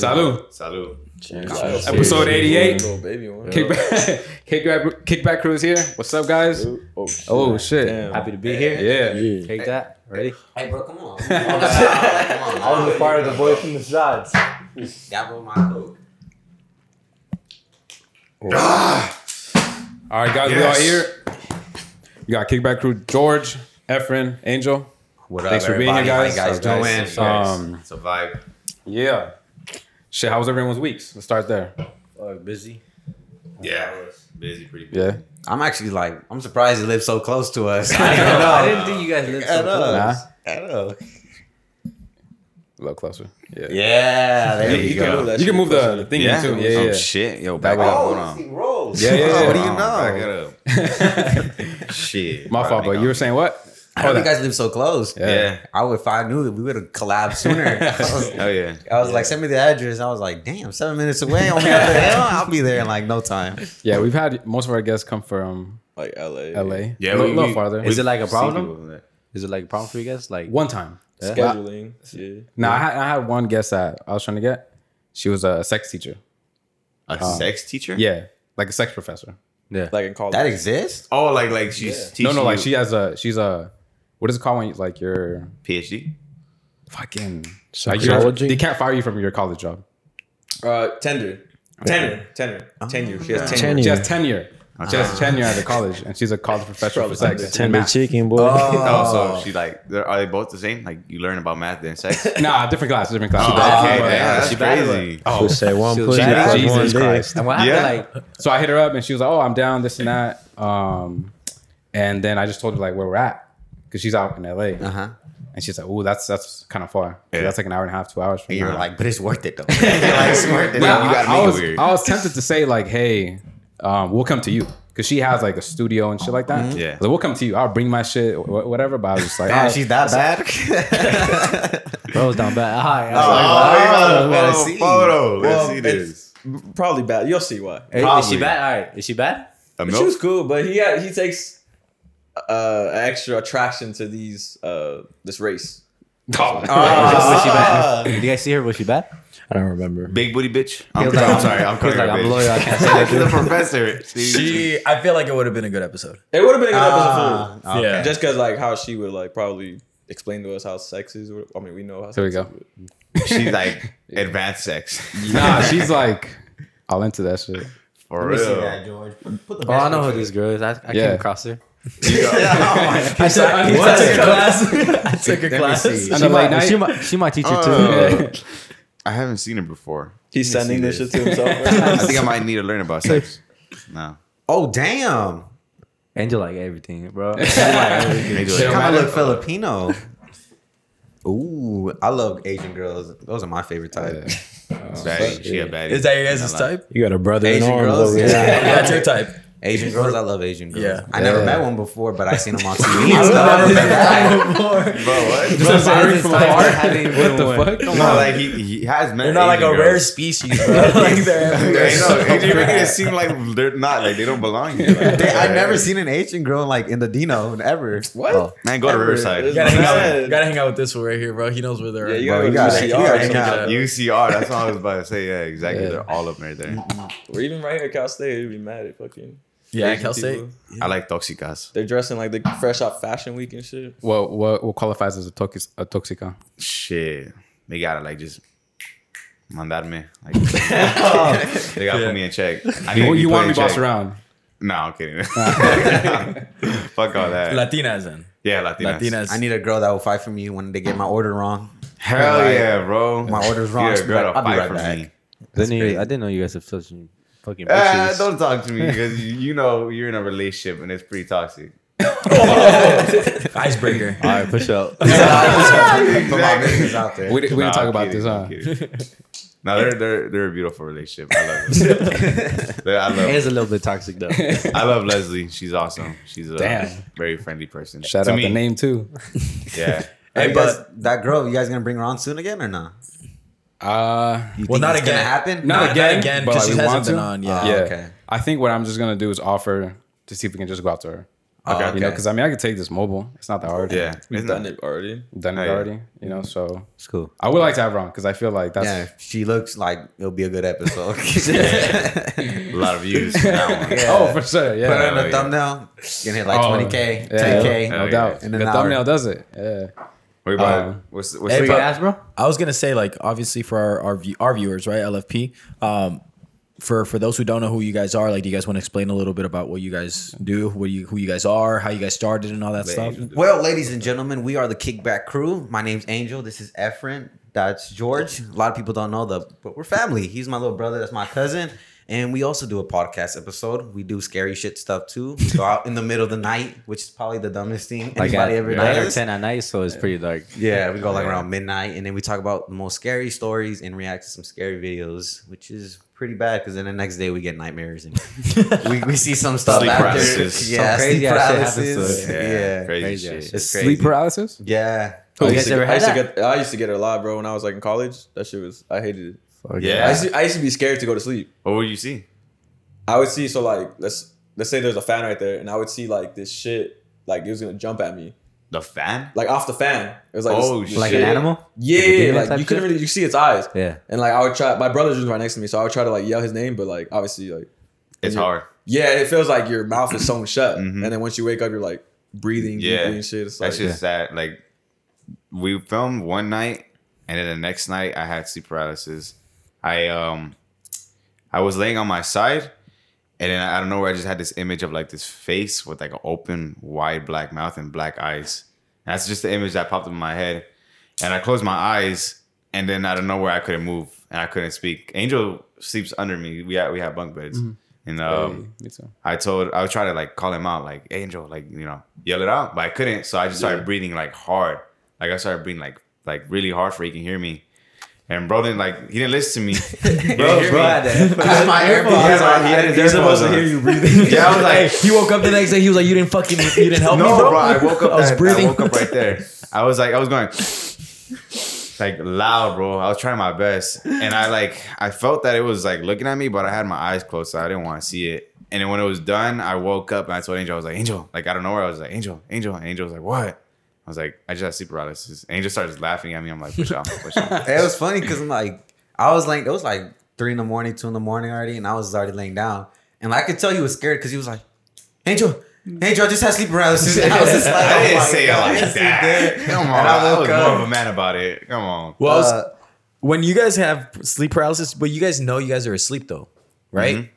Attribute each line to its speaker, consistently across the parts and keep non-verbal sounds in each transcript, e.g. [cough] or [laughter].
Speaker 1: Salud.
Speaker 2: Salud.
Speaker 1: Episode 88.
Speaker 3: Little baby one.
Speaker 1: [laughs] Kickback, kickback, kickback crews here. What's up, guys?
Speaker 3: Oh, shit.
Speaker 1: Oh shit!
Speaker 3: Damn.
Speaker 4: Happy to be here.
Speaker 1: Yeah.
Speaker 3: Yeah.
Speaker 4: Take that. Ready?
Speaker 5: Hey, bro, come [laughs] on.
Speaker 4: I was a part of the boy from the sides.
Speaker 5: That was my coat.
Speaker 1: All right, guys,
Speaker 2: Yes.
Speaker 1: we all here. We got kickback crew George, Efren, Angel.
Speaker 2: What
Speaker 1: Thanks for being here,
Speaker 2: everybody?
Speaker 1: guys.
Speaker 2: How you
Speaker 1: Joanne,
Speaker 2: guys doing?
Speaker 1: um,
Speaker 2: It's a vibe.
Speaker 1: Yeah. Shit, how was everyone's weeks? Let's start there.
Speaker 3: Fuck, busy.
Speaker 2: Yeah. Busy, pretty busy.
Speaker 1: Yeah.
Speaker 5: I'm actually like, I'm surprised you live so close to us.
Speaker 4: I don't know. I didn't think you guys lived so close.
Speaker 1: Nah.
Speaker 5: I know.
Speaker 1: A little closer. Yeah.
Speaker 5: Yeah, there you,
Speaker 3: You can
Speaker 5: go.
Speaker 3: do that
Speaker 1: You can
Speaker 3: shit.
Speaker 1: move the, the thing yeah.
Speaker 2: Yeah.
Speaker 1: too. Yeah, yeah.
Speaker 2: Oh, shit. Yo, back
Speaker 1: way.
Speaker 2: up.
Speaker 1: Oh,
Speaker 2: Hold on.
Speaker 5: rolls.
Speaker 1: Yeah, yeah, yeah.
Speaker 5: what do you
Speaker 2: Hold on,
Speaker 5: know?
Speaker 2: Back it up.
Speaker 1: [laughs]
Speaker 2: shit.
Speaker 1: My fault, but you were saying what?
Speaker 5: I know you guys live so close.
Speaker 1: Yeah.
Speaker 2: Yeah.
Speaker 5: I would, if I knew that we would have collabed sooner. I was,
Speaker 2: Oh, yeah.
Speaker 5: I was like, send me the address. I was like, damn, seven minutes [laughs] away. On the other hill, I'll be there in like no time.
Speaker 1: Yeah, we've had most of our guests come from
Speaker 3: Like LA.
Speaker 1: LA.
Speaker 2: Yeah,
Speaker 1: a little,
Speaker 2: we-
Speaker 1: little
Speaker 2: we-
Speaker 1: farther.
Speaker 4: Is it like a
Speaker 2: See
Speaker 4: problem?
Speaker 2: people like that.
Speaker 4: Is it like a problem for you guys? Like,
Speaker 1: One time.
Speaker 3: Scheduling. Yeah.
Speaker 1: No, I had, I had one guest that I was trying to get. She was a sex teacher.
Speaker 2: A sex teacher?
Speaker 1: Yeah, like a sex professor.
Speaker 3: Like in college.
Speaker 5: That exists?
Speaker 2: Oh, like like she's teaching.
Speaker 1: no, no, like
Speaker 2: you
Speaker 1: she has a she's a what is it called when you, like you're
Speaker 2: PhD.
Speaker 1: fucking like you're,
Speaker 6: Sexology?
Speaker 1: they can't fire you from your college job.
Speaker 3: Uh, tenure. Tenure. Tenure. Tenure. She has tenure.
Speaker 6: Tenure.
Speaker 1: She has tenure. She
Speaker 2: Ah.
Speaker 1: has tenure at the college, and she's a
Speaker 2: [laughs]
Speaker 1: college professor for
Speaker 3: Probably like
Speaker 1: sex.
Speaker 3: the
Speaker 6: Tender
Speaker 1: Math.
Speaker 6: chicken, boy.
Speaker 2: Oh, so she like they're- are they both the same? Like you learn about math and sex.
Speaker 1: Nah, different class, different class.
Speaker 2: Oh, okay,
Speaker 1: But,
Speaker 2: yeah,
Speaker 1: uh,
Speaker 2: that's
Speaker 4: she bad,
Speaker 2: crazy. Oh,
Speaker 7: Oh,
Speaker 6: Should say one
Speaker 4: She'll
Speaker 6: pussy
Speaker 4: say
Speaker 6: plus
Speaker 2: Jesus
Speaker 6: one dick.
Speaker 4: and what happened?
Speaker 2: Yeah.
Speaker 4: Like,
Speaker 1: So I hit her up and she was like, "Oh, I'm down, this and that." Um, and then I just told her like where we're at because she's out in LA,
Speaker 5: Uh huh.
Speaker 1: and she's like, "Oh, that's that's kind of far. So
Speaker 2: Uh-huh. Yeah.
Speaker 1: That's like an hour and a half, two hours." From
Speaker 5: And you're
Speaker 1: now."
Speaker 5: like, but it's worth it though. [laughs] You're like, it's worth it.
Speaker 2: Wait,
Speaker 1: Well,
Speaker 2: you gotta
Speaker 1: I-
Speaker 2: make
Speaker 1: I
Speaker 2: it
Speaker 1: was,
Speaker 2: weird.
Speaker 1: I was tempted to say like, "Hey, um, we'll come to you." Cause she has like a studio and shit like that.
Speaker 2: Yeah.
Speaker 1: so we'll come to you. I'll bring my shit, wh- whatever. But I was just
Speaker 2: [laughs]
Speaker 1: like,
Speaker 5: Damn,
Speaker 1: "Ah,
Speaker 5: she's that [laughs] bad.
Speaker 4: bro, it's down bad.
Speaker 2: Oh,
Speaker 4: Hi.
Speaker 5: Oh,
Speaker 2: we
Speaker 5: gotta
Speaker 2: got a
Speaker 5: see.
Speaker 2: photo. photo. Let's
Speaker 3: Well,
Speaker 2: see
Speaker 3: it's
Speaker 2: this.
Speaker 3: Probably bad. You'll see why.
Speaker 4: Hey, is she
Speaker 2: Probably.
Speaker 4: bad? All right. Is she bad?
Speaker 2: A
Speaker 3: She was
Speaker 2: milk.
Speaker 3: cool, but he had, he takes uh extra attraction to these uh this race.
Speaker 4: was she bad? Did you guys see her? Was she bad?
Speaker 6: I don't remember.
Speaker 2: Big booty bitch. I'm,
Speaker 4: like,
Speaker 2: I'm sorry. I'm
Speaker 4: he was
Speaker 2: calling her
Speaker 4: like,
Speaker 2: a
Speaker 4: I'm
Speaker 2: bitch.
Speaker 4: loyal, I
Speaker 2: [laughs]
Speaker 4: can't
Speaker 2: She's a professor. She's-
Speaker 7: She, I feel like it would have been a good episode.
Speaker 3: It would have been a good episode.
Speaker 5: Ah, okay.
Speaker 7: Yeah.
Speaker 3: Just because like how she would like probably explain to us how sex is. I mean, we know how.
Speaker 1: Here we
Speaker 3: sex
Speaker 1: go.
Speaker 3: is.
Speaker 2: she's like advanced sex.
Speaker 1: [laughs] nah, she's like, all into that shit.
Speaker 2: [laughs] For
Speaker 5: Let me see
Speaker 2: real.
Speaker 5: that, George. Put, put the
Speaker 4: Oh, I know who
Speaker 5: picture [laughs]
Speaker 4: this girl is. I, I
Speaker 1: Yeah.
Speaker 4: came across her.
Speaker 2: [laughs]
Speaker 7: I took, I
Speaker 1: What?
Speaker 7: took a class. I took a
Speaker 5: Oh,
Speaker 7: class.
Speaker 1: And the late
Speaker 4: might,
Speaker 1: night-
Speaker 4: she, might, she might teach you too.
Speaker 7: Oh.
Speaker 2: Uh, I haven't seen her before.
Speaker 3: He's
Speaker 2: Let me
Speaker 3: sending
Speaker 2: see
Speaker 3: this shit to [laughs] himself.
Speaker 2: I think I might need to learn about sex. No.
Speaker 5: Oh damn!
Speaker 4: Angel like everything, bro.
Speaker 2: Maybe
Speaker 5: She
Speaker 2: like-
Speaker 5: kind of look [laughs] Filipino. Ooh, I love Asian girls. Those are my favorite type.
Speaker 1: Yeah.
Speaker 2: Baddie. She a baddie.
Speaker 7: Is that your guys' type?
Speaker 6: You got a brother in
Speaker 5: Asian
Speaker 6: arms
Speaker 5: girls?
Speaker 6: over here.
Speaker 5: Yeah.
Speaker 7: That's your
Speaker 4: [laughs]
Speaker 7: type.
Speaker 5: Asian girls, I love Asian girls.
Speaker 7: Yeah.
Speaker 5: I never
Speaker 1: Yeah.
Speaker 5: met one before, but I seen them [laughs] on TV. and stuff.
Speaker 2: Bro, [laughs] what?
Speaker 1: Just firing from afar?
Speaker 4: What
Speaker 1: [laughs] What the fuck?
Speaker 2: No, like he, he has met.
Speaker 7: They're not like a
Speaker 2: Asian
Speaker 7: rare
Speaker 2: girls.
Speaker 7: species, bro. like they're
Speaker 2: [laughs]
Speaker 7: everywhere.
Speaker 2: I
Speaker 4: [laughs]
Speaker 2: know. You're making it seem like they're not. Like they don't belong here. Like,
Speaker 5: They- I never seen an Asian girl like in the Dino ever.
Speaker 3: what?
Speaker 2: Man, go to
Speaker 3: You
Speaker 2: Riverside.
Speaker 7: gotta, hang out,
Speaker 3: Yeah.
Speaker 7: gotta hang out with this one right here, bro. He knows where they're
Speaker 3: Yeah,
Speaker 7: at.
Speaker 3: you
Speaker 7: bro.
Speaker 3: gotta,
Speaker 5: Bro,
Speaker 3: go
Speaker 5: you
Speaker 3: to
Speaker 5: gotta-
Speaker 3: UCR
Speaker 5: you
Speaker 3: or
Speaker 5: gotta hang out.
Speaker 3: something.
Speaker 2: UCR. That's what I was about to say. Yeah, exactly.
Speaker 1: Yeah.
Speaker 2: They're all up near there.
Speaker 3: Or even right here at Cal State, you'd be mad at fucking.
Speaker 7: yeah,
Speaker 3: Asian
Speaker 7: Cal State.
Speaker 3: people.
Speaker 2: I like toxicas.
Speaker 3: They're dressing like the fresh out fashion week and shit.
Speaker 1: What what what qualifies as a toxic a toxica?
Speaker 2: Shit, they gotta like just mandarme. Like, [laughs] they gotta put me in check. I need
Speaker 1: You,
Speaker 2: be
Speaker 1: you
Speaker 2: put
Speaker 1: want
Speaker 2: in
Speaker 1: to be bossed
Speaker 2: check.
Speaker 1: around?
Speaker 2: No, I'm kidding. [laughs] Fuck all that.
Speaker 7: Latinas then.
Speaker 2: yeah, Latinas.
Speaker 7: Latinas.
Speaker 5: I need a girl that will fight for me when they get my order wrong.
Speaker 2: Hell yeah, bro.
Speaker 5: My order's wrong.
Speaker 2: You're a girl
Speaker 5: I'll
Speaker 2: to
Speaker 5: be
Speaker 2: fight
Speaker 5: right
Speaker 2: for
Speaker 5: back.
Speaker 2: me.
Speaker 4: Didn't you-
Speaker 2: crazy.
Speaker 4: I didn't know you guys have such fucking
Speaker 2: Ah,
Speaker 4: issues.
Speaker 2: don't talk to me
Speaker 5: [laughs]
Speaker 2: because you you know you're in a relationship and it's pretty toxic.
Speaker 7: Icebreaker.
Speaker 3: All right, push
Speaker 5: [laughs]
Speaker 3: out.
Speaker 5: Put my business out there.
Speaker 1: We, di- we didn't
Speaker 2: Nah,
Speaker 1: talk
Speaker 2: I'm
Speaker 1: about
Speaker 2: kidding,
Speaker 1: this, huh?
Speaker 2: I'm kidding. no, they're they're they're a beautiful relationship. I love
Speaker 1: [laughs]
Speaker 2: it. They're- I
Speaker 4: It
Speaker 2: love
Speaker 4: is a little bit toxic though.
Speaker 2: I love Leslie. She's awesome. She's a
Speaker 1: Damn.
Speaker 2: very friendly person.
Speaker 1: Shout
Speaker 2: to
Speaker 1: out
Speaker 2: me.
Speaker 1: the name too. [laughs]
Speaker 2: Yeah.
Speaker 5: Are
Speaker 7: Hey,
Speaker 5: you guys-
Speaker 7: but
Speaker 5: that girl, you guys gonna bring her on soon again or not?
Speaker 1: Uh,
Speaker 5: You
Speaker 7: Well,
Speaker 5: think
Speaker 7: not
Speaker 5: it's gonna
Speaker 7: again.
Speaker 5: happen?
Speaker 1: Not
Speaker 7: not
Speaker 1: again,
Speaker 7: again, again
Speaker 1: but
Speaker 7: because
Speaker 1: like
Speaker 7: she
Speaker 1: we
Speaker 7: hasn't
Speaker 1: want
Speaker 7: been
Speaker 1: to?
Speaker 7: on. Yeah.
Speaker 1: yeah.
Speaker 5: okay.
Speaker 1: I think what I'm just gonna do is offer to see if we can just go out to her.
Speaker 5: Oh,
Speaker 1: Uh,
Speaker 5: Okay.
Speaker 1: You know, because I mean, I could take this mobile. It's not that hard.
Speaker 2: Yeah.
Speaker 3: We've
Speaker 2: Isn't
Speaker 3: done
Speaker 2: it?
Speaker 3: it already.
Speaker 1: Done it
Speaker 2: Oh, yeah.
Speaker 1: already. You know, so
Speaker 4: It's cool.
Speaker 1: I would like to have Ron because I feel like that's [laughs]
Speaker 5: yeah, she looks like it'll be a good episode. [laughs]
Speaker 2: A lot of views. from
Speaker 1: [laughs]
Speaker 2: that one.
Speaker 1: Oh, for sure. Yeah.
Speaker 5: Put her in
Speaker 2: Oh,
Speaker 5: a
Speaker 2: yeah.
Speaker 5: thumbnail. Gonna hit like
Speaker 1: Oh,
Speaker 5: 20k,
Speaker 1: yeah,
Speaker 5: 10k.
Speaker 1: No
Speaker 2: Oh, yeah.
Speaker 1: doubt.
Speaker 5: In
Speaker 1: the
Speaker 5: an hour.
Speaker 1: thumbnail does it. Yeah.
Speaker 2: What about
Speaker 1: Um,
Speaker 2: what's what's
Speaker 7: Hey,
Speaker 2: the
Speaker 7: bro.
Speaker 2: top?
Speaker 4: Ask, bro.
Speaker 7: I was gonna say, like, obviously for our our, view, our viewers, right? LFP. Um, for for those who don't know who you guys are, like, do you guys want to explain a little bit about what you guys do, what you who you guys are, how you guys started, and all that stuff?
Speaker 5: Well, ladies and gentlemen, we are the Kickback Crew. My name's Angel. This is Efren. That's George. A lot of people don't know that, but we're family. He's my little brother. That's my cousin. And we also do a podcast episode. We do scary shit stuff too. We go out in the middle of the night, which is probably the dumbest thing
Speaker 4: Like
Speaker 5: anybody
Speaker 4: at
Speaker 5: ever
Speaker 4: nine or
Speaker 5: does.
Speaker 4: ten at night, so it's pretty dark.
Speaker 5: Yeah, we go like around midnight, and then we talk about the most scary stories and react to some scary videos, which is pretty bad because then the next day we get nightmares
Speaker 4: [laughs]
Speaker 5: and we, we see some stuff
Speaker 2: Sleep
Speaker 5: after.
Speaker 2: paralysis.
Speaker 5: Yeah,
Speaker 4: Some crazy
Speaker 5: sleep
Speaker 4: ass shit happens
Speaker 5: paralysis.
Speaker 4: to
Speaker 5: Yeah,
Speaker 2: Yeah, crazy,
Speaker 4: Crazy
Speaker 2: shit.
Speaker 4: shit.
Speaker 5: it's
Speaker 1: Sleep
Speaker 5: crazy.
Speaker 1: paralysis.
Speaker 5: yeah,
Speaker 4: Oh,
Speaker 3: I
Speaker 4: you
Speaker 3: used,
Speaker 4: guys
Speaker 3: to,
Speaker 4: ever
Speaker 3: I,
Speaker 4: had
Speaker 3: used to
Speaker 4: that?
Speaker 3: get, I used to get it a lot, bro. When I was like in college, that shit was I hated it. I
Speaker 2: Yeah.
Speaker 3: used, to, I used to be scared to go to sleep.
Speaker 2: What would you see?
Speaker 3: I would see so like let's let's say there's a fan right there, and I would see like this shit like it was gonna jump at me
Speaker 2: The fan?
Speaker 3: like off the fan. It was like
Speaker 2: Oh,
Speaker 3: this- this
Speaker 2: Like
Speaker 4: an
Speaker 3: shit.
Speaker 4: animal?
Speaker 3: Yeah,
Speaker 4: Like a demon
Speaker 3: like,
Speaker 4: type
Speaker 3: you couldn't
Speaker 4: shit?
Speaker 3: really you see its eyes.
Speaker 4: Yeah.
Speaker 3: And like I would try. My brother's just right next to me, so I would try to like yell his name, but like obviously like
Speaker 2: It's
Speaker 3: Yeah.
Speaker 2: hard.
Speaker 3: yeah, it feels like your mouth is sewn shut,
Speaker 6: Mm-hmm.
Speaker 2: Mhm.
Speaker 3: and then once you wake up, you're like breathing
Speaker 2: Yeah.
Speaker 3: deeply and shit. It's like,
Speaker 2: That's just sad. Like we filmed one night and then the next night I had sleep paralysis. I um I was laying on my side and then I don't know where I just had this image of like this face with like an open, wide black mouth and black eyes. And that's just the image that popped up in my head. And I closed my eyes and then I don't know where I couldn't move and I couldn't speak. Angel sleeps under me. We have, we have bunk beds.
Speaker 3: Mm-hmm.
Speaker 2: And um
Speaker 1: Hey, me too.
Speaker 2: I told I was trying to like call him out, like Angel, like you know, yell it out, but I couldn't. So I just started breathing like hard, like I started breathing like like really hard for he can hear me. And bro didn't like he didn't listen to me. [laughs] He didn't hear me. [laughs]
Speaker 5: That's my
Speaker 2: He had
Speaker 5: earphones.
Speaker 2: my- he had his
Speaker 5: You're supposed to
Speaker 2: earphones
Speaker 5: hear
Speaker 2: on.
Speaker 5: you breathing.
Speaker 2: Yeah, I was like,
Speaker 7: he woke up the next day. He was like, "You didn't fucking, you didn't help
Speaker 5: Oh,
Speaker 7: me,
Speaker 2: no,
Speaker 7: bro.
Speaker 2: bro. I woke up.
Speaker 7: I was
Speaker 2: that-
Speaker 7: breathing.
Speaker 2: I woke up right there. I was like, I was going like loud, bro. I was trying my best, and I like, I felt that it was like looking at me, but I had my eyes closed, so I didn't want to see it. And then when it was done, I woke up and I told Angel, I was like, Angel, like I don't know where I was like, Angel, Angel, and Angel was like, what? I was like, I just had sleep paralysis. Angel starts laughing at me. I'm like, push out, push
Speaker 5: [laughs] [laughs]
Speaker 2: out.
Speaker 5: It was funny because I'm like, I was like, it was like three in the morning, two in the morning already, and I was already laying down, and I could tell he was scared because he was like, Angel. Angel, I just had sleep paralysis. And I was
Speaker 2: [laughs]
Speaker 5: just like,
Speaker 2: I
Speaker 5: oh
Speaker 2: didn't
Speaker 5: my
Speaker 2: say it
Speaker 5: God,
Speaker 2: like
Speaker 5: yes, he
Speaker 2: that.
Speaker 5: did.
Speaker 2: Come on,
Speaker 5: And I
Speaker 2: I was
Speaker 5: woke
Speaker 2: more
Speaker 5: up.
Speaker 2: of a man about it. Come on.
Speaker 7: Well, I was-
Speaker 5: Uh,
Speaker 7: when you guys have sleep paralysis, but you guys know you guys are asleep though, right?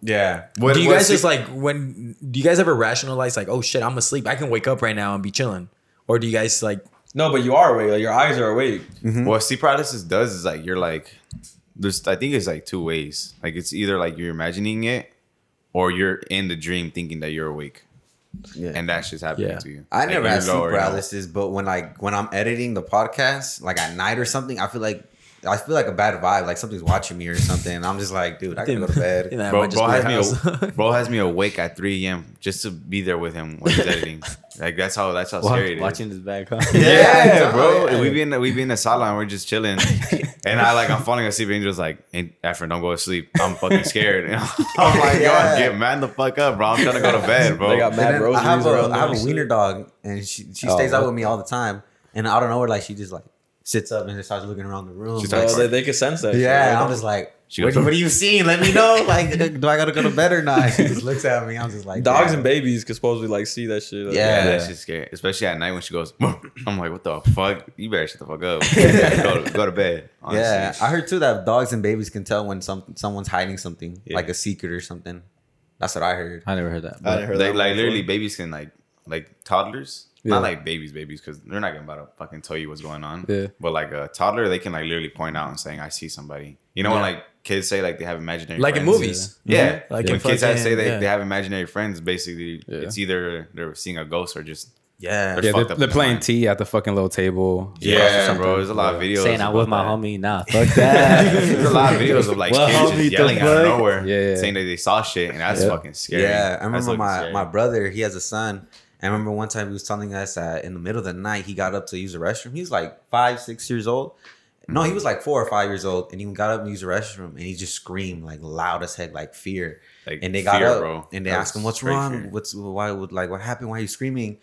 Speaker 5: Yeah.
Speaker 2: What-
Speaker 7: do you
Speaker 2: what
Speaker 7: guys
Speaker 2: sleep-
Speaker 7: just like when? Do you guys ever rationalize like, oh shit, I'm asleep. I can wake up right now and be chilling, or do you guys like?
Speaker 3: no, but you are awake. Like your eyes are awake.
Speaker 2: What sleep paralysis does is like you're like there's I think it's like two ways. Like it's either like you're imagining it or you're in the dream thinking that you're awake.
Speaker 5: Yeah.
Speaker 2: And that's just happening
Speaker 7: Yeah.
Speaker 2: to you.
Speaker 5: I
Speaker 2: Like,
Speaker 5: never
Speaker 2: you're
Speaker 5: had sleep
Speaker 2: lower, you know?
Speaker 5: paralysis, but when like when I'm editing the podcast, like at night or something, I feel like I feel like a bad vibe, like something's watching me or something. I'm just like, dude, I gotta go
Speaker 2: [laughs]
Speaker 5: to bed.
Speaker 7: You know, I
Speaker 2: Bro,
Speaker 7: might just
Speaker 2: bro,
Speaker 7: be
Speaker 2: has me
Speaker 7: house.
Speaker 5: [laughs]
Speaker 2: a, bro has me awake at 3 a.m. just to be there with him when he's
Speaker 5: [laughs]
Speaker 2: editing. Like that's how that's how scary it is.
Speaker 4: Watching this back, huh?
Speaker 2: [laughs] Yeah,
Speaker 5: Yeah,
Speaker 2: bro.
Speaker 5: yeah.
Speaker 2: We be
Speaker 5: [laughs]
Speaker 2: in the, we be in the sala and we're just chilling, and I like I'm falling asleep. Angel's like, "Hey, Efren, don't go to sleep. I'm fucking
Speaker 5: [laughs]
Speaker 2: scared. [laughs] And
Speaker 5: Oh
Speaker 2: I'm like,
Speaker 5: Yeah.
Speaker 2: yo, get man the fuck up, bro. I'm trying to go
Speaker 5: [laughs]
Speaker 2: to bed, bro.
Speaker 3: They got
Speaker 5: And
Speaker 3: mad
Speaker 5: then I
Speaker 3: rosaries
Speaker 5: have a,
Speaker 3: around
Speaker 5: I
Speaker 3: there
Speaker 5: have
Speaker 3: and
Speaker 5: a wiener
Speaker 3: shit.
Speaker 5: dog, and she she
Speaker 3: Oh,
Speaker 5: stays out
Speaker 3: what?
Speaker 5: with me all the time. And I don't know where like she just like sits up and just starts looking around the room.
Speaker 2: She's
Speaker 5: Like,
Speaker 2: like-
Speaker 3: Well, they, they can sense that.
Speaker 5: yeah,
Speaker 3: shit,
Speaker 5: and
Speaker 3: right?
Speaker 5: I'm just like,
Speaker 2: She
Speaker 5: what,
Speaker 2: goes,
Speaker 5: what are you seeing? Let me know. Like, do I gotta go to bed or not? She just looks at me. I'm just like,
Speaker 3: dogs
Speaker 5: damn.
Speaker 3: and babies can supposedly like see that shit. Like,
Speaker 5: Yeah.
Speaker 2: Yeah, that shit's scary. Especially at night when she goes, I'm like, what the fuck? You better shut the
Speaker 5: [laughs]
Speaker 2: fuck up. go, to, go to bed. Honestly.
Speaker 5: Yeah, I heard too that dogs and babies can tell when some someone's hiding something, like a secret or something. That's what I heard.
Speaker 4: I never heard that.
Speaker 2: Like, like, literally, babies can like, like toddlers.
Speaker 1: Yeah.
Speaker 2: Not like babies, babies, because they're not gonna about to fucking tell you what's going on.
Speaker 1: Yeah.
Speaker 2: But like a toddler, they can like literally point out and saying, "I see somebody." You know when like kids say like they have imaginary
Speaker 7: like in
Speaker 2: friends?
Speaker 7: movies.
Speaker 2: Yeah,
Speaker 7: Like
Speaker 2: like when
Speaker 7: in
Speaker 2: kids have, say
Speaker 7: fucking-
Speaker 2: they,
Speaker 7: yeah.
Speaker 2: they have imaginary friends, basically
Speaker 1: Yeah.
Speaker 2: it's either they're seeing a ghost or just
Speaker 5: Yeah,
Speaker 2: They're
Speaker 1: Yeah,
Speaker 2: fucked
Speaker 1: they're,
Speaker 2: up
Speaker 1: they're
Speaker 2: in
Speaker 1: playing
Speaker 2: mind.
Speaker 1: tea at the fucking little table.
Speaker 2: yeah, bro. There's a lot of videos
Speaker 4: Saying I'm with
Speaker 2: about
Speaker 4: my
Speaker 2: that.
Speaker 4: homie, nah, fuck
Speaker 2: [laughs]
Speaker 4: that.
Speaker 2: There's a lot of videos of like
Speaker 4: Well,
Speaker 2: kids
Speaker 4: homie, the
Speaker 2: just yelling out
Speaker 4: fuck?
Speaker 2: of nowhere,
Speaker 1: Yeah, yeah.
Speaker 2: saying that they saw shit, and that's
Speaker 1: Yeah.
Speaker 2: fucking scary.
Speaker 5: Yeah, I
Speaker 2: That's
Speaker 5: remember
Speaker 2: fucking
Speaker 5: my,
Speaker 2: scary.
Speaker 5: my brother, he has a son. I remember one time he was telling us that in the middle of the night, he got up to use the restroom. He was like five, six years old. No,
Speaker 2: Mm-hmm.
Speaker 5: he was like four or five years old, and he got up and used the restroom, and he just screamed like loud as heck, like fear.
Speaker 2: Like,
Speaker 5: and they got
Speaker 2: fear,
Speaker 5: up
Speaker 2: bro.
Speaker 5: and they
Speaker 2: That
Speaker 5: asked
Speaker 2: was
Speaker 5: him, "What's
Speaker 2: straight
Speaker 5: wrong?
Speaker 2: fear.
Speaker 5: What's why would like what happened? Why are you screaming?"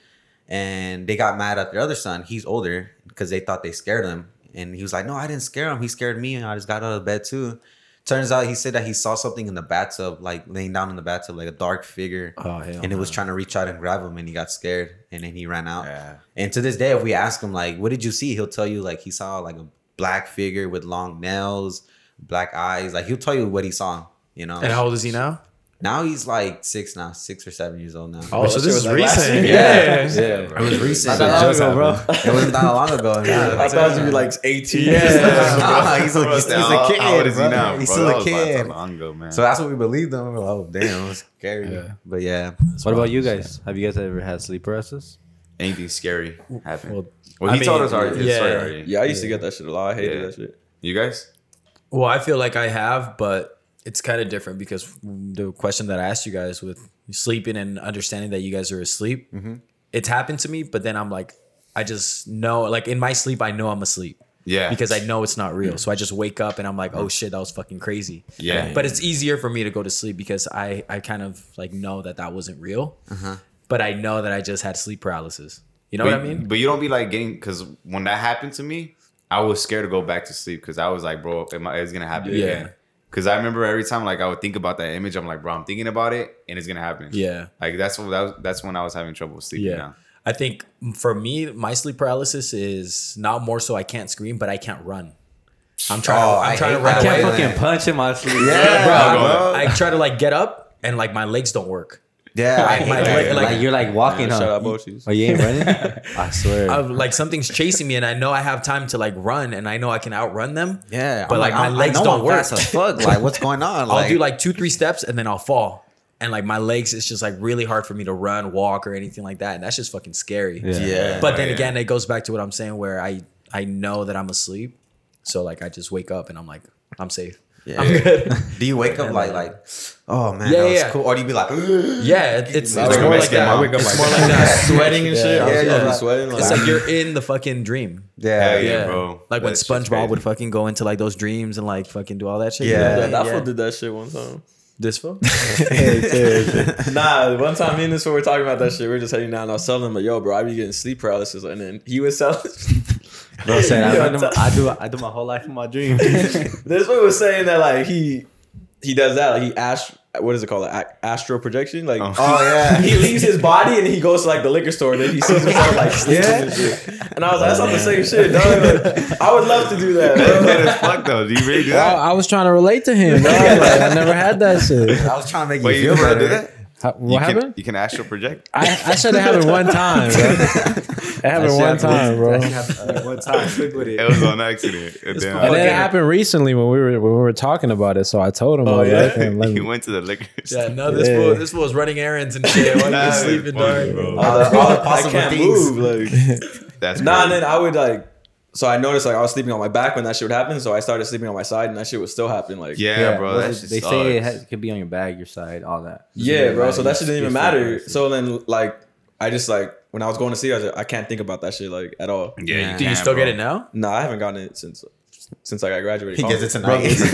Speaker 5: And they got mad at their other son. He's older because they thought they scared him, and he was like, "No, I didn't scare him. He scared me, and I just got out of bed too." Turns out he said that he saw something in the bathtub, like laying down in the bathtub, like a dark figure,
Speaker 6: Oh, hell
Speaker 5: and it was trying to reach out and grab him, and he got scared, and then he ran out.
Speaker 2: Yeah.
Speaker 5: And to this day, if we ask him like, "What did you see?" He'll tell you like he saw like a black figure with long nails, black eyes. Like he'll tell you what he saw. You know.
Speaker 6: And how old is he now?
Speaker 5: Now he's like six now, six or seven years old now.
Speaker 6: Oh, so
Speaker 3: that
Speaker 6: this
Speaker 3: shit
Speaker 6: is
Speaker 3: like last
Speaker 6: recent.
Speaker 3: year.
Speaker 6: Yeah.
Speaker 3: Yeah, bro.
Speaker 5: it was recent.
Speaker 6: Not that
Speaker 5: It
Speaker 6: long
Speaker 5: just
Speaker 6: ago, bro.
Speaker 5: happened. It wasn't that long [laughs] ago. and he was
Speaker 3: I
Speaker 5: like,
Speaker 3: thought you'd be like 18.
Speaker 6: Yeah.
Speaker 5: nah, he's,
Speaker 2: [laughs]
Speaker 5: like, he's, he's
Speaker 2: He's
Speaker 5: a kid.
Speaker 2: How old is he
Speaker 5: bro.
Speaker 2: now?
Speaker 5: He's
Speaker 2: bro?
Speaker 5: still
Speaker 2: That
Speaker 5: a
Speaker 2: was not
Speaker 5: kid.
Speaker 2: that long ago, man.
Speaker 5: So that's what we believed him. We're like, oh damn, it was scary. But yeah,
Speaker 4: What about you guys? Have you guys ever had sleep paralysis?
Speaker 2: anything scary happened. Well,
Speaker 6: Well,
Speaker 2: he
Speaker 6: I mean,
Speaker 2: told us already. his
Speaker 6: yeah.
Speaker 2: story already.
Speaker 3: [laughs] Yeah, I used to get that shit a lot. I hated
Speaker 2: Yeah.
Speaker 3: that shit.
Speaker 2: You guys?
Speaker 6: Well, I feel like I have, but it's kind of different because the question that I asked you guys with sleeping and understanding that you guys are asleep,
Speaker 2: Mm-hmm.
Speaker 6: it's happened to me, but then I'm like, I just know, like in my sleep, I know I'm asleep.
Speaker 2: Yeah. Mm-hmm.
Speaker 6: Because I know it's not real. So I just wake up and I'm like, oh shit, that was fucking crazy.
Speaker 2: Yeah.
Speaker 6: But it's easier for me to go to sleep because I, I kind of like know that that wasn't real.
Speaker 2: Uh-huh.
Speaker 6: But I know that I just had sleep paralysis. You know
Speaker 2: but,
Speaker 6: what I mean?
Speaker 2: But you don't be like getting because when that happened to me, I was scared to go back to sleep because I was like, bro, am I, it's gonna happen
Speaker 6: Yeah.
Speaker 2: again. Because I remember every time like I would think about that image, I'm like, bro, I'm thinking about it and it's gonna happen.
Speaker 6: Yeah.
Speaker 2: Like that's what that was, that's when I was having trouble sleeping.
Speaker 6: Yeah.
Speaker 2: Now.
Speaker 6: I think for me, my sleep paralysis is not more so I can't scream, but I can't run. I'm trying.
Speaker 5: Oh,
Speaker 6: to, I'm
Speaker 5: I
Speaker 6: trying to
Speaker 5: hate
Speaker 6: run
Speaker 5: that.
Speaker 4: I
Speaker 6: away.
Speaker 4: can't
Speaker 5: Wait,
Speaker 4: fucking
Speaker 5: man.
Speaker 4: punch him out of sleep.
Speaker 5: Yeah,
Speaker 2: bro.
Speaker 6: I try to like get up and like my legs don't work.
Speaker 5: yeah. I hate
Speaker 6: My
Speaker 5: that.
Speaker 6: leg-
Speaker 4: Like,
Speaker 6: Like-
Speaker 4: you're like walking,
Speaker 3: Shout
Speaker 4: huh?
Speaker 3: out Boshis.
Speaker 4: Oh, you ain't [laughs] running? I swear.
Speaker 6: i like something's chasing me, and I know I have time to like run, and I know I can outrun them.
Speaker 5: yeah.
Speaker 6: but
Speaker 5: I'm
Speaker 6: like, my
Speaker 5: I- I
Speaker 6: legs
Speaker 5: know
Speaker 6: don't
Speaker 5: I'm
Speaker 6: work.
Speaker 5: Fast as fuck. Like what's going on?
Speaker 6: I'll do like two, three steps, and then I'll fall. And like my legs, it's just like really hard for me to run, walk, or anything like that. And that's just fucking scary.
Speaker 4: Yeah.
Speaker 5: yeah.
Speaker 6: But then
Speaker 2: Yeah.
Speaker 6: again, it goes back to what I'm saying, where I I know that I'm asleep, so like I just wake up and I'm like I'm safe.
Speaker 5: Yeah.
Speaker 6: I'm good.
Speaker 5: do you wake up like like, oh man,
Speaker 6: Yeah,
Speaker 5: that was
Speaker 6: yeah.
Speaker 5: cool, or do you be like,
Speaker 6: Yeah, it- it's, it's
Speaker 3: I wake up
Speaker 6: more like
Speaker 2: Mexican
Speaker 6: that.
Speaker 2: mom.
Speaker 6: I wake up like more like that. Sweating and shit.
Speaker 3: Yeah,
Speaker 6: I was-
Speaker 5: yeah.
Speaker 3: I was sweating. Like,
Speaker 6: It's like you're in the fucking dream.
Speaker 5: yeah,
Speaker 2: Hell
Speaker 5: yeah.
Speaker 2: yeah.
Speaker 6: Yeah,
Speaker 2: bro.
Speaker 6: Like when
Speaker 2: That shit's
Speaker 6: SpongeBob would
Speaker 2: crazy.
Speaker 6: fucking go into like those dreams and like fucking do all that shit.
Speaker 5: Yeah.
Speaker 3: yeah, that
Speaker 6: yeah.
Speaker 3: fool did that shit one time.
Speaker 6: This fool.
Speaker 3: [laughs] Nah, one time me and this fool were talking about that shit. We were just hanging out and I was telling him, like, yo, bro, I be getting sleep paralysis. And then he was telling [laughs]
Speaker 4: Bro, said,
Speaker 3: Yeah,
Speaker 4: I, do,
Speaker 3: t-
Speaker 4: I do I do my whole life in my
Speaker 3: [laughs]
Speaker 4: dream.
Speaker 3: this one was saying that like he he does that. Like he ast- what is it called? Like, a- astral projection? Like
Speaker 2: Oh.
Speaker 5: [laughs] Oh yeah.
Speaker 3: [laughs] he leaves his body and he goes to like the liquor store and then he sees himself like sleeping and shit. And I was like, that's not the same shit, dog. Like, I would love to do that,
Speaker 2: That's
Speaker 3: bro.
Speaker 2: good as fuck though. Do you really do that?
Speaker 1: Oh, I was trying to relate to [laughs] him. bro. Like, I never had that shit.
Speaker 5: I was trying to make you
Speaker 2: Wait,
Speaker 5: feel
Speaker 2: you never
Speaker 5: better.
Speaker 2: do that?
Speaker 1: How-
Speaker 2: You
Speaker 1: what
Speaker 2: can,
Speaker 1: happened?
Speaker 2: You can astral project.
Speaker 1: I, I said it happened one time, bro.
Speaker 5: [laughs]
Speaker 1: It happened one time, bro. And
Speaker 4: [laughs] One time, click with
Speaker 2: It was on accident. Damn.
Speaker 6: fucking-
Speaker 1: then it happened recently when we were when we were talking about it. So I told him, oh,
Speaker 6: yeah?
Speaker 1: yeah.
Speaker 2: [laughs]
Speaker 1: let me.
Speaker 2: you went to the liquor store.
Speaker 6: [laughs] Yeah, no, this fool. This fool was running errands and shit while he
Speaker 2: That
Speaker 6: was
Speaker 2: is
Speaker 6: sleeping,
Speaker 2: funny,
Speaker 6: dog.
Speaker 2: bro.
Speaker 5: All the, all the
Speaker 3: I
Speaker 5: possible
Speaker 3: can't
Speaker 5: things.
Speaker 3: move. Like
Speaker 2: That's
Speaker 3: Nah, and
Speaker 2: crazy.
Speaker 3: then I would like. So I noticed like I was sleeping on my back when that shit would happen. So I started sleeping on my side, and that shit would still happen. Like
Speaker 2: yeah, bro.
Speaker 4: what
Speaker 2: That
Speaker 4: is-
Speaker 2: shit
Speaker 4: they say it
Speaker 2: sucks. [laughs]
Speaker 4: has, it could be on your bag, your side, all that.
Speaker 3: yeah, bro. So that shit didn't even
Speaker 4: It's- it's
Speaker 3: matter. So
Speaker 4: so
Speaker 3: then like I just like when I was going to sleep, I was like, I can't think about that shit like at all.
Speaker 2: Yeah,
Speaker 5: Do
Speaker 6: Do you
Speaker 2: can,
Speaker 6: still get
Speaker 2: bro.
Speaker 6: it now?
Speaker 3: No, I haven't gotten it since since like I graduated.
Speaker 5: He gets it
Speaker 3: college.
Speaker 2: Oh,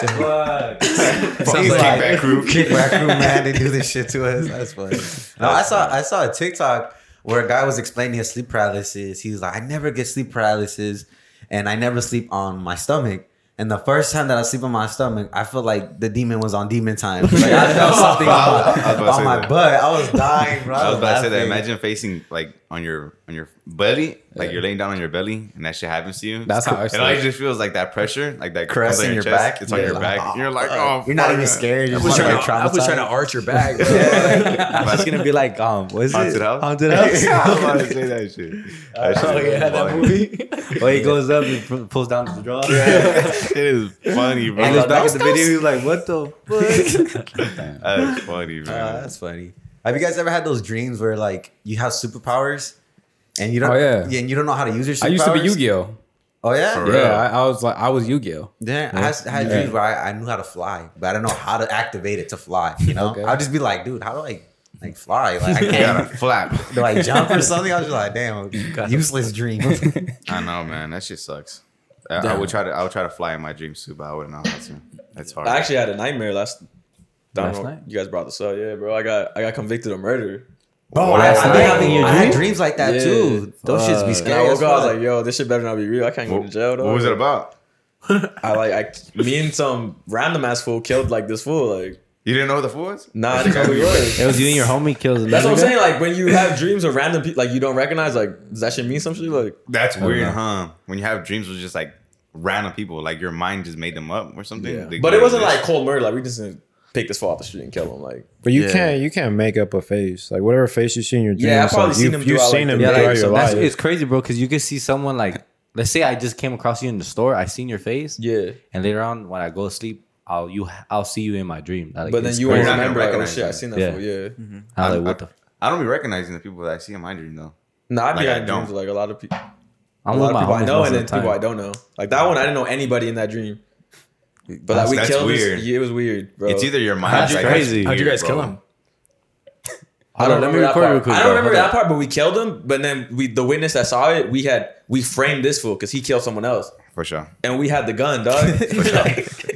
Speaker 5: tonight. [laughs]
Speaker 6: Sounds
Speaker 2: Please
Speaker 6: like-
Speaker 2: kick back, crew.
Speaker 5: Kickback crew, man, they do this shit to
Speaker 2: [laughs]
Speaker 5: us. That's funny. No, I saw I saw a TikTok where a guy was explaining his sleep paralysis. He was like, I never get sleep paralysis, and I never sleep on my stomach. And the first time that I sleep on my stomach, I felt like the demon was on demon time. Like
Speaker 2: [laughs]
Speaker 5: I felt something on
Speaker 2: I was- I was
Speaker 5: my,
Speaker 2: about to
Speaker 5: on
Speaker 2: say
Speaker 5: my
Speaker 2: that.
Speaker 5: butt. I was dying, bro.
Speaker 2: I was about to say that.
Speaker 5: laughing.
Speaker 2: Imagine facing like on your on your belly, like you're laying down on your belly, and that shit happens to you.
Speaker 8: That's how I
Speaker 2: it
Speaker 8: sleep.
Speaker 2: always just feels like that pressure, like that comes
Speaker 5: caressing
Speaker 2: on
Speaker 5: your,
Speaker 2: chest,
Speaker 5: back.
Speaker 2: It's on your back. you're like, oh,
Speaker 5: you're not
Speaker 2: fuck.
Speaker 5: even scared. You're
Speaker 6: I was
Speaker 5: just
Speaker 6: trying
Speaker 5: like
Speaker 6: to, I was trying to
Speaker 5: traumatized.
Speaker 6: arch
Speaker 2: [laughs]
Speaker 6: your back. Bro.
Speaker 4: I was gonna be like, um, what is
Speaker 2: Haunted
Speaker 4: it?
Speaker 2: house? [laughs]
Speaker 4: Haunted house.
Speaker 2: I was about to say that shit. That shit is funny.
Speaker 4: movie. Well, Oh, he goes up and pu- pulls down the draw.
Speaker 2: It is funny, bro.
Speaker 4: [laughs] And looks back at the
Speaker 5: Those-
Speaker 4: video. He's like, what
Speaker 5: [laughs]
Speaker 4: the fuck?
Speaker 2: That's funny, bro.
Speaker 5: Uh, that's funny. Have you guys ever had those dreams where like you have superpowers and you don't
Speaker 8: Oh, yeah.
Speaker 5: and you don't know how to use your superpowers?
Speaker 8: I used to be Yu Gi Oh.
Speaker 5: Oh yeah.
Speaker 2: For
Speaker 8: Yeah,
Speaker 2: real?
Speaker 8: I, I was like, I was Yu Gi Oh.
Speaker 5: Yeah, I had, I had dreams where I, I knew how to fly, but I don't know how to activate it to fly. You know,
Speaker 8: Okay.
Speaker 5: I'd just be like, dude, how do I like fly? Like I
Speaker 2: You
Speaker 5: can't.
Speaker 4: [laughs]
Speaker 2: gotta flap.
Speaker 5: do I jump or something? I was just like, damn, useless dream.
Speaker 2: I know, man. That shit sucks. I, I
Speaker 7: Damn.
Speaker 2: would try to I would try to fly in my dreams too, but I wouldn't know how to. That's hard.
Speaker 3: I actually had a nightmare last. I don't
Speaker 4: Last
Speaker 3: know,
Speaker 4: night?
Speaker 3: You guys brought this up, yeah, bro. I got I got convicted of murder.
Speaker 4: Oh,
Speaker 5: I,
Speaker 4: last
Speaker 5: I,
Speaker 4: night?
Speaker 5: had,
Speaker 4: In your
Speaker 5: I had
Speaker 4: dream?
Speaker 5: dreams like that
Speaker 3: Yeah.
Speaker 5: too. Those shits be
Speaker 3: And I
Speaker 5: scary.
Speaker 3: woke
Speaker 5: as
Speaker 3: up, I was
Speaker 5: fuck.
Speaker 3: like, yo, this shit better not be real. I can't go
Speaker 2: what,
Speaker 3: to jail.
Speaker 2: what was it
Speaker 3: dog.
Speaker 2: about?
Speaker 3: I like I, me and some random ass fool killed like this fool. Like
Speaker 2: You didn't know what the fool was?
Speaker 3: nah, I didn't know who he was.
Speaker 4: It was you and your homie kills another
Speaker 3: That's what I'm
Speaker 4: guy?
Speaker 3: saying. Like when you have dreams of random people, like you don't recognize, like does that shit mean some shit? Like
Speaker 2: That's weird, huh? When you have dreams with just like random people, like your mind just made them up or something. Like,
Speaker 3: but it
Speaker 2: you
Speaker 3: wasn't
Speaker 2: just-
Speaker 3: like cold murder. Like we just didn't pick this fool off the street and kill him. Like
Speaker 6: But you
Speaker 5: Yeah.
Speaker 6: can't you can't make up a face. Like whatever face you see in your dreams,
Speaker 3: Yeah, I've probably
Speaker 6: like,
Speaker 3: seen
Speaker 6: you,
Speaker 3: him
Speaker 6: you've
Speaker 3: throughout,
Speaker 6: seen
Speaker 3: like,
Speaker 6: him
Speaker 3: the-
Speaker 4: Yeah,
Speaker 3: Yeah,
Speaker 6: throughout
Speaker 4: like,
Speaker 3: so
Speaker 6: your
Speaker 4: that's,
Speaker 6: life.
Speaker 4: it's crazy, bro, because you could see someone like, let's say I just came across you in the store, I seen your face,
Speaker 3: yeah,
Speaker 4: and later on when I go to sleep, I'll you I'll see you in my dream. Like,
Speaker 3: but then
Speaker 4: it's
Speaker 3: you won't
Speaker 2: You're
Speaker 4: crazy.
Speaker 2: not gonna
Speaker 3: remember. Like, oh
Speaker 2: recognize
Speaker 3: shit, I
Speaker 2: him.
Speaker 3: seen that
Speaker 4: Yeah.
Speaker 3: fool. Yeah,
Speaker 4: I'm like,
Speaker 2: I-
Speaker 4: what the?
Speaker 2: I don't be recognizing the people that I see in my dream though.
Speaker 3: nah, I be
Speaker 2: Like, I
Speaker 3: having dreams
Speaker 2: don't.
Speaker 3: with, like a lot of people.
Speaker 4: I'm
Speaker 3: a
Speaker 4: with
Speaker 3: lot of
Speaker 4: my
Speaker 3: people I
Speaker 4: homies
Speaker 3: know
Speaker 4: most
Speaker 3: and
Speaker 4: of the
Speaker 3: then people I
Speaker 4: time.
Speaker 3: don't know. Like that one, I didn't know anybody in that dream. But like
Speaker 2: That's-
Speaker 3: we
Speaker 2: that's
Speaker 3: killed this-
Speaker 2: weird.
Speaker 3: yeah, it was weird, bro.
Speaker 2: It's either your mind.
Speaker 4: That's
Speaker 2: like,
Speaker 4: crazy.
Speaker 2: weird,
Speaker 4: How'd
Speaker 7: How'd you guys
Speaker 2: bro.
Speaker 7: kill him?
Speaker 3: I don't
Speaker 4: Hold on, let me
Speaker 3: remember that
Speaker 4: record real
Speaker 3: part.
Speaker 4: quick,
Speaker 3: I
Speaker 4: bro.
Speaker 3: don't remember
Speaker 4: Hold
Speaker 3: that part, but we killed him. But then we, the witness that saw it, we had we framed this fool because he killed someone else,
Speaker 2: For sure.
Speaker 3: and we had the gun,
Speaker 4: [laughs]
Speaker 3: dog.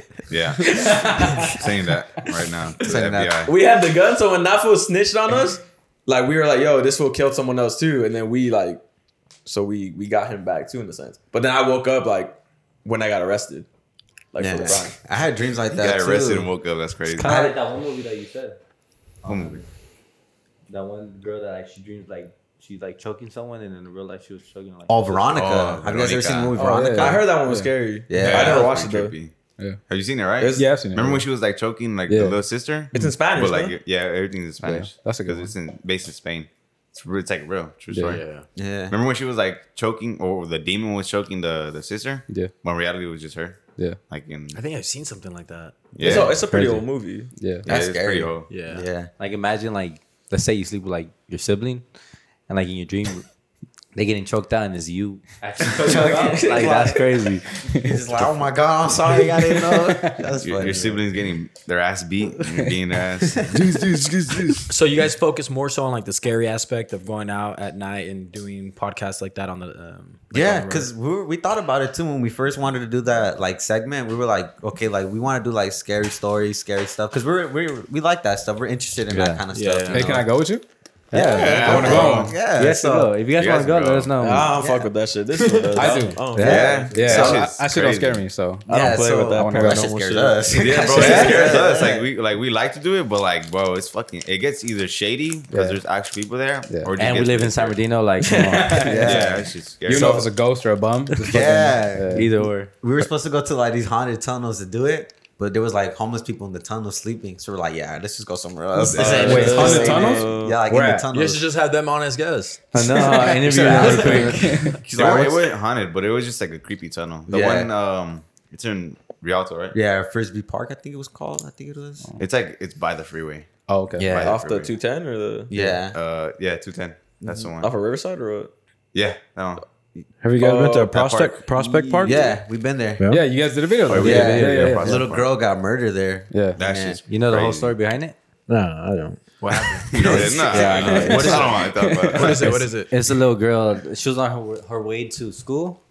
Speaker 3: [laughs]
Speaker 2: Yeah. Saying that right now. to the
Speaker 5: Saying that.
Speaker 2: FBI.
Speaker 3: we had the gun, so when that fool snitched on us, like we were like, "Yo, this fool killed someone else too," and then we like, so we we got him back too in a sense. But then I woke up like when I got arrested, like for the
Speaker 5: Yeah.
Speaker 3: crime.
Speaker 5: I had dreams like
Speaker 2: You
Speaker 5: that
Speaker 2: got arrested and
Speaker 5: too.
Speaker 2: woke up. That's crazy. Oh
Speaker 4: Kind of like that one movie that you said.
Speaker 2: What movie?
Speaker 4: That one girl that like she dreams like she's like choking someone, and in real life she was choking like.
Speaker 5: Oh, Veronica.
Speaker 2: Oh,
Speaker 5: Have you guys ever
Speaker 2: Veronica.
Speaker 5: seen the movie
Speaker 6: Oh,
Speaker 5: Veronica?
Speaker 6: yeah.
Speaker 3: I heard that one was
Speaker 6: Yeah.
Speaker 3: scary.
Speaker 5: Yeah.
Speaker 3: I never
Speaker 2: that's
Speaker 3: watched it
Speaker 2: pretty
Speaker 3: though.
Speaker 2: creepy.
Speaker 1: Yeah.
Speaker 2: Have you seen it? Right.
Speaker 3: It's-
Speaker 1: Yeah, I've seen it.
Speaker 2: Remember when she was like choking like
Speaker 1: Yeah.
Speaker 2: the little sister?
Speaker 3: It's in Spanish,
Speaker 2: But
Speaker 3: no?
Speaker 2: like yeah, everything's in Spanish.
Speaker 1: that's a good
Speaker 2: 'Cause It's in based in Spain. It's, re- it's like real, true
Speaker 1: Yeah.
Speaker 2: story.
Speaker 5: Yeah.
Speaker 2: Remember when she was like choking, or the demon was choking the the sister?
Speaker 1: Yeah.
Speaker 2: When reality was just her.
Speaker 1: Yeah,
Speaker 2: Like in
Speaker 7: I think I've seen something like that.
Speaker 2: yeah,
Speaker 3: It's, a, it's a pretty
Speaker 1: Crazy.
Speaker 3: old movie.
Speaker 1: yeah.
Speaker 2: yeah,
Speaker 5: That's
Speaker 2: it's
Speaker 5: scary.
Speaker 2: pretty old.
Speaker 7: Yeah.
Speaker 5: Yeah.
Speaker 4: Like imagine like let's say you sleep with like your sibling, and like in your dream, they getting choked out and it's you. [laughs] like that's crazy.
Speaker 5: He's like, oh my god, I'm sorry, I didn't know. That's
Speaker 2: Your, your
Speaker 5: funny.
Speaker 2: siblings getting their ass beat, and you're beating their ass. [laughs]
Speaker 7: So you guys focus more so on like the scary aspect of going out at night and doing podcasts like that on the um, like, on
Speaker 5: Yeah,
Speaker 7: the road.
Speaker 5: because we were, we thought about it too when we first wanted to do that like segment. We were like, okay, like we want to do like scary stories, scary stuff, because we're we we like that stuff. We're interested in
Speaker 4: Yeah.
Speaker 5: that kind of
Speaker 7: Yeah,
Speaker 5: stuff.
Speaker 7: yeah.
Speaker 5: you
Speaker 1: Hey, can
Speaker 5: know?
Speaker 1: I go with you?
Speaker 5: Yeah,
Speaker 2: Yeah, I wanna go.
Speaker 5: Yeah,
Speaker 4: yes,
Speaker 5: so-
Speaker 4: go. If you guys,
Speaker 2: you
Speaker 4: want
Speaker 2: guys
Speaker 4: to go,
Speaker 2: can
Speaker 4: let
Speaker 2: go.
Speaker 4: us
Speaker 1: Um,
Speaker 4: know.
Speaker 3: I don't fuck with that shit. This one
Speaker 4: [laughs]
Speaker 3: does.
Speaker 1: I do.
Speaker 3: don't-
Speaker 5: Yeah.
Speaker 1: Yeah,
Speaker 2: That
Speaker 1: so I,
Speaker 2: shit's
Speaker 1: I shit don't
Speaker 2: crazy.
Speaker 1: scare me. So
Speaker 3: I don't play with that
Speaker 1: I wanna
Speaker 5: That
Speaker 1: go.
Speaker 5: shit
Speaker 3: paranormal
Speaker 5: scares
Speaker 3: shit.
Speaker 5: us. [laughs]
Speaker 2: Yeah,
Speaker 5: That
Speaker 2: bro,
Speaker 5: shit
Speaker 2: it scares
Speaker 5: scares
Speaker 2: us. Like we like we like to do it, but like, bro, it's fucking. It gets either shady because
Speaker 1: Yeah.
Speaker 2: there's actual people there,
Speaker 1: Yeah.
Speaker 2: or it just
Speaker 4: And we
Speaker 2: gets-
Speaker 4: live in San Bernardino, like come on.
Speaker 2: [laughs] Yeah,
Speaker 5: Yeah.
Speaker 2: it's just scary.
Speaker 1: You know if it's a ghost or a bum? Just fucking-
Speaker 5: Yeah.
Speaker 4: either or.
Speaker 5: we were supposed to go to like these haunted tunnels to do it, but there was like homeless people in the tunnel sleeping. So we're like, yeah, let's just go somewhere else. This ain't-
Speaker 1: Wait,
Speaker 5: this
Speaker 1: haunted
Speaker 5: ain't
Speaker 1: tunnels?
Speaker 5: it. Yeah, like
Speaker 1: Where
Speaker 5: in the
Speaker 1: at?
Speaker 7: You
Speaker 5: tunnels.
Speaker 7: should just have them on as guests.
Speaker 4: I know. I interviewed them real quick.
Speaker 2: It, wa- it wasn't haunted, but it was just like a creepy tunnel. The
Speaker 5: Yeah.
Speaker 2: one, um, it's in Rialto, right?
Speaker 5: yeah, Frisbee Park, I think it was called. I think it was.
Speaker 4: Oh.
Speaker 2: It's like it's by the freeway.
Speaker 1: [laughs] Oh, okay.
Speaker 5: Yeah.
Speaker 3: Off the 210 or the
Speaker 5: Yeah.
Speaker 2: Uh, yeah, two ten. That's the one.
Speaker 3: off of Riverside or what?
Speaker 2: Yeah, that one.
Speaker 6: Have you guys been
Speaker 3: Oh,
Speaker 6: to
Speaker 3: that
Speaker 6: Prospect
Speaker 2: park.
Speaker 6: Prospect Park?
Speaker 5: Yeah, we've been there.
Speaker 1: Yeah, you guys did a video. though.
Speaker 2: we
Speaker 5: did a
Speaker 1: yeah,
Speaker 5: video,
Speaker 1: yeah,
Speaker 2: yeah,
Speaker 1: yeah,
Speaker 5: A
Speaker 2: probably.
Speaker 1: yeah.
Speaker 5: little girl got murdered there.
Speaker 1: Yeah.
Speaker 2: That's
Speaker 5: Man.
Speaker 2: just
Speaker 4: You know the whole
Speaker 2: crazy. [laughs]
Speaker 4: story behind it.
Speaker 6: No, I don't.
Speaker 7: What happened?
Speaker 2: You know, it's not.
Speaker 5: Yeah, I
Speaker 2: [laughs]
Speaker 5: know.
Speaker 2: I
Speaker 5: What is
Speaker 2: don't want to talk about.
Speaker 7: what is it? What is it?
Speaker 4: It's a little girl. She was on her, her way to school,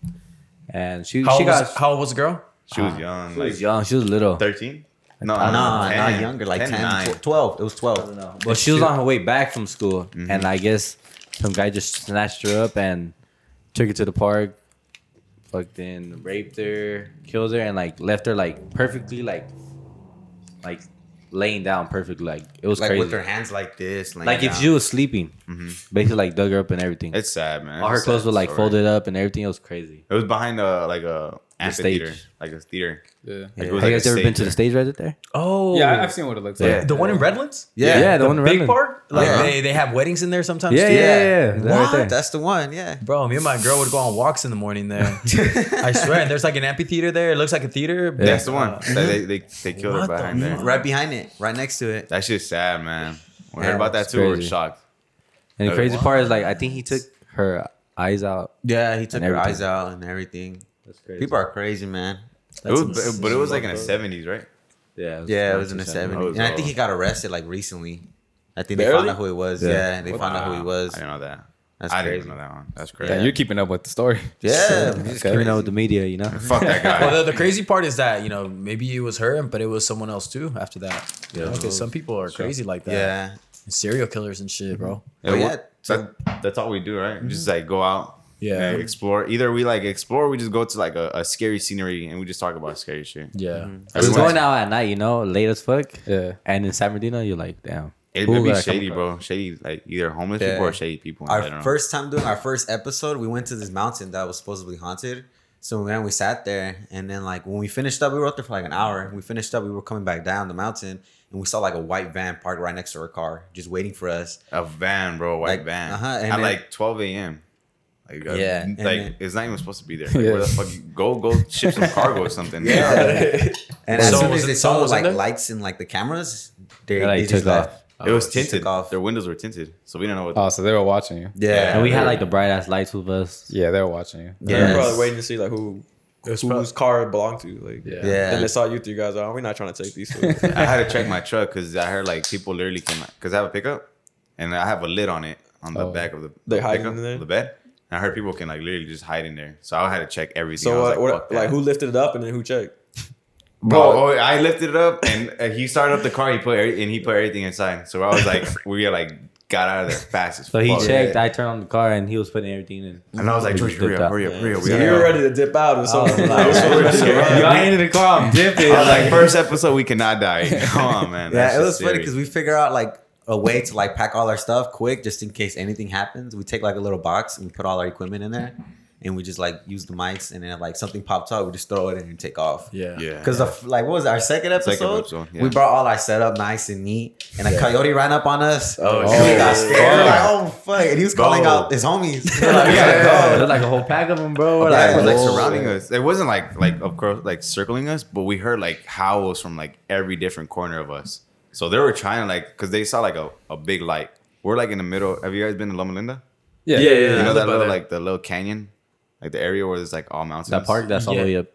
Speaker 4: and she
Speaker 7: How
Speaker 4: she
Speaker 7: old,
Speaker 4: got
Speaker 7: was, how old was the girl?
Speaker 2: She was young,
Speaker 4: she
Speaker 2: like
Speaker 4: was young. She was little.
Speaker 2: thirteen. No,
Speaker 5: Nah,
Speaker 2: no,
Speaker 5: not younger, like 10, 12, 12. It was 12.
Speaker 4: No, but she was on her way back from school, and I guess some guy just snatched her up and took her to the park, fucking raped her, killed her, and like left her like perfectly like like laying down perfectly. Like it was
Speaker 5: Like
Speaker 4: crazy.
Speaker 5: with her hands like this. laying
Speaker 4: like if
Speaker 5: down.
Speaker 4: she was sleeping, basically like dug her up and everything.
Speaker 2: It's sad, man.
Speaker 4: All her
Speaker 2: It's a
Speaker 4: clothes
Speaker 2: sad
Speaker 4: were like
Speaker 2: story.
Speaker 4: folded up and everything. It was crazy.
Speaker 2: It was behind a like a
Speaker 4: The stage.
Speaker 2: amphitheater, like a theater.
Speaker 1: Yeah.
Speaker 2: Like, it
Speaker 4: Have
Speaker 2: was
Speaker 4: you
Speaker 2: like
Speaker 4: guys
Speaker 2: a
Speaker 4: ever been to
Speaker 2: stage
Speaker 4: the stage right there?
Speaker 7: Oh,
Speaker 1: Yeah, I- I've seen what it looks like.
Speaker 2: Yeah.
Speaker 7: the one in Redlands.
Speaker 5: Yeah.
Speaker 4: yeah, the, one in
Speaker 7: Big
Speaker 4: Redlands.
Speaker 7: park. Like
Speaker 5: Yeah.
Speaker 7: they, they have weddings in there sometimes.
Speaker 4: Yeah,
Speaker 7: too?
Speaker 4: yeah, yeah. yeah.
Speaker 5: What?
Speaker 4: Right there.
Speaker 5: That's the one.
Speaker 4: [laughs]
Speaker 5: Yeah. [laughs]
Speaker 7: Bro, me and my girl would go on walks in the morning there. I swear, and there's like an amphitheater there. It looks like a theater. but-
Speaker 2: That's the one. That they, they, they killed her
Speaker 7: What the
Speaker 2: behind there.
Speaker 7: fuck?
Speaker 5: Right behind it, right next to it.
Speaker 2: That shit's sad, man. When we
Speaker 5: Yeah,
Speaker 2: heard about that
Speaker 4: it's
Speaker 2: too, we were
Speaker 4: crazy.
Speaker 2: shocked.
Speaker 4: And the
Speaker 2: Oh,
Speaker 4: crazy
Speaker 2: wow.
Speaker 4: part is like I think he took her eyes out.
Speaker 5: Yeah, he took
Speaker 4: And
Speaker 5: her
Speaker 4: everything.
Speaker 5: eyes out and everything.
Speaker 4: That's crazy.
Speaker 5: People are crazy, man.
Speaker 2: It was, but- but it was like in the seventies, right?
Speaker 4: Yeah,
Speaker 5: Yeah, it was in the
Speaker 4: 1970s.
Speaker 5: 70s.
Speaker 2: was
Speaker 5: And I think
Speaker 2: old.
Speaker 5: he got arrested like recently. I think they
Speaker 3: Barely?
Speaker 5: found out who he was. Yeah, they found out who he was.
Speaker 2: I didn't know that.
Speaker 5: That's
Speaker 2: I didn't
Speaker 5: crazy.
Speaker 2: even know that one. That's
Speaker 1: Yeah,
Speaker 2: crazy.
Speaker 1: you're keeping up with the story. [laughs]
Speaker 5: Yeah,
Speaker 4: He's
Speaker 5: he's
Speaker 4: just keeping up with the media, you know.
Speaker 2: [laughs] Fuck that
Speaker 5: [laughs]
Speaker 7: Well,
Speaker 2: guy.
Speaker 7: the, the crazy part is that you know maybe it was her, but it was someone else too. After that, yeah, because some people are crazy like that.
Speaker 5: yeah.
Speaker 7: And serial killers and shit, bro.
Speaker 2: Yeah,
Speaker 5: But
Speaker 2: we-
Speaker 5: yeah, so- Mm-hmm.
Speaker 2: that- that's all we do, right? We Just like go out,
Speaker 7: Yeah.
Speaker 2: and explore. Either we like explore, or we just go to like a, a scary scenery and we just talk about scary shit.
Speaker 7: Yeah,
Speaker 4: We're
Speaker 2: Everyone-
Speaker 4: going out at night, you know, late as fuck.
Speaker 1: Yeah.
Speaker 4: And in San Bernardino, you're like, damn.
Speaker 2: It
Speaker 4: who
Speaker 2: would be
Speaker 4: gotta come
Speaker 2: shady,
Speaker 4: across?
Speaker 2: bro. Shady, like either homeless
Speaker 5: Yeah.
Speaker 2: people or shady people. I don't know.
Speaker 5: our first time doing our first episode, we went to this mountain that was supposedly haunted. So man, we sat there, and then like when we finished up, we were out there for like an hour. When we finished up, we were coming back down the mountain, and we saw like a white van parked right next to our car, just waiting for us.
Speaker 2: a van, bro, a white
Speaker 5: Like,
Speaker 2: van.
Speaker 5: uh-huh, and
Speaker 2: At
Speaker 5: then-
Speaker 2: like 12 a.m. Like, uh,
Speaker 5: Yeah, and
Speaker 2: like
Speaker 5: then-
Speaker 2: it's not even supposed to be there. Like,
Speaker 1: Yeah.
Speaker 2: Where the fuck you go? Go ship some cargo or something.
Speaker 5: And as
Speaker 7: Someone
Speaker 5: soon
Speaker 7: was
Speaker 5: as
Speaker 7: in-
Speaker 5: they
Speaker 7: someone
Speaker 5: saw
Speaker 7: was in
Speaker 5: like
Speaker 7: there?
Speaker 5: lights and like the cameras, they,
Speaker 4: They, like,
Speaker 5: they just
Speaker 4: took off.
Speaker 5: left.
Speaker 2: it was
Speaker 5: Just took
Speaker 2: tinted.
Speaker 5: off.
Speaker 2: Their windows were tinted, so we don't know what.
Speaker 1: Oh, so they were watching you.
Speaker 5: Yeah,
Speaker 4: And we had like the bright ass lights with us.
Speaker 1: Yeah, they were watching you.
Speaker 3: Yeah,
Speaker 5: Yes.
Speaker 3: probably waiting to see like who whose car it belonged to. Like,
Speaker 1: Yeah.
Speaker 5: Yeah.
Speaker 3: Then they saw you three guys. Oh, we're not trying to take these. Two.
Speaker 2: I had to check my truck because I heard like people literally came because I have a pickup and I have a lid on it on the
Speaker 1: Oh.
Speaker 2: back of the
Speaker 3: They hide
Speaker 2: pickup,
Speaker 3: in there?
Speaker 2: the bed. And I heard people can like literally just hide in there, so I had to check everything. I
Speaker 3: so
Speaker 2: was
Speaker 3: what,
Speaker 2: like,
Speaker 3: what,
Speaker 2: fuck
Speaker 3: like
Speaker 2: that.
Speaker 3: who lifted it up and then who checked?
Speaker 2: Bro, oh, I lifted it up and uh, he started up the car. He put every- and he put everything inside. So I was like, we like got out of there fast as
Speaker 4: So he
Speaker 2: fuck.
Speaker 4: checked. I turned on the car, and he was putting everything in.
Speaker 2: And I was like,
Speaker 4: He
Speaker 2: George,
Speaker 4: just
Speaker 2: hurry
Speaker 4: dipped
Speaker 2: up,
Speaker 4: out.
Speaker 2: hurry up, hurry up. We
Speaker 3: So
Speaker 2: gotta
Speaker 3: you
Speaker 2: go.
Speaker 3: were ready to dip out and so
Speaker 4: was like, Yo, I ain't in the car. I'm dipping.
Speaker 2: I was like, first episode, we cannot die. Come on, man. That's
Speaker 5: yeah, it was
Speaker 2: just
Speaker 5: funny
Speaker 2: serious.
Speaker 5: because we figure out like a way to like pack all our stuff quick, just in case anything happens. We take like a little box and we put all our equipment in there, and we just like use the mics, and then if, like something pops up, we just throw it in and take off.
Speaker 7: yeah,
Speaker 2: yeah,
Speaker 5: Because the like, what was it, our second episode?
Speaker 2: Second episode, yeah.
Speaker 5: We brought all our setup nice and neat, and a coyote ran up on us. Oh, and we
Speaker 2: shit.
Speaker 5: got scared. We're
Speaker 2: Fuck.
Speaker 5: like, oh fuck! And he was calling
Speaker 2: Bro.
Speaker 5: out his homies.
Speaker 2: [laughs]
Speaker 5: We're like, we gotta go.
Speaker 4: There's like a whole pack of them, bro. We're
Speaker 5: Yeah,
Speaker 2: It was
Speaker 4: like,
Speaker 2: like
Speaker 5: Oh,
Speaker 2: surrounding us. It wasn't like like of course like circling us, but we heard like howls from like every different corner of us. So they were trying to like because they saw like a, a big light. We're like in the middle. Have you guys been to Loma Linda?
Speaker 1: Yeah.
Speaker 2: You
Speaker 3: I
Speaker 2: know
Speaker 3: live
Speaker 2: that
Speaker 3: by
Speaker 2: little
Speaker 3: there.
Speaker 2: like the little canyon, like the area where there's like all mountains.
Speaker 4: that park that's all the
Speaker 7: Yeah.
Speaker 4: way up,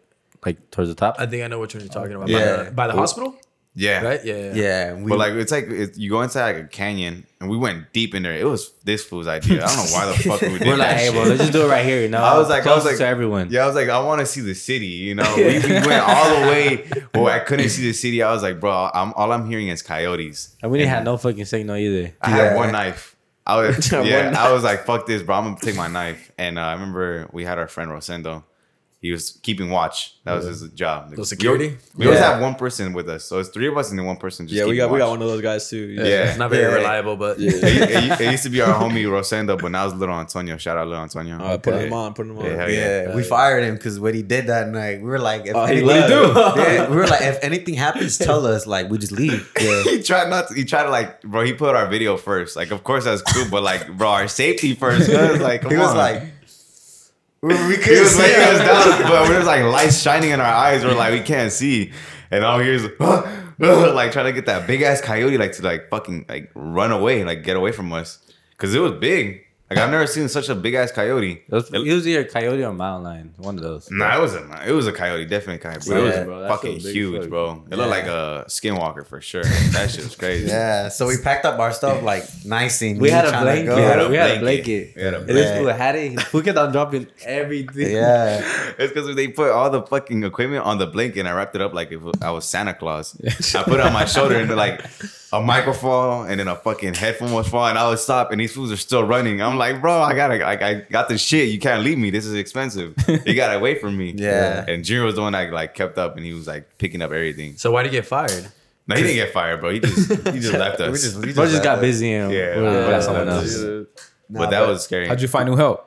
Speaker 4: like towards the top.
Speaker 7: I think I know which one you're talking about.
Speaker 5: Yeah.
Speaker 7: By the, by the hospital,
Speaker 2: Yeah.
Speaker 7: right? Yeah,
Speaker 5: Yeah, we,
Speaker 2: But like it's like it, you go inside like a canyon, and we went deep in there. It was this fool's idea. I don't know why the fuck we did
Speaker 4: We're
Speaker 2: that
Speaker 4: like, hey,
Speaker 2: shit.
Speaker 4: bro, let's just do it right here. [laughs] You know,
Speaker 2: I was like, I was
Speaker 4: Closest
Speaker 2: like,
Speaker 4: to everyone.
Speaker 2: Yeah, I was like, I want to see the city. You know, we, we went all the way. Well, I couldn't see the city. I was like, bro, I'm all I'm hearing is coyotes.
Speaker 4: And we didn't have no fucking signal either.
Speaker 2: I had
Speaker 5: Yeah.
Speaker 2: one knife. I was
Speaker 3: One
Speaker 2: yeah. I was like, fuck this, bro. I'm gonna take my knife. And uh, I remember we had our friend Rosendo. He was keeping watch. That was his job.
Speaker 7: The security?
Speaker 2: We, always
Speaker 5: Yeah.
Speaker 2: have one person with us, so it's three of us and then one person. Just
Speaker 3: Yeah, we
Speaker 2: keeping
Speaker 3: got we got
Speaker 2: watch.
Speaker 3: one of those guys too.
Speaker 2: Yeah.
Speaker 7: not very
Speaker 5: Yeah.
Speaker 7: reliable, but [laughs]
Speaker 3: Yeah.
Speaker 2: it, it- it used to be our homie Rosendo, but now it's little Antonio. Shout out little Antonio.
Speaker 5: Oh,
Speaker 3: Uh, putting them on, putting them on.
Speaker 2: Yeah, hell yeah.
Speaker 5: yeah, we fired him because what he did that night, we were like, if
Speaker 3: Oh, he
Speaker 5: anything-
Speaker 3: left. What'd he
Speaker 2: [laughs]
Speaker 3: do?
Speaker 5: Yeah, we were like, if anything happens, tell us. Like, we just leave. Yeah.
Speaker 2: [laughs] he tried not. To, he tried to like, bro. He put our video first. Like, of course that's cool, but like, bro, our safety first. man. It's
Speaker 5: [laughs]
Speaker 2: like,
Speaker 5: he
Speaker 2: come
Speaker 5: was
Speaker 2: on.
Speaker 5: like, we, we
Speaker 2: he
Speaker 5: couldn't
Speaker 2: was
Speaker 5: see
Speaker 2: laying us
Speaker 5: him. [laughs]
Speaker 2: down, but there's like lights shining in our eyes. We're like, we can't see, and all here's [laughs] like trying to get that big ass coyote like to like fucking like run away, like get away from us, because it was big. Like I've never seen such a big ass coyote.
Speaker 4: It was, it was either coyote or mountain lion, one of those.
Speaker 2: Nah, it was a it was a coyote, definitely coyote. But
Speaker 4: Yeah,
Speaker 2: it
Speaker 4: bro,
Speaker 2: was
Speaker 4: that shit
Speaker 2: fucking
Speaker 4: was big as
Speaker 2: huge,
Speaker 4: fuck.
Speaker 2: bro. It looked like a skinwalker for sure. That
Speaker 4: [laughs]
Speaker 2: shit was crazy.
Speaker 5: Yeah, so we packed up our stuff like nice and
Speaker 4: We
Speaker 5: neat,
Speaker 4: had a
Speaker 5: tryna
Speaker 4: blanket.
Speaker 5: go.
Speaker 4: We had
Speaker 2: a
Speaker 4: a, we had a
Speaker 2: blanket.
Speaker 4: blanket.
Speaker 2: We had a
Speaker 4: And this
Speaker 5: blanket.
Speaker 4: fool had it. Who kept on dropping everything?
Speaker 5: yeah,
Speaker 2: It's because they put all the fucking equipment on the blanket and I wrapped it up like if I was Santa Claus. I put it on my shoulder and like a microphone and then a fucking headphone was falling. I would stop and these fools are still running. I'm like, bro, I gotta, like, I got this shit. You can't leave me. This is expensive. You gotta wait for me.
Speaker 5: Yeah.
Speaker 2: And Junior was the one that like kept up and he was like picking up everything.
Speaker 7: So why did he get fired?
Speaker 2: No, he didn't get fired, bro. He just he just left us.
Speaker 5: we just, we
Speaker 4: Bro just got
Speaker 5: left.
Speaker 4: busy and
Speaker 2: Yeah,
Speaker 4: we
Speaker 2: yeah,
Speaker 4: got someone
Speaker 2: that's
Speaker 4: else.
Speaker 5: Nah,
Speaker 2: but that was scary.
Speaker 1: How'd you find new help?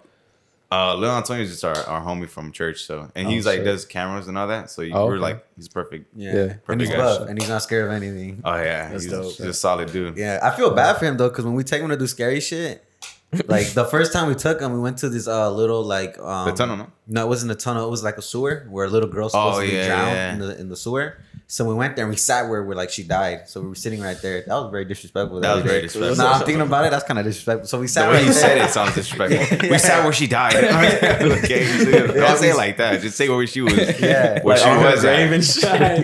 Speaker 2: Uh, Lil Antonio is just our, our homie from church, so and he's
Speaker 1: Oh,
Speaker 2: like
Speaker 1: shit.
Speaker 2: does cameras and all that. So you,
Speaker 1: Oh,
Speaker 2: we're
Speaker 1: okay.
Speaker 2: like he's perfect.
Speaker 5: yeah.
Speaker 1: Yeah.
Speaker 5: And he's
Speaker 2: Perfect guy.
Speaker 5: buff, and he's not scared of anything.
Speaker 2: Oh yeah,
Speaker 7: That's
Speaker 2: he's
Speaker 7: dope.
Speaker 2: just a solid dude.
Speaker 5: Yeah, I feel bad for him though, because when we take him to do scary shit, like the first time we took him, we went to this uh little like um,
Speaker 2: The tunnel, no?
Speaker 5: No, it wasn't a tunnel. It was like a sewer where a little girl's
Speaker 2: Oh,
Speaker 5: supposed to be
Speaker 2: yeah,
Speaker 5: drowned
Speaker 2: yeah.
Speaker 5: in the in the sewer. So we went there and we sat where we're like she died. So we were sitting right there. That was very disrespectful.
Speaker 2: That was
Speaker 5: we
Speaker 2: very
Speaker 5: did.
Speaker 2: disrespectful.
Speaker 5: Nah, I'm thinking about it. That's kind of disrespectful. So we sat.
Speaker 2: The way
Speaker 5: right
Speaker 2: you
Speaker 5: there.
Speaker 2: said it sounds disrespectful.
Speaker 5: Yeah.
Speaker 2: We sat where she died. [laughs] okay,
Speaker 5: Yeah,
Speaker 2: don't say
Speaker 5: we-
Speaker 2: it like that. Just say where she was.
Speaker 5: Yeah.
Speaker 2: where
Speaker 5: Like,
Speaker 2: she
Speaker 5: on her
Speaker 2: was
Speaker 3: grave
Speaker 2: at. [laughs]
Speaker 3: and shit.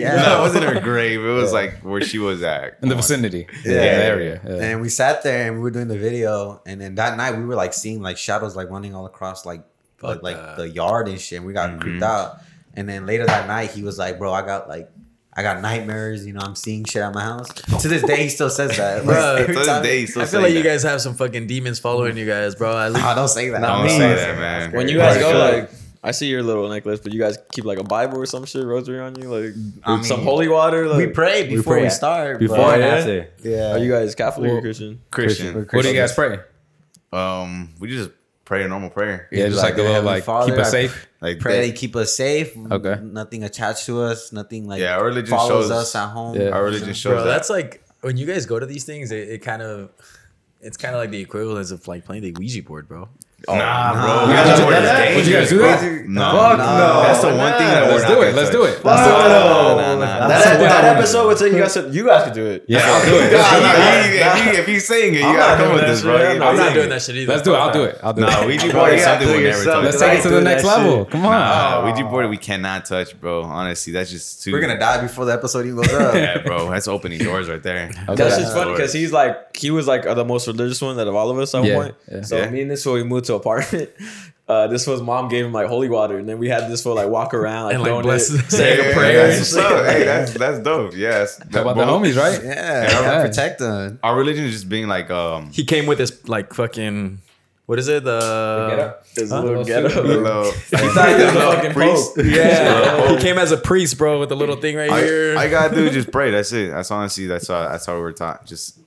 Speaker 5: [laughs] Yeah.
Speaker 2: No, it wasn't her grave. It was like where she was at.
Speaker 1: in the vicinity, yeah,
Speaker 5: Yeah.
Speaker 1: the area. Yeah.
Speaker 5: And we sat there and we were doing the video. And then that night we were like seeing like shadows like running all across like like, like the yard and shit. And we got creeped out. And then later that night he was like, Bro, I got like I got nightmares, you know, I'm seeing shit at my house. to this day he still says that. Like,
Speaker 6: Bruh,
Speaker 5: every
Speaker 2: To this
Speaker 5: time-
Speaker 2: day, he's still
Speaker 6: I feel
Speaker 2: saying
Speaker 6: like you
Speaker 2: that.
Speaker 6: guys have some fucking demons following you guys, bro. I
Speaker 5: Nah, don't say that.
Speaker 2: Don't say that, man.
Speaker 3: When you guys
Speaker 2: Right.
Speaker 3: go,
Speaker 2: Sure.
Speaker 3: like, I see your little necklace, but you guys keep like a Bible or some shit, rosary on you, like
Speaker 5: I
Speaker 3: or some
Speaker 5: mean,
Speaker 3: holy water. Like,
Speaker 5: we pray before we,
Speaker 4: pray.
Speaker 5: start.
Speaker 4: Before
Speaker 5: bro.
Speaker 4: and
Speaker 3: yeah?
Speaker 4: after.
Speaker 5: yeah.
Speaker 3: Are you guys Catholic or
Speaker 1: Well,
Speaker 3: Christian?
Speaker 2: Christian.
Speaker 1: What do you guys pray?
Speaker 2: Um, we just pray a normal prayer.
Speaker 1: Yeah, just
Speaker 5: like,
Speaker 1: like, a little
Speaker 5: Heavenly
Speaker 1: like
Speaker 5: Father,
Speaker 1: keep us
Speaker 5: I-
Speaker 1: safe.
Speaker 2: Like
Speaker 5: pray they
Speaker 2: that-
Speaker 5: keep us safe?
Speaker 1: Okay.
Speaker 5: Nothing attached to us. Nothing like
Speaker 2: Yeah, our religion
Speaker 5: follows
Speaker 2: shows-
Speaker 5: us at home.
Speaker 1: Yeah.
Speaker 2: Our religion shows
Speaker 6: bro.
Speaker 2: that.
Speaker 6: That's like when you guys go to these things, it, it kind of. It's kind of like the equivalence of like playing the Ouija board, bro.
Speaker 2: [laughs] nah, bro.
Speaker 5: Nah. Would
Speaker 2: That's
Speaker 5: you-
Speaker 2: what it's
Speaker 1: that- would you guys do
Speaker 2: dangerous,
Speaker 1: that?
Speaker 2: bro. No.
Speaker 5: Fuck no.
Speaker 2: That's the one thing that we're
Speaker 1: Let's
Speaker 2: not
Speaker 1: do
Speaker 2: gonna
Speaker 1: it. Let's
Speaker 2: touch.
Speaker 1: do it.
Speaker 2: That's the one- no, no, no.
Speaker 1: That's
Speaker 3: That,
Speaker 1: what I
Speaker 3: that
Speaker 1: wanted.
Speaker 3: episode would say you guys said you guys could do it.
Speaker 1: Yeah, I'll do it.
Speaker 2: Nah, if you- if you- if he's saying it, you gotta come with this, bro.
Speaker 3: shit.
Speaker 2: You
Speaker 6: I'm
Speaker 2: know,
Speaker 6: not
Speaker 2: saying
Speaker 6: doing that shit either.
Speaker 1: Let's do it. I'll do it. I'll do
Speaker 2: Nah,
Speaker 1: it.
Speaker 2: Ouija board is something we never
Speaker 1: [laughs]
Speaker 2: touch.
Speaker 1: Let's take it to the next level. Come on.
Speaker 2: Nah, Ouija board we cannot touch, bro. Honestly, that's just too.
Speaker 5: We're gonna die before the episode even goes up.
Speaker 2: [laughs] Yeah, bro. That's opening doors
Speaker 1: [laughs]
Speaker 2: right there.
Speaker 3: That's
Speaker 1: Okay.
Speaker 3: just funny because he's like he was like the most religious one out of all of us at
Speaker 1: Yeah,
Speaker 3: one point.
Speaker 1: yeah.
Speaker 3: So
Speaker 2: Yeah.
Speaker 3: me and this one we moved to apartment. [laughs] Uh, this was mom gave him like holy water, and then we had this one like walk around like,
Speaker 6: And, like,
Speaker 3: donate,
Speaker 6: [laughs] bless-
Speaker 3: say
Speaker 2: Yeah,
Speaker 3: a prayer.
Speaker 2: That's
Speaker 3: and
Speaker 2: what's
Speaker 3: shit.
Speaker 2: up. Hey, that's that's dope. Yes.
Speaker 1: How about the
Speaker 2: Bro,
Speaker 1: homies, right?
Speaker 5: Yeah,
Speaker 2: Yeah.
Speaker 5: gotta protect them.
Speaker 2: Our religion is just being like um.
Speaker 6: He came with this like fucking. What is it? The
Speaker 3: [laughs] This little ghetto.
Speaker 2: [laughs] hello.
Speaker 3: [laughs] This
Speaker 1: [laughs]
Speaker 3: fucking
Speaker 2: Priest.
Speaker 3: pope. [laughs]
Speaker 6: yeah. he came as a priest, bro, with the little thing right
Speaker 2: I,
Speaker 6: here.
Speaker 2: I gotta do is just pray. That's it. That's honestly that's how that's how we're taught. Just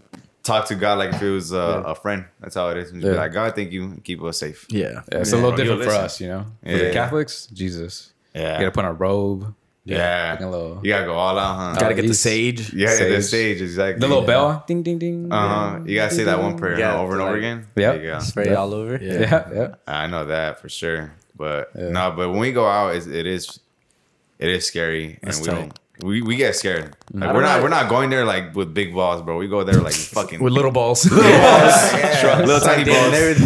Speaker 2: talk to God like if it was uh, a friend. That's how it is. And just be
Speaker 1: Yeah.
Speaker 2: like, God, thank you, and keep us safe.
Speaker 6: yeah.
Speaker 1: Yeah, it's a little
Speaker 2: Bro, you
Speaker 1: different for
Speaker 2: listen.
Speaker 1: us, you know. For
Speaker 2: Yeah.
Speaker 1: the Catholics, Jesus.
Speaker 2: Yeah.
Speaker 1: You gotta put on a robe.
Speaker 2: Yeah.
Speaker 1: Fucking little-
Speaker 2: You gotta go all out, huh?
Speaker 6: Gotta get the
Speaker 1: Elise.
Speaker 6: sage.
Speaker 2: Yeah, the
Speaker 1: Sage.
Speaker 2: stage exactly.
Speaker 1: The little bell. Ding ding ding.
Speaker 2: Uh huh. You gotta say that one prayer
Speaker 6: Yeah,
Speaker 2: huh, over and over
Speaker 6: like-
Speaker 2: again.
Speaker 1: Yep.
Speaker 2: There you go.
Speaker 4: Spray all over.
Speaker 1: Yeah, yeah.
Speaker 2: I know that for sure. But no, but when we go out, it's, it is it is scary, and we
Speaker 6: tight.
Speaker 2: don't. We, we get scared. Like, we're not we're not going there like with big balls, bro. We go there
Speaker 4: [laughs]
Speaker 2: like fucking
Speaker 6: With
Speaker 2: little,
Speaker 6: little balls.
Speaker 2: [laughs] tiny balls, [laughs] little, little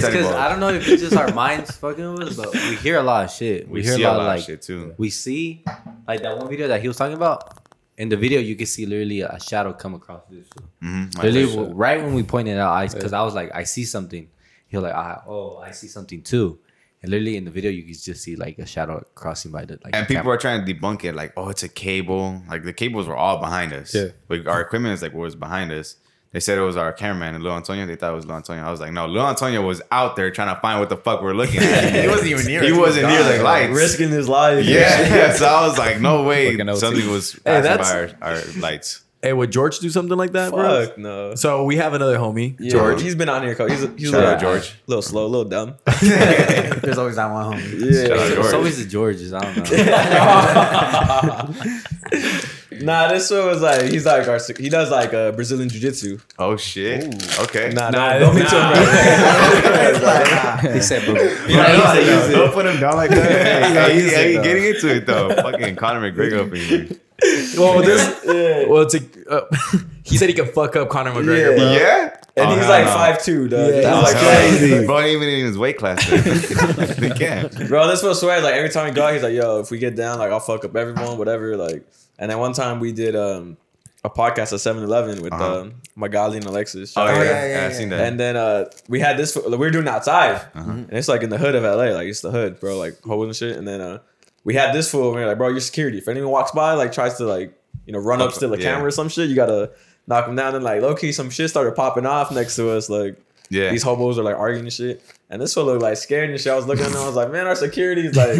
Speaker 2: tiny
Speaker 4: because
Speaker 2: balls.
Speaker 4: I don't know if it's just our minds fucking with us, but we hear a lot of shit. We,
Speaker 2: We
Speaker 4: hear
Speaker 2: see
Speaker 4: a lot, of like
Speaker 2: shit too.
Speaker 4: we see like that one video that he was talking about. In the video, you can see literally a shadow come across this.
Speaker 2: Mhm. My
Speaker 4: Literally,
Speaker 2: first-
Speaker 4: w- right when we pointed out, I because I was like, I see something. He was like, ah, oh, I see something too. And literally in the video, you can just see like a shadow crossing by the like.
Speaker 2: and people
Speaker 4: camera.
Speaker 2: are trying to debunk it, like, oh, it's a cable. Like the cables were all behind us.
Speaker 1: Yeah.
Speaker 2: Like our equipment is like what was behind us. They said it was our cameraman, Lil Antonio. They thought it was Lil Antonio. I was like, no, Lil Antonio was out there trying to find what the fuck we're looking
Speaker 4: [laughs]
Speaker 2: at. he wasn't even near. He wasn't near the lights.
Speaker 3: Risking his life.
Speaker 2: Yeah, yeah. So I was like, no way,
Speaker 1: Fucking OT.
Speaker 2: something was
Speaker 6: Hey,
Speaker 2: passing
Speaker 6: that's-
Speaker 2: by our, our lights.
Speaker 6: hey, would George do something like that, bro?
Speaker 3: Fuck no.
Speaker 6: So we have another homie,
Speaker 3: Yeah,
Speaker 6: George.
Speaker 3: he's been on here. co- He's a, he's a
Speaker 2: Shout
Speaker 3: little,
Speaker 2: out George.
Speaker 3: little slow, a little
Speaker 2: [laughs]
Speaker 3: dumb.
Speaker 5: There's always that one homie.
Speaker 2: Shout
Speaker 3: Yeah.
Speaker 2: out
Speaker 4: It's
Speaker 2: George.
Speaker 4: always the Georges. I don't
Speaker 3: [laughs]
Speaker 4: know.
Speaker 3: Nah, this one was like he's like our he does like uh, Brazilian jiu jitsu.
Speaker 2: oh shit. Okay.
Speaker 3: Nah, nah, don't be
Speaker 6: [laughs]
Speaker 3: too aggressive. [laughs]
Speaker 5: "Ah."
Speaker 4: he said, bro.
Speaker 2: Yeah,
Speaker 4: Yeah,
Speaker 2: no, no, don't put him down like [laughs] that. Hey, hey, he's- hey, he's getting into it though. Fucking Conor McGregor up in here.
Speaker 6: well, this. Well, it's a, uh, [laughs] he said he could fuck up Conor McGregor,
Speaker 3: Yeah.
Speaker 6: bro.
Speaker 2: Yeah.
Speaker 3: And
Speaker 2: Oh,
Speaker 3: he's
Speaker 2: hell
Speaker 3: like
Speaker 2: no.
Speaker 3: five two, dude.
Speaker 6: Yeah.
Speaker 3: I was
Speaker 2: That's
Speaker 3: like
Speaker 2: hell
Speaker 3: crazy.
Speaker 2: no. [laughs] Bro, ain't even in his weight class. man. they can't.
Speaker 3: Bro, this fool swears like every time we go out, he's like, "Yo, if we get down, like I'll fuck up everyone, whatever." Like, and then one time we did um a podcast at 7-Eleven with
Speaker 2: Uh-huh.
Speaker 3: um, Magali and Alexis,
Speaker 2: Oh, yeah,
Speaker 5: yeah,
Speaker 2: yeah,
Speaker 5: yeah,
Speaker 2: I've seen that.
Speaker 3: and then uh we had this fool- like, we were doing it outside, and it's like in the hood of LA, like it's the hood, bro, like hoes and shit. And then uh we had this fool, and we were like, "Bro, your security. If anyone walks by, like tries to like you know run up, steal a
Speaker 2: yeah.
Speaker 3: camera or some shit, you gotta knock them down." And like low key, some shit started popping off next to us, like [laughs]
Speaker 2: yeah.
Speaker 3: these hobos are like arguing and shit. And this one looked like scared and shit. I was looking at him, I was like, man, our security is like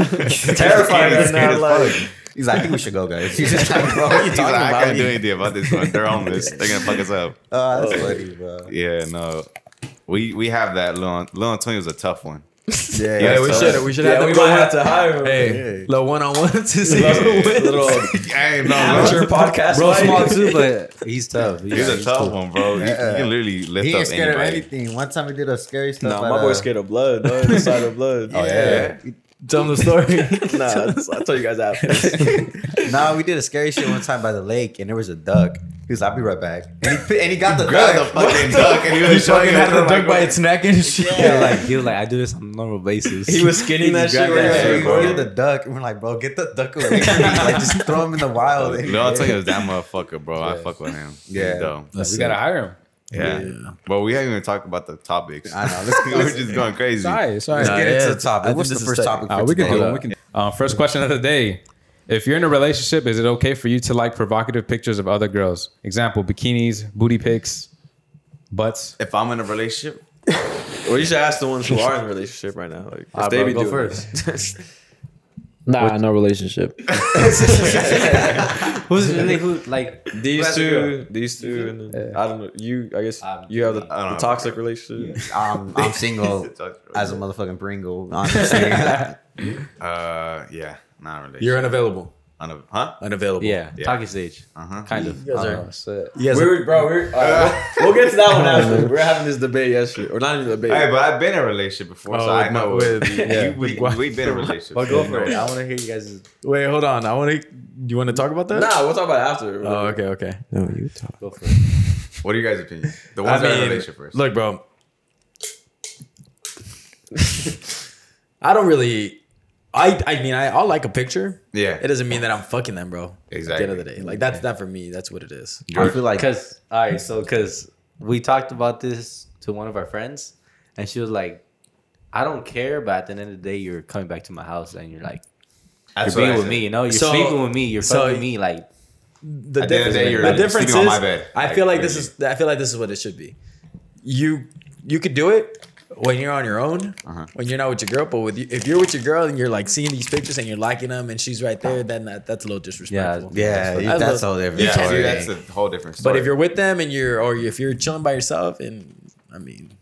Speaker 3: terrified
Speaker 2: [laughs] He's
Speaker 3: right
Speaker 2: scared
Speaker 3: now.
Speaker 2: as
Speaker 3: Like,
Speaker 2: fuck.
Speaker 5: He's like, I think we should go, guys. [laughs] He's just like, bro, what are you
Speaker 2: He's
Speaker 5: talking
Speaker 2: like, I
Speaker 5: about?
Speaker 2: can't do anything about this one. They're homeless. They're gonna fuck us up.
Speaker 5: Oh, that's funny, bro.
Speaker 2: Yeah, no. We we have that. Lil, Lil Antonio's a tough one.
Speaker 5: Yeah,
Speaker 6: Hey,
Speaker 2: Yeah,
Speaker 6: we
Speaker 2: so-
Speaker 6: should. We should
Speaker 3: yeah,
Speaker 6: have
Speaker 3: we might
Speaker 6: them go
Speaker 3: have
Speaker 6: have
Speaker 3: to hire him. [laughs]
Speaker 6: Hey, little one on one [laughs] to
Speaker 2: [laughs]
Speaker 6: see. who
Speaker 3: Little,
Speaker 6: wins.
Speaker 3: little
Speaker 2: I ain't know. [laughs]
Speaker 3: amateur
Speaker 2: bro.
Speaker 3: podcast.
Speaker 4: Bro,
Speaker 3: fight.
Speaker 4: small too, but he's tough.
Speaker 2: He's a tough one, bro. You, you
Speaker 5: Yeah.
Speaker 2: can literally lift
Speaker 5: He
Speaker 2: up
Speaker 5: ain't scared
Speaker 2: anybody.
Speaker 5: of anything. One time we did a scary stuff.
Speaker 3: Nah,
Speaker 5: at,
Speaker 3: my
Speaker 5: uh, Oh,
Speaker 2: Oh,
Speaker 3: boy's scared of blood, dog. The side of blood.
Speaker 5: Yeah.
Speaker 2: yeah.
Speaker 5: We-
Speaker 4: Tell them the
Speaker 6: [laughs]
Speaker 4: story.
Speaker 3: [laughs] nah, I'll tell you guys after.
Speaker 5: nah, we did a scary shit one time by the lake, and there was a duck. He was, "I'll be right back," and he, and he got the
Speaker 2: [laughs] [laughs] Grab the
Speaker 5: duck.
Speaker 2: fucking duck and he was showing it
Speaker 4: had
Speaker 2: to
Speaker 4: the
Speaker 2: him,
Speaker 4: duck
Speaker 2: like,
Speaker 4: by
Speaker 2: what-
Speaker 4: its neck and
Speaker 5: [laughs]
Speaker 4: shit.
Speaker 5: Yeah.
Speaker 4: like he was like, I do this on a normal basis.
Speaker 3: he was skinning that shit.
Speaker 5: Yeah,
Speaker 3: right?
Speaker 5: yeah,
Speaker 2: shit,
Speaker 5: we
Speaker 2: bro.
Speaker 5: ordered the duck, and we're like, "Bro, get the duck away! like, just throw him in the wild."
Speaker 2: No, I'll tell you, it was that motherfucker, bro. I fuck with him. He's
Speaker 5: Yeah.
Speaker 2: dope.
Speaker 1: we gotta hire him.
Speaker 2: Yeah. But we haven't even talked about the topics.
Speaker 5: I
Speaker 2: [laughs]
Speaker 5: know,
Speaker 2: Let's, we're just going crazy.
Speaker 1: Sorry, sorry.
Speaker 5: [laughs] Let's get
Speaker 6: yeah,
Speaker 5: into the
Speaker 6: it's- I
Speaker 5: topic.
Speaker 6: think
Speaker 5: What's the
Speaker 6: this is
Speaker 5: first
Speaker 6: tech-
Speaker 5: topic?
Speaker 1: Uh,
Speaker 5: for
Speaker 1: we can
Speaker 5: today?
Speaker 1: do it.
Speaker 2: [laughs]
Speaker 1: We can. Uh, first question of the day: If you're in a relationship, is it okay for you to like provocative pictures of other girls? Example: bikinis, booty pics, butts.
Speaker 2: If I'm in a relationship,
Speaker 3: Well, you should ask the ones who are in a relationship right now. Like, if
Speaker 4: Ah,
Speaker 3: they
Speaker 4: bro,
Speaker 3: be
Speaker 4: go
Speaker 3: doing
Speaker 4: first.
Speaker 3: it. [laughs]
Speaker 9: Nah, no relationship.
Speaker 4: Who's really who? Like
Speaker 3: these two, these two, and then, I don't know. You, Ah, I guess
Speaker 4: Um,
Speaker 3: you have the,
Speaker 2: I don't
Speaker 3: the
Speaker 2: know.
Speaker 3: toxic relationship.
Speaker 5: Um, I'm single as a motherfucking Pringle. Honestly,
Speaker 2: [laughs]
Speaker 5: [laughs]
Speaker 2: uh, yeah, not really.
Speaker 6: You're unavailable.
Speaker 2: on a huh?
Speaker 6: Unavailable.
Speaker 4: yeah,
Speaker 2: Yeah.
Speaker 4: talking stage,
Speaker 2: Uh huh.
Speaker 4: kind of.
Speaker 1: Oh, shit.
Speaker 6: Yes.
Speaker 3: We were, bro, we were, uh, we'll, we'll get to that one after. [laughs] We We're having this debate yesterday, or not even a debate.
Speaker 2: [laughs] Hey, but I've been in a relationship before, so
Speaker 6: Oh,
Speaker 2: I know.
Speaker 6: with-
Speaker 2: With,
Speaker 6: yeah.
Speaker 2: [laughs] we,
Speaker 6: What?
Speaker 2: we've been in a relationship.
Speaker 4: But go
Speaker 2: so
Speaker 4: for
Speaker 2: you
Speaker 4: it.
Speaker 2: know.
Speaker 4: I want to hear you guys.
Speaker 6: Wait, hold on. I want to. You want to talk about that?
Speaker 3: nah, we'll talk about it after.
Speaker 6: Oh, okay, okay.
Speaker 9: No, you talk.
Speaker 4: Go for it.
Speaker 2: What are you guys' opinions? The
Speaker 6: I
Speaker 2: ones that are in a
Speaker 6: mean,
Speaker 2: relationship first.
Speaker 6: look, bro. [laughs] I don't really. I I mean, I, I'll like a picture.
Speaker 2: Yeah.
Speaker 6: It doesn't mean that I'm fucking them, bro. At the end
Speaker 2: Exactly.
Speaker 6: of the day, like that's that for me. That's what it is.
Speaker 5: I feel like
Speaker 4: Because all right, so because we talked about this to one of our friends, and she was like, "I don't care, but at the end of the day, you're coming back to my house, and you're like,
Speaker 2: That's
Speaker 4: you're
Speaker 2: what I
Speaker 4: being with
Speaker 2: said.
Speaker 4: me, you know, you're
Speaker 6: So-
Speaker 4: sleeping with me, you're
Speaker 6: so-
Speaker 4: fucking me, like."
Speaker 6: the
Speaker 2: At the end
Speaker 6: difference,
Speaker 2: of the day, you're
Speaker 6: the
Speaker 2: just
Speaker 6: difference is,
Speaker 2: sleeping on my bed.
Speaker 6: I
Speaker 2: Like,
Speaker 6: feel like this
Speaker 2: really.
Speaker 6: is I feel like this is what it should be. You you could do it when you're on your own,
Speaker 2: Uh-huh.
Speaker 6: when you're not with your girl. But with you, if you're with your girl and you're like seeing these pictures and you're liking them and she's right there, then that, that's a little disrespectful.
Speaker 5: yeah,
Speaker 6: I
Speaker 5: that's
Speaker 6: love-
Speaker 5: all different.
Speaker 2: Yeah,
Speaker 5: story.
Speaker 2: see, that's a whole different
Speaker 6: But
Speaker 2: story.
Speaker 6: if you're with them and you're or if you're chilling by yourself and I mean,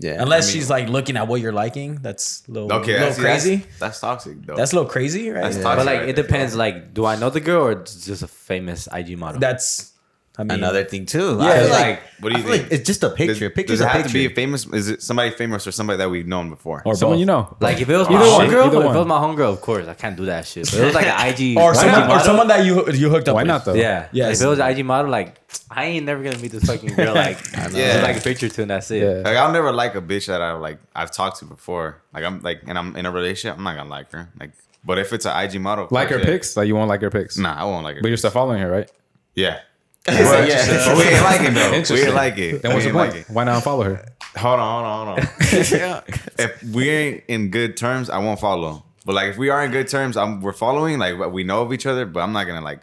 Speaker 5: yeah,
Speaker 6: unless
Speaker 2: I mean-
Speaker 6: she's like looking at what you're liking, that's a little,
Speaker 2: okay,
Speaker 6: little
Speaker 2: that's,
Speaker 6: crazy.
Speaker 2: That's, that's toxic though.
Speaker 6: That's, a little crazy, right?
Speaker 2: That's
Speaker 6: Yeah.
Speaker 2: toxic.
Speaker 4: But like,
Speaker 2: right
Speaker 4: it
Speaker 2: there.
Speaker 4: depends. Like, do I know the girl or just a famous IG model?
Speaker 6: That's I mean,
Speaker 5: another thing too.
Speaker 6: Yeah,
Speaker 5: I feel
Speaker 6: like-
Speaker 5: like,
Speaker 2: What do you
Speaker 5: I feel like
Speaker 2: think?
Speaker 5: it's just a picture.
Speaker 2: Does,
Speaker 5: Picture's
Speaker 2: does it
Speaker 5: a
Speaker 2: have
Speaker 5: picture.
Speaker 2: to be a famous? Is it somebody famous or somebody that we've known before?
Speaker 7: Or
Speaker 1: Someone
Speaker 7: both.
Speaker 1: you know.
Speaker 4: Like if it was
Speaker 2: Either
Speaker 4: my
Speaker 2: one,
Speaker 4: homegirl, if
Speaker 1: either
Speaker 4: it
Speaker 1: one.
Speaker 4: was my homegirl, of course I can't do that shit. But it was like an
Speaker 6: [laughs]
Speaker 4: IG
Speaker 7: Or
Speaker 4: IG
Speaker 7: someone, or
Speaker 4: model.
Speaker 7: someone that you you hooked up.
Speaker 1: Why
Speaker 7: with.
Speaker 1: not though?
Speaker 4: Yeah, yeah.
Speaker 7: Yes.
Speaker 4: If it was an IG model, like I ain't never gonna meet this fucking girl. Like I know.
Speaker 2: Yeah.
Speaker 4: like a picture to and that's it.
Speaker 1: Yeah.
Speaker 2: Like I'll never like a bitch that I like. I've talked to before. Like I'm like, and I'm in a relationship. I'm not gonna like her. Like, but if it's an IG model, of
Speaker 1: Like her
Speaker 2: course, yeah.
Speaker 1: pics? Like you won't like her pics?
Speaker 2: Nah, I won't like her.
Speaker 1: But you're still following her, right?
Speaker 2: yeah. But- but we ain't like it though. We
Speaker 1: Interesting.
Speaker 2: ain't like it.
Speaker 1: Then what's
Speaker 2: we
Speaker 1: the
Speaker 2: ain't like
Speaker 1: point?
Speaker 2: it.
Speaker 1: Why not follow [laughs] her?
Speaker 2: Hold on, hold on, hold on. if we ain't in good terms, I won't follow. But like, if we are in good terms, I'm we're following. Like, we know of each other, but I'm not gonna like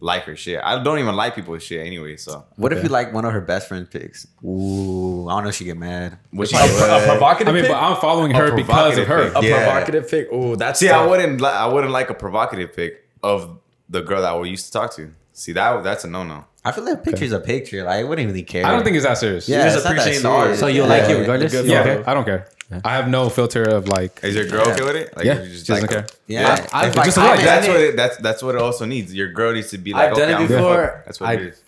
Speaker 2: like her shit. I don't even like people's shit anyway. So
Speaker 5: What if you like one of her best friend pics? Ooh, I don't know if she get mad.
Speaker 2: which
Speaker 6: a provocative.
Speaker 1: I mean,
Speaker 6: pic?
Speaker 1: but I'm following her because of
Speaker 2: provocative
Speaker 1: her.
Speaker 2: pic.
Speaker 6: a
Speaker 5: Yeah.
Speaker 6: provocative pic. Oh, that's
Speaker 2: See, I
Speaker 6: tough.
Speaker 2: wouldn't. Li- I wouldn't like a provocative pic of the girl that we used to talk to. See, that that's a no no.
Speaker 5: I feel like a picture's a picture. Like I wouldn't really care.
Speaker 1: I don't think it's that serious.
Speaker 5: Yeah,
Speaker 3: just
Speaker 5: it's not that
Speaker 3: appreciating the art.
Speaker 5: serious.
Speaker 4: So you
Speaker 5: Yeah.
Speaker 4: like it regardless?
Speaker 1: Yeah, okay, I don't care. I have no filter of like.
Speaker 2: Is your girl okay with it? Like,
Speaker 1: Yeah,
Speaker 2: you just
Speaker 1: she doesn't
Speaker 2: like-
Speaker 1: care.
Speaker 5: Yeah,
Speaker 4: I- I
Speaker 5: If
Speaker 4: like-
Speaker 5: it's
Speaker 4: I
Speaker 5: hot,
Speaker 4: like-
Speaker 2: That's
Speaker 4: I
Speaker 2: what it, that's that's what it also needs. Your girl needs to be like,
Speaker 4: I've done
Speaker 2: okay,
Speaker 4: it
Speaker 2: I'm gonna
Speaker 4: before.
Speaker 2: fuck. That's what
Speaker 4: I-
Speaker 2: it is.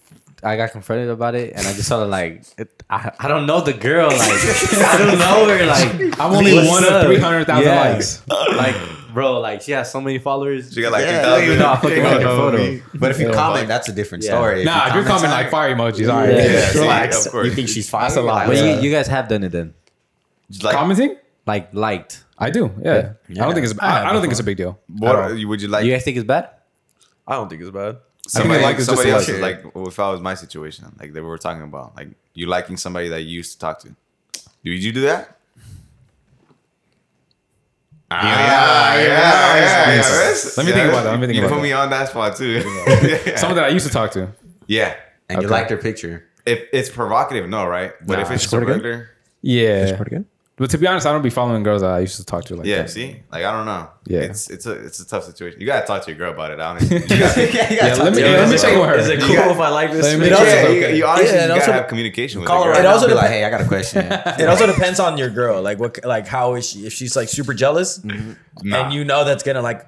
Speaker 4: I got confronted about it, and I just felt like it, I, I don't know the girl. Like I don't know her. Like
Speaker 1: I'm only
Speaker 4: what's
Speaker 1: one of
Speaker 4: up?
Speaker 1: 300,000
Speaker 4: Yeah.
Speaker 1: likes.
Speaker 4: Like bro, like she has so many followers.
Speaker 2: She got like
Speaker 5: Yeah,
Speaker 2: yeah,
Speaker 5: I don't
Speaker 2: 2,000.
Speaker 5: even know I
Speaker 2: [laughs] She
Speaker 4: [laughs] fucking
Speaker 2: ain't
Speaker 4: like
Speaker 2: gonna know
Speaker 4: your photo.
Speaker 2: me.
Speaker 5: But if you comment, that's a different
Speaker 4: Yeah.
Speaker 5: story. If
Speaker 1: Nah, if you're coming like fire emojis, all right.
Speaker 4: Yeah.
Speaker 2: Yeah,
Speaker 6: [laughs]
Speaker 2: see,
Speaker 5: Relax.
Speaker 2: of course.
Speaker 5: you think she's fire?
Speaker 1: That's a lot.
Speaker 4: But
Speaker 1: Yeah.
Speaker 4: you, you guys have done it then,
Speaker 2: Just like,
Speaker 1: Commenting?
Speaker 4: like liked.
Speaker 1: I do. Yeah. I don't think it's. I, I don't think it's a big deal.
Speaker 2: what are you- would you like?
Speaker 4: You guys think it's bad?
Speaker 3: I don't think it's bad.
Speaker 2: somebody
Speaker 1: like is just
Speaker 2: somebody
Speaker 1: a
Speaker 2: else is
Speaker 1: luxury.
Speaker 2: like, well, if I was my situation, like that we were talking about, like you liking somebody that you used to talk to. Do you do that? Ah, yeah, yeah, yeah, yeah, that's-
Speaker 1: Let me
Speaker 2: yeah,
Speaker 1: think about
Speaker 2: that's-
Speaker 1: that. Let me think
Speaker 2: you
Speaker 1: about
Speaker 2: put
Speaker 1: that.
Speaker 2: me on that spot too. [laughs] yeah.
Speaker 1: Someone that I used to talk to.
Speaker 2: Yeah.
Speaker 5: And you
Speaker 1: Okay.
Speaker 5: liked her picture.
Speaker 2: If it's provocative, no, right? But if
Speaker 1: Nah.
Speaker 2: it's just a
Speaker 1: Sort of good?
Speaker 2: regular,
Speaker 1: Yeah.
Speaker 9: Pretty good.
Speaker 1: But to be honest, I don't be following girls that I used to talk to like
Speaker 2: yeah.
Speaker 1: that.
Speaker 2: See, like I don't know.
Speaker 1: Yeah.
Speaker 2: It's it's a it's a tough situation. You gotta talk to your girl about
Speaker 1: [laughs]
Speaker 2: it. Honestly, you gotta,
Speaker 5: yeah, you
Speaker 1: Yeah,
Speaker 5: gotta talk
Speaker 1: let me
Speaker 5: to her.
Speaker 1: let me check with her.
Speaker 3: Is it
Speaker 2: You
Speaker 3: cool
Speaker 2: got-
Speaker 3: if I like this?
Speaker 1: Let me
Speaker 3: shit?
Speaker 1: know.
Speaker 2: yeah,
Speaker 1: also
Speaker 2: you,
Speaker 1: okay.
Speaker 2: you honestly
Speaker 6: Yeah, and
Speaker 2: you gotta
Speaker 6: also-
Speaker 2: have communication with
Speaker 5: Call
Speaker 2: her.
Speaker 5: her right
Speaker 2: girl.
Speaker 6: It
Speaker 5: now
Speaker 6: also
Speaker 5: and be
Speaker 6: dep-
Speaker 5: like, hey, I got a question.
Speaker 6: [laughs] It also depends on your girl. Like what, like how is she? If she's like super jealous,
Speaker 2: Nah.
Speaker 6: and you know that's gonna like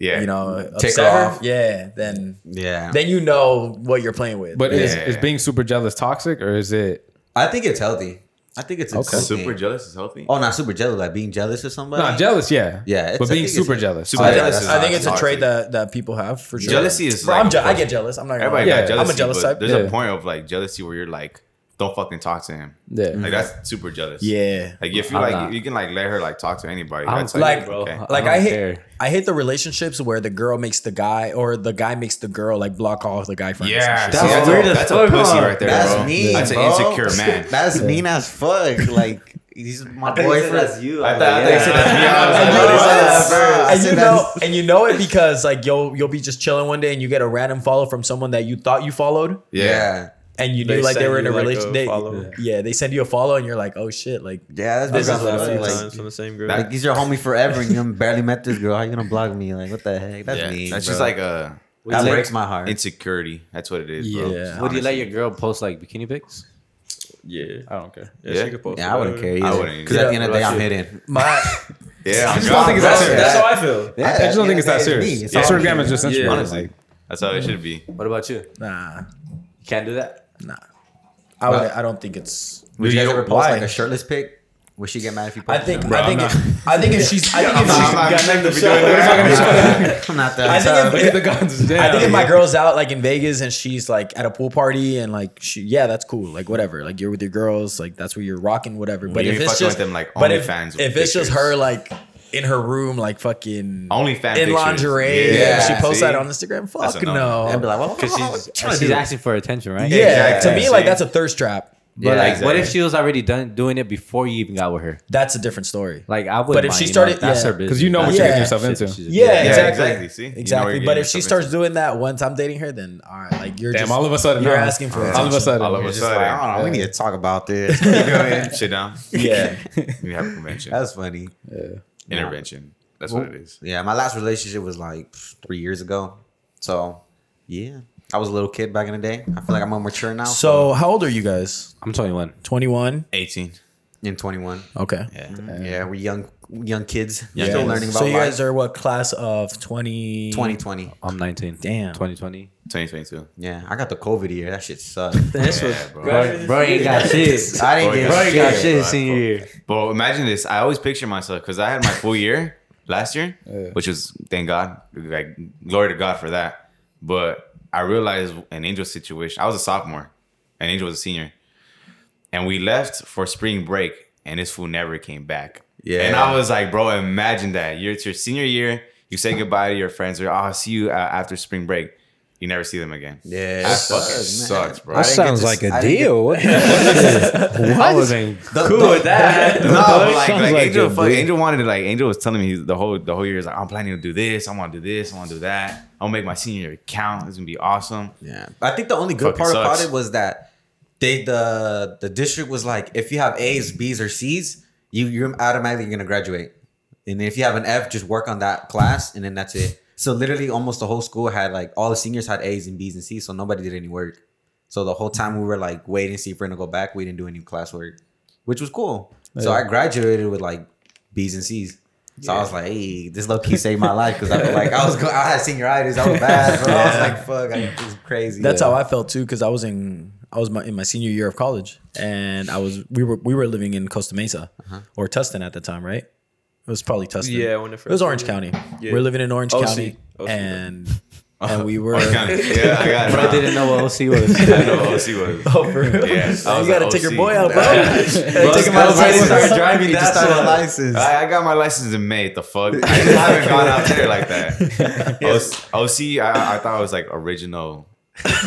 Speaker 2: Yeah,
Speaker 6: you know
Speaker 5: Tick
Speaker 6: upset
Speaker 5: her
Speaker 6: her,
Speaker 5: off.
Speaker 6: yeah, then
Speaker 5: yeah.
Speaker 6: then you know what you're playing with.
Speaker 1: But is,
Speaker 2: Yeah.
Speaker 1: is being super jealous toxic or is it
Speaker 5: I think it's healthy. I think it's
Speaker 7: Okay.
Speaker 5: okay.
Speaker 2: Super jealous is healthy.
Speaker 5: Oh, not super jealous. Like being jealous of somebody.
Speaker 1: Nah, jealous, yeah.
Speaker 5: Uh, Yeah, it's-
Speaker 1: But
Speaker 5: I
Speaker 1: being
Speaker 5: think it's-
Speaker 1: super jealous.
Speaker 2: Super
Speaker 5: I-
Speaker 2: jealous
Speaker 5: I-
Speaker 2: is
Speaker 6: I think it's a
Speaker 2: toxic.
Speaker 6: trait that, that people have for sure.
Speaker 2: Jealousy is
Speaker 6: Bro,
Speaker 2: like
Speaker 6: I'm je-
Speaker 2: a
Speaker 6: I get jealous. I'm not gonna lie.
Speaker 2: Everybody
Speaker 1: Yeah.
Speaker 2: got jealousy.
Speaker 6: I'm a jealous
Speaker 2: but
Speaker 6: type.
Speaker 2: There's
Speaker 1: Yeah.
Speaker 2: a point of like jealousy where you're like, don't fucking talk to him.
Speaker 1: Yeah.
Speaker 2: Like that's super jealous.
Speaker 6: Yeah.
Speaker 2: Like if you
Speaker 4: I'm
Speaker 2: like,
Speaker 4: not.
Speaker 2: you can like let her like talk to anybody.
Speaker 4: I'm
Speaker 2: That's
Speaker 6: like,
Speaker 2: bro. Okay.
Speaker 6: like
Speaker 4: don't
Speaker 6: I hate,
Speaker 4: care.
Speaker 6: I hate the relationships where the girl makes the guy or the guy makes the girl like block all the guy friends. and
Speaker 2: Yeah,
Speaker 6: shit.
Speaker 2: see, that's,
Speaker 4: weird
Speaker 2: a,
Speaker 4: as
Speaker 2: that's a
Speaker 4: fuck,
Speaker 2: pussy
Speaker 4: huh?
Speaker 2: right there,
Speaker 5: that's
Speaker 2: bro.
Speaker 5: mean.
Speaker 2: That's an
Speaker 5: bro. [laughs]
Speaker 2: insecure man.
Speaker 5: That's mean as fuck. Like [laughs] he's my boyfriend.
Speaker 4: you.
Speaker 2: I thought they said that's me. I was
Speaker 6: And
Speaker 2: like,
Speaker 6: you
Speaker 2: what is
Speaker 6: know-
Speaker 5: [laughs]
Speaker 2: that?
Speaker 5: first.
Speaker 6: and
Speaker 5: I
Speaker 6: you
Speaker 5: said
Speaker 6: know,
Speaker 5: that's-
Speaker 6: and you know it because like you'll you'll be just chilling one day and you get a random follow from someone that you thought you followed
Speaker 2: Yeah.
Speaker 6: and you knew
Speaker 3: They
Speaker 6: like they
Speaker 3: send
Speaker 6: were in a
Speaker 3: you, like,
Speaker 6: relation.
Speaker 3: a
Speaker 6: they-
Speaker 3: follow.
Speaker 6: yeah, they send you a follow and you're like, oh shit, like
Speaker 5: Yeah, that's
Speaker 3: I've
Speaker 5: this
Speaker 3: got
Speaker 5: is
Speaker 3: that a few
Speaker 5: like,
Speaker 3: times from the same girl.
Speaker 5: like, he's your homie forever, and you barely met this girl. How you gonna block me? Like what the heck? That's
Speaker 2: Yeah.
Speaker 5: mean.
Speaker 2: That's
Speaker 5: bro.
Speaker 2: just like a
Speaker 5: that
Speaker 2: like
Speaker 5: breaks my heart.
Speaker 2: insecurity. That's what it is, bro.
Speaker 6: Yeah.
Speaker 4: Would you let your girl post like bikini pics?
Speaker 3: yeah.
Speaker 1: I don't care.
Speaker 3: yeah,
Speaker 2: Yeah.
Speaker 3: She could post
Speaker 5: yeah, I wouldn't
Speaker 3: whatever.
Speaker 5: care.
Speaker 2: I
Speaker 5: Either.
Speaker 2: wouldn't
Speaker 5: Because at the end of the day, I'm
Speaker 3: either.
Speaker 5: hidden.
Speaker 6: my
Speaker 2: Yeah, I'm
Speaker 1: just don't think it's
Speaker 2: God,
Speaker 1: that
Speaker 2: bro.
Speaker 1: serious.
Speaker 3: That's how I feel.
Speaker 5: Yeah,
Speaker 1: I just don't
Speaker 5: at
Speaker 1: think it's
Speaker 5: the
Speaker 1: that
Speaker 5: end of the day,
Speaker 1: serious.
Speaker 5: it's me. It's all
Speaker 1: Instagram
Speaker 5: me.
Speaker 1: is just Instagram.
Speaker 3: Yeah.
Speaker 1: Honestly,
Speaker 2: That's how it should
Speaker 6: [laughs]
Speaker 2: be.
Speaker 4: What about you? You
Speaker 6: [laughs] nah,
Speaker 4: can't do that.
Speaker 6: nah. I would, I don't think it's.
Speaker 5: Would you guys
Speaker 2: Yo,
Speaker 5: ever post
Speaker 6: why?
Speaker 5: like a shirtless pic? Would she get mad if you
Speaker 6: I
Speaker 5: posted?
Speaker 6: think
Speaker 5: them?
Speaker 6: I think
Speaker 1: I'm
Speaker 6: if, I think if she's I
Speaker 2: [laughs]
Speaker 6: think
Speaker 2: I'm
Speaker 6: if she's
Speaker 2: not going to be doing
Speaker 5: I'm
Speaker 2: that.
Speaker 5: not- [laughs] I'm not [laughs] that.
Speaker 6: I think
Speaker 1: look at
Speaker 6: if-
Speaker 1: the guns. Damn.
Speaker 6: I think if my girl's out like in Vegas and she's like at a pool party and like she yeah that's cool like whatever like you're with your girls like that's where you're rocking whatever but
Speaker 2: You
Speaker 6: if
Speaker 2: ain't
Speaker 6: it's
Speaker 2: fucking
Speaker 6: just
Speaker 2: with them, like,
Speaker 6: but if,
Speaker 2: OnlyFans with
Speaker 6: if it's just
Speaker 2: pictures.
Speaker 6: her like in her room like fucking
Speaker 2: Only fan
Speaker 6: in lingerie
Speaker 5: Yeah,
Speaker 6: and she posts
Speaker 2: see?
Speaker 6: that
Speaker 2: [laughs]
Speaker 6: on Instagram
Speaker 2: That's
Speaker 6: fuck
Speaker 2: a no.
Speaker 6: no
Speaker 5: I'd be like, well,
Speaker 4: Because she's, she's asking for attention, right?
Speaker 6: yeah
Speaker 2: Exactly.
Speaker 6: to me like
Speaker 2: See?
Speaker 6: that's a thirst trap
Speaker 4: But
Speaker 6: but
Speaker 2: Yeah,
Speaker 4: like,
Speaker 6: like
Speaker 2: exactly.
Speaker 4: what if she was already done doing it before you even got with her?
Speaker 6: that's a different story
Speaker 4: Like, I would.
Speaker 6: But if she started-
Speaker 4: that's
Speaker 6: yeah.
Speaker 4: her business.
Speaker 1: 'Cause you know
Speaker 4: That's
Speaker 6: what you're
Speaker 4: her
Speaker 6: getting
Speaker 4: shit
Speaker 1: yourself
Speaker 4: that
Speaker 1: into.
Speaker 4: she's doing.
Speaker 6: yeah,
Speaker 2: Yeah,
Speaker 6: exactly
Speaker 2: exactly, see? You know where
Speaker 6: exactly
Speaker 2: you're
Speaker 6: but
Speaker 2: getting
Speaker 6: if she
Speaker 2: yourself
Speaker 6: starts doing that once I'm dating her then all right like you're
Speaker 1: damn,
Speaker 6: just
Speaker 1: all of a sudden
Speaker 6: you're
Speaker 1: now-
Speaker 6: asking for
Speaker 1: all of a
Speaker 6: attention.
Speaker 1: sudden.
Speaker 2: All of
Speaker 1: You're
Speaker 2: a
Speaker 1: just
Speaker 5: Like,
Speaker 2: sudden.
Speaker 5: I don't know, we need to talk about this.
Speaker 2: [laughs]
Speaker 5: You know what I mean?
Speaker 2: Sit down.
Speaker 6: [laughs] yeah
Speaker 2: We have a convention.
Speaker 5: That's funny.
Speaker 2: Intervention. That's what it is.
Speaker 5: Yeah, my last relationship was like pff, three years ago. So, yeah, I was a little kid back in the day. I feel like I'm more mature now.
Speaker 6: so how old are you guys
Speaker 4: I'm 21.
Speaker 6: 21
Speaker 2: 18.
Speaker 5: in 21,
Speaker 6: okay
Speaker 5: yeah, we're young, young kids,
Speaker 2: Yeah.
Speaker 5: still
Speaker 2: Yes.
Speaker 5: learning about
Speaker 6: so you
Speaker 5: life.
Speaker 6: guys are what class of 20
Speaker 5: 2020.
Speaker 4: I'm 19.
Speaker 6: Damn.
Speaker 4: 2020.
Speaker 2: 2022.
Speaker 5: Yeah, I got the COVID year. That shit sucked.
Speaker 3: That's what.
Speaker 2: Yeah, bro.
Speaker 4: Bro, bro ain't
Speaker 5: [laughs]
Speaker 4: got shit.
Speaker 5: I didn't
Speaker 2: Bro,
Speaker 5: give
Speaker 2: bro,
Speaker 5: a
Speaker 2: you
Speaker 5: shit.
Speaker 2: got shit.
Speaker 4: senior year.
Speaker 2: But imagine this. I always picture myself because I had my full year [laughs] last year, which was thank God, like glory to God for that. But I realized an angel situation. I was a sophomore, and Angel was a senior, and we left for spring break, and this fool never came back.
Speaker 5: Yeah.
Speaker 2: and I was like, bro, imagine that. You're it's your senior year. You say goodbye to your friends, or "Oh, I'll see you uh, after spring break. You never see them again.
Speaker 5: Yeah,
Speaker 2: that
Speaker 5: it
Speaker 2: fucking
Speaker 5: sucks, man.
Speaker 2: sucks, bro.
Speaker 9: That
Speaker 5: didn't
Speaker 9: sounds
Speaker 5: get to
Speaker 9: like
Speaker 5: s- I
Speaker 9: a
Speaker 5: didn't
Speaker 9: deal. What?
Speaker 1: [laughs]
Speaker 4: I wasn't
Speaker 5: cool with that.
Speaker 2: No, but like,
Speaker 9: sounds
Speaker 2: like,
Speaker 9: like
Speaker 2: Angel,
Speaker 9: it,
Speaker 2: fuck,
Speaker 9: dude.
Speaker 2: Angel wanted to like Angel was telling me the whole the whole year is like I'm planning to do this, I want to do this, I want to do that. I'm gonna make my senior year count. It's gonna be awesome.
Speaker 5: Yeah, I think the only good
Speaker 2: Fucking
Speaker 5: part
Speaker 2: sucks.
Speaker 5: about it was that they the the district was like, if you have A's, B's, or C's, you you're automatically gonna graduate, and if you have an F, just work on that class, and then that's it. So literally, almost the whole school had like all the seniors had A's and B's and C's, so nobody did any work. So the whole time we were like waiting to see if we're gonna go back, we didn't do any classwork, which was cool. So I graduated with like B's and C's. So I was like, hey, this low key saved my life because I feel like I was go- I had senioritis, I
Speaker 6: [laughs]
Speaker 5: was bad, bro. I was like, fuck, I, this is crazy.
Speaker 6: That's
Speaker 5: Yeah.
Speaker 6: how I felt too, because I was in I was my, in my senior year of college, and I was we were we were living in Costa Mesa or Tustin at the time, right? It was probably Tustin.
Speaker 3: Yeah, when it
Speaker 6: it was
Speaker 3: first-
Speaker 6: Orange County.
Speaker 3: Yeah.
Speaker 6: We're living in Orange
Speaker 3: OC.
Speaker 6: County,
Speaker 3: OC,
Speaker 6: and
Speaker 2: [laughs]
Speaker 6: and we were.
Speaker 2: yeah, I
Speaker 4: [laughs]
Speaker 2: got it.
Speaker 4: Bro, I didn't know what OC
Speaker 2: [laughs]
Speaker 4: was.
Speaker 2: I know what OC
Speaker 6: [laughs]
Speaker 2: was.
Speaker 6: [laughs] Oh, for real?
Speaker 2: Yeah, I was
Speaker 6: you
Speaker 2: like,
Speaker 6: gotta take
Speaker 2: OC.
Speaker 6: your boy out, bro. Taking my
Speaker 5: I was ready to
Speaker 6: license.
Speaker 5: start driving. That's
Speaker 6: That's
Speaker 5: what.
Speaker 6: what-
Speaker 5: license.
Speaker 2: I, I got my license in May. The fuck, I just haven't gone out there like that. O- OC, I, I thought it was like original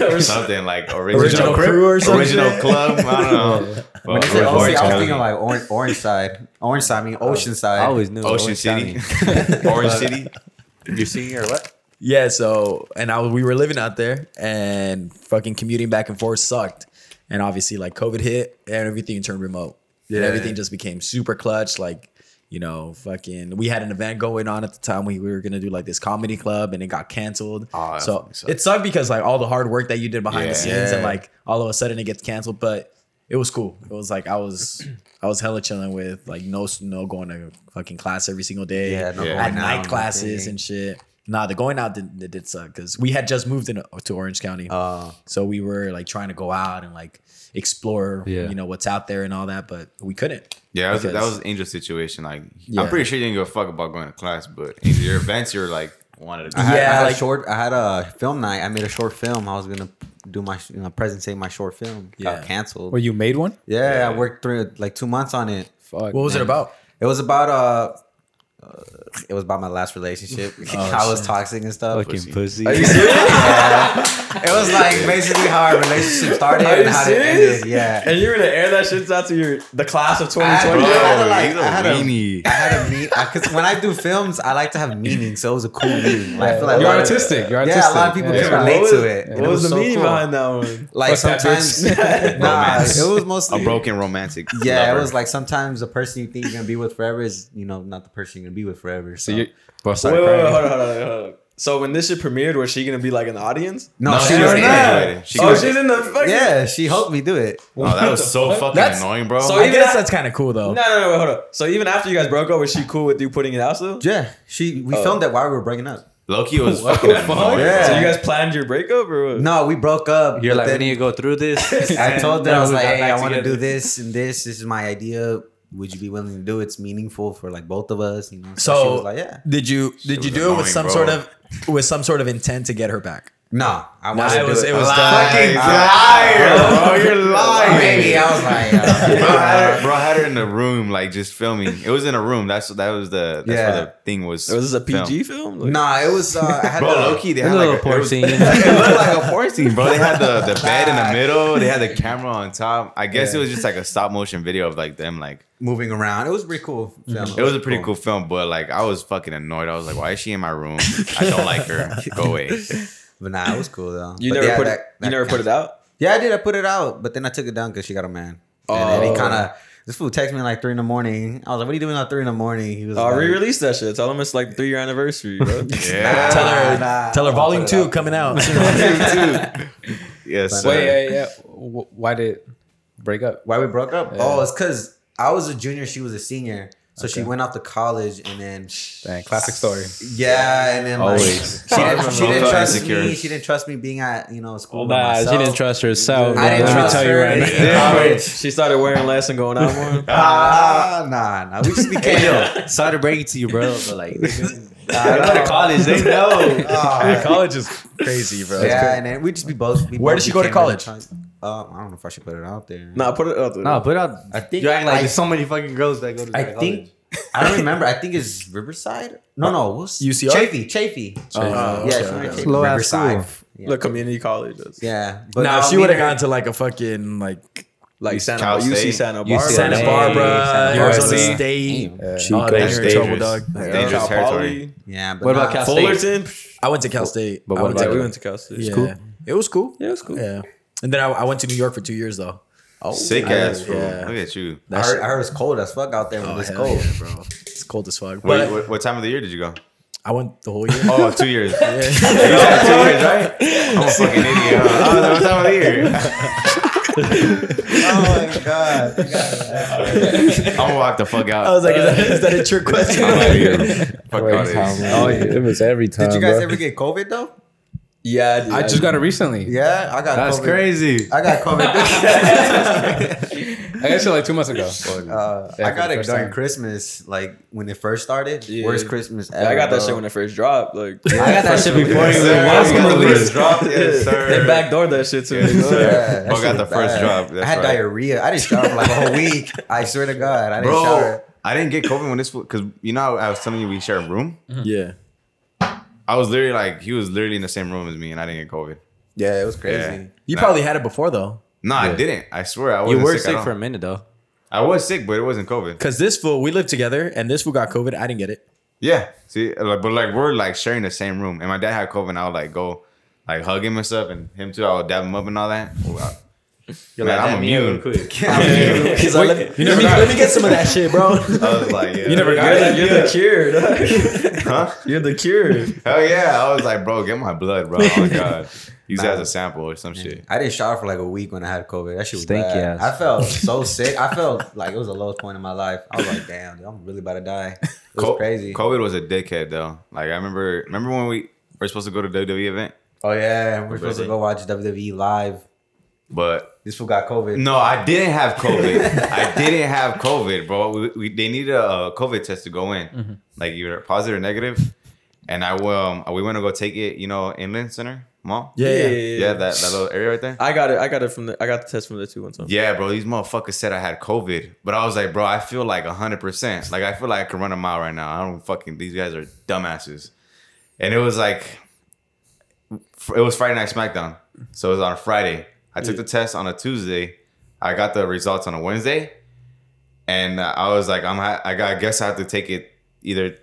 Speaker 2: or something, like original,
Speaker 6: Original crew or something?
Speaker 2: original club. I don't know. Well,
Speaker 5: When they said
Speaker 2: Orange
Speaker 5: OC, I was
Speaker 2: County.
Speaker 5: thinking like orange, orange side, orange side, I mean ocean side.
Speaker 4: I always knew.
Speaker 2: Ocean
Speaker 4: Orange
Speaker 2: City,
Speaker 4: County.
Speaker 2: [laughs] Orange City.
Speaker 4: Your senior or what?
Speaker 6: Yeah, so and I was- we were living out there and fucking commuting back and forth sucked. And obviously like COVID hit and everything turned remote. And everything just became super clutch. Like, you know, fucking we had an event going on at the time. We, we were gonna do like this comedy club and it got canceled.
Speaker 2: Oh, that
Speaker 6: so
Speaker 2: fucking sucks.
Speaker 6: it sucked because like all the hard work that you did behind
Speaker 2: Yeah.
Speaker 6: the scenes and like all of a sudden it gets canceled. But it was cool. It was like I was I was hella chilling with like no no going to fucking class every single day.
Speaker 5: Yeah, no
Speaker 2: Yeah.
Speaker 5: going
Speaker 6: At
Speaker 5: out,
Speaker 6: night
Speaker 5: no
Speaker 6: classes
Speaker 5: thing.
Speaker 6: and shit. Nah, the going out did, it did suck because we had just moved in to Orange County,
Speaker 5: Uh,
Speaker 6: so we were like trying to go out and like explore,
Speaker 1: Yeah.
Speaker 6: you know, what's out there and all that, but we couldn't.
Speaker 2: Yeah, that was, that
Speaker 6: Because-
Speaker 2: was Angel's situation. Like,
Speaker 6: Yeah.
Speaker 2: I'm pretty sure you didn't give a fuck about going to class, but Angel, your events, you're like wanted to.
Speaker 5: I had, I
Speaker 6: Yeah,
Speaker 5: had
Speaker 6: like-
Speaker 5: a short. I had a film night. I made a short film. I was gonna do my you know, presentate my short film.
Speaker 6: Yeah.
Speaker 5: Got canceled.
Speaker 1: Well, you made one.
Speaker 5: yeah, I worked through like two months on it.
Speaker 1: Fuck.
Speaker 6: What was it about?
Speaker 5: It was about uh, uh, it was about my last relationship. I was toxic and stuff.
Speaker 4: Fucking pussy.
Speaker 5: It was like basically how our relationship started
Speaker 3: Are you
Speaker 5: and how it
Speaker 3: serious?
Speaker 5: ended. Yeah.
Speaker 3: [laughs] And you're gonna air that shit out to your the class of
Speaker 5: I-
Speaker 2: Bro,
Speaker 3: 2020.
Speaker 5: I [laughs] had a, like,
Speaker 2: he's a
Speaker 5: I had a-
Speaker 2: weenie.
Speaker 5: I had a mean because when I do films, I like to have meaning, so it was a cool meaning. Like, I feel like a
Speaker 1: You're
Speaker 5: lot of-
Speaker 1: artistic. You're artistic.
Speaker 5: Yeah, a lot of people
Speaker 1: Yeah.
Speaker 5: can relate to it. and
Speaker 3: What
Speaker 5: it
Speaker 3: was, the
Speaker 5: so
Speaker 3: meaning
Speaker 5: cool.
Speaker 3: behind that one?
Speaker 5: Like
Speaker 1: Fuck that
Speaker 5: sometimes,
Speaker 1: bitch.
Speaker 5: nah,
Speaker 2: Romance.
Speaker 5: it was
Speaker 2: A
Speaker 5: mostly
Speaker 2: broken romantic.
Speaker 5: Yeah,
Speaker 2: lover.
Speaker 5: it was like sometimes the person you think you're gonna be with forever is you know not the person you're gonna be with forever. So,
Speaker 1: So you, well,
Speaker 3: Wait,
Speaker 1: sorry,
Speaker 3: wait, wait,
Speaker 1: Frank.
Speaker 3: hold on, hold on, hold on. So when this shit premiered, was she gonna be like in the audience?
Speaker 5: no,
Speaker 2: she
Speaker 5: she
Speaker 2: was
Speaker 5: was
Speaker 2: in
Speaker 5: there.
Speaker 2: it. She
Speaker 3: oh,
Speaker 2: was-
Speaker 3: she's in the fucking.
Speaker 5: Yeah, she helped me do it.
Speaker 2: Oh, that was so fucking
Speaker 6: That's-
Speaker 2: annoying, bro.
Speaker 5: Oh,
Speaker 3: So
Speaker 6: I
Speaker 3: even
Speaker 6: guess
Speaker 3: I-
Speaker 6: that's kind of cool though.
Speaker 3: No, no, no, wait, hold on. So even after you guys broke up, was she cool with you putting it out still?
Speaker 5: Yeah, she we filmed it while we were breaking up.
Speaker 2: Loki was fucking annoying.
Speaker 5: Yeah.
Speaker 3: So you guys planned your breakup or what?
Speaker 5: No, we broke up.
Speaker 4: You're
Speaker 5: but
Speaker 4: like, we
Speaker 5: then-
Speaker 4: need to go through this.
Speaker 5: [laughs] I told them
Speaker 4: [laughs] Then
Speaker 5: I was
Speaker 4: we
Speaker 5: like,
Speaker 4: got
Speaker 5: hey,
Speaker 4: back
Speaker 5: I want to
Speaker 4: together.
Speaker 5: do this and this. This is my idea. Would you be willing to do it? It's meaningful for like both of us. You know. she
Speaker 6: So
Speaker 5: was like, yeah.
Speaker 6: did you did
Speaker 2: was
Speaker 6: you do it
Speaker 2: annoying,
Speaker 6: with some
Speaker 2: bro.
Speaker 6: sort of with some sort of intent to get her back?
Speaker 5: No, I wanted
Speaker 6: it
Speaker 5: to
Speaker 6: was-
Speaker 5: do it.
Speaker 6: it
Speaker 5: [laughs]
Speaker 6: was
Speaker 2: Fucking liar, bro. You're lying.
Speaker 5: Maybe I was like,
Speaker 2: [laughs] bro, I had her,
Speaker 5: uh,
Speaker 2: bro, I had her in the room, like just filming. It was in a room. That's that was the that's
Speaker 5: Yeah.
Speaker 2: where the thing was.
Speaker 3: Was this a
Speaker 2: filmed.
Speaker 3: PG film? Like-
Speaker 5: nah, it was. Uh, I had
Speaker 2: Bro,
Speaker 5: a-
Speaker 2: low key, they
Speaker 4: There's
Speaker 2: had
Speaker 4: a little
Speaker 2: like a, it,
Speaker 4: porn
Speaker 2: was,
Speaker 4: scene.
Speaker 2: it
Speaker 5: [laughs]
Speaker 2: looked like a porn scene, bro. They had the, the bed in the middle. They had the camera on top. I guess it was just like a stop motion video of like them. Like
Speaker 5: moving around. It was pretty cool. film.
Speaker 2: it was a pretty cool film, but like I was fucking annoyed. I was like, why is she in my room? I
Speaker 6: [laughs]
Speaker 2: don't like her. Go away.
Speaker 5: But nah, it was cool though.
Speaker 3: You
Speaker 5: But
Speaker 3: never
Speaker 5: yeah,
Speaker 3: put it.
Speaker 5: that- that
Speaker 3: you never put it out.
Speaker 5: [laughs] Yeah, I did. I put it out, but then I took it down because she got a man. And then
Speaker 3: Oh.
Speaker 5: he kind of this fool texted me like three in the morning. I was like, "What are you doing at three in the morning?" He was
Speaker 3: Oh,
Speaker 5: like,
Speaker 3: re-release that shit. Tell them it's like three year
Speaker 5: [laughs]
Speaker 3: anniversary, bro.
Speaker 2: Yeah.
Speaker 6: Tell her
Speaker 5: nah.
Speaker 6: tell her volume two
Speaker 5: [laughs]
Speaker 6: coming out. [laughs]
Speaker 2: Yes.
Speaker 1: Wait,
Speaker 2: Sir.
Speaker 1: yeah, yeah. Wh- Why did it break up?
Speaker 5: "Why we broke up?" Oh, it's because I was a junior, she was a senior, so she went off to college, and then
Speaker 1: Dang, classic
Speaker 5: [laughs]
Speaker 1: story.
Speaker 5: yeah, and then like,
Speaker 1: Always.
Speaker 5: she didn't, she didn't
Speaker 2: Felt
Speaker 5: trust
Speaker 2: insecure.
Speaker 5: me. She didn't trust me being at you know school. by
Speaker 9: Nah, she
Speaker 5: myself.
Speaker 9: didn't trust herself.
Speaker 5: I
Speaker 9: bro.
Speaker 5: didn't
Speaker 9: Let me
Speaker 5: trust
Speaker 9: tell you
Speaker 5: her.
Speaker 9: right now.
Speaker 5: Yeah.
Speaker 4: [laughs]
Speaker 3: she started wearing less and going out more.
Speaker 5: [laughs] Ah, nah, nah. We just became.
Speaker 4: Yo, sorry to break it to you, bro, but [laughs] like,
Speaker 5: I
Speaker 4: go to
Speaker 5: know. [laughs]
Speaker 4: college, they know. [laughs]
Speaker 5: Ah.
Speaker 6: College is crazy, bro.
Speaker 5: Yeah, and then we just be both. we
Speaker 6: Where
Speaker 5: both
Speaker 6: did she go to
Speaker 5: became really
Speaker 6: college?
Speaker 5: tight. Uh, I don't know if I should put it out there.
Speaker 3: nah, put it out there.
Speaker 4: No, put out. I
Speaker 5: think-
Speaker 4: you act like
Speaker 5: I-
Speaker 4: there's so many fucking girls that go to.
Speaker 5: I
Speaker 4: that
Speaker 5: think
Speaker 4: college.
Speaker 5: I don't remember. I think it's Riverside. No, no, what's
Speaker 6: UCR?
Speaker 5: Chafee, Chafee.
Speaker 6: Oh,
Speaker 5: yeah,
Speaker 6: okay,
Speaker 5: she went to
Speaker 6: okay.
Speaker 5: Chafee.
Speaker 4: Slow ass
Speaker 5: Riverside. Yeah.
Speaker 3: the community college.
Speaker 5: yeah, but no,
Speaker 6: Now, if she
Speaker 5: me
Speaker 6: would have
Speaker 5: and her-
Speaker 6: gone to like a fucking like
Speaker 3: like Santa,
Speaker 2: Cal
Speaker 3: UC
Speaker 2: State.
Speaker 3: Santa
Speaker 4: UC
Speaker 3: Barbara,
Speaker 4: Santa
Speaker 6: Santa
Speaker 4: Hey,
Speaker 6: Barbara,
Speaker 4: Santa
Speaker 6: Arizona
Speaker 2: Barbara.
Speaker 6: State.
Speaker 1: Yeah.
Speaker 6: Oh, then
Speaker 2: That's
Speaker 6: you're in trouble,
Speaker 2: dangerous.
Speaker 6: dog.
Speaker 2: That's
Speaker 3: Yeah,
Speaker 2: dangerous
Speaker 3: Cal
Speaker 2: territory.
Speaker 3: Poly,
Speaker 5: Yeah, but
Speaker 4: What about
Speaker 5: nah,
Speaker 4: Cal State?
Speaker 3: Fullerton.
Speaker 6: I went to Cal State.
Speaker 1: But
Speaker 6: I
Speaker 1: what
Speaker 6: went
Speaker 1: about
Speaker 6: to-
Speaker 3: Yeah, we went to Cal State.
Speaker 6: yeah.
Speaker 3: It's cool.
Speaker 6: It was cool.
Speaker 3: Yeah, it was cool.
Speaker 6: Yeah. And then I, I went to New York for two years though.
Speaker 2: Sick ass, bro.
Speaker 6: Yeah.
Speaker 2: Look at you.
Speaker 5: I heard, I heard it's cold as fuck out there when it's
Speaker 6: Oh, hell
Speaker 5: cold.
Speaker 6: yeah, bro. It's cold as
Speaker 2: Wait,
Speaker 6: fuck. But
Speaker 2: what, what time of the year did you go?
Speaker 6: I went the whole year.
Speaker 2: Oh, [laughs] two years. Yeah. you said two years, right? I'm a fucking idiot. huh? Oh, that was time of the year.
Speaker 5: [laughs] Oh my god!
Speaker 2: [laughs] I'm gonna walk the fuck out.
Speaker 6: [laughs] I was like, is that, is that a trick
Speaker 2: [laughs]
Speaker 6: question? [laughs]
Speaker 2: I'm outta here. Fuck
Speaker 9: Every
Speaker 2: all
Speaker 9: time,
Speaker 2: this.
Speaker 4: Oh,
Speaker 9: man. it was every time.
Speaker 5: Did you guys
Speaker 9: bro.
Speaker 5: ever get COVID though?
Speaker 3: Yeah, dude,
Speaker 1: I just got it recently.
Speaker 5: Yeah, I got.
Speaker 4: That's
Speaker 5: COVID.
Speaker 4: crazy.
Speaker 5: I got COVID.
Speaker 1: I guess it like two
Speaker 5: [laughs]
Speaker 1: months ago.
Speaker 5: [laughs] uh,
Speaker 1: Yeah,
Speaker 5: I got
Speaker 1: for the
Speaker 5: it
Speaker 1: first
Speaker 5: during
Speaker 1: time.
Speaker 5: Christmas, like when it first started.
Speaker 3: Yeah.
Speaker 5: Worst Christmas ever.
Speaker 3: I got that
Speaker 5: bro.
Speaker 3: shit when it first dropped. Like,
Speaker 4: I got that shit before
Speaker 2: Yes,
Speaker 4: you
Speaker 2: sir.
Speaker 4: even
Speaker 2: You got the
Speaker 4: was
Speaker 2: first drop. Yes, sir.
Speaker 3: they backdoored that shit to me.
Speaker 2: [laughs] Yes,
Speaker 3: bro.
Speaker 2: sir.
Speaker 5: Yeah,
Speaker 2: Bro got the first drop.
Speaker 5: I
Speaker 2: That's
Speaker 5: had
Speaker 2: right.
Speaker 5: diarrhea. I didn't shower for like a
Speaker 2: [laughs]
Speaker 5: whole week. I swear to God, I didn't
Speaker 2: Bro, [laughs]
Speaker 5: shower.
Speaker 2: I didn't get COVID when this because you know how I was telling you we share a room.
Speaker 6: yeah.
Speaker 2: I was literally like he was literally in the same room as me, and I didn't get COVID.
Speaker 5: Yeah, it was
Speaker 2: Yeah.
Speaker 5: crazy.
Speaker 6: You probably had it before though.
Speaker 2: No, I didn't. I swear I
Speaker 4: You
Speaker 2: wasn't
Speaker 4: were
Speaker 2: sick,
Speaker 4: sick
Speaker 2: at
Speaker 4: for
Speaker 2: all.
Speaker 4: a minute though.
Speaker 2: I was sick, but it wasn't COVID.
Speaker 6: Cause this fool, we lived together and this fool got COVID. I didn't get it.
Speaker 2: Yeah, see, like, but like we're like sharing the same room, and my dad had COVID, and I would like go like hug him and stuff, and him too. I would dab him up and all that. Wow.
Speaker 4: You're
Speaker 2: Man,
Speaker 4: like,
Speaker 2: I'm
Speaker 4: "Damn, you
Speaker 2: immune."
Speaker 4: ain't quick.
Speaker 6: He's like, let, me, let me- let me get some of that shit, bro.
Speaker 2: I was
Speaker 4: [laughs]
Speaker 2: like, yeah.
Speaker 1: You never got
Speaker 3: You're,
Speaker 1: it.
Speaker 3: the, you're the cure. dog.
Speaker 2: Huh?
Speaker 3: You're the cure.
Speaker 2: Hell yeah. I was like, bro, get my blood, bro.
Speaker 4: [laughs]
Speaker 2: Oh my god. Use it as a sample or some shit.
Speaker 5: [laughs] I didn't shower for like a week when I had COVID. That shit was
Speaker 4: Stinky
Speaker 5: bad.
Speaker 4: ass.
Speaker 5: I
Speaker 4: [laughs]
Speaker 5: felt so sick. I felt like it was the lowest point in my life. I was like, damn, dude, I'm really about to die. It was
Speaker 2: Co-
Speaker 5: crazy.
Speaker 2: COVID was a dickhead though. Like I remember remember when we were supposed to go to WWE event?
Speaker 5: oh yeah, we're supposed to go watch WWE live.
Speaker 2: But
Speaker 5: This fool got COVID.
Speaker 2: no, I didn't have COVID. I didn't have COVID, bro. We, we, they need a uh, COVID test to go in,
Speaker 6: Mm-hmm.
Speaker 2: like either positive or negative. And I um, we want to go take it, you know, Inland Center Mall.
Speaker 6: Yeah, yeah.
Speaker 2: yeah, that, that little area right there.
Speaker 3: I got it. I got it from the. I got the test from the two one time.
Speaker 2: Yeah, bro, these motherfuckers said I had COVID, but I was like, bro, I feel like hundred percent. Like I feel like I can run a mile right now. I don't fucking. These guys are dumbasses. And it was like, it was Friday Night SmackDown, so it was on a Friday. I took the test on a Tuesday. I got the results on a Wednesday, and uh, I was like, I'm. Ha- I got. I guess I have to take it either.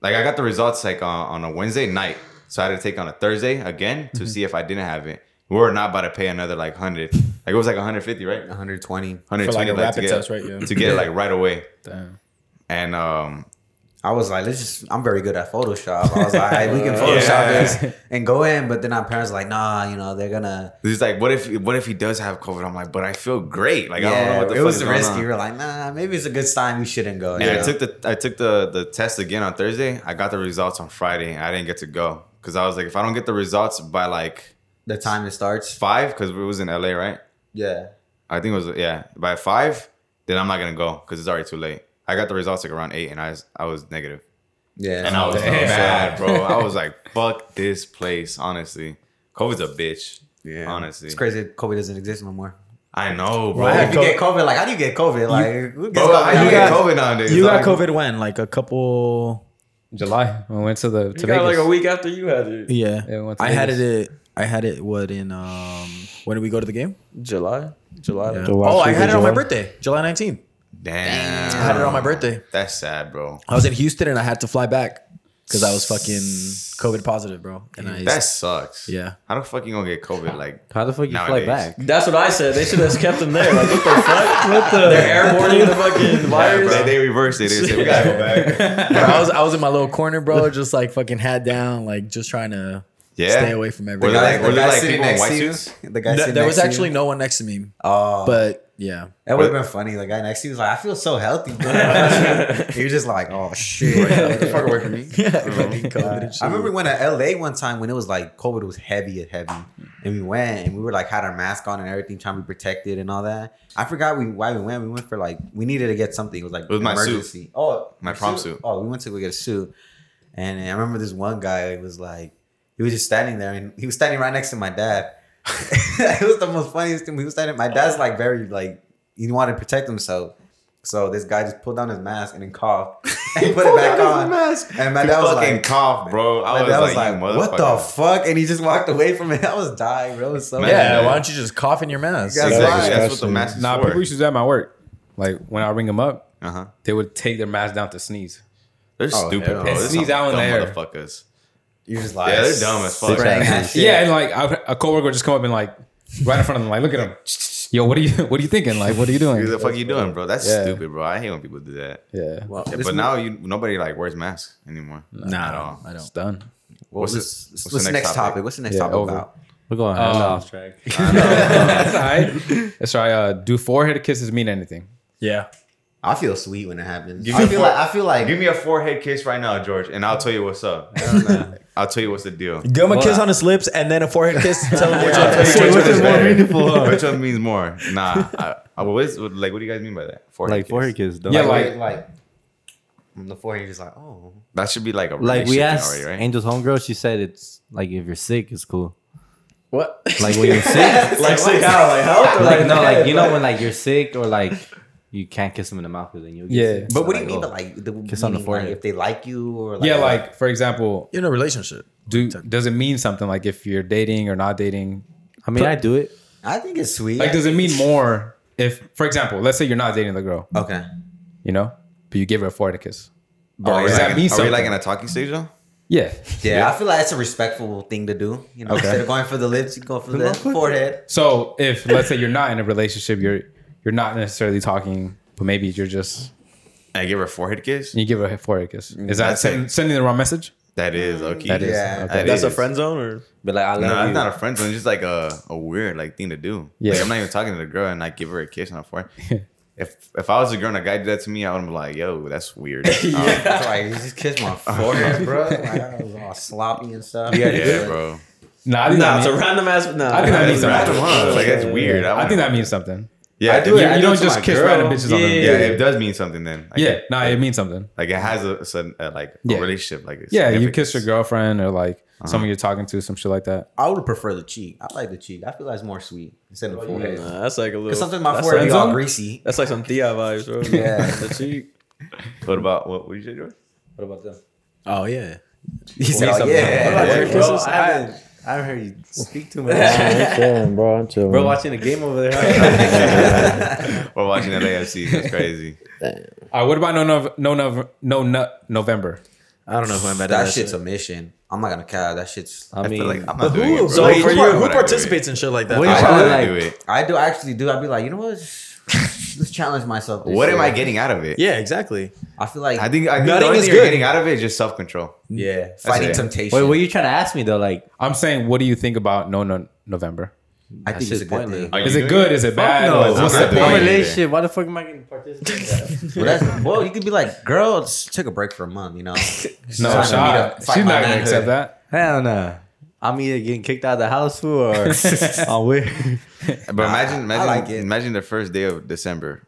Speaker 2: Like I got the results like on, on a Wednesday night, so I had to take on a Thursday again to see if I didn't have it. We were not about to pay another like hundred. Like it was like 150, right?
Speaker 5: 120.
Speaker 2: 120
Speaker 7: like, a
Speaker 2: to
Speaker 7: rapid
Speaker 2: get,
Speaker 7: test, right? Yeah.
Speaker 2: to get it like right away.
Speaker 1: Damn.
Speaker 2: And um,
Speaker 5: I was like, let's just. I'm very good at Photoshop. I was like, "Hey,
Speaker 2: [laughs]
Speaker 5: we can Photoshop this and go in. But then our parents were like, nah, you know, they're gonna.
Speaker 2: he's like, "What if? What if he does have COVID?" I'm like, "But I feel great. Like I don't know
Speaker 5: Yeah,
Speaker 2: what the
Speaker 5: it
Speaker 2: fuck
Speaker 5: was
Speaker 2: is going
Speaker 5: risky.
Speaker 2: on."
Speaker 5: We were like, nah, maybe it's a good sign. We shouldn't go.
Speaker 2: Yeah,
Speaker 5: you
Speaker 2: I
Speaker 5: know?
Speaker 2: took the I took the the test again on Thursday. I got the results on Friday, and I didn't get to go because I was like, if I don't get the results by like
Speaker 5: the time it starts.
Speaker 2: five, because we was in LA, right?
Speaker 5: Yeah,
Speaker 2: I think it was yeah by five. Then I'm not gonna go because it's already too late. I got the results like around eight, and I was, I was negative,
Speaker 5: yeah.
Speaker 2: and I was bad, bro. I was [laughs] like, "Fuck this place," honestly. COVID's a bitch. Yeah, honestly,
Speaker 5: it's crazy. that COVID doesn't exist no more.
Speaker 2: I know, bro.
Speaker 6: I
Speaker 5: If
Speaker 6: had
Speaker 5: you get COVID, like, how do you get COVID? Like, who gets
Speaker 2: Bro, I
Speaker 5: COVID?
Speaker 2: do get
Speaker 5: Like,
Speaker 2: COVID nowadays.
Speaker 6: You got
Speaker 2: dog.
Speaker 6: COVID when? Like a couple.
Speaker 1: July. We went to the to
Speaker 3: You got
Speaker 1: Vegas.
Speaker 3: like a week after you had it.
Speaker 6: Yeah.
Speaker 1: Yeah, we went to
Speaker 6: I had it.
Speaker 1: Vegas.
Speaker 6: At, I had it. What in? Um. When did we go to the game?
Speaker 3: July. July.
Speaker 6: Yeah.
Speaker 3: like-
Speaker 9: July,
Speaker 6: Oh, I had it on my
Speaker 9: July.
Speaker 6: birthday, July 19th.
Speaker 2: Damn.
Speaker 6: I had it on my birthday.
Speaker 2: That's sad, bro.
Speaker 6: I was in Houston and I had to fly back because I was fucking COVID positive, bro. And I
Speaker 2: That sucks.
Speaker 6: yeah.
Speaker 2: How the fuck you gonna get COVID? Like,
Speaker 4: How the fuck you fly
Speaker 2: Nowadays.
Speaker 4: back?
Speaker 3: That's what I said. They should have kept them there. Like what the fuck? [laughs] What the? They're airborneing the fucking virus.
Speaker 2: they, they reversed it. They said we gotta go back. [laughs]
Speaker 6: But I was I was in my little
Speaker 5: [laughs]
Speaker 6: corner, bro, just like fucking head down, like just trying to
Speaker 2: Yeah.
Speaker 6: stay away from
Speaker 2: Were
Speaker 6: everybody.
Speaker 2: there like,
Speaker 5: the
Speaker 2: were there
Speaker 5: guy
Speaker 2: like
Speaker 5: sitting
Speaker 2: people in
Speaker 5: next
Speaker 2: white
Speaker 5: to you?
Speaker 2: suits?
Speaker 5: The guy
Speaker 6: Th-
Speaker 5: sitting
Speaker 6: there was
Speaker 5: next to
Speaker 6: actually
Speaker 5: you?
Speaker 6: no one next to me,
Speaker 5: Oh,
Speaker 6: but
Speaker 5: [laughs]
Speaker 6: yeah,
Speaker 5: that would have been funny. The guy next to you was like, I feel
Speaker 6: [laughs]
Speaker 5: so healthy. [laughs] bro." You're just like, oh shit.
Speaker 6: fuck away [laughs] from me.
Speaker 5: Oh.
Speaker 6: fucking COVID. and
Speaker 5: I
Speaker 6: shit.
Speaker 5: remember we went to LA one time when it was like COVID was heavy at heavy, and we went and we were like had our mask on and everything, trying to be protected and all that. I forgot we why we went. We went for like we needed to get something. It was like
Speaker 2: was my suit.
Speaker 5: Oh,
Speaker 2: My
Speaker 5: your
Speaker 2: prom suit.
Speaker 5: Oh, we went to go get a suit, and I remember this one guy was like, he was just standing there and he was standing right next to my dad. [laughs] it was the most funniest thing. He was standing. My dad's like very like he wanted to protect himself. So this guy just pulled down his mask and then coughed [laughs] and put it back on. And my
Speaker 2: You
Speaker 5: dad was
Speaker 2: fucking
Speaker 5: like,
Speaker 2: cough, bro. I
Speaker 5: my
Speaker 2: was,
Speaker 5: dad was
Speaker 2: like,
Speaker 5: like,
Speaker 2: you
Speaker 5: "What the
Speaker 2: motherfucker."
Speaker 5: fuck?" And he just walked away from it. [laughs] I was dying, bro. It was so
Speaker 2: Man,
Speaker 5: bad.
Speaker 6: yeah, why don't you just cough in your mask?
Speaker 5: You guys-
Speaker 2: Exactly.
Speaker 5: That's
Speaker 2: That's what the mask is
Speaker 1: Nah,
Speaker 2: for.
Speaker 1: people used to do that at my work. Like when I ring them up,
Speaker 2: uh-huh.
Speaker 1: they would take their mask down to sneeze.
Speaker 2: They're
Speaker 5: Oh,
Speaker 2: stupid,
Speaker 5: hell.
Speaker 2: bro.
Speaker 5: And
Speaker 2: They're
Speaker 1: sneeze
Speaker 2: some
Speaker 1: out in
Speaker 2: dumb
Speaker 1: the air.
Speaker 2: motherfuckers.
Speaker 5: You're just like,
Speaker 2: Yeah, they're dumb as fuck.
Speaker 5: spraying that shit.
Speaker 1: Yeah, and like I would, a coworker would just come up and like right in front of them, like
Speaker 5: [laughs]
Speaker 1: look at him. Yo, what are you? [laughs] What are you thinking? Like, what are you
Speaker 2: What
Speaker 1: doing?
Speaker 2: the fuck you doing, bro? That's
Speaker 1: Yeah.
Speaker 2: stupid, bro. I hate when people do that.
Speaker 1: Yeah,
Speaker 5: Well,
Speaker 2: Yeah,
Speaker 5: this
Speaker 2: but
Speaker 5: mo-
Speaker 2: now you nobody like wears masks anymore.
Speaker 6: Nah,
Speaker 2: at all.
Speaker 6: I
Speaker 1: it's
Speaker 6: don't.
Speaker 1: done.
Speaker 5: what
Speaker 2: what's
Speaker 5: was
Speaker 2: this-
Speaker 5: this? What's, the next topic? What's the next
Speaker 1: Yeah,
Speaker 5: topic
Speaker 1: over.
Speaker 5: about?
Speaker 4: We're going
Speaker 1: Um,
Speaker 4: hella off track.
Speaker 1: That's all right. [laughs] That's all right. Uh, do forehead kisses mean anything?
Speaker 6: Yeah,
Speaker 5: I feel sweet when it happens.
Speaker 2: Give me
Speaker 5: I feel
Speaker 2: four-
Speaker 5: like I feel like
Speaker 2: Give me a forehead kiss right now, George, and I'll tell you what's up. I'll tell you what's the deal.
Speaker 6: give him a kiss on his lips and then a forehead kiss. Tell him which
Speaker 2: Yeah,
Speaker 6: one.
Speaker 2: which
Speaker 6: Say
Speaker 2: one
Speaker 6: which
Speaker 2: is
Speaker 6: one's
Speaker 2: better?
Speaker 6: more meaningful.
Speaker 2: Which one means more? Nah. I, I, what is, what- like, what do you guys mean by that? Forehead
Speaker 4: Like
Speaker 2: kiss.
Speaker 4: four kids, though.
Speaker 1: Yeah,
Speaker 4: like,
Speaker 5: like
Speaker 1: like-
Speaker 5: like on the forehead. You're just like, oh,
Speaker 2: That should be like a
Speaker 4: we
Speaker 2: relationship thing
Speaker 4: asked
Speaker 2: already, right?
Speaker 4: Angel's homegirl. She said it's like if you're sick, it's cool.
Speaker 3: What?
Speaker 4: Like
Speaker 5: [laughs]
Speaker 4: when you're sick,
Speaker 3: Like sick how? Like health? Or
Speaker 4: like
Speaker 3: like
Speaker 4: no, like you know when like you're sick or like you can't kiss them in the mouth because then you
Speaker 1: Yeah.
Speaker 4: sick.
Speaker 5: but
Speaker 4: So,
Speaker 5: what do you mean? by
Speaker 4: oh.
Speaker 5: like the
Speaker 4: kiss on the
Speaker 5: meaning, like,
Speaker 4: forehead.
Speaker 5: if they like you or like,
Speaker 1: Yeah, like for example,
Speaker 6: You're in a relationship.
Speaker 1: do does it mean something? Like if you're dating or not dating?
Speaker 4: I mean, I do it.
Speaker 5: I think it's sweet.
Speaker 1: Like, does it mean more if, for example, let's say you're not dating the girl,
Speaker 5: okay.
Speaker 1: you know, but you give her a forehead kiss?
Speaker 2: Are we
Speaker 1: does
Speaker 2: like
Speaker 1: Oh, that
Speaker 2: in-
Speaker 1: mean
Speaker 2: Are we like
Speaker 1: something?
Speaker 2: in a talking stage though?
Speaker 1: Yeah.
Speaker 5: Yeah, I feel like it's a respectful thing to do. You know, instead of going for the lips, you go for the forehead.
Speaker 1: So if let's say you're not in a relationship, you're you're not necessarily talking, but maybe you're just
Speaker 2: I give her a forehead kiss.
Speaker 1: you give her a forehead kiss. Is that
Speaker 2: That's
Speaker 1: send,
Speaker 2: it.
Speaker 1: sending the wrong message?
Speaker 2: That is okay.
Speaker 1: That is.
Speaker 5: Yeah.
Speaker 1: Okay.
Speaker 3: That's a
Speaker 2: is.
Speaker 3: friend zone or
Speaker 4: But like I
Speaker 2: No,
Speaker 4: love
Speaker 2: that's
Speaker 4: you.
Speaker 2: not a friend zone. It's just like a, a weird like thing to do.
Speaker 1: Yeah.
Speaker 2: Like, I'm not even talking to the girl and I give her a kiss on her
Speaker 1: [laughs]
Speaker 2: forehead. if if I was a girl and a guy did that to me, I would be like, yo,
Speaker 1: [laughs]
Speaker 2: that's weird. [laughs] Um, yeah.
Speaker 5: That's why you just kiss [laughs] my forehead, bro. Like, I was all sloppy and stuff. Yeah,
Speaker 2: yeah, bro.
Speaker 1: Nah, I think
Speaker 3: nah?
Speaker 1: that
Speaker 3: It's a
Speaker 1: means,
Speaker 3: random ass. Nah,
Speaker 1: I think that means
Speaker 2: That's random,
Speaker 1: something.
Speaker 2: huh? Like that's weird.
Speaker 1: I
Speaker 2: wanna-
Speaker 1: think that means something.
Speaker 2: Yeah,
Speaker 1: I do it.
Speaker 2: if you-
Speaker 1: You
Speaker 2: you
Speaker 1: don't
Speaker 2: to
Speaker 1: just
Speaker 2: my
Speaker 1: kiss
Speaker 2: girl-
Speaker 1: random bitches on
Speaker 2: Yeah,
Speaker 1: them.
Speaker 2: it does mean something then. Like,
Speaker 1: Yeah. Nah, it means something.
Speaker 2: like it has a, sudden uh, like a
Speaker 1: Yeah.
Speaker 2: relationship like it's
Speaker 1: Yeah, you
Speaker 2: significant.
Speaker 1: kiss your girlfriend or like someone you're talking to, some shit like that.
Speaker 5: I would prefer the cheek. I like the cheek. I feel like it's more sweet instead of the forehead. Because
Speaker 3: Nah, that's like a little.
Speaker 5: sometimes my
Speaker 3: that's
Speaker 5: forehead be
Speaker 3: like-
Speaker 5: all greasy.
Speaker 3: That's like some Thea vibes, bro.
Speaker 5: Yeah.
Speaker 3: [laughs] the cheek.
Speaker 2: What about what? What you say,
Speaker 1: [laughs]
Speaker 2: George? [laughs]
Speaker 4: What about them?
Speaker 7: Oh yeah.
Speaker 5: He said, oh,
Speaker 2: What about
Speaker 5: yeah.
Speaker 2: your
Speaker 5: Bro,
Speaker 2: kisses?
Speaker 5: I haven't- I haven't heard you speak too much.
Speaker 9: I'm chilling, bro. I'm chilling.
Speaker 4: We're watching a game over [laughs] there.
Speaker 2: We're watching LAFC. That's crazy.
Speaker 1: All right, what about no no no no no no November?
Speaker 7: I don't know who I'm at.
Speaker 5: that shit's a mission. I'm not gonna cow. That shit's.
Speaker 4: I
Speaker 2: I
Speaker 4: mean,
Speaker 2: feel like I'm not doing it. Bro.
Speaker 7: So
Speaker 2: Like,
Speaker 7: for
Speaker 2: why
Speaker 7: you,
Speaker 2: would
Speaker 7: who
Speaker 2: I do
Speaker 7: participates in shit like that?
Speaker 2: It?
Speaker 5: you
Speaker 2: I
Speaker 5: trying
Speaker 2: would
Speaker 5: to,
Speaker 2: do it.
Speaker 5: I do actually do. I'd be like, you know what? Let's challenge myself. this
Speaker 2: What am
Speaker 5: year.
Speaker 2: I getting out of it?
Speaker 7: Yeah, exactly.
Speaker 5: I feel like
Speaker 2: I think I think the
Speaker 7: Nothing
Speaker 2: only
Speaker 7: is
Speaker 2: thing you're
Speaker 7: good.
Speaker 2: getting out of it is just self control.
Speaker 5: yeah, fighting
Speaker 2: it.
Speaker 5: temptation.
Speaker 4: wait, what are you trying to ask me though? Like,
Speaker 1: I'm saying, what do you think about no no November?
Speaker 5: I think it's
Speaker 4: shit's
Speaker 5: a good
Speaker 4: pointless.
Speaker 5: thing.
Speaker 1: Is it good? Is it bad? Or
Speaker 2: I'm
Speaker 1: What's
Speaker 2: not
Speaker 1: the
Speaker 2: doing it.
Speaker 4: I'm
Speaker 1: point?
Speaker 4: in a relationship. Why the fuck am I getting to participate? in that?
Speaker 5: Well, that's, well, you could be like, girl, just take a break for a month,
Speaker 2: [laughs]
Speaker 5: you know. She's
Speaker 1: No,
Speaker 5: trying
Speaker 1: she's
Speaker 5: to meet
Speaker 1: not
Speaker 5: up, fight
Speaker 1: she's
Speaker 5: my
Speaker 1: not gonna
Speaker 5: manhood.
Speaker 1: accept that.
Speaker 4: Hell no. I'm either getting kicked out of the house fool, [laughs] or I'm weird.
Speaker 2: But imagine,
Speaker 5: I
Speaker 2: imagine,
Speaker 5: like it.
Speaker 2: imagine the first day of December.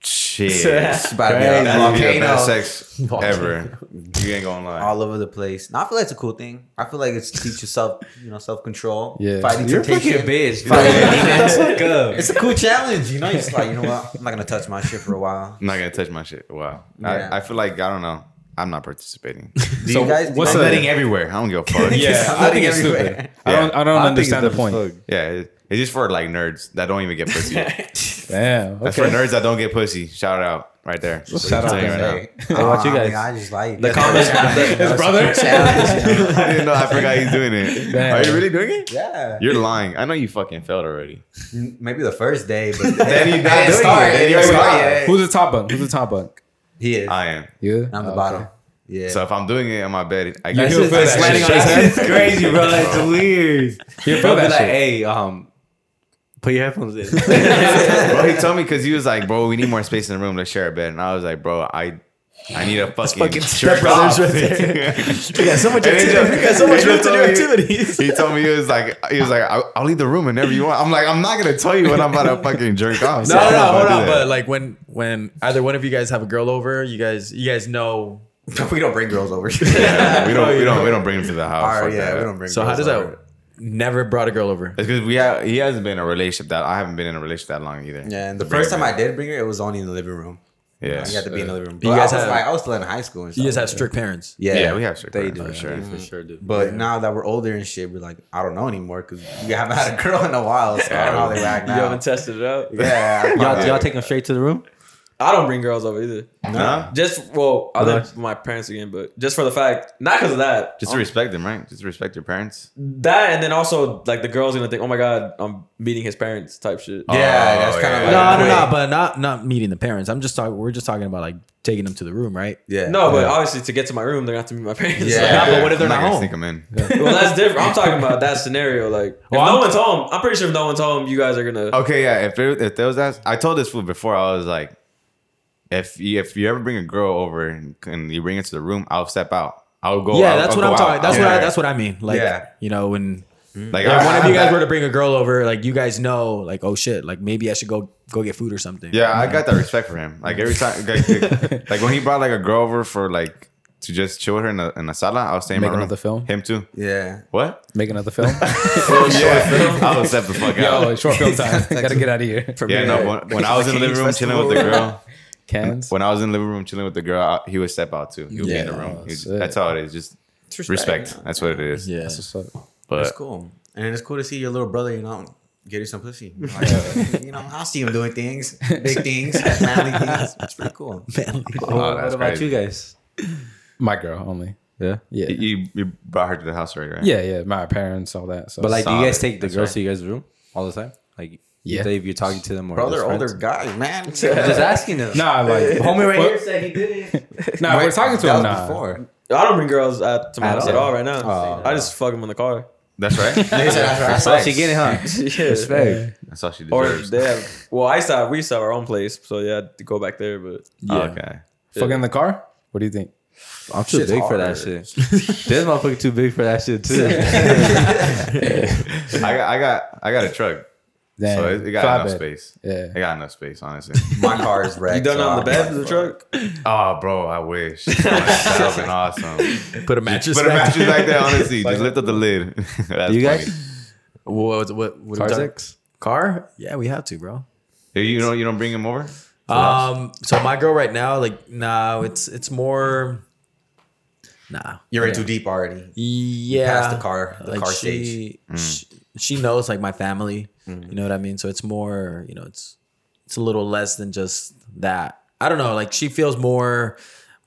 Speaker 2: Shit,
Speaker 5: It's about to be a
Speaker 2: that'd be the
Speaker 5: volcano
Speaker 2: best sex ever. You ain't gonna lie.
Speaker 5: all over the place. No, I feel like it's a cool thing. I feel like it's teach yourself, you know, self control.
Speaker 1: Yeah.
Speaker 5: fighting
Speaker 4: You're fucking a
Speaker 5: temptation. Fighting
Speaker 4: bitch.
Speaker 1: [laughs]
Speaker 4: bro.
Speaker 5: demons.
Speaker 4: Fuck up.
Speaker 5: It's a cool challenge, you know. You're just like, you know what? I'm not gonna touch my shit for a while. [laughs]
Speaker 2: I'm not gonna touch my shit. Wow,
Speaker 5: Yeah.
Speaker 2: I, I feel like I don't know. I'm not participating.
Speaker 5: Do
Speaker 1: So
Speaker 5: you guys?
Speaker 1: what's
Speaker 5: do
Speaker 2: I'm
Speaker 5: you
Speaker 1: the-
Speaker 2: letting everywhere. I don't give a
Speaker 5: I'm
Speaker 1: Yeah, I
Speaker 2: fuck.
Speaker 1: think
Speaker 5: letting
Speaker 1: it's
Speaker 5: everywhere.
Speaker 1: stupid. I don't I don't
Speaker 4: I think it's
Speaker 1: understand the
Speaker 4: dumb
Speaker 1: point.
Speaker 4: as fuck.
Speaker 2: Yeah, it- it's just for like nerds that don't even get pussy.
Speaker 1: Damn.
Speaker 2: That's
Speaker 1: okay.
Speaker 2: for nerds that don't get pussy. Shout out right there.
Speaker 1: Shout
Speaker 2: I'm
Speaker 1: out
Speaker 2: telling you
Speaker 1: to
Speaker 2: right
Speaker 5: Hey,
Speaker 4: Hey, what you
Speaker 5: I mean,
Speaker 4: guys-
Speaker 5: I just like
Speaker 3: The comments.
Speaker 1: [laughs] His brother.
Speaker 5: Challenge, you know?
Speaker 2: now. [laughs] I didn't know. I forgot he's doing it.
Speaker 1: Damn.
Speaker 2: Are you really doing it?
Speaker 5: Yeah,
Speaker 1: [laughs]
Speaker 2: You're lying. I know you fucking failed already.
Speaker 5: maybe the first day,
Speaker 1: [laughs]
Speaker 5: but
Speaker 2: Then you
Speaker 5: I didn't
Speaker 2: not doing
Speaker 5: start.
Speaker 2: it. Then
Speaker 5: I
Speaker 2: you're
Speaker 5: didn't
Speaker 2: like,
Speaker 5: start
Speaker 2: "Oh,
Speaker 5: yet."
Speaker 1: Who's the top bunk? Who's the top bunk?
Speaker 5: He is.
Speaker 2: I am.
Speaker 1: You?
Speaker 5: I'm the
Speaker 1: Oh,
Speaker 5: bottom.
Speaker 1: okay.
Speaker 5: Yeah.
Speaker 2: So if I'm doing it on my bed, I
Speaker 1: You
Speaker 2: guess
Speaker 1: feel
Speaker 2: it's
Speaker 1: that
Speaker 2: landing
Speaker 1: shit.
Speaker 2: on his head.
Speaker 4: It's crazy, bro. Like, It's weird.
Speaker 1: You feel
Speaker 4: Bro, be
Speaker 1: that
Speaker 4: like,
Speaker 1: shit.
Speaker 4: hey, um, put your headphones in.
Speaker 2: bro, he told me because he was like, "Bro, we need more space in the room. Let's share a bed." And I was like, "Bro, I, I need a fucking,
Speaker 7: fucking
Speaker 2: shirt
Speaker 7: stepbrothers
Speaker 2: off."
Speaker 7: right
Speaker 2: [laughs]
Speaker 7: You got so much.
Speaker 2: And they
Speaker 7: activity- you
Speaker 2: just- [laughs]
Speaker 7: got so much
Speaker 2: they
Speaker 7: room to do
Speaker 2: just told me- [laughs]
Speaker 7: activities.
Speaker 2: He told me he was like, he was like, "I'll, I'll leave the room whenever you want." I'm like, "I'm not gonna tell you when I'm about to fucking
Speaker 7: [laughs]
Speaker 2: jerk off." so
Speaker 7: No,
Speaker 2: I'm
Speaker 7: no,
Speaker 2: not
Speaker 7: hold
Speaker 2: gonna
Speaker 7: on.
Speaker 2: do that.
Speaker 7: But like when when either one of you guys have a girl over, you guys you guys know.
Speaker 5: [laughs] we don't bring girls over.
Speaker 2: Yeah, we don't, we don't, we don't bring him to the house.
Speaker 5: Alright,
Speaker 2: Fuck
Speaker 5: yeah,
Speaker 2: that.
Speaker 5: we don't bring
Speaker 7: So how
Speaker 5: girls
Speaker 7: does
Speaker 5: over.
Speaker 7: that? Never brought a girl over.
Speaker 2: It's because we have, he hasn't been in a relationship that I haven't been in a relationship that long either.
Speaker 5: Yeah, and the
Speaker 2: To bring
Speaker 5: first
Speaker 2: him
Speaker 5: time I did bring her, it was only in the living room.
Speaker 2: in. yeah,
Speaker 5: You had to be in the living room. But
Speaker 7: You guys
Speaker 5: I was
Speaker 7: have-
Speaker 5: like, I was still in high school. And
Speaker 7: You guys
Speaker 5: stuff.
Speaker 7: have strict parents.
Speaker 5: yeah.
Speaker 2: yeah, we have strict
Speaker 4: They
Speaker 2: parents
Speaker 4: do,
Speaker 2: for sure.
Speaker 4: For sure, dude.
Speaker 5: But now that we're older and shit, we're like, I don't know anymore because we haven't [laughs] had a girl in a while. So I don't know how they act
Speaker 3: You
Speaker 5: now.
Speaker 3: haven't tested it
Speaker 5: [laughs]
Speaker 3: out.
Speaker 5: yeah, I
Speaker 4: Y'all,
Speaker 5: probably-
Speaker 4: y'all take them straight to the room?
Speaker 3: I don't bring girls over either.
Speaker 2: Nah,
Speaker 3: Just well, I live with my parents again, but just for the fact, not because of that.
Speaker 2: just to respect them, right? Just to respect your parents.
Speaker 3: That and then also like the girls gonna think, oh my god, I'm meeting his parents type shit.
Speaker 5: Yeah, that's
Speaker 2: Oh,
Speaker 5: kind of
Speaker 2: yeah.
Speaker 5: like.
Speaker 7: No, no,
Speaker 5: wait.
Speaker 7: no, but not not meeting the parents. I'm just talking. We're just talking about like taking them to the room, right?
Speaker 5: Yeah.
Speaker 3: No, but obviously to get to my room, they're gonna have to meet my parents.
Speaker 5: Yeah.
Speaker 3: Like,
Speaker 7: Yeah, but what if they're
Speaker 2: I'm
Speaker 7: not
Speaker 2: gonna
Speaker 7: home?
Speaker 2: Sneak them in.
Speaker 3: [laughs] well, that's different. I'm talking about that scenario. Like, if
Speaker 7: Well,
Speaker 3: no
Speaker 7: I'm-
Speaker 3: one's home, I'm pretty sure if no one's home, you guys are gonna.
Speaker 2: Okay, yeah. If there, if there was that, I told this fool before. I was like, if you, if you ever bring a girl over and, and you bring her to the room, I'll step out. I'll go.
Speaker 7: yeah,
Speaker 2: I'll-
Speaker 7: that's
Speaker 2: I'll
Speaker 7: what
Speaker 2: go
Speaker 7: I'm
Speaker 2: out.
Speaker 7: talking. That's
Speaker 2: I'll-
Speaker 7: what I,
Speaker 2: yeah.
Speaker 7: that's what I mean. Like
Speaker 5: Yeah.
Speaker 7: you know
Speaker 2: [laughs]
Speaker 7: when
Speaker 2: Like,
Speaker 7: if
Speaker 2: I-
Speaker 7: one of
Speaker 2: I-
Speaker 7: you guys
Speaker 2: I-
Speaker 7: were to bring a girl over, like you guys know, like oh shit, like maybe I should go go get food or something.
Speaker 2: Yeah, I got that respect for him. Like every time, like, like, like, when he brought like a girl over for like to just chill with her in the in the sala, I was staying in my
Speaker 1: Make
Speaker 2: room.
Speaker 1: another film?
Speaker 2: Him too.
Speaker 5: Yeah.
Speaker 1: [laughs]
Speaker 2: What?
Speaker 1: Make another film.
Speaker 2: yeah, I was step the fuck out.
Speaker 1: Yo, it's short film time. [laughs] Gotta get out of here.
Speaker 2: yeah, no. When, when I was in the living room chilling with the girl,
Speaker 1: Cans.
Speaker 2: when I was in the living room chilling with the girl, I, he would step out too. He would be in the room. He-
Speaker 1: sick.
Speaker 2: that's all it is. Just respect. That's what it is.
Speaker 7: yeah.
Speaker 1: What's up?
Speaker 2: But
Speaker 5: It's cool. And it's cool to see your little brother, you know, getting some pussy. [laughs] Like, you know, I'll see him doing things, big [laughs] things, manly things. It's pretty cool.
Speaker 4: What-
Speaker 2: oh, that's
Speaker 4: what about
Speaker 2: crazy.
Speaker 4: you guys?
Speaker 1: My girl only.
Speaker 4: Yeah.
Speaker 6: Yeah.
Speaker 2: You, you brought her to the house already, right?
Speaker 1: Yeah, yeah, my parents, all that. So,
Speaker 4: But like, do you guys
Speaker 2: Solid.
Speaker 4: take the
Speaker 2: That's
Speaker 4: girls
Speaker 2: right.
Speaker 4: to you guys' room all the time? Like,
Speaker 1: Yeah.
Speaker 4: yeah. If you're talking to them or
Speaker 5: Bro, they're
Speaker 4: just
Speaker 5: older
Speaker 4: friends?
Speaker 5: guys,
Speaker 2: [laughs]
Speaker 5: man.
Speaker 4: Just asking them.
Speaker 1: [laughs] nah, like homie right here.
Speaker 5: said he didn't.
Speaker 1: [laughs] Nah, we're talking to
Speaker 5: That was
Speaker 1: him. Nah,
Speaker 5: before.
Speaker 3: I don't bring girls at, to my
Speaker 4: At
Speaker 3: house at
Speaker 4: all.
Speaker 3: all right now. I just fuck them in the car.
Speaker 2: That's right.
Speaker 4: That's all she getting, huh?
Speaker 3: yeah.
Speaker 4: Respect.
Speaker 2: That's all she
Speaker 3: Or
Speaker 2: deserves.
Speaker 3: they have. Well, I used to have. We used to have our own place, so yeah, I'd go back there. But
Speaker 2: Oh, Okay.
Speaker 1: fucking in the car. What do you think?
Speaker 4: I'm too big for that shit. this motherfucker too big for that shit too.
Speaker 2: I got, I got, I got a truck,
Speaker 1: Damn,
Speaker 2: so it, it got
Speaker 1: fly
Speaker 2: enough
Speaker 1: bed.
Speaker 2: space.
Speaker 1: Yeah.
Speaker 2: It got enough space,
Speaker 4: [laughs]
Speaker 2: honestly.
Speaker 5: My car is wrecked.
Speaker 3: you done
Speaker 5: so
Speaker 3: on the
Speaker 5: I'm
Speaker 3: bed
Speaker 5: like,
Speaker 3: of the
Speaker 5: fuck.
Speaker 3: truck?
Speaker 2: oh, bro, I
Speaker 4: [laughs]
Speaker 2: wish. that would have been awesome.
Speaker 6: Put a mattress.
Speaker 2: Put a
Speaker 6: back
Speaker 2: mattress back there, honestly. Just lift up the lid. [laughs] That's
Speaker 4: you guys?
Speaker 2: funny.
Speaker 6: [laughs] What? What? what
Speaker 4: Car
Speaker 6: what-
Speaker 4: sex?
Speaker 6: Car? Yeah, we have to, bro.
Speaker 2: You don't, you don't bring him over?
Speaker 6: Um. So my girl right now, like, no, it's it's more. Nah.
Speaker 5: You're in too deep already.
Speaker 6: Yeah.
Speaker 5: Past the car, the
Speaker 6: like
Speaker 5: car stage.
Speaker 6: she, she she knows like my family. You know what I mean? So it's more, you know, it's it's a little less than just that. I don't know, like she feels more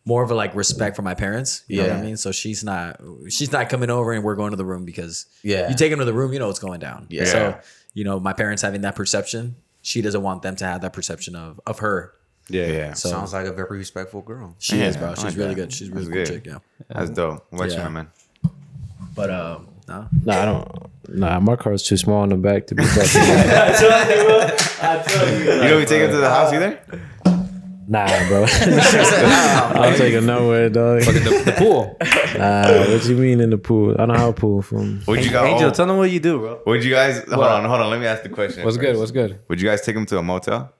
Speaker 6: more of a like respect for my parents. You know what
Speaker 5: Yeah.
Speaker 6: I mean? So she's not she's not coming over and we're going to the room because
Speaker 5: Yeah.
Speaker 6: you take them to the room, you know what's going down.
Speaker 5: Yeah.
Speaker 6: So, you know, my parents having that perception, she doesn't want them to have that perception of of her.
Speaker 2: Yeah.
Speaker 6: So
Speaker 5: Sounds like a very respectful girl.
Speaker 6: she is,
Speaker 2: Yeah, I
Speaker 6: bro. She's
Speaker 2: like
Speaker 6: really
Speaker 2: that.
Speaker 6: good. She's a really
Speaker 2: That's good.
Speaker 6: good chick, yeah.
Speaker 2: That's dope. What you
Speaker 6: Yeah.
Speaker 2: you, man?
Speaker 6: But um no.
Speaker 9: No, I don't. Nah, my car's too small in the back to be that.
Speaker 2: You don't even take him to the house either?
Speaker 9: [laughs] nah, bro. [laughs] I'll take it nowhere, dog.
Speaker 1: Fucking the, the pool.
Speaker 9: [laughs] Nah, what you mean in the pool? I don't have a pool from.
Speaker 2: Would you, go,
Speaker 4: Angel,
Speaker 2: oh,
Speaker 4: tell them what you do, bro.
Speaker 2: would you guys, hold on, hold on. Let me ask the question.
Speaker 1: What's good?
Speaker 2: first.
Speaker 1: What's good?
Speaker 2: Would you guys take him to a motel?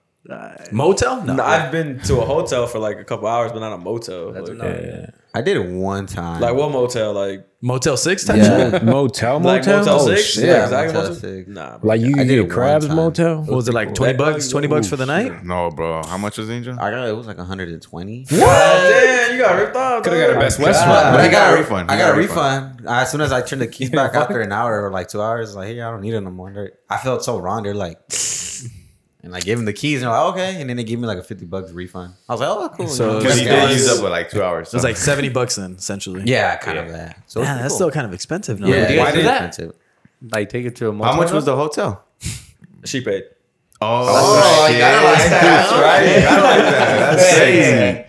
Speaker 6: Motel? No.
Speaker 3: No, I've been to a hotel for like a couple hours, but not a motel. Like,
Speaker 9: Yeah.
Speaker 5: I did it one time.
Speaker 3: like, what motel? Like
Speaker 6: Motel six type shit?
Speaker 9: Yeah. motel, motel,
Speaker 3: like Motel
Speaker 9: Oh,
Speaker 3: Six?
Speaker 9: shit.
Speaker 3: Yeah,
Speaker 5: Yeah,
Speaker 3: exactly.
Speaker 5: Motel
Speaker 3: Motel
Speaker 5: Six.
Speaker 3: Nah, bro.
Speaker 9: Like you
Speaker 5: I
Speaker 9: could
Speaker 5: did it
Speaker 9: get a
Speaker 5: one
Speaker 9: crabs
Speaker 5: time.
Speaker 9: motel.
Speaker 6: What was it like twenty bucks? Twenty bucks for the night?
Speaker 2: No, bro. How much was Angel?
Speaker 5: I got it was like 120.
Speaker 3: damn, you got ripped off.
Speaker 1: Could have got a
Speaker 3: dog.
Speaker 1: Best Western.
Speaker 5: But
Speaker 2: But
Speaker 5: I
Speaker 2: he
Speaker 5: got
Speaker 2: got
Speaker 5: a
Speaker 2: a
Speaker 5: refund.
Speaker 2: refund.
Speaker 5: I
Speaker 2: He
Speaker 5: got
Speaker 2: got
Speaker 5: a
Speaker 2: a refund.
Speaker 5: refund. As soon as I turned the keys back after an hour or like two hours, like, hey, I don't need it no more. They're- I felt so wrong. They're like, [laughs] and I gave them the keys and they're like, okay. And then they gave me like a 50 bucks refund. I was like, oh, cool.
Speaker 6: So-
Speaker 5: You know,
Speaker 2: Because he
Speaker 5: like,
Speaker 2: did
Speaker 5: yeah,
Speaker 2: use up with like two hours.
Speaker 6: It was like seventy bucks then, essentially.
Speaker 5: yeah, kind of that. So
Speaker 6: Yeah, that's still kind of expensive. No?
Speaker 5: yeah,
Speaker 4: do you guys
Speaker 5: it's
Speaker 4: do that?
Speaker 5: expensive.
Speaker 4: Like, take it to a motel.
Speaker 2: How much was the hotel?
Speaker 3: She paid.
Speaker 2: Oh, I got like that. Right? Got like that. That's crazy.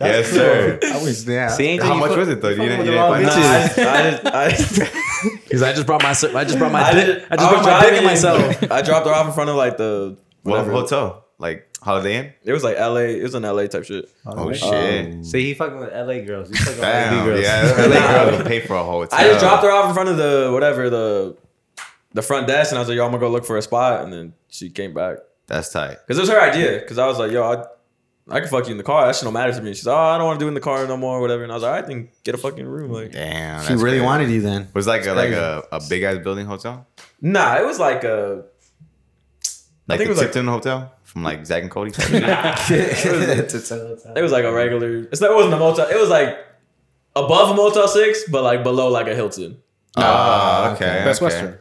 Speaker 2: Yes, sir.
Speaker 5: I was there.
Speaker 4: See, Angel,
Speaker 2: How
Speaker 4: you
Speaker 2: much
Speaker 4: fuck-
Speaker 2: was it though? You didn't, you
Speaker 4: fucking
Speaker 2: didn't
Speaker 4: with
Speaker 2: find
Speaker 4: the
Speaker 3: Nah, I just, I
Speaker 2: out.
Speaker 3: just, I just,
Speaker 6: Because [laughs] I just brought my I just brought my
Speaker 3: I
Speaker 6: dick,
Speaker 3: just,
Speaker 6: I just brought
Speaker 3: was
Speaker 6: my dick and
Speaker 3: driving. [laughs]
Speaker 6: myself.
Speaker 3: I dropped her off in front of like the
Speaker 2: What
Speaker 3: whatever.
Speaker 2: hotel? Like Holiday Inn?
Speaker 3: It was like LA. It was an LA type shit.
Speaker 2: Oh,
Speaker 9: Uh,
Speaker 2: shit.
Speaker 4: See, he fucking with LA girls. He fucking with LA
Speaker 2: Damn.
Speaker 4: girls.
Speaker 2: [laughs] Yeah, LA girls would pay for a hotel.
Speaker 3: I just dropped her off in front of the whatever the the front desk, and I was like, "Yo, I'm gonna go look for a spot," and then she came back
Speaker 2: That's tight.
Speaker 3: because it was her idea. Because I was like, "Yo, I, I can fuck you in the car. That shit don't matter to me." She's like, "Oh, I don't want to do it in the car no more, or whatever." And I was like, "I think get a fucking room." Like,
Speaker 2: Damn.
Speaker 5: She
Speaker 2: that's
Speaker 5: really
Speaker 2: crazy.
Speaker 5: wanted you then.
Speaker 2: Was like a, like
Speaker 5: crazy.
Speaker 2: a, a big ass building hotel?
Speaker 3: nah, it was like a
Speaker 2: Like
Speaker 3: think it
Speaker 2: the
Speaker 3: was like-
Speaker 2: Tipton Hotel from like Zach and [laughs] Cody? type
Speaker 5: [laughs]
Speaker 2: shit?
Speaker 3: it was like a regular. It's not, it wasn't a motel. It was like above a Motel Six, but like below like a Hilton.
Speaker 2: Ah, okay.
Speaker 1: Best
Speaker 2: okay.
Speaker 1: Western.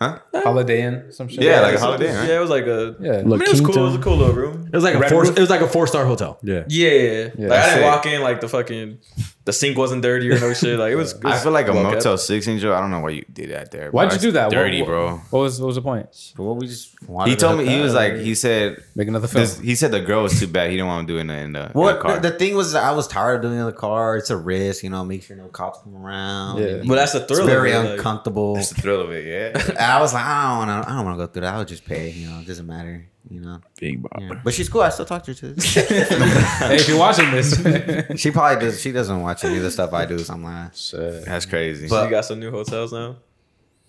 Speaker 2: Huh?
Speaker 1: Holiday Inn, some shit.
Speaker 2: Yeah, like
Speaker 3: it
Speaker 2: a
Speaker 3: was-
Speaker 2: Holiday Inn, right?
Speaker 3: Yeah, it was like a.
Speaker 1: Yeah.
Speaker 3: I mean, it was cool. It was a cool little room.
Speaker 6: It was like a
Speaker 1: Red
Speaker 6: four.
Speaker 1: roof?
Speaker 6: It was like a four star hotel.
Speaker 4: Yeah.
Speaker 3: Yeah, like I
Speaker 2: That's
Speaker 3: didn't
Speaker 2: it.
Speaker 3: walk in like the fucking the sink wasn't dirty or no shit. Like it was. it
Speaker 2: I
Speaker 3: was
Speaker 2: feel like a
Speaker 3: well kept.
Speaker 2: Motel 6 Angel. I don't know why you did that there. bro.
Speaker 1: Why'd you do that?
Speaker 2: That's Dirty,
Speaker 1: What-
Speaker 2: bro.
Speaker 1: What was what was the point?
Speaker 5: But what we just
Speaker 2: He told me, he was like, he said,
Speaker 1: Make another film.
Speaker 2: this, he said the girl was too bad. He didn't want to do it in the, in the, in
Speaker 5: What
Speaker 2: the car.
Speaker 5: the, the thing was, that I was tired of doing it in the car. It's a risk, you know. Make sure no cops come around.
Speaker 1: Yeah.
Speaker 5: And
Speaker 3: But that's the
Speaker 5: It's
Speaker 3: thrill.
Speaker 5: very
Speaker 3: of it, like-
Speaker 5: uncomfortable.
Speaker 2: It's the thrill of it,
Speaker 5: [laughs]
Speaker 2: yeah.
Speaker 5: And [laughs] I was like, I don't want to. I don't want to go through that. I'll just pay. You know, it doesn't matter. You know.
Speaker 6: Big
Speaker 5: Yeah. But she's cool. I still talk to her to this. day.
Speaker 1: hey, if you're watching this,
Speaker 5: she probably does. She doesn't watch any of the stuff I do. So I'm like,
Speaker 2: That's crazy. [laughs]
Speaker 3: you got some new hotels now.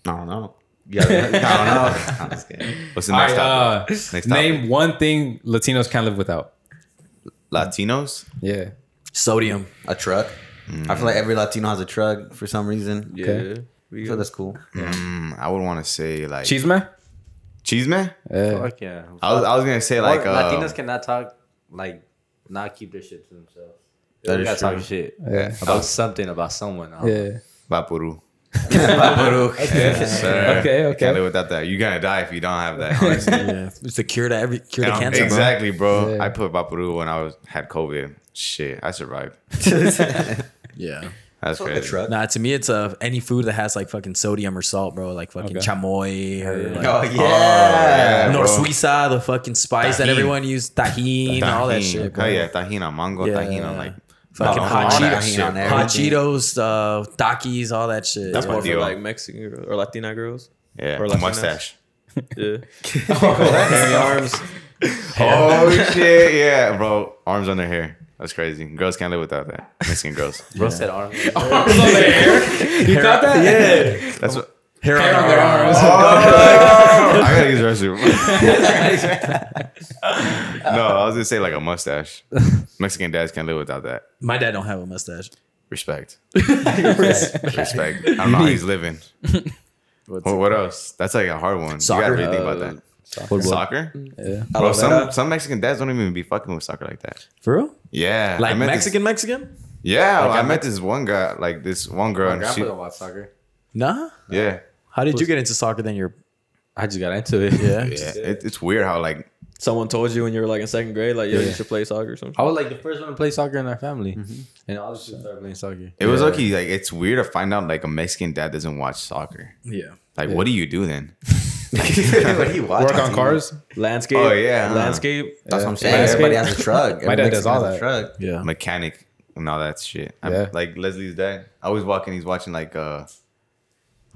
Speaker 5: I don't know. Yeah, I don't know.
Speaker 2: [laughs]
Speaker 5: I'm just kidding.
Speaker 2: What's the
Speaker 1: All
Speaker 2: next
Speaker 1: right,
Speaker 2: topic?
Speaker 1: uh,
Speaker 2: Next
Speaker 1: name
Speaker 2: topic.
Speaker 1: one thing Latinos can't live without.
Speaker 2: Latinos?
Speaker 1: Yeah.
Speaker 6: Sodium.
Speaker 5: A truck. I feel like every Latino has a truck for some reason.
Speaker 3: Yeah,
Speaker 1: Okay.
Speaker 3: we
Speaker 5: So that's cool.
Speaker 2: Mm, I would want to say like
Speaker 1: Cheese man?
Speaker 2: Cheese man?
Speaker 1: Yeah.
Speaker 4: Fuck yeah.
Speaker 2: I was, I was gonna say like
Speaker 4: Like,
Speaker 2: uh,
Speaker 4: Latinos cannot talk, like, not keep their shit to themselves.
Speaker 2: That
Speaker 4: They
Speaker 2: is
Speaker 4: gotta
Speaker 2: true.
Speaker 4: talk shit
Speaker 1: Yeah.
Speaker 4: about something, about someone. I don't know.
Speaker 1: Yeah.
Speaker 2: Vapuru. [laughs]
Speaker 5: Yes,
Speaker 2: Sir.
Speaker 1: [laughs] Okay, okay.
Speaker 2: Can't live without that. You're gonna die if you don't have that. honestly.
Speaker 6: Yeah, it's the cure to every cure to
Speaker 2: Um,
Speaker 6: cancer. Exactly.
Speaker 2: exactly, bro.
Speaker 1: Yeah.
Speaker 2: I put Vapuru when I was had COVID. Shit, I survived.
Speaker 6: Yeah,
Speaker 2: That's
Speaker 5: Fuck
Speaker 2: crazy.
Speaker 5: a truck.
Speaker 6: Nah, to me, it's uh, any food that has like fucking sodium or salt, bro. Like fucking
Speaker 1: Okay.
Speaker 6: chamoy or like
Speaker 5: Oh yeah.
Speaker 2: yeah.
Speaker 6: Nor
Speaker 2: bro.
Speaker 6: Suiza, the fucking spice
Speaker 5: Tajin.
Speaker 6: that everyone uses, tahine, all that
Speaker 2: Tajin.
Speaker 6: shit.
Speaker 2: Oh
Speaker 6: Bro.
Speaker 2: yeah, tahini on mango,
Speaker 6: Yeah.
Speaker 2: tahini on like
Speaker 6: Fucking
Speaker 2: all
Speaker 6: hot
Speaker 2: that
Speaker 6: Cheetos.
Speaker 2: shit,
Speaker 5: on
Speaker 2: bro.
Speaker 5: there.
Speaker 6: Hot
Speaker 5: Everything.
Speaker 6: Cheetos, uh, Takis, all that shit.
Speaker 2: That's
Speaker 6: bro.
Speaker 2: my
Speaker 3: Or for
Speaker 2: deal.
Speaker 3: like Mexican girl- or Latina girls.
Speaker 2: Yeah,
Speaker 3: Or
Speaker 2: or
Speaker 3: Latinas.
Speaker 2: mustache.
Speaker 3: Yeah.
Speaker 1: [laughs]
Speaker 3: Hairy arms.
Speaker 2: Oh shit, yeah, bro. Arms on their hair. That's crazy. Girls can't live without that. Mexican
Speaker 1: [laughs]
Speaker 2: girls.
Speaker 4: Bro said arm.
Speaker 1: You thought that? Yeah.
Speaker 2: That's what.
Speaker 1: Hair on their arms. [laughs] Oh.
Speaker 2: I gotta use the restroom.
Speaker 1: [laughs]
Speaker 2: [laughs] no, I was gonna say like a mustache. Mexican dads can't live without that.
Speaker 6: My dad don't have a mustache.
Speaker 2: [laughs] Respect. Respect. I don't know how he's living. What, what else? That's like a hard one. You
Speaker 6: Soccer.
Speaker 2: gotta really think about that. Soccer? Bro,
Speaker 3: love
Speaker 2: some,
Speaker 3: that.
Speaker 2: some Mexican dads don't even be fucking with soccer like that.
Speaker 6: For real?
Speaker 2: Yeah. I
Speaker 6: Like
Speaker 2: met this-
Speaker 6: Mexican, Mexican?
Speaker 2: yeah, I, met this one guy, like this one girl.
Speaker 4: My
Speaker 2: and she,
Speaker 4: grandpa don't watch soccer.
Speaker 6: Nah.
Speaker 2: yeah.
Speaker 6: How did you get into soccer then? You're
Speaker 4: I just got into it.
Speaker 6: yeah.
Speaker 2: Yeah. It, it's weird how like
Speaker 3: Someone told you when you were like in second grade, like, yo, you should play soccer or something.
Speaker 4: I was like the first one to play soccer in our family, and I was just started playing soccer.
Speaker 2: it was okay. Like it's weird to find out like a Mexican dad doesn't watch soccer.
Speaker 6: Yeah.
Speaker 2: Like what do you do then? [laughs]
Speaker 5: [laughs] What do you watch?
Speaker 1: Work on cars.
Speaker 3: Landscape.
Speaker 2: Oh, yeah, huh?
Speaker 3: Landscape.
Speaker 5: That's what I'm saying.
Speaker 1: Landscape. [laughs]
Speaker 5: Everybody has a truck.
Speaker 1: My dad does all that.
Speaker 5: Truck.
Speaker 6: Yeah.
Speaker 2: Mechanic and all that shit. I'm,
Speaker 1: Yeah.
Speaker 2: Like Leslie's dad. I was walking. He's watching like uh
Speaker 4: to-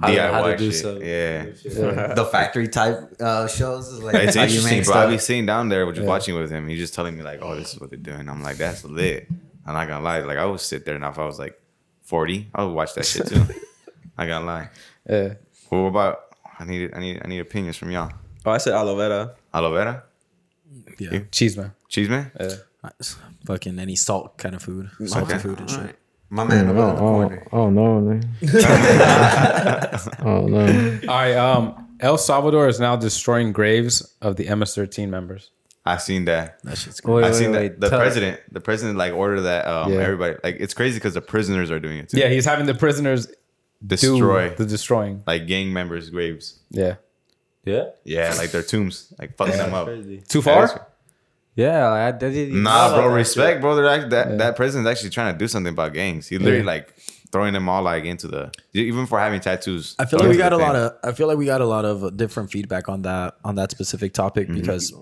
Speaker 2: DIY
Speaker 4: how to do
Speaker 2: shit.
Speaker 4: stuff.
Speaker 2: Yeah.
Speaker 5: The factory type uh, shows is like
Speaker 2: It's
Speaker 5: how you
Speaker 2: interesting,
Speaker 5: make
Speaker 2: bro. I
Speaker 5: stuff.
Speaker 2: be sitting down there, just watching with him. He's just telling me like, "Oh, this is what they're doing." I'm like, "That's lit." I'm not gonna lie. Like, I would sit there, and if I was like 40, I would watch that shit
Speaker 4: [laughs]
Speaker 2: too. I gotta lie.
Speaker 1: Yeah.
Speaker 2: Well, what about? I need, I need, I need opinions from y'all.
Speaker 3: Oh, I said aloe vera.
Speaker 2: Aloe vera,
Speaker 1: Cheese man.
Speaker 2: cheese man.
Speaker 6: Fucking any salt kind of food. Salty food and shit.
Speaker 5: My
Speaker 6: Mm,
Speaker 5: man over in the
Speaker 9: Oh,
Speaker 5: corner.
Speaker 9: oh no, man. [laughs] oh no.
Speaker 1: All right. Um, El Salvador is now destroying graves of the MS-13 members.
Speaker 2: I've seen that.
Speaker 4: Wait,
Speaker 2: I've seen
Speaker 4: wait,
Speaker 2: that.
Speaker 4: wait,
Speaker 2: The
Speaker 4: tell-
Speaker 2: president, the president, like ordered that. Um,
Speaker 1: Yeah.
Speaker 2: everybody, like, it's crazy because the prisoners are doing it too.
Speaker 1: Yeah, he's having the prisoners do
Speaker 2: destroy
Speaker 1: the destroying.
Speaker 2: like gang members' graves.
Speaker 1: Yeah.
Speaker 4: Yeah,
Speaker 2: Yeah, like their tombs, like fucking them up.
Speaker 4: crazy.
Speaker 1: Too
Speaker 2: That's-
Speaker 1: far?
Speaker 4: Yeah, like, I didn't even know
Speaker 2: Nah,
Speaker 4: about
Speaker 2: bro,
Speaker 4: that
Speaker 2: respect,
Speaker 4: shit.
Speaker 2: bro. They're act- that that president's actually trying to do something about gangs. He literally like throwing them all like into the e, even for having tattoos.
Speaker 6: I feel like we got a lot of I feel like we got a lot of uh, different feedback on that on that specific topic because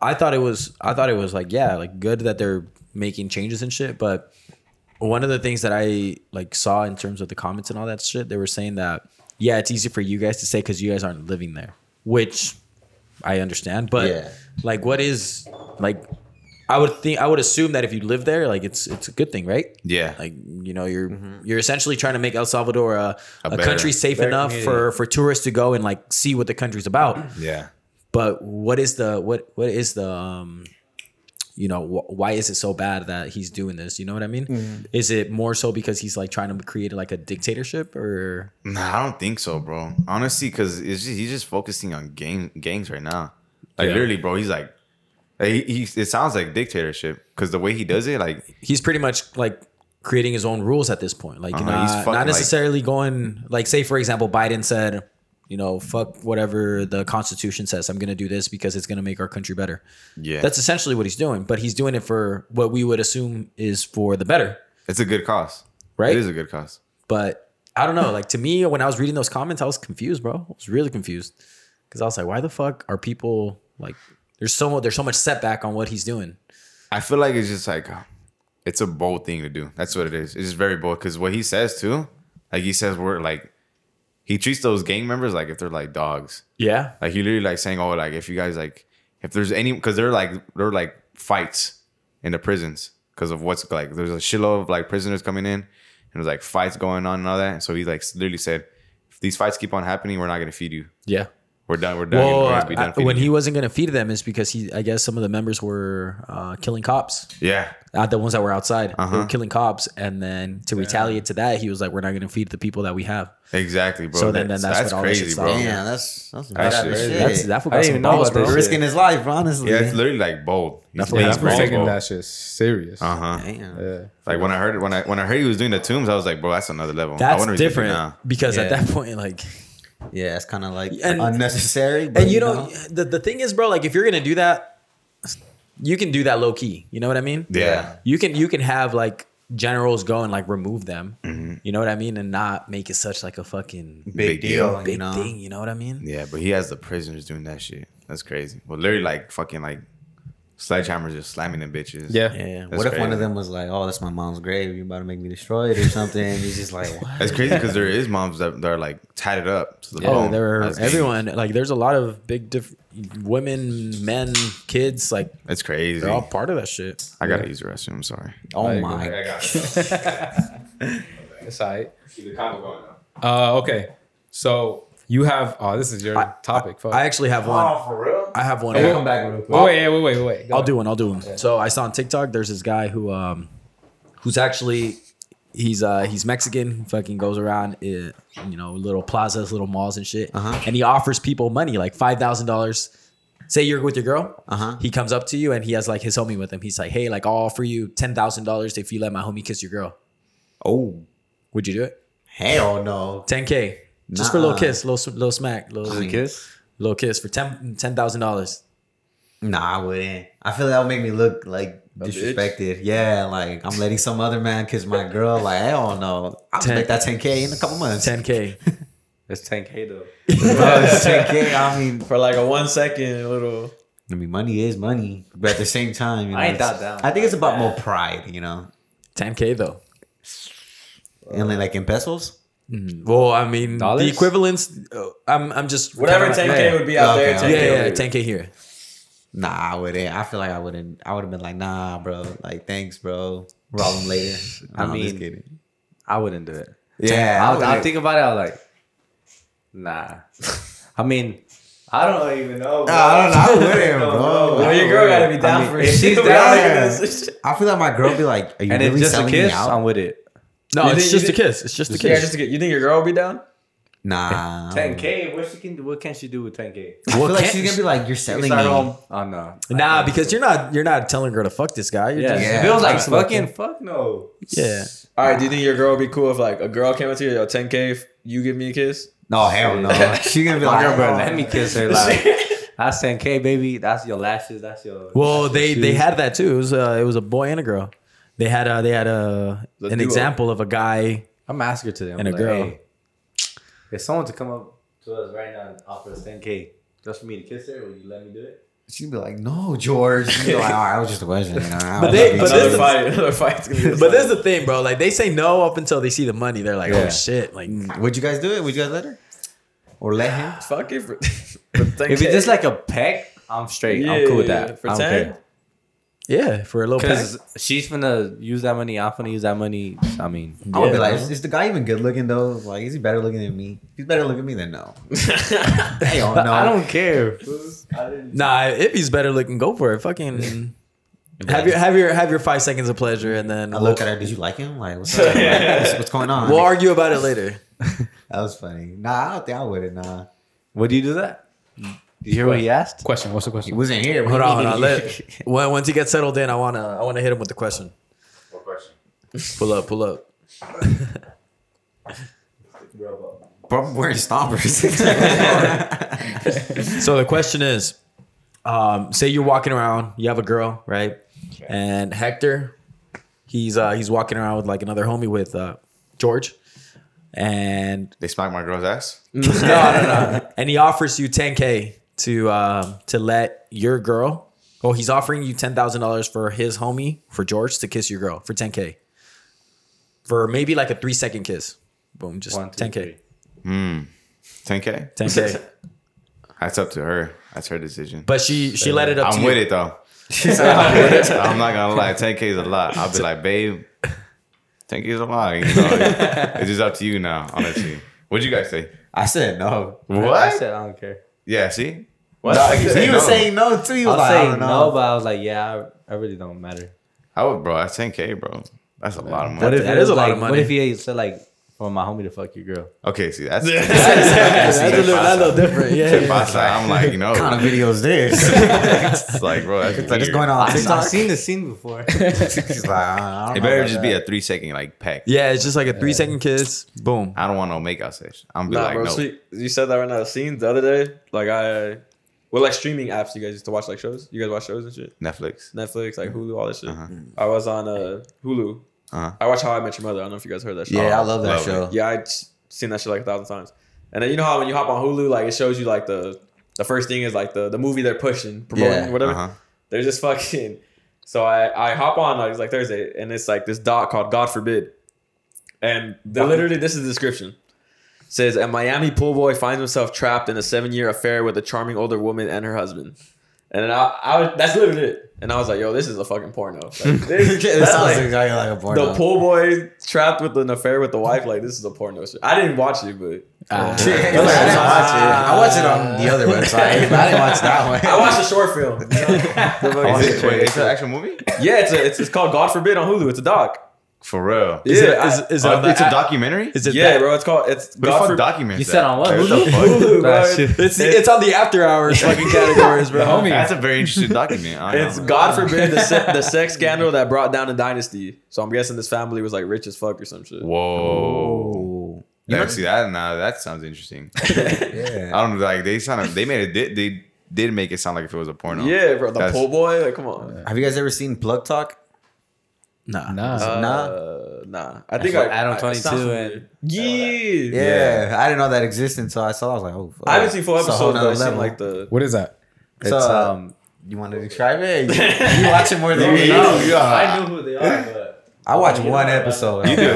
Speaker 6: I thought it was I thought it was like yeah like good that they're making changes and shit but one of the things that I like saw in terms of the comments and all that shit they were saying that yeah it's easy for you guys to say cuz you guys aren't living there which I understand but
Speaker 5: Yeah.
Speaker 6: like what is like I would think I would assume that if you live there like it's it's a good thing right
Speaker 2: yeah.
Speaker 6: like you know you're you're essentially trying to make El Salvador a, a,
Speaker 2: Mm-hmm. better-
Speaker 6: country safe enough for for tourists to go and like see what the
Speaker 2: [clears throat]
Speaker 6: country's about
Speaker 2: yeah.
Speaker 6: but what is the what what is the um you know wh- why is it so bad that he's doing this you know what i mean
Speaker 2: Mm-hmm.
Speaker 6: is it more so because he's like trying to create like a dictatorship or
Speaker 2: Nah, I don't think so, bro. Honestly, because it's just, he's just focusing on gang gangs right now. Like literally, bro. He's like, he, he it sounds like dictatorship because the way he does it, like
Speaker 6: he's pretty much like creating his own rules at this point like
Speaker 2: Uh-huh,
Speaker 6: not,
Speaker 2: he's fucking,
Speaker 6: not
Speaker 2: like-
Speaker 6: necessarily going like say for example biden said you know fuck whatever the constitution says i'm gonna do this because it's gonna make our country better
Speaker 2: yeah,
Speaker 6: That's essentially what he's doing, but he's doing it for what we would assume is for the better,
Speaker 2: it's a good cause.
Speaker 6: right?
Speaker 2: It is a good cause.
Speaker 6: but I don't know. Like to me, when I was reading those comments, I was confused, bro. I was really confused because I was like, why the fuck are people like? There's so there's so much setback on what he's doing.
Speaker 2: I feel like it's just like it's a bold thing to do. That's what it is. It's just very bold because what he says too, like he says we're like he treats those gang members like if they're like dogs.
Speaker 6: Yeah,
Speaker 2: Like he literally like saying, "Oh, like if you guys like if there's any because they're like they're like fights in the prisons because of what's like there's a shitload of like prisoners coming in and there's like fights going on and all that." So he like literally said, "If these fights keep on happening, we're not gonna feed you.
Speaker 6: yeah.
Speaker 2: We're done. We're done.
Speaker 6: Well,
Speaker 2: we're gonna be
Speaker 6: I-
Speaker 2: done feeding
Speaker 6: when he
Speaker 2: you."
Speaker 6: wasn't gonna feed them is because he, I guess, some of the members were uh, killing cops.
Speaker 2: yeah,
Speaker 6: Not the ones that were outside, they
Speaker 2: Uh-huh.
Speaker 6: were killing cops, and then to retaliate to that, he was like, "We're not gonna feed the people that we have."
Speaker 2: exactly, bro.
Speaker 6: So then- then that's what all this shit started.
Speaker 5: Damn, that's that's
Speaker 2: That
Speaker 5: badass
Speaker 2: shit-
Speaker 5: shit.
Speaker 6: That's that fool got
Speaker 4: I didn't
Speaker 6: some
Speaker 4: even know
Speaker 6: balls,
Speaker 4: about this
Speaker 6: bro.
Speaker 4: shit.
Speaker 5: risking his life, honestly.
Speaker 2: Yeah, it's literally like bold.
Speaker 6: That's what
Speaker 2: yeah,
Speaker 6: he's
Speaker 2: it's very
Speaker 1: taking
Speaker 2: bold.
Speaker 1: that shit serious.
Speaker 2: Uh huh.
Speaker 5: Damn.
Speaker 1: Yeah.
Speaker 2: Like when I heard when I when I heard he was doing the tombs, I was like, bro, that's another level. I
Speaker 6: That's
Speaker 2: wonder if he did
Speaker 6: different
Speaker 2: now.
Speaker 6: because at
Speaker 5: Yeah.
Speaker 6: that [laughs] point, like,
Speaker 5: Yeah, it's kind of like
Speaker 6: And-
Speaker 5: unnecessary. But
Speaker 6: and you know, the, the thing is, bro, like if you're gonna do that, you can do that low key. You know what I mean?
Speaker 2: Yeah.
Speaker 6: You can you can have like generals go and like remove them. You know what I mean, and not make it such like a fucking
Speaker 2: Big deal.
Speaker 6: big
Speaker 5: you know?
Speaker 6: thing. You know what I mean?
Speaker 2: Yeah, but he has the prisoners doing that shit. That's crazy. Well, literally, like fucking like sledgehammers just slamming the bitches.
Speaker 1: Yeah.
Speaker 6: Yeah.
Speaker 2: That's
Speaker 5: what if one
Speaker 2: crazy.
Speaker 5: of them was like, "Oh, that's my mom's grave. You about to make me destroy it or something?" And he's just
Speaker 2: [laughs]
Speaker 5: like, "What?"
Speaker 2: That's crazy because there is moms that, that are like tied it up to the
Speaker 6: Oh,
Speaker 2: bone.
Speaker 6: there are
Speaker 2: That's crazy.
Speaker 6: everyone. Like, there's a lot of big diff- women, men, kids. Like,
Speaker 2: That's crazy.
Speaker 6: they're all part of that shit.
Speaker 2: I gotta use the restroom. I'm sorry.
Speaker 5: Oh my! God.
Speaker 6: [laughs]
Speaker 1: It's all right.
Speaker 2: The combo going now.
Speaker 1: Uh, okay. So you have. Oh, this is your topic. Fuck.
Speaker 6: I actually have one.
Speaker 2: Oh, for real?
Speaker 6: I have one.
Speaker 1: come back real quick. Oh, wait, wait, wait, wait. wait. Go
Speaker 6: I'll
Speaker 1: on.
Speaker 6: do one. I'll do one. So I saw on TikTok there's this guy who um who's actually he's uh he's Mexican. He fucking goes around uh, you know little plazas, little malls and shit,
Speaker 5: Uh-huh.
Speaker 6: and he offers people money like five thousand dollars. Say you're with your girl.
Speaker 5: Uh-huh.
Speaker 6: He comes up to you and he has like his homie with him. He's like, hey, like I'll offer you ten thousand dollars if you let my homie kiss your girl.
Speaker 5: Oh
Speaker 6: Would you do it?
Speaker 5: hell no!
Speaker 6: Ten k. Just for a little
Speaker 5: Nuh-uh.
Speaker 6: kiss, little little smack, little
Speaker 4: kiss?
Speaker 6: little kiss for ten ten thousand dollars.
Speaker 5: Nah, I wouldn't. I feel that would make me look like disrespected. Yeah, like I'm letting some other man kiss my girl. Like hell no! I'll
Speaker 6: Ten-
Speaker 5: make that 10k in a couple months. [laughs]
Speaker 6: Ten k.
Speaker 4: It's 10K though.
Speaker 5: Bro, it's 10k. I mean,
Speaker 3: for like a one second little.
Speaker 5: I mean, money is money, but at the same time, you know,
Speaker 4: [laughs] I ain't
Speaker 5: it's-
Speaker 4: that down.
Speaker 5: I think it's about more pride, you know,
Speaker 6: Ten k though.
Speaker 5: and then like in pesos.
Speaker 6: Well, I mean,
Speaker 4: Dollars?
Speaker 6: the equivalents. Uh, I'm, I'm just
Speaker 3: Whatever
Speaker 6: kinda
Speaker 3: 10K
Speaker 6: like-
Speaker 3: would be out
Speaker 5: Okay,
Speaker 3: there,
Speaker 5: okay.
Speaker 3: 10K.
Speaker 6: Yeah, yeah, yeah,
Speaker 3: would be-
Speaker 6: 10k here.
Speaker 5: Nah, I wouldn't. I feel like I wouldn't. I would have been like, nah, bro. Like, thanks, bro. Problem
Speaker 4: [laughs]
Speaker 5: later.
Speaker 4: I
Speaker 5: Nah, I'm just
Speaker 4: mean,
Speaker 5: kidding.
Speaker 4: I wouldn't do it.
Speaker 5: yeah,
Speaker 4: I'll, I'll
Speaker 5: wouldn't-
Speaker 4: think about it. I'll like, nah. [laughs] I mean, I don't even know.
Speaker 5: Nah, I don't know. I wouldn't,
Speaker 4: don't
Speaker 5: bro.
Speaker 3: Well,
Speaker 5: I
Speaker 3: your girl
Speaker 5: wouldn't.
Speaker 3: gotta be down
Speaker 4: mean,
Speaker 3: for
Speaker 4: if
Speaker 3: it.
Speaker 4: [laughs] she's
Speaker 3: We're
Speaker 4: down,
Speaker 3: all
Speaker 5: yeah.
Speaker 3: gonna do this shit.
Speaker 5: I feel like my girl be like, are you
Speaker 4: And
Speaker 5: really
Speaker 4: it's just a
Speaker 5: selling me
Speaker 4: kiss.
Speaker 5: out?
Speaker 4: I'm with it.
Speaker 6: No,
Speaker 3: You
Speaker 6: it's
Speaker 3: think-
Speaker 6: just
Speaker 3: you
Speaker 6: a kiss. It's just a
Speaker 3: Yeah,
Speaker 6: kiss.
Speaker 3: just to get, you think your girl will be down?
Speaker 4: [laughs]
Speaker 5: nah.
Speaker 4: 10K. What she can? What can she do with 10K?
Speaker 5: I feel like
Speaker 6: can't-
Speaker 5: she's gonna be like, you're selling me.
Speaker 4: Start home. Oh no.
Speaker 6: Nah, because you're not you're not telling her to fuck this guy. You're
Speaker 4: Yeah.
Speaker 6: just,
Speaker 5: Yeah.
Speaker 4: If it was like
Speaker 6: Absolutely.
Speaker 4: fucking fuck no.
Speaker 6: yeah.
Speaker 3: All right, do you think your girl would be cool if like a girl came up to you, yo, 10K, if you give me a kiss?
Speaker 5: No, hell
Speaker 4: [laughs]
Speaker 5: no. She's gonna be
Speaker 4: My
Speaker 5: like,
Speaker 4: girl, bro,
Speaker 5: oh.
Speaker 4: let me kiss her. [laughs] Like, that's 10K, baby. That's your lashes. That's your.
Speaker 6: Well,
Speaker 4: that's your
Speaker 6: they they
Speaker 4: shoes.
Speaker 6: had that too. It was uh, it was a boy and a girl. They had uh, they had uh,
Speaker 3: The
Speaker 6: an
Speaker 3: duo.
Speaker 6: example of
Speaker 3: [laughs]
Speaker 6: a guy.
Speaker 4: I'm gonna ask her today. I'm
Speaker 6: And a
Speaker 4: like,
Speaker 6: girl.
Speaker 4: Hey, if someone to come up to us right now and offer us 10K just for me to kiss her, will you let me do it?
Speaker 5: She'd be like, no, George. She'd be like, all right, I was just a question. You know, I was
Speaker 6: they-
Speaker 5: just-
Speaker 6: but
Speaker 3: another
Speaker 6: this is-
Speaker 3: fight, [laughs] another fight's
Speaker 6: [laughs]
Speaker 3: gonna be this
Speaker 6: But
Speaker 3: fight.
Speaker 6: this is the thing, bro. Like they say no up until they see the money. They're like, oh
Speaker 4: Yeah.
Speaker 6: shit. Like
Speaker 3: Mm.
Speaker 5: Would you guys do it? Would you guys let her? Or let him?
Speaker 3: Fuck it. For,
Speaker 4: If it's just like a peck, I'm straight. I'm cool with that.
Speaker 3: For
Speaker 4: I don't
Speaker 3: 10?
Speaker 4: care.
Speaker 6: yeah, for a little
Speaker 4: Because she's gonna use that money. I'm gonna use that money. I mean,
Speaker 5: I would
Speaker 6: Yeah,
Speaker 5: be like,
Speaker 6: bro.
Speaker 5: is, is the guy even good looking though? Like, is he better looking than me? If he's better looking than me, then no. Hell no.
Speaker 4: I don't care.
Speaker 6: Nah, if he's better looking, go for
Speaker 3: [laughs]
Speaker 6: it. Fucking have your have your have your five seconds of pleasure, and then
Speaker 5: I
Speaker 6: we'll,
Speaker 5: look at her. Did you like him? Like, what's up? Like, what's, what's going on?
Speaker 6: we'll argue about it later.
Speaker 5: that was funny. Nah, I don't think I would. Nah,
Speaker 4: Would you do that? Do you hear what he asked?
Speaker 1: Question. What's the
Speaker 5: he
Speaker 1: question?
Speaker 5: wasn't here.
Speaker 6: Hold on, hold
Speaker 5: [laughs]
Speaker 6: on. Let, well, once he gets settled in, I wanna I wanna hit him with the question.
Speaker 2: What question?
Speaker 6: Pull up,
Speaker 2: [laughs]
Speaker 6: pull up.
Speaker 5: Bro, I'm wearing stompers.
Speaker 6: [laughs] So the question is, um, say you're walking around, you have a girl, right? And Hector, he's uh, he's walking around with like another homie with uh, George, and
Speaker 2: They smack my girl's ass.
Speaker 6: no, no, no. [laughs] And he offers you 10k to um, to let your girl. Oh, he's offering you ten thousand dollars for his homie for George to kiss your girl for 10k. For maybe like a three second kiss. Boom, just
Speaker 4: One, two,
Speaker 6: 10k,
Speaker 4: three.
Speaker 2: 10k.
Speaker 6: 10k.
Speaker 2: That's up to her. That's her decision.
Speaker 6: But she she let it up.
Speaker 2: I'm
Speaker 6: to
Speaker 2: with
Speaker 6: you.
Speaker 2: it
Speaker 5: [laughs]
Speaker 2: though. [laughs] I'm not gonna lie. 10k is a lot. I'll be like, babe, 10k is a lot. You know,
Speaker 5: [laughs]
Speaker 2: it's just up to you now. Honestly, what'd you guys say?
Speaker 5: I said no.
Speaker 4: I
Speaker 2: What?
Speaker 4: said I don't care.
Speaker 2: Yeah. See.
Speaker 5: What? [laughs] he was saying no too. He
Speaker 4: I
Speaker 5: was like,
Speaker 4: was
Speaker 5: I
Speaker 4: saying
Speaker 5: don't
Speaker 4: no,
Speaker 5: know.
Speaker 4: but I was like, yeah, I, I really don't matter.
Speaker 2: I would, bro. That's 10k, bro. That's a lot of money.
Speaker 4: What if
Speaker 6: that
Speaker 4: it was
Speaker 6: is a lot
Speaker 4: like-
Speaker 6: of money.
Speaker 4: What if he said like, for my homie to fuck your girl?
Speaker 2: Okay, see
Speaker 5: [laughs]
Speaker 2: that's. [laughs]
Speaker 6: That's a little, that's a little different. Yeah,
Speaker 2: If I say- I'm like, you know,
Speaker 5: What kind of video is this?
Speaker 2: [laughs] it's like, bro, that's
Speaker 5: it's like, it's
Speaker 2: weird.
Speaker 5: going on
Speaker 4: I've
Speaker 5: TikTok.
Speaker 4: seen [laughs] the scene before.
Speaker 5: [laughs] He's like, I don't
Speaker 2: It
Speaker 5: know
Speaker 2: better
Speaker 5: about that.
Speaker 2: just be a three second like peck.
Speaker 6: yeah. It's just like a three second kiss.
Speaker 2: [laughs]
Speaker 6: Boom.
Speaker 2: I don't want no makeout session. I'm be
Speaker 3: Nah,
Speaker 2: like,
Speaker 3: bro.
Speaker 2: no.
Speaker 3: Sweet. You said that right now. Scenes the other day, like I, well, like streaming apps. You guys used to watch like shows. You guys watch shows and shit.
Speaker 2: Netflix.
Speaker 3: Netflix, like Hulu, all this shit. I was on uh Hulu, I watch How I Met Your Mother. I don't know if you guys heard that show.
Speaker 5: Yeah, I love that
Speaker 2: love it.
Speaker 5: show.
Speaker 3: Yeah, I've seen that shit like a thousand times. And then you know how when you hop on Hulu, like it shows you like the the first thing is like the the movie they're pushing, promoting,
Speaker 5: Yeah,
Speaker 3: whatever.
Speaker 2: uh-huh.
Speaker 3: They're just fucking. So I I hop on like it's like Thursday, and it's like this doc called God Forbid, and the, literally this is the description. It says a Miami pool boy finds himself trapped in a seven year affair with a charming older woman and her husband. And then I, I was, that's literally it. And I was like, yo, this is a fucking porno. Like, this,
Speaker 5: it
Speaker 3: that's
Speaker 5: sounds
Speaker 3: like-
Speaker 5: exactly like a porno.
Speaker 6: [laughs]
Speaker 3: the [laughs] pool boy trapped with an affair with the wife. Like this is a porno shit. I didn't watch it, but
Speaker 6: Ah.
Speaker 5: Yeah, I didn't watch it. I watched it on the
Speaker 4: [laughs]
Speaker 5: other website, but I didn't watch that one.
Speaker 3: I watched a short film.
Speaker 2: Oh, Is it- wait, it's an actual movie?
Speaker 3: yeah, it's, a, it's it's called God Forbid on Hulu. It's a doc.
Speaker 2: For real.
Speaker 3: Yeah, I-
Speaker 2: Oh, it's a documentary? Is
Speaker 3: yeah, bro. It's called it's
Speaker 2: what the
Speaker 3: God
Speaker 2: fuck
Speaker 3: Forbid.
Speaker 2: documents
Speaker 4: You said
Speaker 2: that?
Speaker 4: on what?
Speaker 2: What the
Speaker 4: Hulu?
Speaker 2: fuck?
Speaker 3: Hulu, bro.
Speaker 6: It's, it's on the after hours fucking categories, bro.
Speaker 1: Homie.
Speaker 2: [laughs] That's a very interesting document. I
Speaker 3: [laughs]
Speaker 2: don't
Speaker 3: It's
Speaker 2: know.
Speaker 3: God Forbid the, se- the sex scandal that brought down a dynasty. So I'm guessing this family was like rich as fuck or some shit.
Speaker 2: Whoa.
Speaker 5: oh,
Speaker 2: You don't see that now. That sounds interesting. I don't know. Like they sound. They made it. They, they did make it sound like if it was a porno.
Speaker 3: [laughs] Yeah, bro. The
Speaker 2: That's- [laughs]
Speaker 3: pool boy. Like, come on.
Speaker 5: Have you guys ever seen Plug Talk?
Speaker 7: Nah.
Speaker 5: Uh,
Speaker 3: Uh, nah. I think
Speaker 4: what
Speaker 3: I,
Speaker 4: Adam
Speaker 3: I- it
Speaker 4: 22
Speaker 3: sounds
Speaker 4: and-
Speaker 3: familiar. yeah.
Speaker 5: Yeah, I didn't know that existed until I saw. it. I was like, oh, fuck.
Speaker 3: I haven't seen full
Speaker 5: It's a whole
Speaker 3: episodes, but
Speaker 5: nother
Speaker 3: I've seen
Speaker 5: level.
Speaker 3: like the
Speaker 1: What is that?
Speaker 5: It's,
Speaker 4: It's,
Speaker 5: um, you want to describe it? You, you watch it more than me.
Speaker 2: No, you are.
Speaker 4: I knew who they are, but
Speaker 5: I watch one episode.
Speaker 2: You do. You,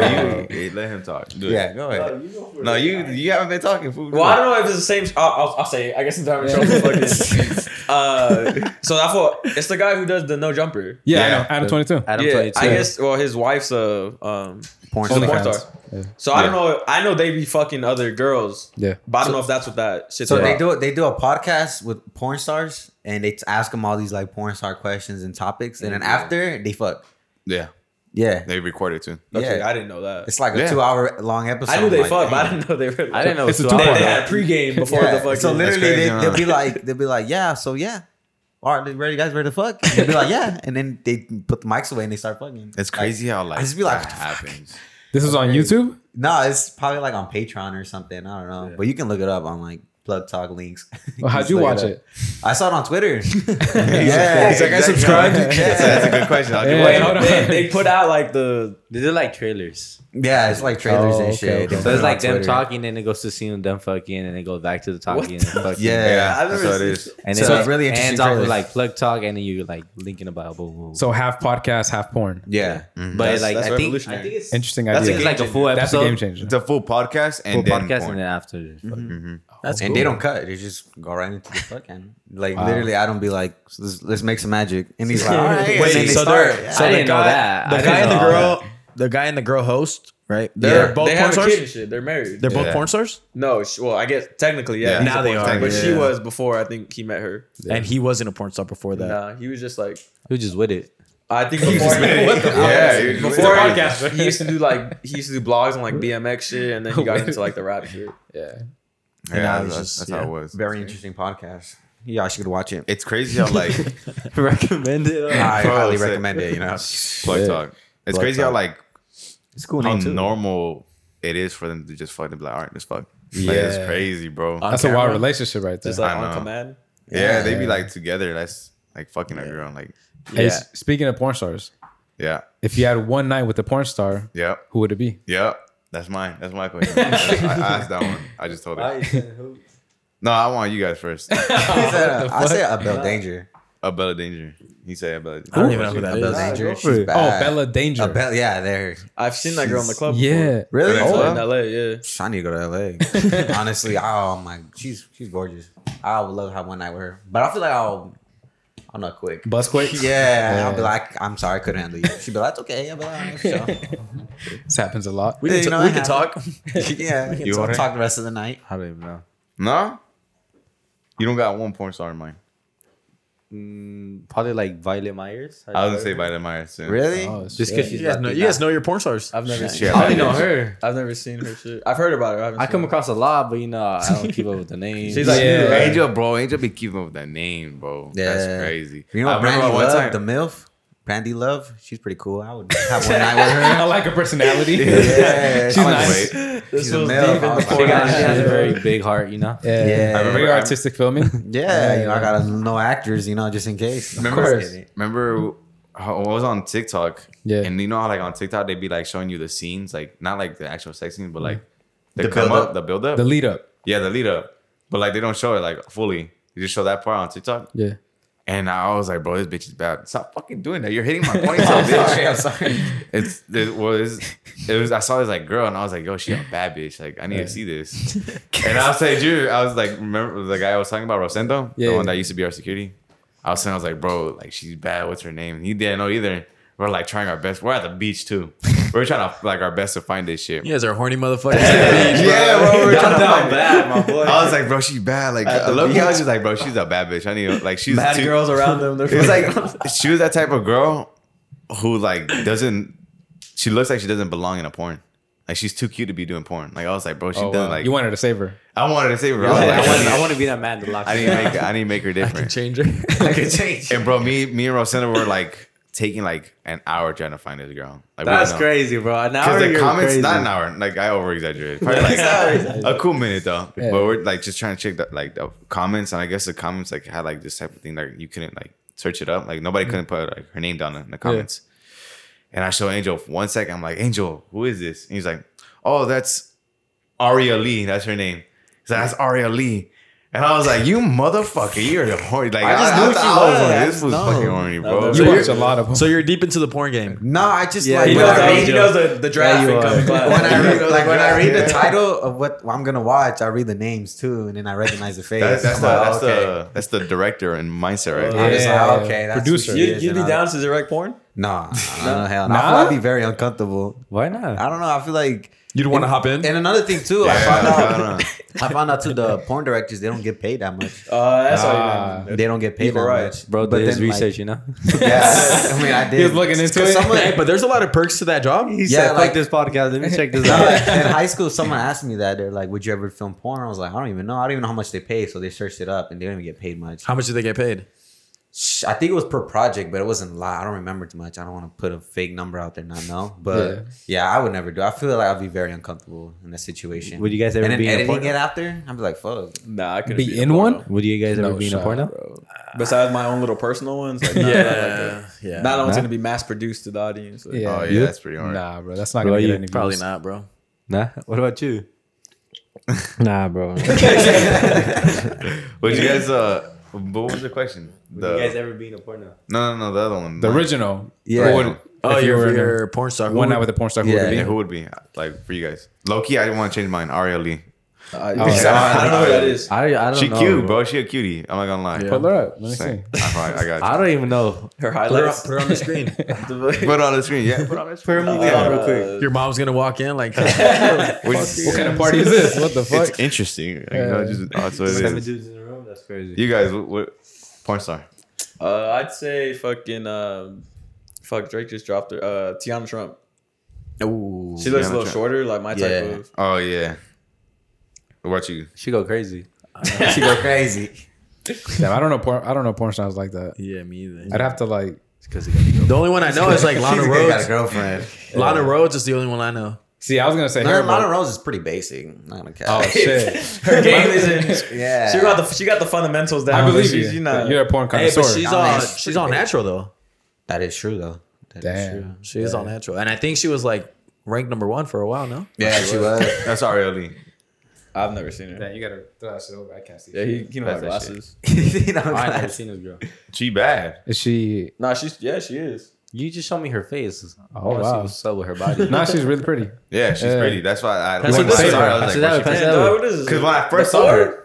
Speaker 2: hey, let him talk. Do it.
Speaker 5: Yeah, go ahead.
Speaker 2: No, you you haven't been talking. Fool.
Speaker 3: Well, I don't know if it's the same. I'll, I'll, I'll say. It. I guess since I'm in trouble. fuck it. Uh, so that's what it's the guy who does the no jumper.
Speaker 1: Yeah,
Speaker 2: Yeah.
Speaker 1: I know. Adam 22.
Speaker 4: Adam
Speaker 3: yeah,
Speaker 4: 22.
Speaker 3: I guess. Well, his wife's a um,
Speaker 5: Porn.
Speaker 3: she's a
Speaker 1: Only-
Speaker 3: porn
Speaker 1: OnlyFans.
Speaker 3: star. So I don't know. I know they be fucking other girls,
Speaker 1: Yeah.
Speaker 3: but I don't know if that's what that shit's
Speaker 5: So
Speaker 3: about.
Speaker 5: they do they do a podcast with porn stars and they t- ask them all these like porn star questions and topics and then after they fuck.
Speaker 2: Yeah,
Speaker 5: Yeah,
Speaker 2: they recorded too.
Speaker 3: Okay,
Speaker 5: yeah.
Speaker 3: I didn't know that.
Speaker 5: it's like a
Speaker 2: Yeah.
Speaker 5: two hour long episode.
Speaker 3: I knew they
Speaker 5: Like,
Speaker 3: fucked, but I
Speaker 5: damn.
Speaker 3: didn't know they
Speaker 6: [laughs]
Speaker 3: were.
Speaker 4: I didn't know
Speaker 1: It's
Speaker 4: it
Speaker 1: a
Speaker 4: was two
Speaker 1: two-part.
Speaker 3: [laughs]
Speaker 4: hours.
Speaker 3: They had pregame before
Speaker 5: Yeah.
Speaker 3: the fucking.
Speaker 5: So literally,
Speaker 2: crazy,
Speaker 5: they,
Speaker 2: huh?
Speaker 5: they'll be like, they'll be like, yeah, so yeah. All right, ready, guys, ready to fuck? They'll be like, yeah, and then they put the mics away and they start fucking.
Speaker 2: It's crazy how like
Speaker 5: I just be like,
Speaker 2: that happens.
Speaker 1: This is on YouTube?
Speaker 5: No, it's probably like on Patreon or something. I don't know, but you can look it up on like Plug Talk links.
Speaker 1: Well, how'd
Speaker 5: Just
Speaker 1: you
Speaker 5: look
Speaker 1: watch
Speaker 5: up.
Speaker 1: it?
Speaker 5: I saw it on
Speaker 4: [laughs]
Speaker 5: Twitter.
Speaker 2: Yeah,
Speaker 5: yeah,
Speaker 2: like I subscribed. That's, that's a good question. I'll
Speaker 1: Yeah.
Speaker 2: give [laughs]
Speaker 3: Wait,
Speaker 2: it
Speaker 1: hold on.
Speaker 3: they, they put out like the
Speaker 4: They did like trailers.
Speaker 5: [laughs] yeah, it's like trailers
Speaker 1: Oh,
Speaker 5: and
Speaker 1: okay, okay.
Speaker 5: shit. They
Speaker 4: So
Speaker 5: put it
Speaker 4: it's
Speaker 5: on
Speaker 4: like them
Speaker 5: Twitter.
Speaker 4: talking, and it goes to seeing them fucking, and it goes back to the talking and fucking.
Speaker 5: Yeah,
Speaker 2: Yeah,
Speaker 3: I've
Speaker 2: that's
Speaker 3: never
Speaker 2: what it is.
Speaker 4: And
Speaker 5: So
Speaker 4: then
Speaker 5: it's really
Speaker 4: it really
Speaker 5: interesting
Speaker 4: ends off
Speaker 5: trailers.
Speaker 4: with like plug talk, and then you're like linking about boom, boom.
Speaker 1: So half podcast, half porn.
Speaker 5: Yeah,
Speaker 4: but
Speaker 3: that's-
Speaker 4: like
Speaker 3: that's
Speaker 4: I think I
Speaker 3: revolutionary.
Speaker 4: think it's
Speaker 1: Interesting
Speaker 4: I
Speaker 1: idea.
Speaker 4: think it's like a full
Speaker 1: That's a
Speaker 4: episode,
Speaker 1: game changer.
Speaker 2: It's a full podcast and
Speaker 4: full
Speaker 2: then
Speaker 4: podcast,
Speaker 2: porn. Mm-hmm.
Speaker 4: and then after. fucking-
Speaker 6: That's
Speaker 5: and they don't cut. They just go right into the fucking. Like literally, I don't be like, let's, let's make some magic. And he's like,
Speaker 4: [laughs]
Speaker 5: all right. and
Speaker 6: Wait,
Speaker 5: then they
Speaker 6: so
Speaker 5: start.
Speaker 6: they're-
Speaker 4: I didn't know that.
Speaker 6: The
Speaker 4: I
Speaker 6: guy
Speaker 4: didn't
Speaker 6: and the
Speaker 4: know all
Speaker 6: girl, the guy and the girl host, right? They're
Speaker 3: yeah,
Speaker 6: both
Speaker 3: they
Speaker 6: porn
Speaker 3: have a
Speaker 6: stars.
Speaker 3: kid and shit. They're married.
Speaker 6: They're both
Speaker 2: Yeah.
Speaker 6: porn stars,
Speaker 3: No, sh- well, I guess technically, yeah.
Speaker 2: Yeah.
Speaker 3: he's
Speaker 2: Now
Speaker 3: a
Speaker 6: they
Speaker 3: porn
Speaker 6: are,
Speaker 3: star, but she
Speaker 6: yeah.
Speaker 3: was before I think he met her.
Speaker 6: and he wasn't a porn star before that. [laughs]
Speaker 3: Nah, he was just like
Speaker 4: that. Who just with it?
Speaker 3: I think before
Speaker 2: What the yeah, you-
Speaker 3: before podcast, he used to do like he used to do blogs on like BMX shit, and then he got into like the rap shit.
Speaker 1: Yeah.
Speaker 2: Yeah,
Speaker 6: I was
Speaker 2: that's,
Speaker 6: just-
Speaker 2: that's how
Speaker 6: yeah.
Speaker 2: it was.
Speaker 5: Very interesting podcast. Yeah, I should watch it.
Speaker 2: It's crazy how
Speaker 6: [laughs]
Speaker 2: like
Speaker 4: Recommend it.
Speaker 5: I
Speaker 2: Bro,
Speaker 5: highly
Speaker 2: it's like-
Speaker 5: recommend it. You know,
Speaker 2: plug talk. It's
Speaker 6: Plug
Speaker 2: crazy how
Speaker 6: talk.
Speaker 2: like
Speaker 5: it's cool.
Speaker 2: how
Speaker 5: name too.
Speaker 2: normal it is for them to just fucking be like, all right, let's fuck. Like, it's
Speaker 1: Yeah.
Speaker 2: crazy, bro.
Speaker 6: Uh,
Speaker 1: That's a wild relationship right there.
Speaker 3: Just like
Speaker 2: I
Speaker 3: on
Speaker 2: know.
Speaker 3: command.
Speaker 2: yeah, they be like together. That's like fucking a girl. Like,
Speaker 1: Hey,
Speaker 3: Yeah.
Speaker 1: s- speaking of porn stars,
Speaker 2: yeah,
Speaker 1: if you had one night with a porn star,
Speaker 2: yep,
Speaker 1: who would it be?
Speaker 2: yep. That's mine. That's my question.
Speaker 6: [laughs]
Speaker 2: I, I asked that one. I just told it. No, I want you guys
Speaker 6: [laughs]
Speaker 2: first.
Speaker 5: uh, I say Abel Danger.
Speaker 2: Abella Danger. He said Abella.
Speaker 6: I don't even know who that
Speaker 5: Abel
Speaker 6: is.
Speaker 5: Danger. She's
Speaker 1: Oh,
Speaker 5: bad.
Speaker 1: Bella Danger.
Speaker 5: Abel, yeah, there.
Speaker 3: I've seen that girl in the club.
Speaker 1: Yeah.
Speaker 5: Really?
Speaker 2: Oh,
Speaker 3: before.
Speaker 2: yeah.
Speaker 3: in LA. Yeah,
Speaker 5: I need to go to LA. Honestly, oh my, she's she's gorgeous. I would love to have one night with her, but I feel like I'll, I'm not quick.
Speaker 1: Busquake.
Speaker 5: Yeah, I'll be like, I'm sorry, I couldn't handle you. She'd be like, it's okay. I'll be like, "Sure." [laughs]
Speaker 1: This happens a lot.
Speaker 6: We can,
Speaker 5: You
Speaker 6: t-
Speaker 5: know,
Speaker 6: we
Speaker 5: I
Speaker 6: can
Speaker 5: have-
Speaker 6: talk.
Speaker 5: yeah,
Speaker 2: You
Speaker 5: so
Speaker 2: want her?
Speaker 5: talk the rest of the night.
Speaker 4: I don't even know.
Speaker 2: No, you don't got one porn star in mind.
Speaker 4: Mm, probably like Violet Myers.
Speaker 2: I was gonna say by the Myers. soon.
Speaker 5: Really?
Speaker 1: Oh,
Speaker 4: just because she's
Speaker 6: You guys, know, you guys know your porn stars.
Speaker 3: I've never seen.
Speaker 2: Yeah,
Speaker 4: I only
Speaker 2: that
Speaker 4: know
Speaker 2: is-
Speaker 4: her.
Speaker 3: I've never seen her shit. I've heard about her. I, haven't
Speaker 4: I
Speaker 3: seen
Speaker 4: come
Speaker 3: her.
Speaker 4: across a lot, but you know I don't keep up [laughs] with the names.
Speaker 3: She's like,
Speaker 1: Yeah.
Speaker 3: yeah.
Speaker 2: Angel, bro. Angel be keeping up with that name, bro.
Speaker 5: Yeah.
Speaker 2: That's crazy.
Speaker 5: You know,
Speaker 2: I
Speaker 5: what
Speaker 2: remember
Speaker 5: Brandy
Speaker 2: one
Speaker 5: Love,
Speaker 2: time-
Speaker 5: the MILF, Brandy Love. She's pretty cool. I would have one night with her.
Speaker 1: I like her personality.
Speaker 5: Yeah,
Speaker 1: She's
Speaker 5: I would
Speaker 1: nice.
Speaker 5: wait.
Speaker 3: This
Speaker 5: She's a
Speaker 3: was
Speaker 5: male.
Speaker 3: deep in the
Speaker 5: She
Speaker 4: she, got,
Speaker 3: forties.
Speaker 4: she has a very big heart, you know.
Speaker 1: Yeah.
Speaker 5: Yeah. I
Speaker 2: remember-
Speaker 1: Very artistic filming.
Speaker 5: Yeah, you know, I gotta know actors, you know, just in case. Of
Speaker 2: Remember,
Speaker 5: course.
Speaker 2: remember, I was on TikTok,
Speaker 1: Yeah.
Speaker 2: and you know how like on TikTok they'd be like showing you the scenes, like not like the actual sex scene, but like the,
Speaker 5: The
Speaker 2: come
Speaker 5: build-up.
Speaker 2: up, the build up,
Speaker 1: The lead up.
Speaker 2: yeah, the lead up, but like they don't show it like fully. They just show that part on TikTok,
Speaker 1: Yeah.
Speaker 2: and I was like, bro, this bitch is bad. Stop fucking doing that. You're hitting [laughs] my points, out, bitch. It's it was it was. I saw this like girl, and I was like, yo, she a bad bitch. Like I need to see [laughs] this. and I was like, dude, I was like, remember the guy I was talking about, Rosendo,
Speaker 1: Yeah.
Speaker 2: the one that used to be our security. I was saying, I was like, bro, like she's bad. What's her name? And he didn't know either. We're like trying our best. We're at the beach too. We're trying to like our best to find this shit.
Speaker 6: You guys are horny
Speaker 2: [laughs]
Speaker 6: motherfuckers.
Speaker 2: Yeah, bro, we're trying to find it.
Speaker 5: bad, my
Speaker 2: [laughs]
Speaker 5: boy.
Speaker 2: I was like, bro, she's bad. Like,
Speaker 5: At the
Speaker 2: I love
Speaker 5: beach.
Speaker 2: I was just like, bro, she's a bad bitch. I need to- like, she's
Speaker 3: Bad
Speaker 2: too-
Speaker 3: girls around them. They're
Speaker 2: It's
Speaker 3: like,
Speaker 2: like she was that type of girl who like doesn't. She looks like she doesn't belong in a porn. Like she's too cute to be doing porn. Like I was like, bro, she
Speaker 1: Oh,
Speaker 2: doesn't
Speaker 1: wow.
Speaker 2: like.
Speaker 1: you wanted to save her.
Speaker 2: I wanted to say, bro,
Speaker 4: I
Speaker 2: I,
Speaker 4: want,
Speaker 2: was
Speaker 3: [laughs]
Speaker 2: like,
Speaker 4: I want to be that man that locks
Speaker 2: I
Speaker 4: it
Speaker 2: need to
Speaker 4: down.
Speaker 2: make. I need to make her different.
Speaker 6: Changer.
Speaker 2: And bro, me, me and Rosanna were like taking like an hour trying to find this girl. Like we
Speaker 4: That's
Speaker 2: don't know.
Speaker 4: crazy, bro. An hour.
Speaker 2: Because the
Speaker 4: you're
Speaker 2: comments,
Speaker 4: crazy.
Speaker 2: not an hour. Like I over
Speaker 5: [laughs]
Speaker 2: exaggerated. Probably like a cool minute though.
Speaker 1: Yeah.
Speaker 2: But we're like just trying to check the like the comments, and I guess the comments like had like this type of thing like you couldn't like search it up. Like nobody
Speaker 5: Mm.
Speaker 2: couldn't put like her name down in the comments. And I show Angel for one second. I'm like, Angel, who is this? And he's like, Oh, that's Aria Lee. That's her name. He's like, That's Aria Lee. And I was like, "You motherfucker, you're the horny." Like I
Speaker 5: just
Speaker 2: just
Speaker 5: knew
Speaker 2: knew
Speaker 5: she was. I
Speaker 2: This
Speaker 5: just
Speaker 2: was
Speaker 5: know.
Speaker 2: fucking horny, bro.
Speaker 1: You watch a lot of them.
Speaker 6: so you're deep into the porn game.
Speaker 5: no, I just like
Speaker 3: [laughs] he
Speaker 5: when
Speaker 3: knows,
Speaker 5: I
Speaker 3: the,
Speaker 5: read
Speaker 3: he knows the, the draft
Speaker 4: you
Speaker 3: in
Speaker 4: are.
Speaker 5: [laughs]
Speaker 3: coming class.
Speaker 5: when
Speaker 3: [laughs]
Speaker 5: I read,
Speaker 2: [laughs] Yeah.
Speaker 5: like when I read the
Speaker 2: Yeah.
Speaker 5: title of what I'm gonna watch, I read the names too, and then I recognize
Speaker 2: [laughs]
Speaker 5: the face.
Speaker 2: That's, that's,
Speaker 5: I'm
Speaker 2: the,
Speaker 5: like,
Speaker 2: that's,
Speaker 5: okay.
Speaker 2: the, that's the director and mindset right
Speaker 5: I'm
Speaker 2: there.
Speaker 5: just
Speaker 1: Yeah.
Speaker 5: like, okay, that's
Speaker 1: Producer.
Speaker 5: who she
Speaker 3: You,
Speaker 5: is
Speaker 3: you'd
Speaker 5: and
Speaker 3: be
Speaker 5: all
Speaker 3: down
Speaker 5: that.
Speaker 3: to direct porn?
Speaker 5: Nah, no, hell, no. I feel I'd be very uncomfortable.
Speaker 4: Why not?
Speaker 5: I don't know. I feel like,
Speaker 6: You don't want to hop in?
Speaker 5: and another thing too, I
Speaker 2: Yeah,
Speaker 5: found
Speaker 2: I
Speaker 5: out.
Speaker 2: don't know.
Speaker 5: [laughs] I found out too. The porn directors they don't get paid that much.
Speaker 3: Uh, that's all
Speaker 1: Ah.
Speaker 3: you know.
Speaker 5: They don't get paid
Speaker 3: You're
Speaker 5: that
Speaker 3: right.
Speaker 5: much.
Speaker 4: Bro,
Speaker 5: But
Speaker 4: did his
Speaker 5: then, like,
Speaker 4: research, you know?
Speaker 5: [laughs] Yeah, I mean, I did.
Speaker 1: He was looking into
Speaker 5: [laughs]
Speaker 1: it. [laughs]
Speaker 5: someone-
Speaker 6: Hey, but there's a lot of perks to that job.
Speaker 4: He
Speaker 5: said,
Speaker 4: said,
Speaker 5: "Fuck
Speaker 4: like this podcast. Let me check [laughs] this
Speaker 5: [laughs] No,
Speaker 4: out.
Speaker 5: in high school, someone asked me that. They're like, "Would you ever film porn?" I was like, "I don't even know. I don't even know how much they pay." So they searched it up, and they don't even get paid much.
Speaker 6: How much do they get paid?
Speaker 5: Sh- I think it was per project, but it wasn't a lot. I don't remember too much. I don't want to put a fake number out there, not know. But yeah.
Speaker 1: Yeah.
Speaker 5: I would never do. I feel like I'd be very uncomfortable in that situation.
Speaker 4: Would you guys ever
Speaker 5: and then
Speaker 4: be in a
Speaker 5: editing
Speaker 4: porno?
Speaker 5: it out there? I'd be like, "Fuck."
Speaker 3: Nah, I couldn't
Speaker 1: Be
Speaker 3: a
Speaker 1: in
Speaker 3: porno,
Speaker 1: one?
Speaker 4: Would you guys ever
Speaker 1: No
Speaker 4: be in a
Speaker 1: shot,
Speaker 4: porno?
Speaker 3: bro. Besides my own little personal ones, like, nah, not like that.
Speaker 6: Uh, yeah.
Speaker 3: Uh, Not only
Speaker 4: Nah.
Speaker 3: going to be mass produced to the audience. Like,
Speaker 1: Yeah.
Speaker 2: Oh yeah, that's pretty hard.
Speaker 1: Nah, bro. That's not
Speaker 4: Bro,
Speaker 1: gonna
Speaker 4: you
Speaker 1: get any
Speaker 6: Probably
Speaker 1: views.
Speaker 6: not, bro.
Speaker 4: Nah. What about you?
Speaker 9: Nah, bro.
Speaker 2: Would you guys? Uh, what was the question? The,
Speaker 4: ever be in a [laughs] porno?
Speaker 2: no, no, no, the other one.
Speaker 1: The
Speaker 2: Like,
Speaker 1: original.
Speaker 5: Yeah.
Speaker 1: Who would-
Speaker 6: Oh,
Speaker 1: if
Speaker 6: you
Speaker 1: you
Speaker 6: are
Speaker 1: were in
Speaker 6: your
Speaker 1: there,
Speaker 6: porn star.
Speaker 1: one
Speaker 6: Who
Speaker 1: night with a porn star. Who
Speaker 5: Yeah.
Speaker 1: would
Speaker 2: Yeah,
Speaker 1: it
Speaker 2: who
Speaker 1: be?
Speaker 2: would be like for you guys? Loki, I didn't want to change mine. Aria Lee.
Speaker 3: I, I don't know who that is.
Speaker 4: I, I don't
Speaker 2: She
Speaker 4: know.
Speaker 2: cute, bro. She a cutie. I'm not gonna lie.
Speaker 1: Pull her up. Let me
Speaker 2: Same.
Speaker 1: [laughs] see.
Speaker 2: I, probably- I
Speaker 4: I
Speaker 2: got
Speaker 4: don't even know.
Speaker 3: Her
Speaker 6: Put her, on,
Speaker 3: highlights.
Speaker 6: put her on
Speaker 3: [laughs]
Speaker 6: the screen.
Speaker 2: you. Put it on the screen. Yeah. Put it on the screen. Yeah, real quick.
Speaker 3: [laughs]
Speaker 6: Your mom's gonna walk in like
Speaker 2: Which-
Speaker 1: What kind of party is this? What the fuck?
Speaker 2: It's interesting. Like, you know, just, that's what it
Speaker 4: Seven
Speaker 2: is.
Speaker 4: dudes in a room. That's crazy.
Speaker 2: You guys, what, what porn star?
Speaker 3: Uh, I'd say fucking um, fuck Drake just dropped her. Uh, Tiana Trump.
Speaker 5: Ooh.
Speaker 3: She looks
Speaker 2: Tiana
Speaker 3: a little
Speaker 2: Trump.
Speaker 3: shorter, like my type
Speaker 5: Yeah.
Speaker 2: [laughs]
Speaker 3: of.
Speaker 2: Oh yeah. What about you?
Speaker 4: She go crazy.
Speaker 5: [laughs] she go crazy.
Speaker 1: Damn, I don't know. Porn, I don't know porn stars like that.
Speaker 6: Yeah, me either.
Speaker 1: I'd have to like.
Speaker 6: The only one I know is like Lana
Speaker 5: She's good, got a
Speaker 6: Rhodes.
Speaker 5: girlfriend.
Speaker 6: Lana Rhodes is the only one I know.
Speaker 1: See, I was gonna say
Speaker 5: No,
Speaker 1: her. but-
Speaker 5: Lana Rose is pretty basic. I'm Not gonna [laughs]
Speaker 1: Oh
Speaker 5: catch.
Speaker 1: shit!
Speaker 3: Her game is in.
Speaker 5: Yeah.
Speaker 3: [laughs] She got the she got the fundamentals down.
Speaker 1: I
Speaker 3: but
Speaker 1: believe
Speaker 3: she's,
Speaker 1: you.
Speaker 3: You know,
Speaker 1: You're a porn
Speaker 6: Hey,
Speaker 1: connoisseur.
Speaker 6: but she's
Speaker 5: Sorry.
Speaker 6: all
Speaker 5: Honest,
Speaker 6: she's all natural though.
Speaker 5: that is true though. That is true.
Speaker 1: Damn.
Speaker 6: She is all natural, and I think she was like ranked number one for a while. No, Oh,
Speaker 5: Yeah, she was. [laughs]
Speaker 2: That's Aria Lee.
Speaker 3: I've never seen her.
Speaker 1: Damn, you gotta throw that shit over. I can't see.
Speaker 3: Yeah, he, he knows her
Speaker 2: That's that
Speaker 3: glasses.
Speaker 5: You know,
Speaker 4: I ain't never
Speaker 5: guys.
Speaker 4: seen this girl.
Speaker 2: She bad.
Speaker 1: Is she?
Speaker 3: Nah, she's yeah, she is.
Speaker 4: You just show me her face. I
Speaker 1: Oh,
Speaker 4: wanna see
Speaker 1: wow.
Speaker 4: What's up with her [laughs] body?
Speaker 1: Nah, she's really pretty.
Speaker 2: Yeah, she's
Speaker 1: Yeah.
Speaker 2: pretty. That's why I.
Speaker 1: what
Speaker 2: when I
Speaker 1: this is.
Speaker 2: saw her, I
Speaker 4: That's
Speaker 2: was
Speaker 4: what
Speaker 2: like,
Speaker 4: that
Speaker 2: what's
Speaker 4: was-
Speaker 2: she-
Speaker 3: Man, dog, what is this?
Speaker 2: because when I first
Speaker 3: The
Speaker 2: saw
Speaker 3: [laughs]
Speaker 2: her,
Speaker 3: four?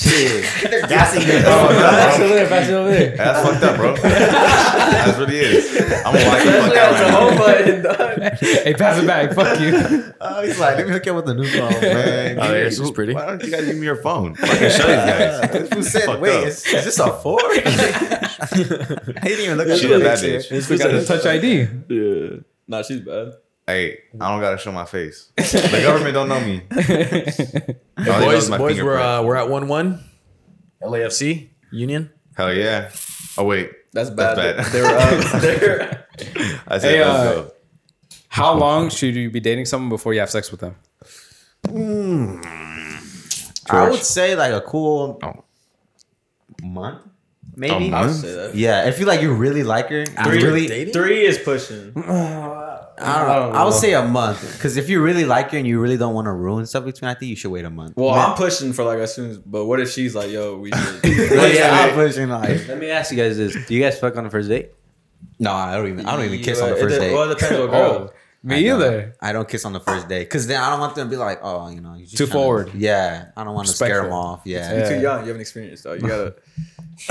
Speaker 5: They're
Speaker 2: [laughs]
Speaker 5: gassing you.
Speaker 4: Pass it over there. Pass it over there.
Speaker 2: That's fucked up, bro. That's what it is. I'm gonna watch you fuck
Speaker 3: Especially
Speaker 2: out
Speaker 3: as a
Speaker 2: right
Speaker 3: home button, dog.
Speaker 1: [laughs] hey, pass it back. Fuck you.
Speaker 5: Oh, he's like, let me hook you up with a new
Speaker 2: [laughs]
Speaker 5: phone.
Speaker 2: now. Man,
Speaker 6: Oh,
Speaker 2: give me-
Speaker 6: yeah, she's pretty.
Speaker 2: Why don't you guys give me your phone? [laughs] Fucking show these guys. This
Speaker 5: Who
Speaker 2: fool's
Speaker 5: said,
Speaker 2: fucked
Speaker 5: wait,
Speaker 2: up.
Speaker 5: is, is this a four? I didn't even look at
Speaker 2: She
Speaker 5: the
Speaker 2: a bad
Speaker 5: picture.
Speaker 2: bitch.
Speaker 1: We got a touch ID.
Speaker 3: Yeah. Nah, she's bad.
Speaker 2: Hey, I don't gotta show my face. The government don't know me. All they know
Speaker 6: boys,
Speaker 2: is my
Speaker 6: boys, we're
Speaker 2: fingerprint.
Speaker 6: uh, we're at one one, LAFC Union.
Speaker 2: Hell yeah. Oh wait,
Speaker 3: That's bad.
Speaker 2: bad.
Speaker 3: They're uh,
Speaker 5: [laughs]
Speaker 3: up there.
Speaker 2: I said
Speaker 1: Hey,
Speaker 2: let's
Speaker 1: uh,
Speaker 2: go.
Speaker 1: How long should you be dating someone before you have sex with them?
Speaker 5: I would say like Oh. a cool month. maybe.
Speaker 2: A month?
Speaker 5: Yeah, I feel like you really like her.
Speaker 3: Three,
Speaker 5: Three, really,
Speaker 6: dating?
Speaker 3: three is pushing.
Speaker 5: I,
Speaker 3: I
Speaker 5: don't
Speaker 3: don't
Speaker 5: know. I would
Speaker 3: know.
Speaker 5: say a month because if you really like her and you really don't want to ruin stuff between, I think you should wait a [laughs] month.
Speaker 3: Well,
Speaker 5: Man-
Speaker 3: I'm pushing for like as soon as. But what if she's like, "Yo, we
Speaker 5: [laughs]
Speaker 3: should."
Speaker 5: Well, yeah,
Speaker 3: Wait,
Speaker 5: I'm pushing like
Speaker 4: Let me ask you guys this: Do you guys fuck on the first date?
Speaker 5: no, I don't even. I don't even kiss on the
Speaker 3: It
Speaker 5: first
Speaker 3: de- Well,
Speaker 5: date.
Speaker 3: it depends
Speaker 5: [laughs]
Speaker 3: on
Speaker 1: Oh,
Speaker 3: girl.
Speaker 1: Me
Speaker 5: I don't.
Speaker 1: either.
Speaker 5: I don't kiss on the first date because then I don't want them to be like, oh, you know, you just
Speaker 1: Too
Speaker 5: tryna-
Speaker 1: forward.
Speaker 5: Yeah, I don't want to scare them
Speaker 1: Respectful.
Speaker 5: off. Yeah.
Speaker 3: You're too young. You haven't experienced though. You gotta.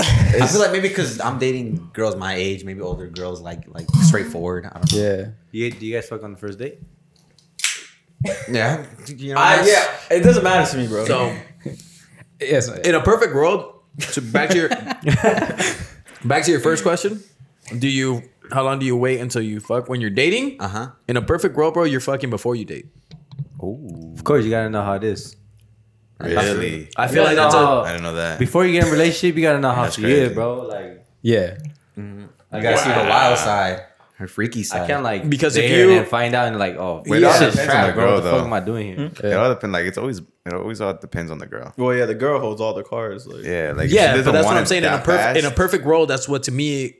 Speaker 5: I feel like maybe because I'm dating girls my age, maybe older girls like like straightforward. I don't know.
Speaker 1: Yeah.
Speaker 4: You, do you guys fuck on the first date?
Speaker 5: Yeah, you know,
Speaker 3: [laughs] I,
Speaker 5: that's-
Speaker 3: yeah, it doesn't matter to me, bro.
Speaker 6: So
Speaker 1: Yes.
Speaker 6: in a perfect world, so back to your back to your first question. Do you how long do you wait until you fuck when you're dating?
Speaker 5: Uh-huh.
Speaker 6: In a perfect world, bro, you're fucking before you date.
Speaker 4: Of course, you gotta know how it is.
Speaker 2: Really?
Speaker 6: I feel like
Speaker 4: Yeah,
Speaker 6: that's
Speaker 4: no.
Speaker 6: a
Speaker 2: I didn't know that.
Speaker 4: Before you get in a relationship, you gotta know how
Speaker 2: That's
Speaker 4: she
Speaker 2: crazy.
Speaker 4: is, bro. Like,
Speaker 1: yeah.
Speaker 5: You gotta see the wild side, her freaky side.
Speaker 4: I can't like
Speaker 6: Because
Speaker 4: date
Speaker 6: if
Speaker 4: her and
Speaker 6: you-
Speaker 4: then find out and like, oh,
Speaker 2: Wait,
Speaker 4: this
Speaker 2: it all
Speaker 4: is
Speaker 2: depends on
Speaker 4: crap,
Speaker 2: the
Speaker 4: bro.
Speaker 2: girl,
Speaker 4: What the fuck
Speaker 2: though. Hmm.
Speaker 4: am I doing here?
Speaker 2: It all depends. Like it's always it always all depends on the girl.
Speaker 3: Well, yeah, the girl holds all the cards. Like,
Speaker 2: Yeah, like if she
Speaker 6: yeah,
Speaker 2: doesn't
Speaker 6: but that's
Speaker 2: want
Speaker 6: what I'm
Speaker 2: it
Speaker 6: saying. In a
Speaker 2: that
Speaker 6: perfect in a
Speaker 2: fast,
Speaker 6: perfect world, that's what to me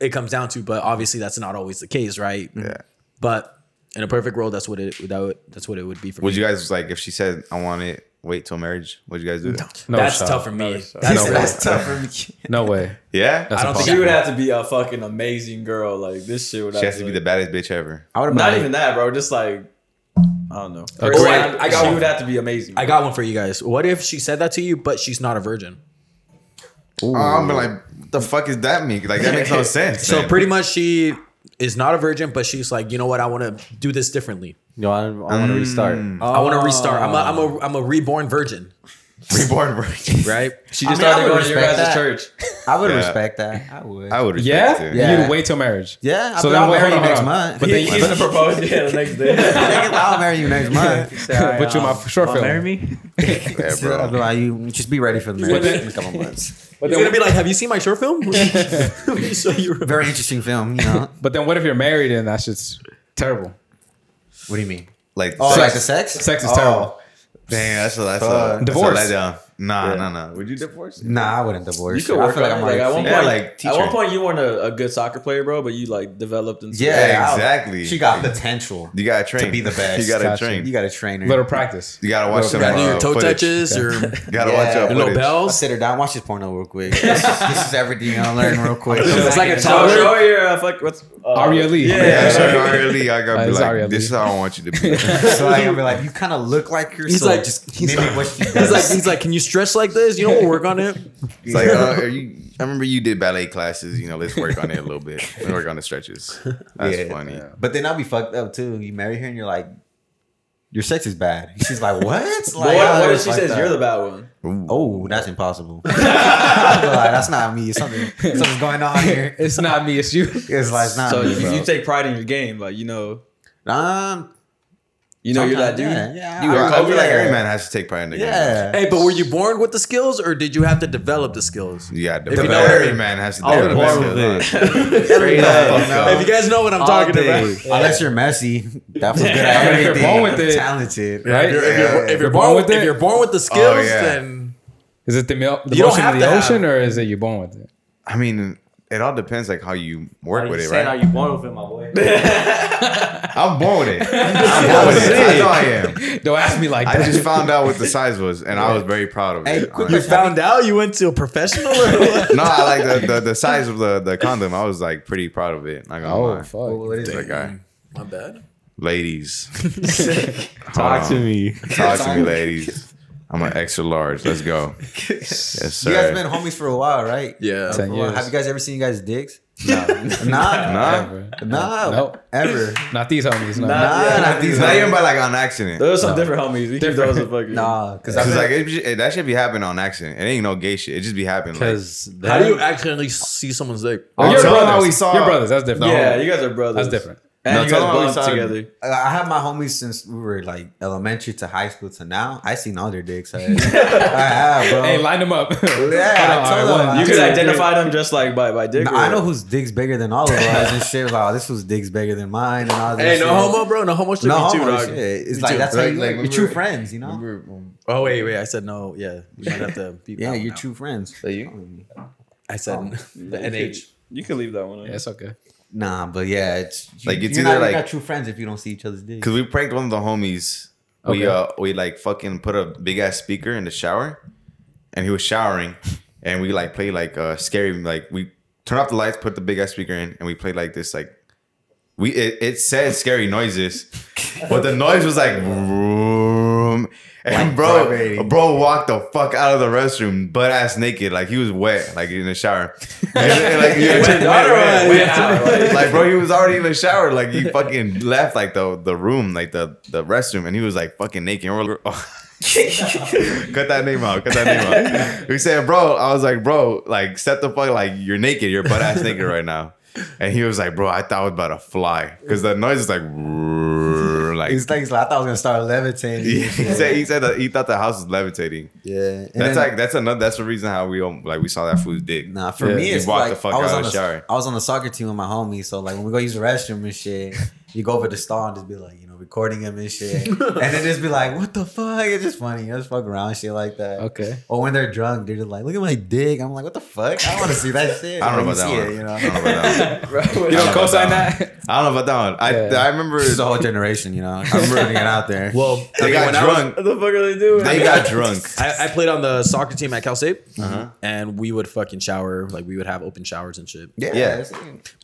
Speaker 6: it comes down to. But obviously, that's not always the case, right?
Speaker 2: Yeah.
Speaker 6: But in a perfect world, that's what it that would, that's what it would be for
Speaker 2: Would
Speaker 6: me.
Speaker 2: you guys like if she said I want it? Wait till marriage. Would you guys do that?
Speaker 1: No
Speaker 6: that's
Speaker 1: shot.
Speaker 6: tough for me.
Speaker 1: No
Speaker 6: that's
Speaker 1: way.
Speaker 6: that's tough.
Speaker 2: [laughs]
Speaker 1: No way.
Speaker 2: Yeah,
Speaker 1: That's
Speaker 6: I don't think
Speaker 3: she
Speaker 1: impossible.
Speaker 3: would have to be a fucking amazing girl. Like this shit would.
Speaker 2: she has to be the baddest bitch ever.
Speaker 5: I would have
Speaker 3: Not
Speaker 5: been
Speaker 3: even that, bro. Just like, I don't know.
Speaker 1: A
Speaker 3: Or
Speaker 1: great-
Speaker 3: like,
Speaker 6: I got
Speaker 3: she
Speaker 6: one.
Speaker 3: would have to be amazing.
Speaker 6: I got one for you guys. What if she said that to you, but she's not a virgin?
Speaker 2: Oh, I'm like, what the fuck is that mean? Like that makes
Speaker 6: [laughs]
Speaker 2: no sense.
Speaker 6: So
Speaker 2: man.
Speaker 6: pretty much she is not a virgin, but she's like, you know what? I want to do this differently.
Speaker 4: No, I, I want
Speaker 2: Mm. [laughs]
Speaker 4: to restart.
Speaker 6: I
Speaker 2: Oh.
Speaker 6: want to restart. I'm a, I'm a I'm a reborn virgin,
Speaker 2: [laughs] reborn virgin.
Speaker 6: right? She
Speaker 5: I
Speaker 6: just
Speaker 5: mean, I
Speaker 3: started
Speaker 5: would
Speaker 3: going to your
Speaker 5: respect
Speaker 3: guys'
Speaker 5: that.
Speaker 3: church.
Speaker 5: I would
Speaker 2: Yeah.
Speaker 5: respect that. I would.
Speaker 2: I would respect
Speaker 1: Yeah?
Speaker 2: it.
Speaker 5: Yeah.
Speaker 1: You'd wait till marriage.
Speaker 5: yeah,
Speaker 1: So
Speaker 5: so
Speaker 1: then
Speaker 5: I'll
Speaker 1: wait,
Speaker 5: marry you
Speaker 1: hold on,
Speaker 5: next
Speaker 1: hold on.
Speaker 5: month.
Speaker 1: But
Speaker 5: But
Speaker 1: then
Speaker 3: He's gonna propose yeah, the
Speaker 5: [laughs]
Speaker 3: next day.
Speaker 5: I'll marry you next
Speaker 1: [laughs]
Speaker 5: month.
Speaker 1: But you're my short film.
Speaker 9: marry me?
Speaker 5: [laughs]
Speaker 2: Yeah,
Speaker 5: I'll be
Speaker 2: bro.
Speaker 5: like, you just be ready for the marriage in a couple months.
Speaker 1: But
Speaker 6: gonna
Speaker 1: then,
Speaker 6: be like, have you seen my
Speaker 2: [laughs]
Speaker 6: short film? so you
Speaker 5: Very interesting film, you know.
Speaker 1: but then what if you're married and that's just terrible?
Speaker 5: [laughs] what do you mean?
Speaker 2: Like,
Speaker 5: Oh,
Speaker 2: sex-
Speaker 5: like the sex?
Speaker 1: Sex is terrible.
Speaker 2: Dang, that's a that's a
Speaker 1: Divorce.
Speaker 2: That's a letdown. Nah, nah, nah. Would you divorce?
Speaker 5: Nah, I wouldn't divorce.
Speaker 3: You could work
Speaker 5: I feel like I'm
Speaker 3: on it.
Speaker 5: already
Speaker 3: Like, at one
Speaker 5: free.
Speaker 2: Yeah,
Speaker 3: point,
Speaker 2: like,
Speaker 3: at
Speaker 2: teacher.
Speaker 3: one point you weren't a, a good soccer player, bro, but you like developed into
Speaker 5: yeah, I-
Speaker 2: exactly.
Speaker 5: She got the potential.
Speaker 2: You gotta train
Speaker 5: To be the best.
Speaker 2: [laughs] You gotta
Speaker 1: Gotcha.
Speaker 2: train.
Speaker 5: You got to train her.
Speaker 1: Little practice.
Speaker 2: You gotta watch some.
Speaker 6: gotta do your
Speaker 2: uh,
Speaker 6: toe
Speaker 2: footage. [laughs]
Speaker 6: touches, your
Speaker 2: You gotta watch
Speaker 5: Yeah.
Speaker 2: out.
Speaker 6: your little
Speaker 2: footage.
Speaker 5: I'll
Speaker 6: bells.
Speaker 5: sit her down. Watch this porno real quick. this, is, this is everything I'll learn real quick.
Speaker 6: It's like a
Speaker 3: So
Speaker 6: toddler.
Speaker 3: show your uh, fuck what's uh,
Speaker 1: Aria Lee.
Speaker 3: Yeah,
Speaker 2: Yeah, [laughs]
Speaker 3: yeah,
Speaker 2: so
Speaker 3: yeah.
Speaker 2: Aria Lee, I gotta
Speaker 1: Uh,
Speaker 2: be
Speaker 1: it's
Speaker 2: like,
Speaker 1: Aria
Speaker 2: this is
Speaker 1: Lee.
Speaker 2: how I want you [laughs] to be.
Speaker 5: so like, I'll be like, you kind of look like her.
Speaker 6: He's
Speaker 5: so
Speaker 6: like-
Speaker 5: just
Speaker 6: he's
Speaker 5: mimic
Speaker 6: like-
Speaker 5: what she does.
Speaker 6: He's like, he's like, can you stretch like this? You know, we'll work on it.
Speaker 2: It's like, uh, are you, I remember you did ballet classes. You know, let's work on it a little [laughs] bit. Let's work on the stretches. That's
Speaker 5: Yeah.
Speaker 2: funny.
Speaker 5: But then I'll be fucked up too. You marry her and you're like, your sex is bad. [laughs] She's like, what?
Speaker 3: But
Speaker 5: Like,
Speaker 3: what,
Speaker 5: I
Speaker 3: what if
Speaker 5: was
Speaker 3: she
Speaker 5: like
Speaker 3: says
Speaker 5: that.
Speaker 3: you're the bad one?
Speaker 5: Oh, that's impossible. [laughs] Like, that's not me. Something, something's going on here.
Speaker 1: It's not me, it's you.
Speaker 5: It's like it's not
Speaker 3: so
Speaker 5: me,
Speaker 3: you,
Speaker 5: bro.
Speaker 3: you take pride in your game, like you know,
Speaker 5: um,
Speaker 3: you know you're that dude.
Speaker 5: Yeah, yeah,
Speaker 2: You are, I feel like
Speaker 5: yeah.
Speaker 2: every man has to take pride in the game.
Speaker 5: Yeah.
Speaker 6: Hey, but were you born with the skills, or did you have to develop the skills?
Speaker 2: Yeah,
Speaker 6: you
Speaker 2: the
Speaker 6: know what I
Speaker 2: every
Speaker 6: mean.
Speaker 2: man has to
Speaker 4: I was
Speaker 2: develop
Speaker 4: born
Speaker 2: that
Speaker 4: with
Speaker 2: skill, [laughs]
Speaker 5: Straight
Speaker 2: up, you know?
Speaker 6: If you guys know what I'm talking about,
Speaker 4: All day.
Speaker 5: Unless you're messy, [laughs] that was good
Speaker 1: I
Speaker 5: at
Speaker 1: mean, if you're
Speaker 5: everything.
Speaker 1: born with it-
Speaker 5: talented,
Speaker 1: Right?
Speaker 6: If you're,
Speaker 2: Yeah.
Speaker 6: if you're, if you're
Speaker 1: You're
Speaker 6: born,
Speaker 1: born
Speaker 6: with
Speaker 1: with
Speaker 6: if
Speaker 1: it?
Speaker 6: you're born with the skills,
Speaker 2: yeah.
Speaker 6: then
Speaker 1: Is it the, mil- the
Speaker 6: You don't
Speaker 1: motion
Speaker 6: have
Speaker 1: of the
Speaker 6: to have-
Speaker 1: ocean or is it you born with it?
Speaker 2: I mean, it all depends like how you work with it,
Speaker 4: Saying
Speaker 2: right?
Speaker 4: how you born with it, my
Speaker 2: [laughs]
Speaker 4: boy.
Speaker 2: I'm born [laughs] with it. I'm born with it. I know I am.
Speaker 1: Don't ask me like
Speaker 2: I
Speaker 1: that.
Speaker 2: [laughs] just found out what the size was, and I was very proud of it.
Speaker 5: Hey, quick
Speaker 2: honestly.
Speaker 6: found out you went to a professional. Or
Speaker 2: [laughs]
Speaker 6: what?
Speaker 2: no, I like the, the the size of the the condom. I was like pretty proud of it. Not gonna
Speaker 1: oh,
Speaker 2: lie.
Speaker 1: fuck.
Speaker 5: What is
Speaker 2: That
Speaker 5: it?
Speaker 2: guy.
Speaker 6: [laughs] My bad.
Speaker 5: [laughs]
Speaker 2: Ladies,
Speaker 9: Talk to me.
Speaker 2: talk to me, ladies. I'm an extra large. Let's go. Yes, sir.
Speaker 5: You guys been homies for a while, right?
Speaker 6: Yeah.
Speaker 5: For a
Speaker 1: Ten
Speaker 5: while.
Speaker 1: years.
Speaker 5: Have you guys ever seen you guys' dicks? [laughs] nah,
Speaker 2: nah,
Speaker 5: nah,
Speaker 1: Nope.
Speaker 5: ever.
Speaker 1: Not these homies. No.
Speaker 3: Nah.
Speaker 5: Nah,
Speaker 3: Yeah,
Speaker 5: not these.
Speaker 2: not even by like on accident.
Speaker 3: Those are some different homies. You keep those a fucking
Speaker 5: Nah, because
Speaker 2: Cause
Speaker 5: I
Speaker 2: like it, it- that should be happening on accident. It ain't no gay shit. It just be happening. Like,
Speaker 4: Because
Speaker 6: How do you accidentally see someone's dick?
Speaker 2: Oh,
Speaker 1: Your
Speaker 2: tell them
Speaker 1: brothers.
Speaker 2: how we saw-
Speaker 1: Your brothers. That's different.
Speaker 3: Yeah, you guys are brothers.
Speaker 1: That's different.
Speaker 3: And
Speaker 2: No,
Speaker 3: you
Speaker 2: tell
Speaker 3: guys
Speaker 2: them how we
Speaker 3: bond
Speaker 2: saw it.
Speaker 3: together.
Speaker 5: I have my homies since we were like elementary to high school to now. I seen all their dicks. I, I have, bro.
Speaker 1: Hey, line them up.
Speaker 5: I
Speaker 1: Yeah,
Speaker 5: told them, I
Speaker 3: You could
Speaker 5: Yeah,
Speaker 3: identify them just like by by dick.
Speaker 5: Nah,
Speaker 3: or-
Speaker 5: I know whose dick's bigger than all of us and shit. Like, oh, this was dick's bigger than mine and all this.
Speaker 6: Hey,
Speaker 5: shit.
Speaker 6: no homo, bro. No homo shit.
Speaker 5: No
Speaker 6: me too,
Speaker 5: homo
Speaker 6: dog.
Speaker 5: shit. It's
Speaker 6: Me
Speaker 5: like
Speaker 6: too.
Speaker 5: that's how
Speaker 2: Like-
Speaker 5: you
Speaker 2: like,
Speaker 5: like,
Speaker 2: when
Speaker 5: your
Speaker 2: we
Speaker 5: true
Speaker 2: were-
Speaker 5: friends, you know.
Speaker 6: Oh wait, wait. I said no. Yeah, you might have to. Beep
Speaker 5: Yeah,
Speaker 6: that one
Speaker 5: your
Speaker 6: out.
Speaker 5: true friends.
Speaker 6: you? I said [laughs] the NH.
Speaker 10: You can leave that one. In.
Speaker 1: Yeah, it's okay.
Speaker 5: Nah, but yeah, it's
Speaker 2: Like, it's
Speaker 5: you're
Speaker 2: either,
Speaker 5: not even
Speaker 2: like-
Speaker 5: got true friends if you don't see each other's dick.
Speaker 2: [laughs] Cause we pranked one of the homies.
Speaker 1: Okay.
Speaker 2: We uh we like fucking put a big ass speaker in the shower, and he was showering, and we like played like uh scary like we turned off the lights, put the big ass speaker in, and we played like this like we it, it said scary noises, but the noise was like vroom. and bro
Speaker 5: vibrating.
Speaker 2: bro walked the fuck out of the restroom butt ass naked like he was wet like in the shower. And- and, like, he- like bro, he was already in the shower. Like he fucking left like the the room, like the the restroom, and he was like fucking naked. And we're- [laughs] cut that name out. Cut that name out. We said, bro, I was like, bro, like set the fuck, like you're naked. You're butt ass naked right now. And he was like, bro, I thought I was about to fly because the noise is like, like.
Speaker 5: He's like, he's like, I thought I was gonna start levitating.
Speaker 2: [laughs] he said he said that he thought the house was levitating.
Speaker 5: Yeah, and
Speaker 2: that's
Speaker 5: then-
Speaker 2: like that's another that's the reason how we don't like we saw that fool's dick.
Speaker 5: Nah, for
Speaker 2: Yeah.
Speaker 5: me,
Speaker 2: You
Speaker 5: it's
Speaker 2: walked
Speaker 5: like
Speaker 2: the fuck
Speaker 5: I was
Speaker 2: out
Speaker 5: on
Speaker 2: of
Speaker 5: the
Speaker 2: the shower.
Speaker 5: I was on the soccer team with my homies, so like when we go use the restroom and shit, you go over to the stall and just be like, you know, recording him and
Speaker 2: [laughs]
Speaker 5: shit, and then just be like, what the fuck? It's just funny, you know, just fuck around and shit like that.
Speaker 10: [laughs]
Speaker 1: Okay.
Speaker 5: Or when they're drunk, they're just like, look at my dick. I'm like, what the fuck? I don't want to see
Speaker 2: [laughs]
Speaker 5: that shit.
Speaker 2: I don't know
Speaker 5: Like,
Speaker 2: about that
Speaker 5: you
Speaker 2: one.
Speaker 5: see
Speaker 2: I
Speaker 5: It,
Speaker 2: don't know about that one.
Speaker 1: You don't
Speaker 2: about
Speaker 1: co-sign
Speaker 10: [laughs]
Speaker 2: that
Speaker 1: that.
Speaker 2: I don't know about that one. I,
Speaker 1: Yeah.
Speaker 5: [laughs]
Speaker 2: I remember
Speaker 5: you know, the whole generation, you know, I'm putting it out there.
Speaker 6: [laughs] Well,
Speaker 2: they got drunk.
Speaker 10: What the fuck are they doing?
Speaker 2: they got drunk.
Speaker 6: I, I played on the soccer team at Cal State, and we would fucking shower like we would have open showers and shit.
Speaker 5: yeah,
Speaker 2: yeah.
Speaker 5: it's-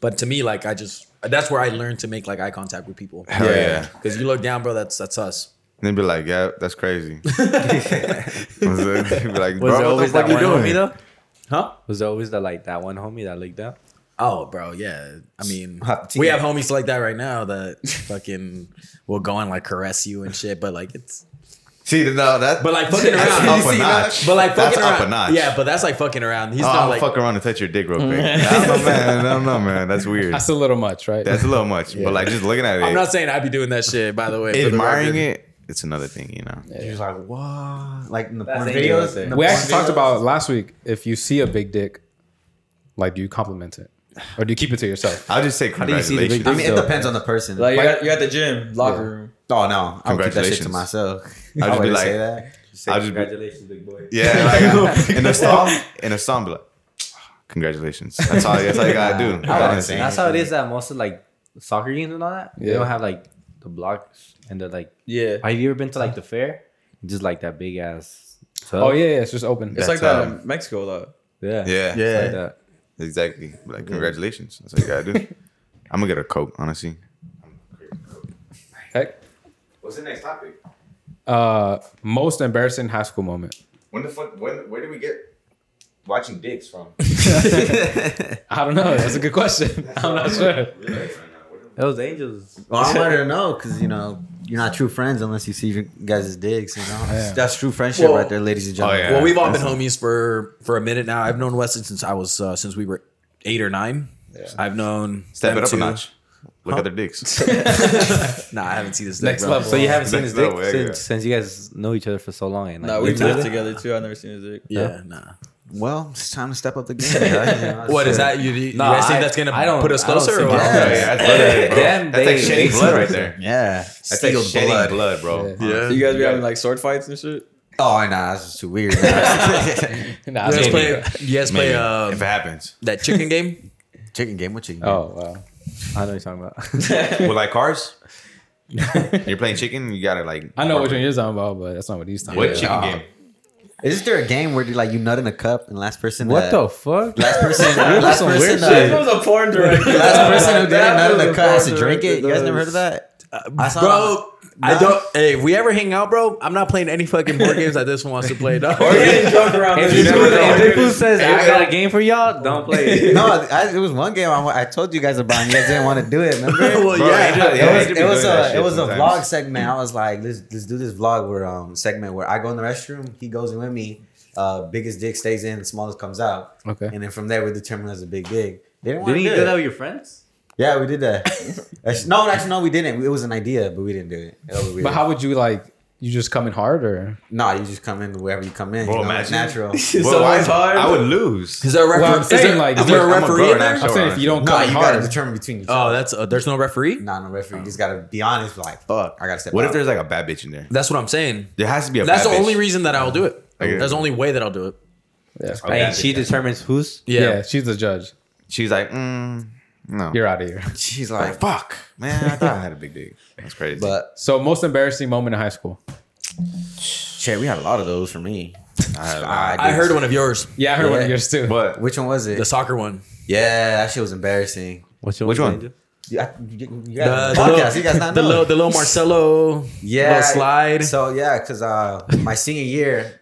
Speaker 6: But to me, like I just that's where I learned to make like eye contact with people.
Speaker 2: Hell yeah.
Speaker 6: because you look down, bro. That's that's us.
Speaker 2: And they'd be like, yeah, that's
Speaker 5: [laughs]
Speaker 2: crazy. [laughs] they'd be like,
Speaker 4: Was there
Speaker 2: bro, what the
Speaker 4: always
Speaker 2: fuck
Speaker 4: that
Speaker 2: you
Speaker 4: one
Speaker 2: doing?
Speaker 4: homie though?
Speaker 6: Huh?
Speaker 4: Was there always that like that one homie that leaked out?
Speaker 6: Oh, bro. Yeah. I mean,
Speaker 5: Hot
Speaker 6: we
Speaker 5: tea.
Speaker 6: have homies like that right now that fucking will go and like caress you and shit. But like it's
Speaker 2: See, no, that,
Speaker 6: but like [laughs] fucking
Speaker 2: that's
Speaker 6: around.
Speaker 2: up a notch.
Speaker 6: But like
Speaker 2: that's
Speaker 6: fucking
Speaker 2: up
Speaker 6: around.
Speaker 2: a notch.
Speaker 6: Yeah, but that's like fucking around. He's
Speaker 2: oh,
Speaker 6: not
Speaker 2: I'll
Speaker 6: like
Speaker 2: fuck around and touch your dick real quick. I don't know, man. I don't know, man. That's
Speaker 1: [laughs]
Speaker 2: weird.
Speaker 1: That's a little much, right?
Speaker 2: That's a little much. But like, just looking at it,
Speaker 6: I'm not saying I'd be doing that shit. By the way, for the
Speaker 2: admiring
Speaker 6: record.
Speaker 2: it, it's another thing, you know.
Speaker 5: You're just like, what? Like in the
Speaker 4: That's
Speaker 5: porn
Speaker 4: angel right
Speaker 5: videos.
Speaker 4: there.
Speaker 5: in the
Speaker 1: we
Speaker 5: porn
Speaker 1: actually talked
Speaker 5: videos.
Speaker 1: about last week. If you see a big dick, like, do you compliment it, or do you keep it to yourself?
Speaker 2: I'll just say
Speaker 4: do you see the big
Speaker 2: congratulations.
Speaker 5: I mean, it
Speaker 4: So-
Speaker 5: depends on the person.
Speaker 10: Like
Speaker 5: Like,
Speaker 10: you're at, you're at the gym locker room.
Speaker 5: oh no, I'll keep that shit
Speaker 2: Congratulations.
Speaker 5: to myself.
Speaker 2: I'll
Speaker 5: I
Speaker 2: just be
Speaker 5: wouldn't
Speaker 2: like-
Speaker 5: say that.
Speaker 2: I'll just be,
Speaker 4: Congratulations, big boy.
Speaker 2: [laughs] yeah, like, I- in a song, in a song, be like, [sighs] congratulations. That's all. That's all you gotta do.
Speaker 5: I wouldn't
Speaker 2: Honestly.
Speaker 5: say
Speaker 4: That's how it is at most of like soccer games and all that. They
Speaker 1: Yeah.
Speaker 4: don't have like the blocks and the like.
Speaker 10: Yeah.
Speaker 4: Have you ever been to like the fair? Just like that big ass. tub.
Speaker 1: Oh yeah, yeah it's just open.
Speaker 10: It's
Speaker 2: That
Speaker 10: like that
Speaker 2: time.
Speaker 10: in Mexico though.
Speaker 4: yeah,
Speaker 2: Yeah.
Speaker 4: It's
Speaker 5: Yeah.
Speaker 4: like that.
Speaker 2: Exactly. But, like, congratulations. That's what you gotta do. I'm gonna get a coke, honestly.
Speaker 1: Heck.
Speaker 2: What's the next topic?
Speaker 1: Uh, most embarrassing high school moment.
Speaker 2: When the fuck? When? Where did we get watching dicks from?
Speaker 1: I don't know. That's a good question. [laughs] I'm not sure.
Speaker 4: It was angels.
Speaker 5: Well, I wanted to know because you know you're not true friends unless you see your guys' dicks. You know that's true friendship
Speaker 6: Well-
Speaker 5: right there, ladies and gentlemen.
Speaker 2: Oh, yeah.
Speaker 6: Well, we've all been homies for for a minute now. I've known Weston since I was uh, since we were eight or nine. I've known
Speaker 2: Step
Speaker 6: them
Speaker 2: it up a
Speaker 6: too.
Speaker 2: notch. Look at their dicks.
Speaker 6: Nah, I haven't seen this
Speaker 1: Next
Speaker 6: dick, bro.
Speaker 1: level.
Speaker 4: So you haven't seen
Speaker 2: That's
Speaker 4: his
Speaker 2: no
Speaker 4: dick
Speaker 2: way,
Speaker 4: since,
Speaker 2: yeah.
Speaker 4: since you guys know each other for so long. And like,
Speaker 10: No, we
Speaker 4: lived
Speaker 10: lived together too. I've never seen his dick.
Speaker 6: Yeah, nah.
Speaker 5: Well, it's time to step up the game. guys, you know,
Speaker 6: What is
Speaker 5: shit.
Speaker 6: that? You, you
Speaker 4: Nah,
Speaker 6: guys think
Speaker 4: I-
Speaker 6: that's gonna
Speaker 4: I don't-
Speaker 6: put us
Speaker 4: I don't
Speaker 6: closer?
Speaker 4: think
Speaker 6: or
Speaker 4: that-
Speaker 6: what?
Speaker 2: Yeah, Oh, yeah, that's blood, bro.
Speaker 4: Them,
Speaker 2: That's like
Speaker 4: they-
Speaker 2: shedding
Speaker 4: they-
Speaker 2: blood right there.
Speaker 5: Yeah,
Speaker 2: That's like
Speaker 5: Sealed
Speaker 2: shedding blood,
Speaker 5: blood.
Speaker 2: bro.
Speaker 1: Yeah.
Speaker 10: So you guys be having like sword fights and shit. [laughs]
Speaker 5: Oh, [laughs] nah, that's just too weird. man.
Speaker 1: Nah,
Speaker 6: You guys
Speaker 1: maybe.
Speaker 6: play, you guys play
Speaker 2: Maybe.
Speaker 6: uh,
Speaker 2: if it happens
Speaker 6: that chicken game?
Speaker 5: chicken game, what chicken? Game?
Speaker 1: Oh wow.
Speaker 4: I know what you're talking about.
Speaker 2: with like cars. You're playing chicken. You gotta like.
Speaker 1: I know which one you're talking about, but that's not what he's talking
Speaker 2: What
Speaker 1: about.
Speaker 2: chicken
Speaker 5: Yeah.
Speaker 2: game?
Speaker 5: Is there a game where you like you nut in a cup and last person?
Speaker 4: what
Speaker 5: that-
Speaker 4: the fuck?
Speaker 5: Last person, last
Speaker 4: some
Speaker 5: person,
Speaker 4: weird
Speaker 5: that-
Speaker 10: was a porn director.
Speaker 5: [laughs] last person
Speaker 3: [laughs]
Speaker 5: who didn't nut in
Speaker 10: was
Speaker 5: the
Speaker 10: a
Speaker 5: cup has to
Speaker 10: porn
Speaker 5: drink it.
Speaker 10: director,
Speaker 5: You guys never
Speaker 10: though.
Speaker 5: heard of that? I saw that.
Speaker 6: Bro, I
Speaker 5: Nah.
Speaker 6: don't. Hey, if we ever hang out, bro, I'm not playing any fucking board games that this one wants to play. No.
Speaker 5: [laughs]
Speaker 10: Getting drunk around
Speaker 4: If
Speaker 10: this
Speaker 4: this
Speaker 10: shit.
Speaker 4: fool-
Speaker 10: Yeah.
Speaker 4: if this fool says I got a game for y'all, don't play it.
Speaker 5: No, I, it was one game I, I told you guys about. And you guys didn't want to do it. Remember?
Speaker 6: well, yeah.
Speaker 2: Angel- yeah,
Speaker 5: it was,
Speaker 2: Angel be
Speaker 5: it was
Speaker 2: doing that
Speaker 5: a
Speaker 2: shit
Speaker 5: it was a
Speaker 2: sometimes.
Speaker 5: vlog segment. I was like, let's let's do this vlog where um segment where I go in the restroom, he goes in with me. Uh, biggest dick stays in, smallest comes out.
Speaker 1: Okay.
Speaker 5: And then from there we determine as a big dick. They didn't want
Speaker 4: Didn't
Speaker 5: to
Speaker 4: you
Speaker 5: do
Speaker 4: do that
Speaker 5: it.
Speaker 4: with your friends?
Speaker 5: Yeah, we did that. [laughs] Actually- no, actually, no, we didn't. It was an idea, but we didn't do it. That was weird.
Speaker 1: But how would you like? You just coming hard or?
Speaker 5: Nah, you just come in wherever you come in.
Speaker 2: Bro,
Speaker 5: you know, it's
Speaker 2: imagine.
Speaker 5: natural.
Speaker 2: Well,
Speaker 10: So
Speaker 2: I,
Speaker 10: it's hard.
Speaker 2: I would lose.
Speaker 6: Is there a referee?
Speaker 1: Well, I'm
Speaker 6: is
Speaker 1: saying
Speaker 6: there,
Speaker 1: like,
Speaker 6: is there a
Speaker 2: I'm a
Speaker 6: referee
Speaker 2: grown
Speaker 6: in there?
Speaker 2: ass.
Speaker 1: I'm saying if you don't
Speaker 5: no,
Speaker 1: come
Speaker 5: you gotta
Speaker 1: hard,
Speaker 5: determine between yourself.
Speaker 6: Oh, that's uh, there's no referee.
Speaker 5: Nah, no referee. You just gotta be honest. Like, fuck, I gotta step.
Speaker 2: What
Speaker 5: out.
Speaker 2: if there's like a bad bitch in there?
Speaker 6: That's what I'm saying.
Speaker 2: There has to be a.
Speaker 6: That's
Speaker 2: bad
Speaker 6: the only
Speaker 2: bitch.
Speaker 6: reason that I'll do it.
Speaker 2: Okay.
Speaker 6: That's the only way that I'll do it.
Speaker 4: I mean, she determines who's.
Speaker 1: Yeah. she's the judge.
Speaker 2: She's like, mm, no.
Speaker 1: You're out of here.
Speaker 2: She's like, fuck, man. I thought I had a big dick. That's crazy.
Speaker 5: But
Speaker 1: So most embarrassing moment in high school.
Speaker 5: shit, we had a lot of those for me.
Speaker 2: I had-
Speaker 5: I
Speaker 6: I heard one of yours,
Speaker 1: Yeah, I heard one of
Speaker 5: Yeah.
Speaker 1: yours too.
Speaker 2: but
Speaker 5: Which one was it?
Speaker 6: the soccer one.
Speaker 5: yeah, that shit was embarrassing.
Speaker 4: What's your
Speaker 2: Which one?
Speaker 4: Angel?
Speaker 5: You, I, you, you
Speaker 6: The,
Speaker 5: guys,
Speaker 6: the,
Speaker 5: podcast,
Speaker 6: little,
Speaker 5: you guys not
Speaker 6: [laughs] the
Speaker 5: know.
Speaker 6: little, the little Marcelo.
Speaker 5: yeah,
Speaker 6: little slide.
Speaker 5: So yeah, because uh, my senior year,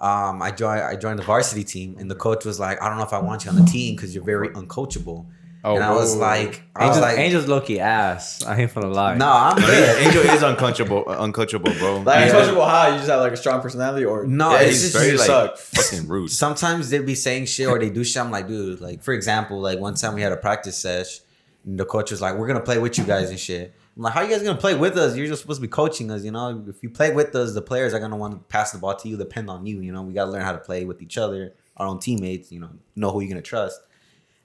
Speaker 5: um, I joined I joined the varsity team, and the coach was like, "I don't know if I want you on the team because you're very uncoachable."
Speaker 1: Oh,
Speaker 5: and I was
Speaker 1: whoa.
Speaker 5: like, I was
Speaker 4: Angel's,
Speaker 5: like,
Speaker 4: Angel's low-key ass. I ain't for the lie.
Speaker 5: "No, I'm
Speaker 2: Angel,
Speaker 5: good."
Speaker 2: Angel is uncoachable, uncoachable, bro.
Speaker 10: Like,
Speaker 5: Yeah.
Speaker 10: I
Speaker 5: Mm.
Speaker 10: told you about how you just have like a strong personality or
Speaker 5: No,
Speaker 2: Yeah,
Speaker 5: it's
Speaker 2: he's
Speaker 5: just
Speaker 2: very
Speaker 5: you
Speaker 2: like
Speaker 5: suck. [laughs]
Speaker 2: fucking rude.
Speaker 5: sometimes they be saying shit or they do shit. I'm like, dude, like for example, like one time we had a practice sesh, and the coach was like, "We're gonna play with you guys and shit." I'm like, "How you guys gonna play with us? You're just supposed to be coaching us, you know. If you play with us, the players are gonna want to pass the ball to you. Depend on you, you know. We gotta learn how to play with each other, our own teammates, you know, know who you're gonna trust,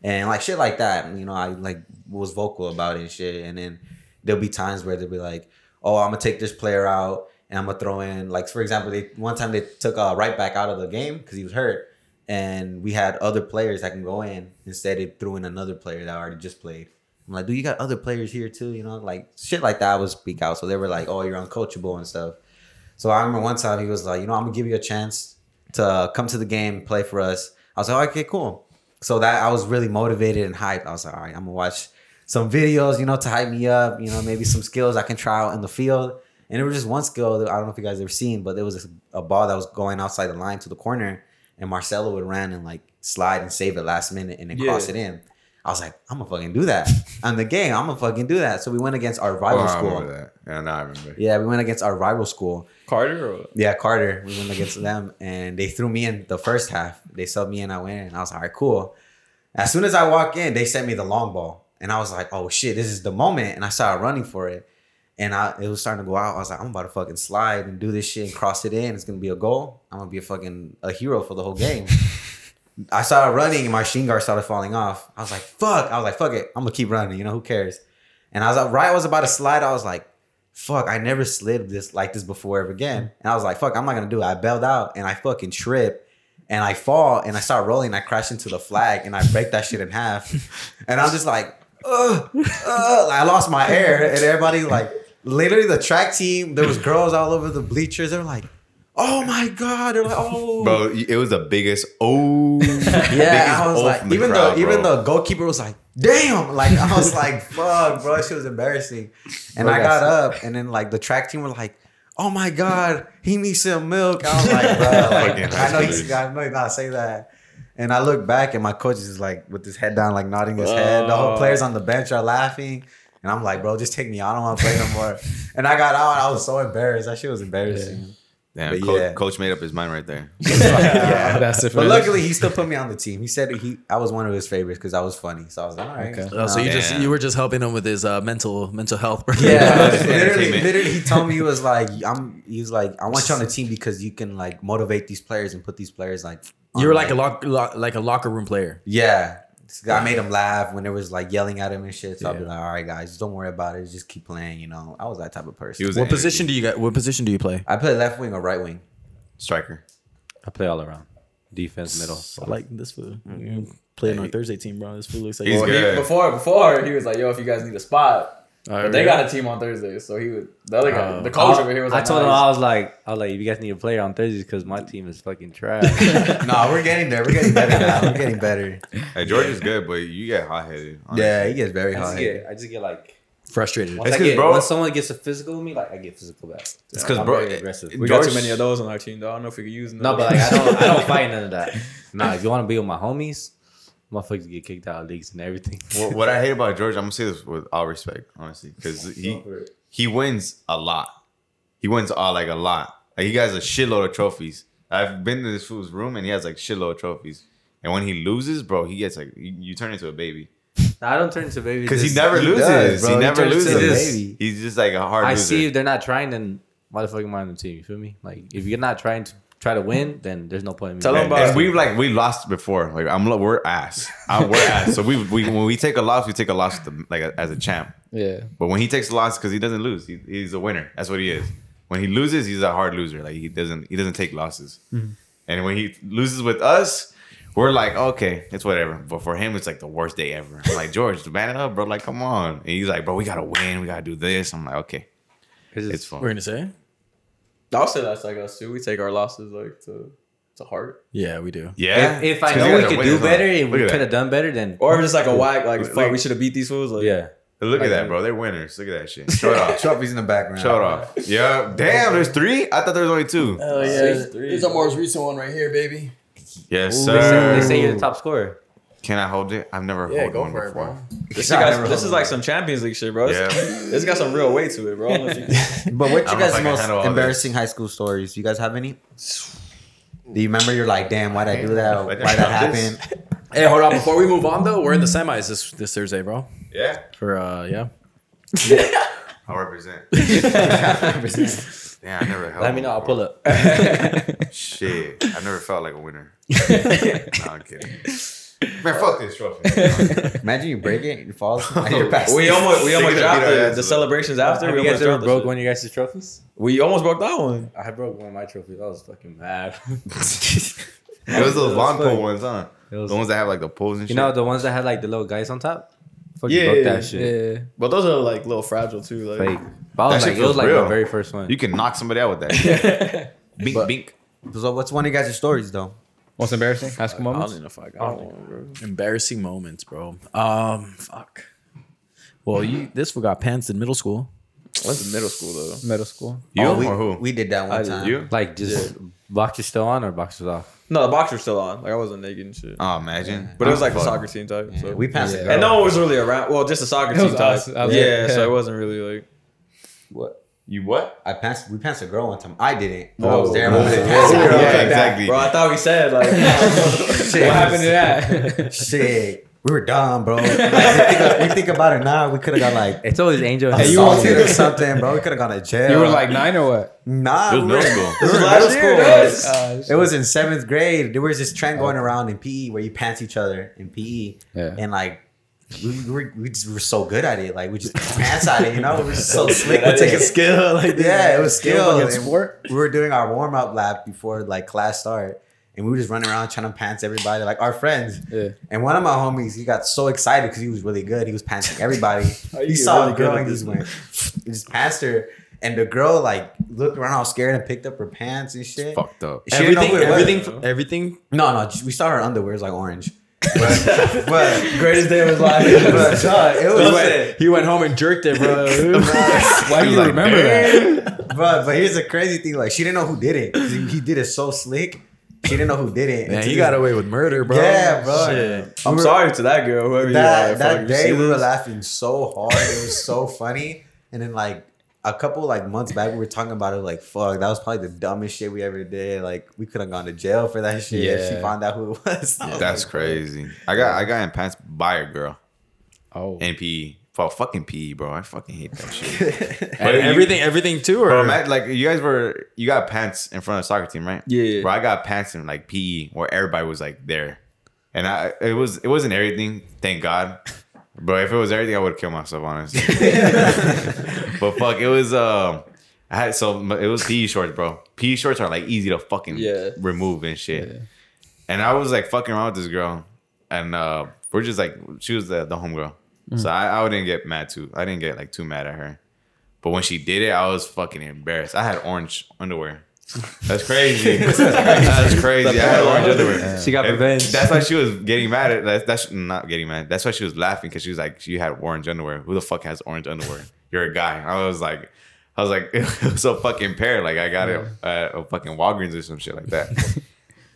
Speaker 5: and like shit like that. You know, I like was vocal about it and shit. And then there'll be times where they'll be like, "Oh, I'm gonna take this player out." And I'm gonna throw in, like for example, they one time they took uh, right back out of the game because he was hurt, and we had other players that can go in. Instead, it threw in another player that already just played. I'm like, dude, you got other players here too, you know, like shit like that. I would speak out, so they were like, oh, you're uncoachable and stuff. So I remember one time he was like, you know, I'm gonna give you a chance to come to the game, play for us. I was like, okay, cool. So that I was really motivated and hyped. I was like, all right, I'm gonna watch some videos, you know, to hype me up, you know, maybe some skills I can try out in the field. And there was just one skill that I don't know if you guys ever seen, but there was a, a ball that was going outside the line to the corner, and Marcelo would run and like slide and save it last minute and then cross it in. I was like, I'm gonna fucking do that. On the game, I'm gonna fucking do that. So we went against our
Speaker 2: Oh,
Speaker 5: rival
Speaker 2: I
Speaker 5: school.
Speaker 2: remember that. Yeah, now I remember.
Speaker 5: Yeah, we went against our rival school.
Speaker 10: Carter or
Speaker 5: Yeah, Carter. We went against them, and they threw me in the first half. They subbed me in. I went in, and I was like, all right, cool. As soon as I walk in, they sent me the long ball, and I was like, oh shit, this is the moment. And I started running for it, and I it was starting to go out. I was like, I'm about to fucking slide and do this shit and cross it in. It's gonna be a goal. I'm gonna be a fucking a hero for the
Speaker 10: [laughs]
Speaker 5: whole game. I started running, and my shin guard started falling off. I was like, fuck. I was like, fuck it. I'm gonna keep running. You know who cares? And I was like, right, I was about to slide. I was like, fuck, I never slid this like this before ever again. And I was like, fuck, I'm not gonna do it. I bailed out and I fucking trip and I fall and I start rolling. I crash into the flag and I break that shit in half. And I'm just like, ugh, ugh. I lost my air. And everybody like, literally the track team, there was girls all over the bleachers. They were like, oh my god, they're like, oh.
Speaker 2: Bro, it was the biggest oh.
Speaker 5: [laughs] Yeah, I was like, even though even the goalkeeper was like, damn, like I was like, [laughs] fuck, bro, she was embarrassing. And I got up, and then like the track team were like, oh my god, he needs some milk. I was like, bro, like,
Speaker 2: Fucking
Speaker 5: I know
Speaker 2: hustlers.
Speaker 5: he's, I know he's not saying that. And I look back, and my coach is like with his head down, like nodding his head. The whole players on the bench are laughing. And I'm like, bro, just take me. out. I don't want to play no more. and I got out. and I was so embarrassed. That shit was embarrassing.
Speaker 2: Damn,
Speaker 5: but
Speaker 2: coach,
Speaker 5: yeah.
Speaker 2: coach made up his mind right there.
Speaker 1: yeah, that's it. For
Speaker 5: But
Speaker 1: this.
Speaker 5: luckily, he still put me on the team. He said he I was one of his favorites because I was funny. So I was like, all right.
Speaker 6: Oh, so you just
Speaker 2: Yeah.
Speaker 6: you were just helping him with his uh, mental mental health, [laughs] bro.
Speaker 5: [laughs] Yeah,
Speaker 2: Yeah.
Speaker 5: literally,
Speaker 2: Entertainment.
Speaker 5: literally, he told me he was like, "I'm." He was like, "I want you on the team because you can like motivate these players and put these players like." on,
Speaker 6: you were like a lock, lock like a locker room player.
Speaker 5: yeah. I made him laugh when there was like yelling at him and shit. So I'd be like, "All right, guys, don't worry about it. Just keep playing." You know, I was that type of person.
Speaker 2: He was
Speaker 6: What
Speaker 2: an
Speaker 6: position do you got? What position do you play?
Speaker 5: I play left wing or right wing.
Speaker 2: striker?
Speaker 4: I play all around. Defense, middle.
Speaker 7: I like this food.
Speaker 9: Hmm.
Speaker 7: Playing our Thursday team, bro. This food looks like
Speaker 2: He's
Speaker 10: Well, he-
Speaker 2: good.
Speaker 10: before before he was like, yo, if you guys need a spot, but they got a team on Thursday, so he would the other guy, the coach over here was
Speaker 4: I
Speaker 10: like,
Speaker 4: told him "Oh,
Speaker 10: nah,
Speaker 4: I was like, I was like, if you guys need a player on Thursdays because my team is fucking trash.
Speaker 5: [laughs] no, we're getting there. We're getting better now. We're getting better.
Speaker 2: Hey, George is good, but you get hot headed.
Speaker 5: Yeah, he gets very
Speaker 4: I just
Speaker 5: hot.
Speaker 4: get, I just get like
Speaker 6: Frustrated.
Speaker 4: once,
Speaker 2: It's
Speaker 4: I
Speaker 2: 'cause,
Speaker 4: get,
Speaker 2: bro-
Speaker 4: once someone gets a physical with me, like I get physical back.
Speaker 2: It's because
Speaker 4: I'm
Speaker 2: bro,
Speaker 4: very aggressive.
Speaker 2: it-
Speaker 10: we got too
Speaker 2: George-
Speaker 10: many of those on our team, though. I don't know if we could use them.
Speaker 4: No, but like I don't, I don't fight none of that. Nah, if you want to be with my homies, motherfuckers get kicked out of leagues and everything. [laughs]
Speaker 2: What, what I hate about George, I'm gonna say this with all respect, honestly, because he he wins a lot. He wins all like a lot. Like he has a shitload of trophies. I've been to this fool's room and he has like shitload of trophies. And when he loses, bro, he gets like you, you turn into a baby
Speaker 4: Nah, I don't turn
Speaker 2: [laughs]
Speaker 4: into baby
Speaker 2: because he
Speaker 4: just-
Speaker 2: never loses.
Speaker 5: does, bro.
Speaker 2: he
Speaker 5: He
Speaker 2: never
Speaker 5: turns into
Speaker 4: a
Speaker 2: loses.
Speaker 5: baby.
Speaker 2: He's just like a hard
Speaker 4: I
Speaker 2: loser.
Speaker 4: see if they're not trying, then why the fuck am I on the team? You feel me? Like if you're not trying to try to win, then there's no point in me.
Speaker 10: Tell
Speaker 4: being
Speaker 10: them
Speaker 2: And,
Speaker 4: there.
Speaker 10: about-
Speaker 2: and we've like we lost before. Like I'm lo- we're ass. I, we're ass. So we, we when we take a loss, we take a loss with the, like a, as a champ.
Speaker 1: yeah.
Speaker 2: But when he takes a loss, because he doesn't lose, he, he's a winner. That's what he is. When he loses, he's a hard loser. Like he doesn't he doesn't take losses. And when he loses with us, We're like, okay, it's whatever. But for him, it's like the worst day ever. I'm like, George, man it up, bro. Like, come on. And he's like, bro, we gotta win. We gotta do this. I'm like, okay, it's
Speaker 6: We're
Speaker 2: fun.
Speaker 6: gonna say.
Speaker 10: [laughs] I'll say that's like us too. We take our losses like to to heart,
Speaker 6: Yeah, we do.
Speaker 2: Yeah.
Speaker 4: If, if
Speaker 2: It's
Speaker 4: I
Speaker 2: 'cause
Speaker 4: know
Speaker 2: you
Speaker 4: we
Speaker 2: guys are
Speaker 4: could do
Speaker 2: winners, huh?
Speaker 4: better, if we
Speaker 2: Look at
Speaker 4: could
Speaker 2: that. Oh.
Speaker 4: have done better, then
Speaker 10: or just like a whack. Like fuck,
Speaker 2: like-
Speaker 10: we should have beat these fools. Like
Speaker 4: yeah.
Speaker 2: Look at that, bro. They're winners. Look at that shit.
Speaker 4: [laughs]
Speaker 2: Show it off.
Speaker 5: Trophies in the background.
Speaker 2: Show it off. Yeah. Damn, there's three? I thought there was only two.
Speaker 9: Oh yeah,
Speaker 10: Six, three.
Speaker 9: this is our most recent one right here, baby.
Speaker 2: Yes,
Speaker 4: They say, they
Speaker 2: sir.
Speaker 4: say you're the top scorer.
Speaker 2: Can I hold it? I've never
Speaker 6: Yeah,
Speaker 2: held
Speaker 6: go
Speaker 2: one
Speaker 6: for it,
Speaker 2: before.
Speaker 10: this, shit got, this is like some Champions League shit, bro. [laughs] It's-
Speaker 3: [laughs]
Speaker 2: Yeah.
Speaker 10: It's got some real weight to it, bro. I
Speaker 4: [laughs]
Speaker 10: don't know if you-
Speaker 5: But what's
Speaker 2: I
Speaker 5: your
Speaker 2: don't know if I
Speaker 5: guys'
Speaker 2: can
Speaker 5: most
Speaker 2: handle all this.
Speaker 5: embarrassing high school stories? Do you guys have any? Do you remember you're like, damn, why'd I do that?
Speaker 2: Why'd
Speaker 5: Why'd
Speaker 2: I
Speaker 5: that
Speaker 2: drop this?
Speaker 5: happen?
Speaker 6: Hey, hold on. Before we move on, though, we're in the semis this this Thursday, bro.
Speaker 2: Yeah.
Speaker 6: For uh, yeah.
Speaker 2: I'll represent. Damn, I never held
Speaker 4: Let me know. I'll pull up. [laughs]
Speaker 2: up. Shit. I never felt like a winner. no, I'm kidding. Man, fuck this trophy.
Speaker 4: [laughs]
Speaker 5: Imagine you break it, you fall, [laughs] and you're passing.
Speaker 10: we almost we
Speaker 2: They're
Speaker 10: almost
Speaker 2: gonna
Speaker 10: dropped
Speaker 2: beat our
Speaker 10: the,
Speaker 2: asses
Speaker 10: the
Speaker 2: up.
Speaker 10: celebrations after.
Speaker 4: Have
Speaker 10: We
Speaker 4: you guys
Speaker 10: almost
Speaker 4: ever
Speaker 10: dropped
Speaker 4: broke
Speaker 10: broke
Speaker 4: one of your guys' trophies?
Speaker 10: We almost broke that one.
Speaker 4: I broke one of my trophies. I was fucking mad. [laughs]
Speaker 2: It was those
Speaker 4: It was
Speaker 2: lawn
Speaker 4: fun.
Speaker 2: pole ones, huh?
Speaker 4: It was-
Speaker 2: the ones that have like the poles and
Speaker 4: you
Speaker 2: shit.
Speaker 4: know the ones that had like the little guys on top. Fucking
Speaker 9: Yeah,
Speaker 4: broke that shit.
Speaker 9: yeah. But those are like little fragile too. Like,
Speaker 4: Like, but I was
Speaker 2: That shit
Speaker 4: like, it was
Speaker 2: feels
Speaker 4: like
Speaker 2: real.
Speaker 4: my very first one.
Speaker 2: you can knock somebody out with
Speaker 4: [laughs]
Speaker 2: that. shit. bink, bink.
Speaker 5: So what's one of you guys' stories though?
Speaker 1: Most embarrassing high school
Speaker 6: I
Speaker 1: moments.
Speaker 6: don't even know if I got one, bro. Embarrassing moments, bro. Um, fuck. Well, you this fool got pants in middle school.
Speaker 10: That's in middle school though.
Speaker 5: [laughs]
Speaker 1: Middle school.
Speaker 2: You
Speaker 5: oh, we,
Speaker 2: or who?
Speaker 5: We did that one time.
Speaker 2: you?
Speaker 4: like just boxers still on or boxers off?
Speaker 10: No, the box was still on. Like I wasn't naked and shit.
Speaker 2: Oh, imagine.
Speaker 10: But it was like
Speaker 2: Fuck.
Speaker 10: a soccer team type.
Speaker 5: Yeah,
Speaker 10: so.
Speaker 5: we passed
Speaker 1: Yeah.
Speaker 5: it.
Speaker 10: and no one was really around. Well, just a soccer
Speaker 1: It was
Speaker 10: team type.
Speaker 1: us. I was-
Speaker 10: yeah,
Speaker 1: yeah.
Speaker 10: so it wasn't really like.
Speaker 2: You what?
Speaker 5: I passed. We passed a girl one time. I did it. But I was there. when we
Speaker 2: [laughs] Yeah,
Speaker 5: passed a girl.
Speaker 2: exactly.
Speaker 10: Bro, I thought we said
Speaker 3: [laughs]
Speaker 10: like. [laughs]
Speaker 1: What happened to that? [laughs]
Speaker 5: Shit, we were dumb, bro. Like, we, think, we think about it now. We could have got like
Speaker 4: It's always Angel.
Speaker 5: assaulted
Speaker 1: you were-
Speaker 5: or something, bro. We could have gone to jail.
Speaker 1: you were like nine or what?
Speaker 5: nah.
Speaker 2: It was
Speaker 5: we were-
Speaker 2: middle school.
Speaker 5: This was
Speaker 10: Last
Speaker 5: middle
Speaker 10: year,
Speaker 5: school.
Speaker 10: yes.
Speaker 5: It was in seventh grade. There was this trend going around in PE where you pants each other in PE,
Speaker 1: Yeah.
Speaker 5: and like we, we, were, we just were so good at it. Like we just pants at it, you know. We were so slick.
Speaker 6: We'll
Speaker 5: with
Speaker 6: take a
Speaker 5: it.
Speaker 6: skill. Like
Speaker 5: Yeah, it was skill.
Speaker 6: against
Speaker 5: And
Speaker 6: sport.
Speaker 5: We were doing our warm up lap before like class start, and we were just running around trying to pants everybody, like our friends.
Speaker 1: Yeah.
Speaker 5: And one of my homies, he got so excited because he was really good. He was pantsing everybody.
Speaker 10: you
Speaker 5: he saw
Speaker 10: really
Speaker 5: a
Speaker 10: good
Speaker 5: girl
Speaker 10: at
Speaker 5: and he
Speaker 10: this,
Speaker 5: just went, he just pantsed her. And the girl like looked around all scared and picked up her pants and shit.
Speaker 2: Fucked up.
Speaker 5: She didn't know
Speaker 6: Everything,
Speaker 5: who it was.
Speaker 6: everything, everything.
Speaker 5: No, no, we saw her underwear is like orange. But, but,
Speaker 10: Greatest day of his
Speaker 5: [laughs]
Speaker 10: life.
Speaker 5: but uh, it was.
Speaker 10: Listen,
Speaker 6: He went home and jerked it,
Speaker 5: [laughs]
Speaker 6: bro.
Speaker 1: Why do you remember that?
Speaker 5: But but here's the crazy thing: like she didn't know who did it. 'Cause He, he did it so slick. She didn't know who did it.
Speaker 6: Man,
Speaker 5: And to
Speaker 6: he
Speaker 5: this-
Speaker 6: got away with murder, bro.
Speaker 5: Yeah, bro.
Speaker 6: Shit.
Speaker 10: I'm sorry to that girl. Whoever
Speaker 5: That
Speaker 10: you are.
Speaker 5: that
Speaker 10: Fuck, you
Speaker 5: day
Speaker 10: see
Speaker 5: we were
Speaker 10: this?
Speaker 5: laughing so hard. It was so funny. And then like a couple like months back, we were talking about it. Like fuck, that was probably the dumbest shit we ever did. Like we could have gone to jail for that shit. if
Speaker 1: Yeah.
Speaker 5: She found out who it was. I was
Speaker 2: That's
Speaker 5: like,
Speaker 2: crazy. I got I got in pants by a girl
Speaker 1: Oh,
Speaker 2: in PE. Well, fucking PE, bro. I fucking hate that shit.
Speaker 6: And everything, everything too, or
Speaker 2: Bro, imagine, like you guys were you got pants in front of the soccer team, right?
Speaker 10: Yeah.
Speaker 2: Bro, I got pants in like PE where everybody was like there, and I it was it wasn't everything. Thank God. Bro, if it was everything, I would kill
Speaker 10: [laughs]
Speaker 2: myself, honestly. but fuck, it was um. I had so it was PE shorts, bro. PE shorts are like easy to fucking
Speaker 10: Yeah.
Speaker 2: remove and shit. And I was like fucking around with this girl, and uh, we're just like she was the the homegirl, so I, I didn't get mad too. I didn't get like too mad at her, but when she did it, I was fucking embarrassed. I had orange underwear. That's crazy. [laughs] That's crazy. I had orange underwear.
Speaker 4: She got
Speaker 2: And
Speaker 4: revenge.
Speaker 2: That's why she was getting mad at that. That's not getting mad. That's why she was laughing because she was like, "You had orange underwear. Who the fuck has orange underwear? You're a guy." I was like, I was like, [laughs] it was so fucking pair. Like I got it at a fucking Walgreens or some shit like that.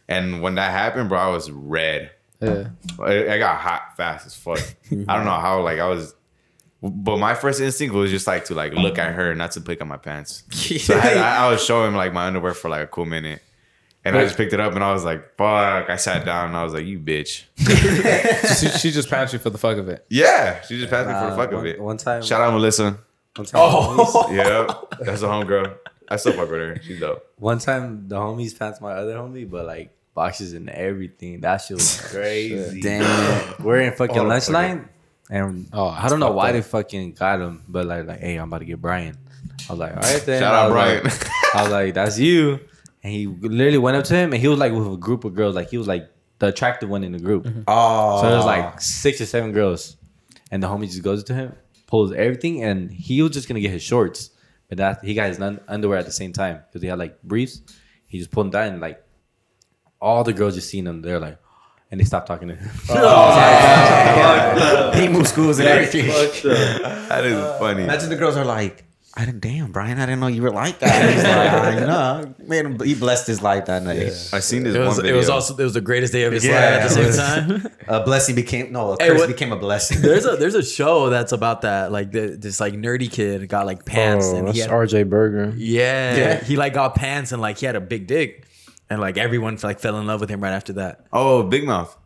Speaker 2: and when that happened, bro, I was red.
Speaker 5: [laughs]
Speaker 1: yeah.
Speaker 2: I, I got hot fast as fuck. I don't know how. Like I was. But my first instinct was just like to like look at her, not to pick up my pants. So I, had- I, I was showing him like my underwear for like a cool minute, and I just picked it up and I was like, "Fuck!" I sat down and I was like, "You bitch."
Speaker 1: she, she just pounced you for the fuck of it.
Speaker 2: Yeah, she just passed me for the
Speaker 4: Uh,
Speaker 2: fuck
Speaker 4: one-
Speaker 2: of it.
Speaker 4: One time,
Speaker 2: Shout out Melissa.
Speaker 4: one time, the homies-
Speaker 2: yeah, that's a homegirl. I still fuck with her. She's dope.
Speaker 4: one time the homies passed my other homie, but like boxes and everything. That shit
Speaker 2: [laughs]
Speaker 4: was crazy. Damn, we're in fucking
Speaker 2: Hold on,
Speaker 4: lunch
Speaker 2: fuck
Speaker 4: line, and
Speaker 1: Oh,
Speaker 4: oh, I
Speaker 1: that's
Speaker 4: don't know
Speaker 1: fucked
Speaker 4: why
Speaker 1: up.
Speaker 4: they fucking got him, but like, like, hey, I'm about to get Brian. I was like, all right then.
Speaker 2: Shout
Speaker 4: [laughs] I
Speaker 2: out
Speaker 4: was
Speaker 2: Brian.
Speaker 4: like- I was like, that's you. And he literally went up to him, and he was like with a group of girls. Like he was like the attractive one in the group.
Speaker 2: Mm-hmm.
Speaker 5: Oh,
Speaker 4: So
Speaker 2: Ah.
Speaker 4: there's like six or seven girls, and the homie just goes to him, pulls everything, and he was just gonna get his shorts, but that he got his nun- underwear at the same time because he had like briefs. He just pulled them down, and like all the girls just seen him. They're like, and they stopped talking to him.
Speaker 5: he moved schools and everything.
Speaker 2: That is funny.
Speaker 5: Imagine the girls are like, I didn't, damn, Brian, I didn't know you were like that. And he's like, I know. Man, him- he blessed his life that night.
Speaker 2: I seen this
Speaker 6: [laughs] It was,
Speaker 2: one
Speaker 6: it
Speaker 2: video.
Speaker 6: was also it was the greatest day of his life
Speaker 5: Yeah.
Speaker 6: at the same time.
Speaker 5: [laughs] A blessing became, no, a curse
Speaker 6: what-
Speaker 5: became a blessing. [laughs]
Speaker 6: There's a there's a show that's about that. Like the, this like nerdy kid got like pants
Speaker 9: Oh,
Speaker 6: and
Speaker 9: that's
Speaker 6: he had,
Speaker 9: RJ Burger.
Speaker 6: yeah,
Speaker 5: Yeah.
Speaker 6: he like got pants and like he had a big dick and like everyone like fell in love with him right after that.
Speaker 2: oh, Big Mouth.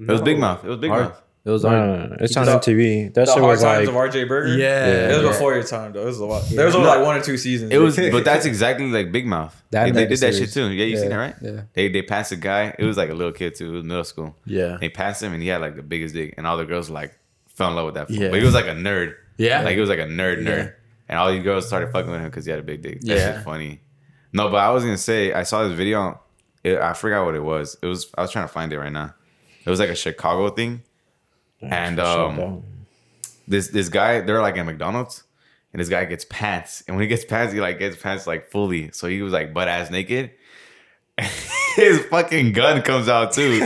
Speaker 2: It was Big Mouth. It was Big Mouth.
Speaker 4: It was hard.
Speaker 9: No, no, no. It's on
Speaker 3: just-
Speaker 9: MTV.
Speaker 3: The
Speaker 9: That shit
Speaker 3: hard
Speaker 9: was
Speaker 3: times
Speaker 9: like
Speaker 3: of RJ Burger.
Speaker 6: Yeah.
Speaker 3: It was
Speaker 6: Yeah.
Speaker 3: before your time though. It was a lot. There was only like one or two seasons.
Speaker 2: It was, but that's exactly like Big Mouth.
Speaker 1: That
Speaker 2: They, they
Speaker 1: made
Speaker 2: did
Speaker 1: the
Speaker 2: that shit
Speaker 1: series.
Speaker 2: too. Yeah, you seen
Speaker 1: Yeah,
Speaker 2: that, right?
Speaker 1: yeah.
Speaker 2: They they passed a guy. It was like a little kid too. It was middle school.
Speaker 6: Yeah.
Speaker 2: They passed him and he had like the biggest dick, and all the girls like fell in love with that. Fool.
Speaker 6: Yeah.
Speaker 2: But he was like a nerd.
Speaker 6: Yeah.
Speaker 2: Like he was like a nerd nerd, and all these girls started fucking with him because he had a big dick. That
Speaker 6: Yeah.
Speaker 2: shit's funny. No, but I was gonna say I saw this video. It, I forgot what it was. It was I was trying to find it right now. It was like a Chicago thing, and um this this guy they're like at McDonald's and this guy gets pants and when he gets pants he like gets pants like fully so he was like butt ass naked [laughs] his fucking gun comes out too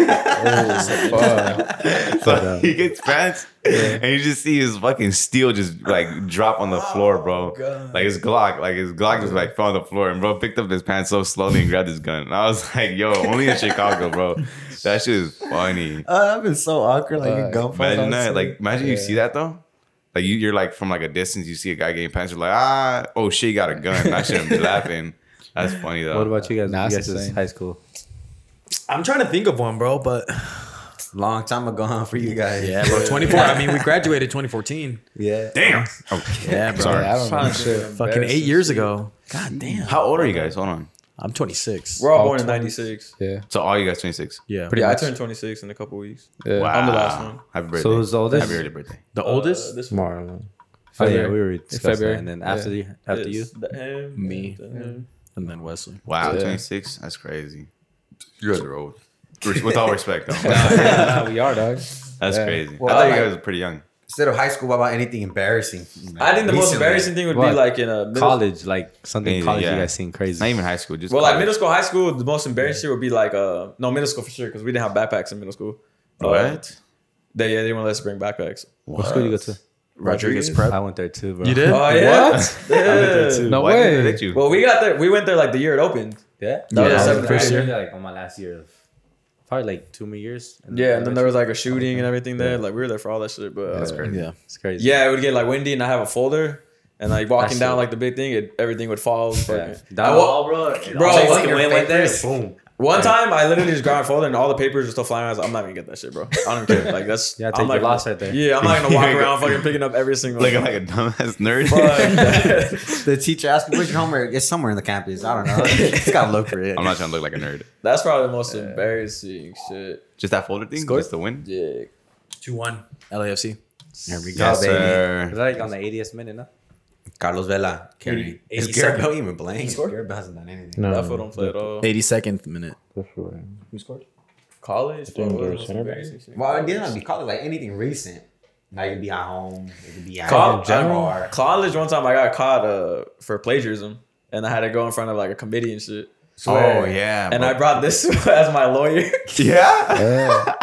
Speaker 2: [laughs] so he gets pants and you just see his fucking steel just like drop
Speaker 3: Oh,
Speaker 2: on the floor bro like his Glock like his Glock just like fell on the floor and bro picked up his pants so slowly and grabbed his gun and I was [laughs] like yo only in Chicago bro that shit is funny
Speaker 3: Uh,
Speaker 5: Oh, that'd been so awkward. Like,
Speaker 6: Uh,
Speaker 5: a gunfight.
Speaker 2: Imagine
Speaker 5: outside.
Speaker 2: that. Like, imagine you see that though. Like you, you're like from like a distance, you see a guy getting punched. You're like, ah, oh shit, he got a gun. I shouldn't be laughing. That's funny though.
Speaker 4: What about you guys?
Speaker 1: Nah,
Speaker 4: you
Speaker 1: that's
Speaker 4: guys
Speaker 1: the
Speaker 4: is
Speaker 1: same.
Speaker 4: high school.
Speaker 6: I'm trying to think of one, bro, but
Speaker 5: long time ago huh, for you guys.
Speaker 6: yeah, bro, 24. I mean, we [laughs] graduated 2014.
Speaker 5: yeah.
Speaker 2: Damn.
Speaker 6: Yeah, bro.
Speaker 2: Oh, Sorry.
Speaker 1: I don't know shit.
Speaker 6: Fucking eight years ago. God damn.
Speaker 2: Hmm. How old are you guys? Hold on.
Speaker 6: I'm 26.
Speaker 3: We're all born in '96.
Speaker 1: Yeah.
Speaker 2: So all you guys 26.
Speaker 6: Yeah.
Speaker 1: Pretty
Speaker 3: Yeah, I
Speaker 1: much.
Speaker 3: turned 26 in a couple weeks.
Speaker 1: Yeah.
Speaker 2: Wow.
Speaker 3: I'm the last one.
Speaker 2: Happy birthday.
Speaker 4: So who's the oldest?
Speaker 2: Happy early birthday.
Speaker 6: The oldest?
Speaker 3: Uh, this
Speaker 9: Marlon.
Speaker 4: Oh yeah,
Speaker 1: February.
Speaker 4: we were discussing
Speaker 1: February.
Speaker 4: February. and then after the after you,
Speaker 3: is the- him,
Speaker 6: Me.
Speaker 3: the him.
Speaker 6: and then Wesley.
Speaker 2: Wow,
Speaker 1: Yeah.
Speaker 2: 26. That's crazy. You guys are [laughs] old. Res- With all respect, [laughs]
Speaker 1: [laughs]
Speaker 2: though,
Speaker 1: Nah, we are, dog.
Speaker 2: that's
Speaker 1: Yeah.
Speaker 2: crazy.
Speaker 5: Well,
Speaker 2: I thought
Speaker 5: I-
Speaker 2: you guys were pretty young.
Speaker 5: [laughs] Instead of high school, what about anything embarrassing?
Speaker 3: I think the most embarrassing thing would
Speaker 4: What?
Speaker 3: be like in a middle
Speaker 4: college, like something
Speaker 2: Maybe,
Speaker 4: college
Speaker 2: yeah.
Speaker 4: you guys seen crazy.
Speaker 2: Not even high school. Just
Speaker 3: Well, like
Speaker 2: college.
Speaker 3: middle school, high school, the most embarrassing shit would be like uh no middle school for sure because we didn't have backpacks in middle school. Uh,
Speaker 2: What?
Speaker 3: they yeah they didn't let us bring backpacks.
Speaker 4: What school you go to?
Speaker 6: Rodriguez Prep.
Speaker 4: I went there too, bro.
Speaker 6: You did?
Speaker 3: Oh yeah, Yeah.
Speaker 1: No
Speaker 2: Why did they
Speaker 1: way.
Speaker 2: let you?
Speaker 3: Well, we got there. We went there like the year it opened.
Speaker 4: Yeah.
Speaker 3: That was
Speaker 6: Yeah.
Speaker 3: the
Speaker 4: I
Speaker 3: seventh
Speaker 4: was
Speaker 3: grade.
Speaker 4: there, Like on my last year of probably like two more years.
Speaker 3: Yeah, and then there was like a shooting and everything there. Like we were there for all that shit, but
Speaker 2: that's
Speaker 3: uh,
Speaker 2: crazy.
Speaker 6: Yeah.
Speaker 4: it's crazy.
Speaker 3: yeah, it would get like windy, and I have a folder, and like walking
Speaker 4: see.
Speaker 3: down like the big thing, it, everything would fall.
Speaker 4: Yeah.
Speaker 3: fucking-
Speaker 4: That
Speaker 3: I wa-
Speaker 4: wall, bro. it
Speaker 3: Bro,
Speaker 4: all
Speaker 3: like
Speaker 4: fucking
Speaker 3: your
Speaker 4: went like
Speaker 3: papers.
Speaker 4: this. Boom.
Speaker 3: One time, I literally just grabbed my folder and all the papers were still flying. I was like, I'm not gonna get that shit, bro. I don't care. Like [laughs] that's
Speaker 4: Yeah, take
Speaker 3: I'm
Speaker 4: your
Speaker 3: like
Speaker 4: loss right there.
Speaker 3: Yeah, I'm not gonna walk [laughs]
Speaker 2: Yeah, go-
Speaker 3: around fucking picking up every single.
Speaker 2: Looking like a dumbass nerd.
Speaker 3: Fuck. [laughs]
Speaker 5: The teacher asked me, where's your homework? It's somewhere in the campus. I don't know. [laughs] Just gotta look for it.
Speaker 2: I'm not trying to look like a nerd.
Speaker 3: That's probably the most embarrassing shit.
Speaker 2: Just that folder thing. Just the win.
Speaker 3: Yeah.
Speaker 6: 2 1. LAFC.
Speaker 5: There we go,
Speaker 2: Yes,
Speaker 5: baby.
Speaker 4: It
Speaker 2: sir.
Speaker 4: was like on the 80th minute, no?
Speaker 5: Carlos Vela. Carry. Is Garrett Bell even playing? Garrett Bell hasn't done anything.
Speaker 9: No.
Speaker 3: That foot don't play at all.
Speaker 6: 82nd minute.
Speaker 3: College? Fuck, what was
Speaker 9: think they're
Speaker 3: the most
Speaker 9: center back.
Speaker 3: embarrassing shit?
Speaker 5: Well, it didn't be college, like anything recent. Now you could be at home. It could be at
Speaker 3: Col-
Speaker 5: home. General.
Speaker 3: I- College, one time I got caught uh, for plagiarism and I had to go in front of like a committee and shit.
Speaker 2: Oh yeah.
Speaker 3: And
Speaker 2: bro.
Speaker 3: I brought this [laughs] as my lawyer. [laughs]
Speaker 2: yeah.
Speaker 1: Yeah.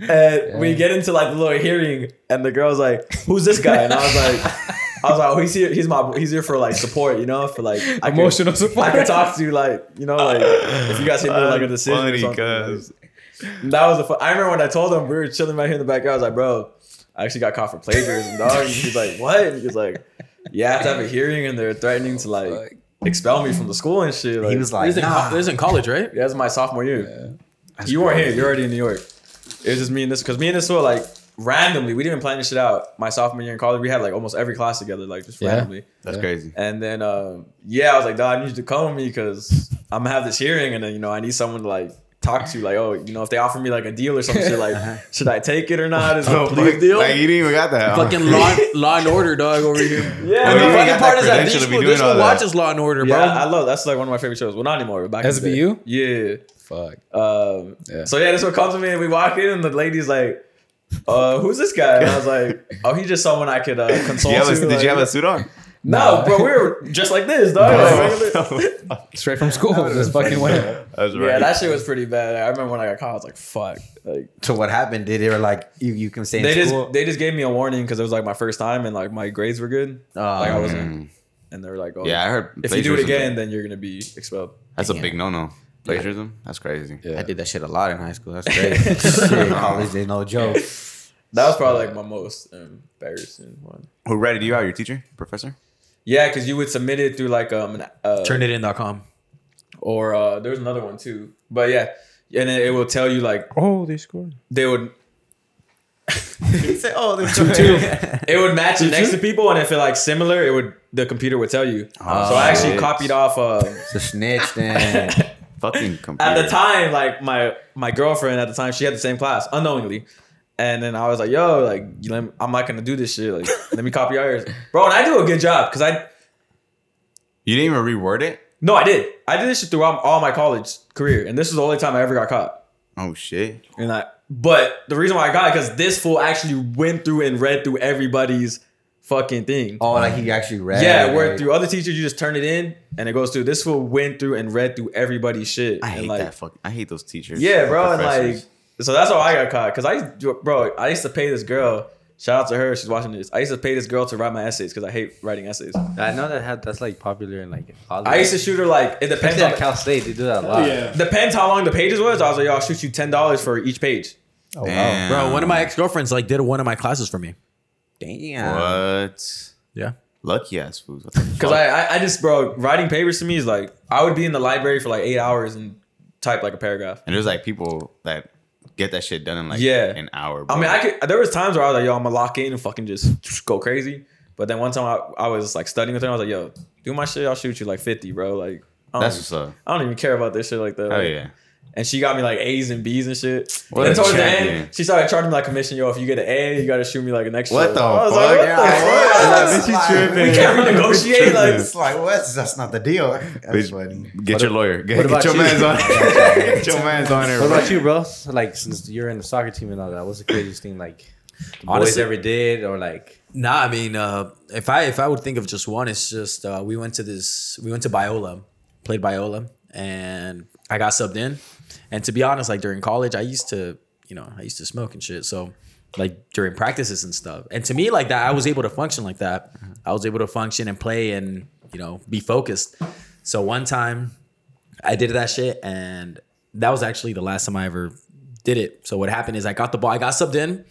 Speaker 3: And we get into like the little hearing, and the girl's like, "Who's this guy?" And I
Speaker 1: [laughs]
Speaker 3: was like, "I was like, oh, he's here. He's my. He's here for like support, you know, for like I could,
Speaker 1: Emotional
Speaker 3: I
Speaker 1: support.
Speaker 3: could talk to you, like you know, like if you guys hit me with, like a decision. or
Speaker 2: Funny,
Speaker 3: something, like,
Speaker 2: cuz.
Speaker 3: That was the. Fun. I remember when I told him we were chilling back here in the backyard. I was like, "Bro, I actually got caught for plagiarism, dog." And he's like, [laughs] "What?" And he was like, "Yeah, I have to have a hearing, and they're threatening to like expel me from the school and shit." Like,
Speaker 5: He was like,
Speaker 6: There's in,
Speaker 5: nah.
Speaker 6: co- this is in college, right?
Speaker 3: "Yeah, that's my sophomore year. You weren't here. You're already in New York." It was just me and this because me and this were like randomly. We didn't even plan this shit out. My sophomore year in college, we had like almost every class together, like just
Speaker 1: Yeah.
Speaker 3: randomly.
Speaker 2: That's crazy.
Speaker 3: And then, um, yeah, I was like, dog, I need you to come with me because I'm gonna have this hearing, and then you know, I need someone to like talk to, like, oh, you know, if they offer me like a deal or something, like, should I take it or not?
Speaker 2: [laughs]
Speaker 3: Is it a plea
Speaker 2: Uh-huh. Oh, Like,
Speaker 3: deal?
Speaker 2: like, you didn't even got that. [laughs]
Speaker 6: Fucking law, law and [laughs] order, dog, over here.
Speaker 3: yeah,
Speaker 2: Well,
Speaker 6: And
Speaker 2: you
Speaker 6: the
Speaker 3: no,
Speaker 2: ain't got
Speaker 6: funny part
Speaker 2: that
Speaker 6: is that
Speaker 2: credential
Speaker 6: this
Speaker 2: to be
Speaker 6: fool,
Speaker 2: doing
Speaker 6: this
Speaker 2: all
Speaker 6: fool
Speaker 2: that.
Speaker 6: watches Law and Order, bro.
Speaker 3: yeah, I love that's like one of my favorite shows. Well, not anymore. but Back in the day.
Speaker 1: SVU?
Speaker 3: yeah,
Speaker 1: Fuck.
Speaker 3: Um,
Speaker 1: Yeah.
Speaker 3: So yeah, this one comes to me, and we walk in, and the lady's like, uh, "Who's this guy?" And I was
Speaker 2: [laughs]
Speaker 3: like, "Oh, he's just someone I could uh, consult."
Speaker 2: you have a-
Speaker 3: to,
Speaker 2: did
Speaker 3: like-
Speaker 2: you have a suit on?
Speaker 3: [laughs] No, bro, we were just like this, dog. Like, regular-
Speaker 2: [laughs]
Speaker 1: Straight from school. Just fucking went.
Speaker 2: That's right.
Speaker 3: yeah, that shit was pretty bad. I remember when I got caught, I was like, "Fuck!" Like
Speaker 5: So what happened? Did they were like you? You can stay in
Speaker 3: they just
Speaker 5: school.
Speaker 3: they just gave me a warning because it was like my first time, and like my grades were good, like I
Speaker 5: Oh,
Speaker 2: Mm.
Speaker 3: wasn't, and they were like, "Oh,
Speaker 2: yeah, I heard.
Speaker 3: if you do it
Speaker 2: plagiarism-
Speaker 3: again, then you're gonna be expelled."
Speaker 2: that's a
Speaker 5: Damn.
Speaker 2: big no-no. Plagiarism? That's crazy.
Speaker 5: I did that shit a lot in high school. That's crazy. shit, college is no joke.
Speaker 3: That was probably like my most embarrassing one.
Speaker 2: Who ratted you out? Your teacher, professor?
Speaker 3: Yeah, because you would submit it through like um an, uh,
Speaker 6: Turnitin.com.
Speaker 3: or uh, there was another one too. But yeah, and it, it will tell you like
Speaker 1: Oh, they scored.
Speaker 3: they would
Speaker 5: [laughs] He said, "Oh, there's two, two.
Speaker 3: it would match it next to people, and if it like similar, it would the computer would tell you.
Speaker 5: Oh,
Speaker 3: so I actually
Speaker 2: shit.
Speaker 3: copied off. Uh,
Speaker 5: It's a snitch then."
Speaker 2: Fucking
Speaker 3: [laughs]
Speaker 2: computer.
Speaker 3: at the time, like my my girlfriend at the time, she had the same class unknowingly. And then I was like, "Yo, like, you lem- I'm not gonna do this shit. Like, let me copy yours, bro." And I do a good job because I
Speaker 2: You didn't even reword it?
Speaker 3: no, I did. I did this shit throughout all my college career, and this was the only time I ever got caught.
Speaker 2: Oh, shit.
Speaker 3: And I, but the reason why I got it because this fool actually went through and read through everybody's fucking thing.
Speaker 5: Oh, like [laughs] he actually read.
Speaker 3: yeah, where
Speaker 5: like-
Speaker 3: through other teachers you just turn it in and it goes through. This fool went through and read through everybody's shit.
Speaker 2: I
Speaker 3: and
Speaker 2: hate
Speaker 3: like,
Speaker 2: that. Fuck. I hate those teachers.
Speaker 3: Yeah, bro, and
Speaker 2: professors.
Speaker 3: like, so that's how I got caught. Cause I, used to- bro, I used to pay this girl. Shout out to her. She's watching this. I used to pay this girl to write my essays because I hate writing essays.
Speaker 4: I know that had, that's like popular in like Hollywood.
Speaker 3: I used to shoot her like it depends
Speaker 4: Especially
Speaker 3: on
Speaker 4: at Cal State, they do that a lot.
Speaker 3: depends how long the pages was. I was like, yo, I'll shoot you ten dollars for each page.
Speaker 2: Damn.
Speaker 6: Bro, one of my ex girlfriends like did one of my classes for me.
Speaker 5: damn.
Speaker 2: What?
Speaker 6: Yeah.
Speaker 2: Lucky ass fools. What the
Speaker 3: [laughs]
Speaker 2: fuck?
Speaker 3: Cause I, I I just bro writing papers to me is like I would be in the library for like eight hours and type like a paragraph.
Speaker 2: and there's like people that get that shit done in like
Speaker 3: Yeah.
Speaker 2: an hour. Bro.
Speaker 3: I mean I could there was times where I was like yo I'm gonna lock in and fucking just [sniffs] go crazy. But then one time I, I was like studying with her I was like yo do my shit I'll shoot you like fifty bro like I don't,
Speaker 2: That's what's up.
Speaker 3: I don't even care about this shit like that.
Speaker 2: Oh
Speaker 3: Like,
Speaker 2: yeah.
Speaker 3: And she got me like A's and B's and shit.
Speaker 2: What
Speaker 3: and
Speaker 2: a
Speaker 3: towards the
Speaker 2: champion.
Speaker 3: end she started charging me like commission yo if you get an A you gotta shoot me like an extra.
Speaker 2: What the
Speaker 3: I was
Speaker 2: fuck?
Speaker 3: like, what the
Speaker 2: Yeah, [laughs]
Speaker 3: fuck?
Speaker 5: It's
Speaker 3: [laughs]
Speaker 5: like,
Speaker 3: We can't renegotiate like
Speaker 5: It's like what? That's not the deal.
Speaker 2: [laughs]
Speaker 5: That's funny.
Speaker 2: Get your lawyer. Get,
Speaker 4: about
Speaker 2: get your
Speaker 4: you?
Speaker 2: man's
Speaker 4: [laughs]
Speaker 2: on. get your man's on
Speaker 4: What
Speaker 2: here.
Speaker 4: about you, bro? So, like, since you're in the soccer team and all that, what's the craziest thing like the boys
Speaker 6: Honestly-
Speaker 4: ever did, or like
Speaker 6: Nah, I mean, uh, if I if I would think of just one, it's just uh, we went to this we went to Biola, played Biola, and I got subbed in. And to be honest, like during college, I used to you know I used to smoke and shit. So like during practices and stuff, and to me like that, I was able to function like that. I was able to function and play and you know be focused. So one time, I did that shit, and that was actually the last time I ever did it. So what happened is I got the ball, I got subbed in.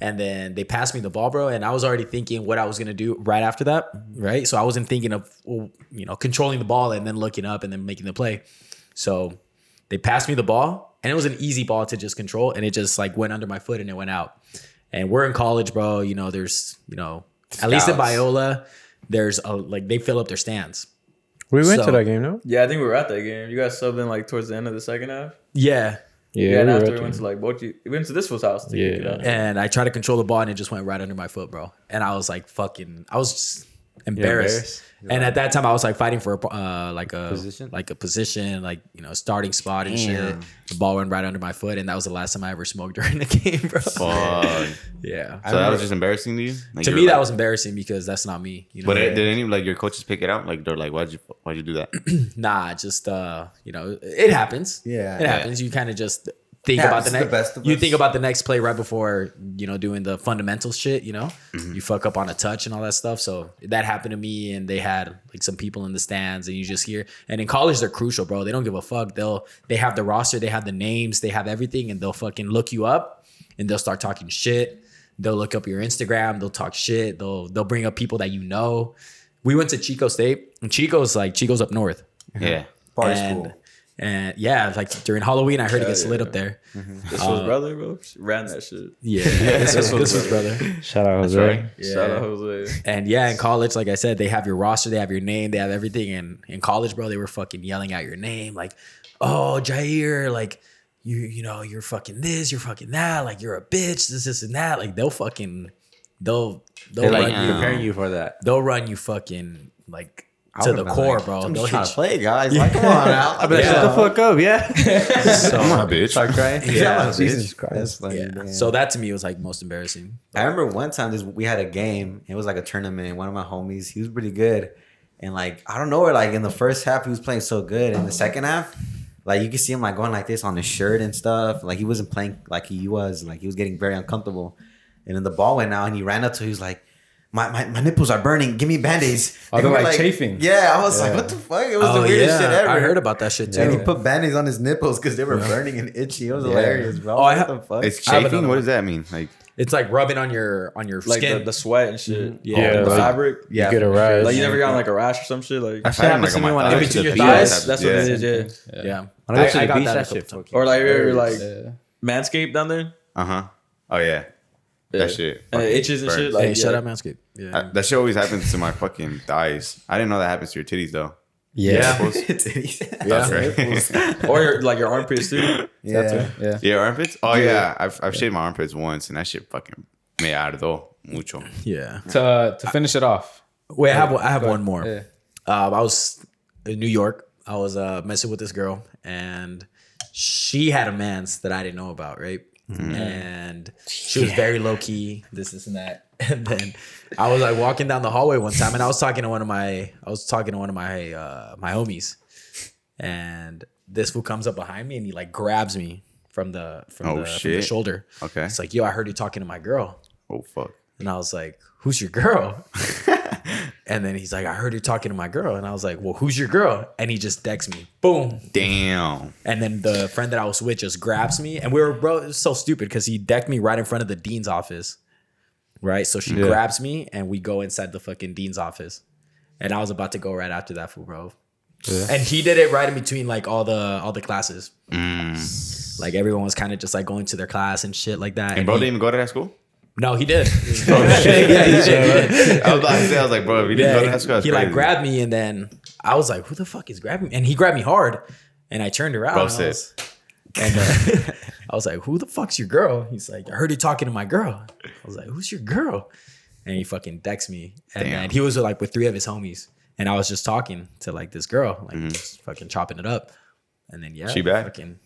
Speaker 6: And then they passed me the ball, bro. And I was already thinking what I was gonna do right after that, right? So I wasn't thinking of well, you know controlling the ball and then looking up and then making the play. So they passed me the ball, and it was an easy ball to just control, and it just like went under my foot and it went out. And we're in college, bro. You know, there's you know at least at
Speaker 5: Scouts.
Speaker 6: Biola, there's a, like they fill up their stands.
Speaker 9: We went
Speaker 6: So-
Speaker 9: to that game, no?
Speaker 3: yeah I think we were at that game. You got subbed in like towards the end of the second half.
Speaker 6: Yeah,
Speaker 9: Yeah,
Speaker 3: Yeah, and
Speaker 9: we
Speaker 3: after
Speaker 9: were
Speaker 3: we
Speaker 9: at
Speaker 3: went to
Speaker 9: that.
Speaker 3: like Bochi, we went to this fool's house. To
Speaker 9: Yeah.
Speaker 3: get out.
Speaker 6: and I tried to control the ball and it just went right under my foot, bro. And I was like, fucking, I was just embarrassed.
Speaker 4: embarrassed?
Speaker 6: And at that time, I was like fighting for a uh, like a
Speaker 4: Position?
Speaker 6: like a position, like you know, starting spot and shit. The ball went right under my foot, and that was the last time I ever smoked [laughs] during the game, bro.
Speaker 2: Fuck.
Speaker 6: Yeah,
Speaker 2: So that was just embarrassing to you. Like,
Speaker 6: to
Speaker 2: you
Speaker 6: me,
Speaker 2: were
Speaker 6: that
Speaker 2: like-
Speaker 6: was embarrassing because that's not me. You know,
Speaker 2: But it, did any like your coaches pick it out? Like they're like, why'd you why'd you do that?
Speaker 6: nah, just uh, you know, it happens.
Speaker 5: Yeah.
Speaker 6: it happens. You kind of just think
Speaker 5: Yeah,
Speaker 6: about the
Speaker 5: it's
Speaker 6: next.
Speaker 5: the best of
Speaker 6: you
Speaker 5: us.
Speaker 6: think about the next play right before you know doing the fundamental shit. You know, you fuck up on a touch and all that stuff. So that happened to me, and they had like some people in the stands, and you just hear. And in college, they're crucial, bro. They don't give a fuck. They'll they have the roster, they have the names, they have everything, and they'll fucking look you up, and they'll start talking shit. They'll look up your Instagram. They'll talk shit. They'll they'll bring up people that you know. We went to Chico State, and Chico's like Chico's up north
Speaker 2: yeah.
Speaker 5: Party
Speaker 6: and,
Speaker 5: school.
Speaker 6: And yeah, like during Halloween, I heard it gets lit up there.
Speaker 9: Uh,
Speaker 3: This was brother, bro. She ran that shit.
Speaker 6: Yeah, [laughs] this, was, this was brother.
Speaker 9: Shout out Jose.
Speaker 3: Shout out Jose.
Speaker 6: And yeah, in college, like I said, they have your roster, they have your name, they have everything. And in college, bro, they were fucking yelling out your name, like, "Oh, Jair, like you, you know, you're fucking this, you're fucking that, like you're a bitch, this, this, and that." Like they'll fucking, they'll, they'll
Speaker 4: they're like
Speaker 6: run you,
Speaker 4: preparing you for that?
Speaker 6: they'll run you fucking like
Speaker 5: I
Speaker 6: to
Speaker 5: would've
Speaker 6: the
Speaker 5: been
Speaker 6: core,
Speaker 5: like,
Speaker 6: bro.
Speaker 5: I'm
Speaker 6: They'll
Speaker 5: just trying
Speaker 6: hit
Speaker 5: to play, guys. Like, come on now.
Speaker 4: I bet shut the fuck up, yeah.
Speaker 5: [laughs]
Speaker 6: So,
Speaker 2: I'm not a bitch.
Speaker 4: Start crying.
Speaker 5: Yeah,
Speaker 9: Jesus Christ.
Speaker 6: yeah. so that to me was like most embarrassing.
Speaker 5: I remember one time this we had a game. It was like a tournament. One of my homies, he was pretty good, and like I don't know where like in the first half he was playing so good, in the second half, like you could see him like going like this on his shirt and stuff. Like he wasn't playing like he was. Like he was getting very uncomfortable, and then the ball went out, and he ran up to. He was like. My, my, my nipples are burning. Give me band aids.
Speaker 1: Oh, they're, like, chafing.
Speaker 5: Yeah, I was like, what the fuck? It was the weirdest shit ever.
Speaker 6: Oh, I heard about that shit too.
Speaker 5: And he put band aids on his nipples because they were burning and itchy. It was hilarious, bro. [laughs]
Speaker 6: Oh, I ha-
Speaker 5: what the fuck?
Speaker 2: It's
Speaker 6: I have
Speaker 2: chafing.
Speaker 6: another
Speaker 2: What does that mean? Like
Speaker 6: It's like rubbing on your on your
Speaker 10: like the,
Speaker 6: skin.
Speaker 10: the sweat and shit.
Speaker 6: Yeah.
Speaker 10: Yeah,
Speaker 9: Mm-hmm. Yeah,
Speaker 10: the
Speaker 9: like-
Speaker 10: fabric.
Speaker 9: You get a
Speaker 10: Like
Speaker 9: rise.
Speaker 10: you never got like a rash or some shit. Like
Speaker 2: I've had them, like, on my
Speaker 4: I
Speaker 2: thighs.
Speaker 4: went to
Speaker 2: The
Speaker 4: your
Speaker 2: beach,
Speaker 4: thighs?
Speaker 2: I've-
Speaker 10: that's what it
Speaker 2: yeah.
Speaker 10: is. Yeah.
Speaker 6: yeah.
Speaker 4: When I went
Speaker 6: I-
Speaker 4: to
Speaker 6: I
Speaker 4: the
Speaker 6: got
Speaker 4: beach,
Speaker 6: that a
Speaker 4: that
Speaker 6: couple
Speaker 4: shit.
Speaker 6: times.
Speaker 4: fucking
Speaker 10: Or like you're like
Speaker 1: Yeah.
Speaker 10: manscaped down there.
Speaker 2: Uh huh. Oh yeah.
Speaker 10: Yeah.
Speaker 2: That shit.
Speaker 10: And it
Speaker 2: fucking
Speaker 10: itches and
Speaker 2: burns.
Speaker 10: shit. Like
Speaker 6: hey,
Speaker 10: yeah.
Speaker 6: shut up, Manscaped. Yeah.
Speaker 2: I- that shit always happens to my fucking thighs. I didn't know that happens to your titties though.
Speaker 1: Yeah.
Speaker 2: Nipples? That's right.
Speaker 10: Or your, like your armpits too.
Speaker 5: yeah.
Speaker 1: Yeah.
Speaker 2: yeah, armpits. Oh yeah, I've I've shaved my armpits once, and that shit fucking me ardo mucho.
Speaker 6: [laughs] yeah.
Speaker 1: To uh, to finish it off.
Speaker 6: Wait, I have one- I have one more.
Speaker 1: Yeah.
Speaker 6: Um, I was in New York. I was uh, messing with this girl, and she had a man's that I didn't know about, right? And she was very low key, this, this, and that. [laughs] And then I was like walking down the hallway one time, and I was talking to one of my, I was talking to one of my, uh, my homies, and this fool comes up behind me and he like grabs me from the from,
Speaker 2: Oh,
Speaker 6: the, from the
Speaker 2: shit.
Speaker 6: shoulder.
Speaker 2: Okay.
Speaker 6: it's like yo, I heard you talking to my girl.
Speaker 2: Oh fuck.
Speaker 6: And I was like, who's
Speaker 2: [laughs]
Speaker 6: your girl? and then he's like, I heard you talking to my girl. And I was like, well, who's your girl? And he just decks me. Boom.
Speaker 2: Damn.
Speaker 6: And then the friend that I was with just grabs me. And we were, bro, it was so stupid because he decked me right in front of the dean's office. Right. So she grabs me and we go inside the fucking dean's office. And I was about to go right after that fool, bro. And he did it right in between like all the all the classes.
Speaker 2: Mm.
Speaker 6: Like everyone was kind of just like going to their class and shit like that.
Speaker 2: And bro
Speaker 6: he-
Speaker 2: didn't even go to that school.
Speaker 6: no, he did. [laughs]
Speaker 2: [laughs]
Speaker 6: yeah, he did. He did.
Speaker 2: I was about to say, I was like, bro, if you didn't go to
Speaker 6: Yeah,
Speaker 2: that school, that's
Speaker 6: he like
Speaker 2: crazy.
Speaker 6: grabbed me, and then I was like, "Who the fuck is grabbing me?" And he grabbed me hard, and I turned around.
Speaker 2: Bro
Speaker 6: and I
Speaker 2: said-
Speaker 6: was,
Speaker 2: [laughs]
Speaker 6: and, uh, I was like, "Who the fuck's your girl?" He's like, "I heard you talking to my girl." I was like, "Who's your girl?" And he fucking decks me, and
Speaker 2: Damn.
Speaker 6: then he was like with three of his homies, and I was just talking to like this girl, like just fucking chopping it up, and then yeah,
Speaker 2: Mm-hmm. She bad?
Speaker 6: Fucking,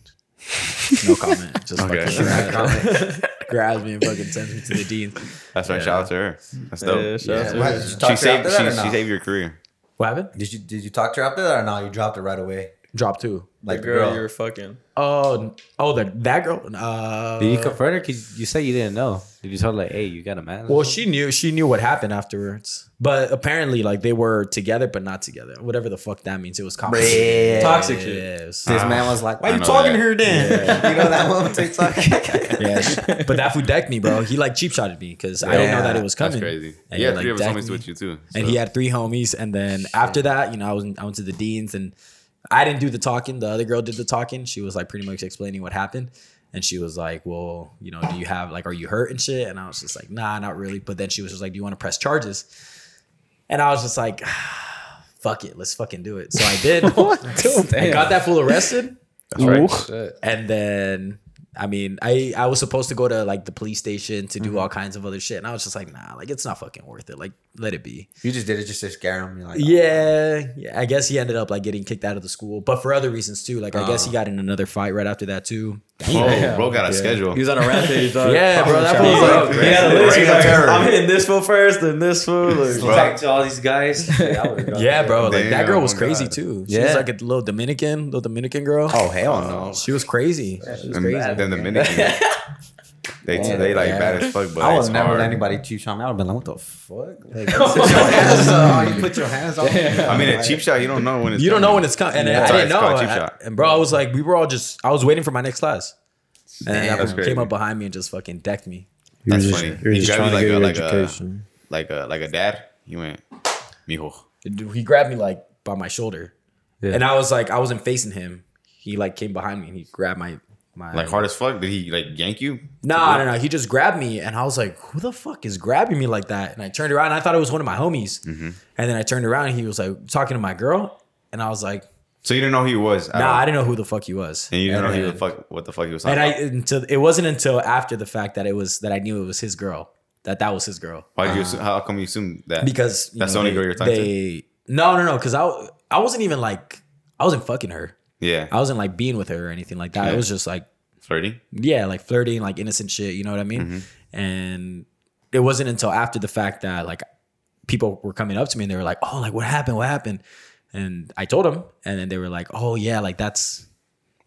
Speaker 6: no comment. Just
Speaker 2: Okay.
Speaker 6: fucking grabs,
Speaker 2: [laughs]
Speaker 6: grabs me and fucking sends me to the dean.
Speaker 2: That's right. Shout out to her. That's
Speaker 10: Yeah,
Speaker 2: dope.
Speaker 10: shout out to
Speaker 5: Why-
Speaker 10: her.
Speaker 5: did you talk
Speaker 2: She
Speaker 5: to her after
Speaker 2: saved. She,
Speaker 5: that or
Speaker 2: she
Speaker 5: no?
Speaker 2: saved your career.
Speaker 6: What happened?
Speaker 5: Did you did you talk to her after that or no? You dropped it right away.
Speaker 6: Drop two.
Speaker 5: Like
Speaker 10: The girl you're fucking.
Speaker 6: Oh, n- oh, the, that girl. Uh,
Speaker 4: Did you confront her? Cause you said you didn't know. Did you tell her like, hey, you got a man?
Speaker 6: well, she knew. She knew what happened afterwards. But apparently, like they were together, but not together. Whatever the fuck that means. It was Ah. complicated.
Speaker 10: Toxic
Speaker 6: Yeah,
Speaker 10: shit.
Speaker 6: it was-
Speaker 5: This [laughs] man was like, "Why
Speaker 2: I
Speaker 5: you
Speaker 2: know
Speaker 5: talking
Speaker 2: that.
Speaker 5: to her then?" [laughs] you know that one on [laughs] TikTok.
Speaker 6: yeah, she- but that food decked me, bro. He like cheap shotted me because I didn't know that it was coming.
Speaker 2: That's crazy.
Speaker 6: And
Speaker 2: yeah,
Speaker 6: he,
Speaker 2: three
Speaker 6: like,
Speaker 2: of us
Speaker 6: decked
Speaker 2: homies
Speaker 6: me.
Speaker 2: with you too.
Speaker 6: and
Speaker 2: so-
Speaker 6: he had three homies. And then after that, you know, I was in- I went to the deans, and I didn't do the talking. The other girl did the talking. She was like pretty much explaining what happened, and she was like, "Well, you know, do you have like, are you hurt and shit?" And I was just like, "Nah, not really." But then she was just like, "Do you want to press charges?" And I was just like, "Ah, "Fuck it, let's fucking do it." So I
Speaker 2: [laughs]
Speaker 6: did. I got that fool arrested,
Speaker 2: That's right.
Speaker 1: Shit.
Speaker 6: and then. I mean, I, I was supposed to go to like the police station to do
Speaker 2: Mm-hmm.
Speaker 6: all kinds of other shit. And I was just like, nah, like it's not fucking worth it. Like, let it be.
Speaker 5: you just did it just to scare him. You're like,
Speaker 6: Yeah, yeah. I guess he ended up like getting kicked out of the school, but for other reasons too. Like I guess he got in another fight right after that too.
Speaker 2: Whoa, bro got a schedule.
Speaker 10: He was on a rampage.
Speaker 2: Uh,
Speaker 10: dog.
Speaker 6: [laughs] Yeah, bro. That
Speaker 10: He
Speaker 6: was
Speaker 10: was
Speaker 6: like,
Speaker 10: like, yeah, the list, he's like, I'm hitting this fool first, then this fool. Like,
Speaker 4: talk to all these [laughs] guys. Yeah, I would've gone.
Speaker 6: yeah, bro. Like that girl
Speaker 2: Damn,
Speaker 6: was crazy
Speaker 2: God.
Speaker 6: too. She
Speaker 4: Yeah.
Speaker 6: was like a little Dominican, little Dominican girl.
Speaker 5: "Oh hell no!"
Speaker 6: She was crazy. She was
Speaker 2: And
Speaker 6: crazy.
Speaker 2: then the minute they they like
Speaker 6: Yeah.
Speaker 2: bad as fuck, but
Speaker 5: I
Speaker 2: it's
Speaker 5: would never
Speaker 2: hard.
Speaker 5: let anybody cheap shot me. I would have been like, "What the [laughs] fuck?" Like, put your [laughs] hands on. You put your hands
Speaker 1: [laughs]
Speaker 5: on.
Speaker 2: I mean, a cheap shot, you don't know when it's
Speaker 6: You don't know
Speaker 2: coming.
Speaker 6: when it's coming, and
Speaker 2: Yeah.
Speaker 6: I didn't
Speaker 2: It's
Speaker 6: know.
Speaker 2: called cheap
Speaker 6: I-
Speaker 2: shot.
Speaker 6: and bro, I was like, we were all just, I was waiting for my next class, and then
Speaker 5: Damn.
Speaker 6: that
Speaker 2: That's
Speaker 6: fool
Speaker 2: crazy.
Speaker 6: came up behind me and just fucking decked me.
Speaker 9: You're
Speaker 2: That's
Speaker 9: just,
Speaker 2: funny.
Speaker 9: You're
Speaker 2: You
Speaker 9: just
Speaker 2: gotta
Speaker 9: trying to
Speaker 2: be
Speaker 9: get your
Speaker 2: like a- like a-
Speaker 9: education.
Speaker 2: like a like a dad. He went, mijo.
Speaker 6: Dude, he grabbed me like by my shoulder, and I was like, I wasn't facing him. He like came behind me and he grabbed my my
Speaker 2: Like hard as fuck. Did he like yank you?
Speaker 6: No, no, no. He just grabbed me, and I was like, "Who the fuck is grabbing me like that?" And I turned around, and I thought it was one of my homies.
Speaker 2: Mm-hmm.
Speaker 6: And then I turned around, and he was like talking to my girl, and I was like,
Speaker 2: So you didn't know who he was. at
Speaker 6: "Nah,
Speaker 2: all.
Speaker 6: I didn't know who the fuck he was."
Speaker 2: Oh. And you didn't know
Speaker 6: and,
Speaker 2: he the fuck what the fuck he was talking
Speaker 6: And I
Speaker 2: about.
Speaker 6: until it wasn't until after the fact that it was that I knew it was his girl that that was his girl
Speaker 2: Why would you assume, how come you assumed that?
Speaker 6: because you
Speaker 2: That's
Speaker 6: know,
Speaker 2: the only
Speaker 6: they,
Speaker 2: girl you're talking
Speaker 6: they, No, no, no. Because I I wasn't even like I wasn't fucking her.
Speaker 2: Yeah.
Speaker 6: I wasn't like being with her or anything like that. It
Speaker 2: Yeah.
Speaker 6: was just like
Speaker 2: Flirting?
Speaker 6: yeah, like flirting, like innocent shit. You know what I mean?
Speaker 5: Mm-hmm.
Speaker 6: And it wasn't until after the fact that like people were coming up to me and they were like, "Oh, like what happened? What happened?" And I told them, and then they were like, "Oh yeah, like that's."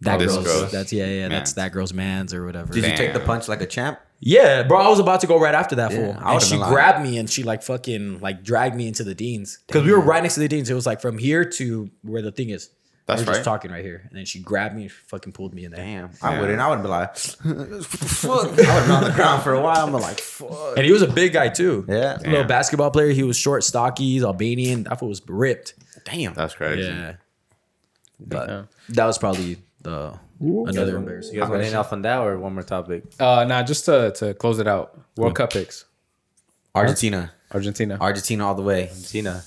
Speaker 6: That
Speaker 2: this
Speaker 6: girl's,
Speaker 2: girl's
Speaker 6: that's yeah, yeah,
Speaker 2: man's.
Speaker 6: that's that girl's man's or whatever.
Speaker 5: Did you take the
Speaker 2: Damn.
Speaker 5: punch like a champ?
Speaker 6: Yeah, bro, I was about to go right after that fool.
Speaker 5: I
Speaker 6: and
Speaker 5: would've
Speaker 6: she
Speaker 5: been like-
Speaker 6: grabbed me and she like fucking like dragged me into the deans because we were right next to the deans. It was like from here to where the thing is.
Speaker 2: That's
Speaker 6: we were
Speaker 2: right.
Speaker 6: Just talking right here, and then she grabbed me and fucking pulled me in there.
Speaker 5: Damn, I
Speaker 2: Yeah.
Speaker 5: wouldn't. I would be like, fuck. I would been on the ground for a while. I'm like, fuck.
Speaker 6: And he was a big guy too.
Speaker 5: Yeah.
Speaker 6: little
Speaker 2: Damn.
Speaker 6: basketball player. He was short, stocky. He's Albanian. That fool was ripped.
Speaker 5: Damn.
Speaker 2: That's crazy.
Speaker 6: Yeah, but that was probably the another embarrassing.
Speaker 4: You guys want to end off on that or one more topic?
Speaker 1: Uh, nah, just to, to close it out. World Cup picks.
Speaker 5: Argentina.
Speaker 1: Argentina.
Speaker 5: Argentina all the way.
Speaker 4: Tina,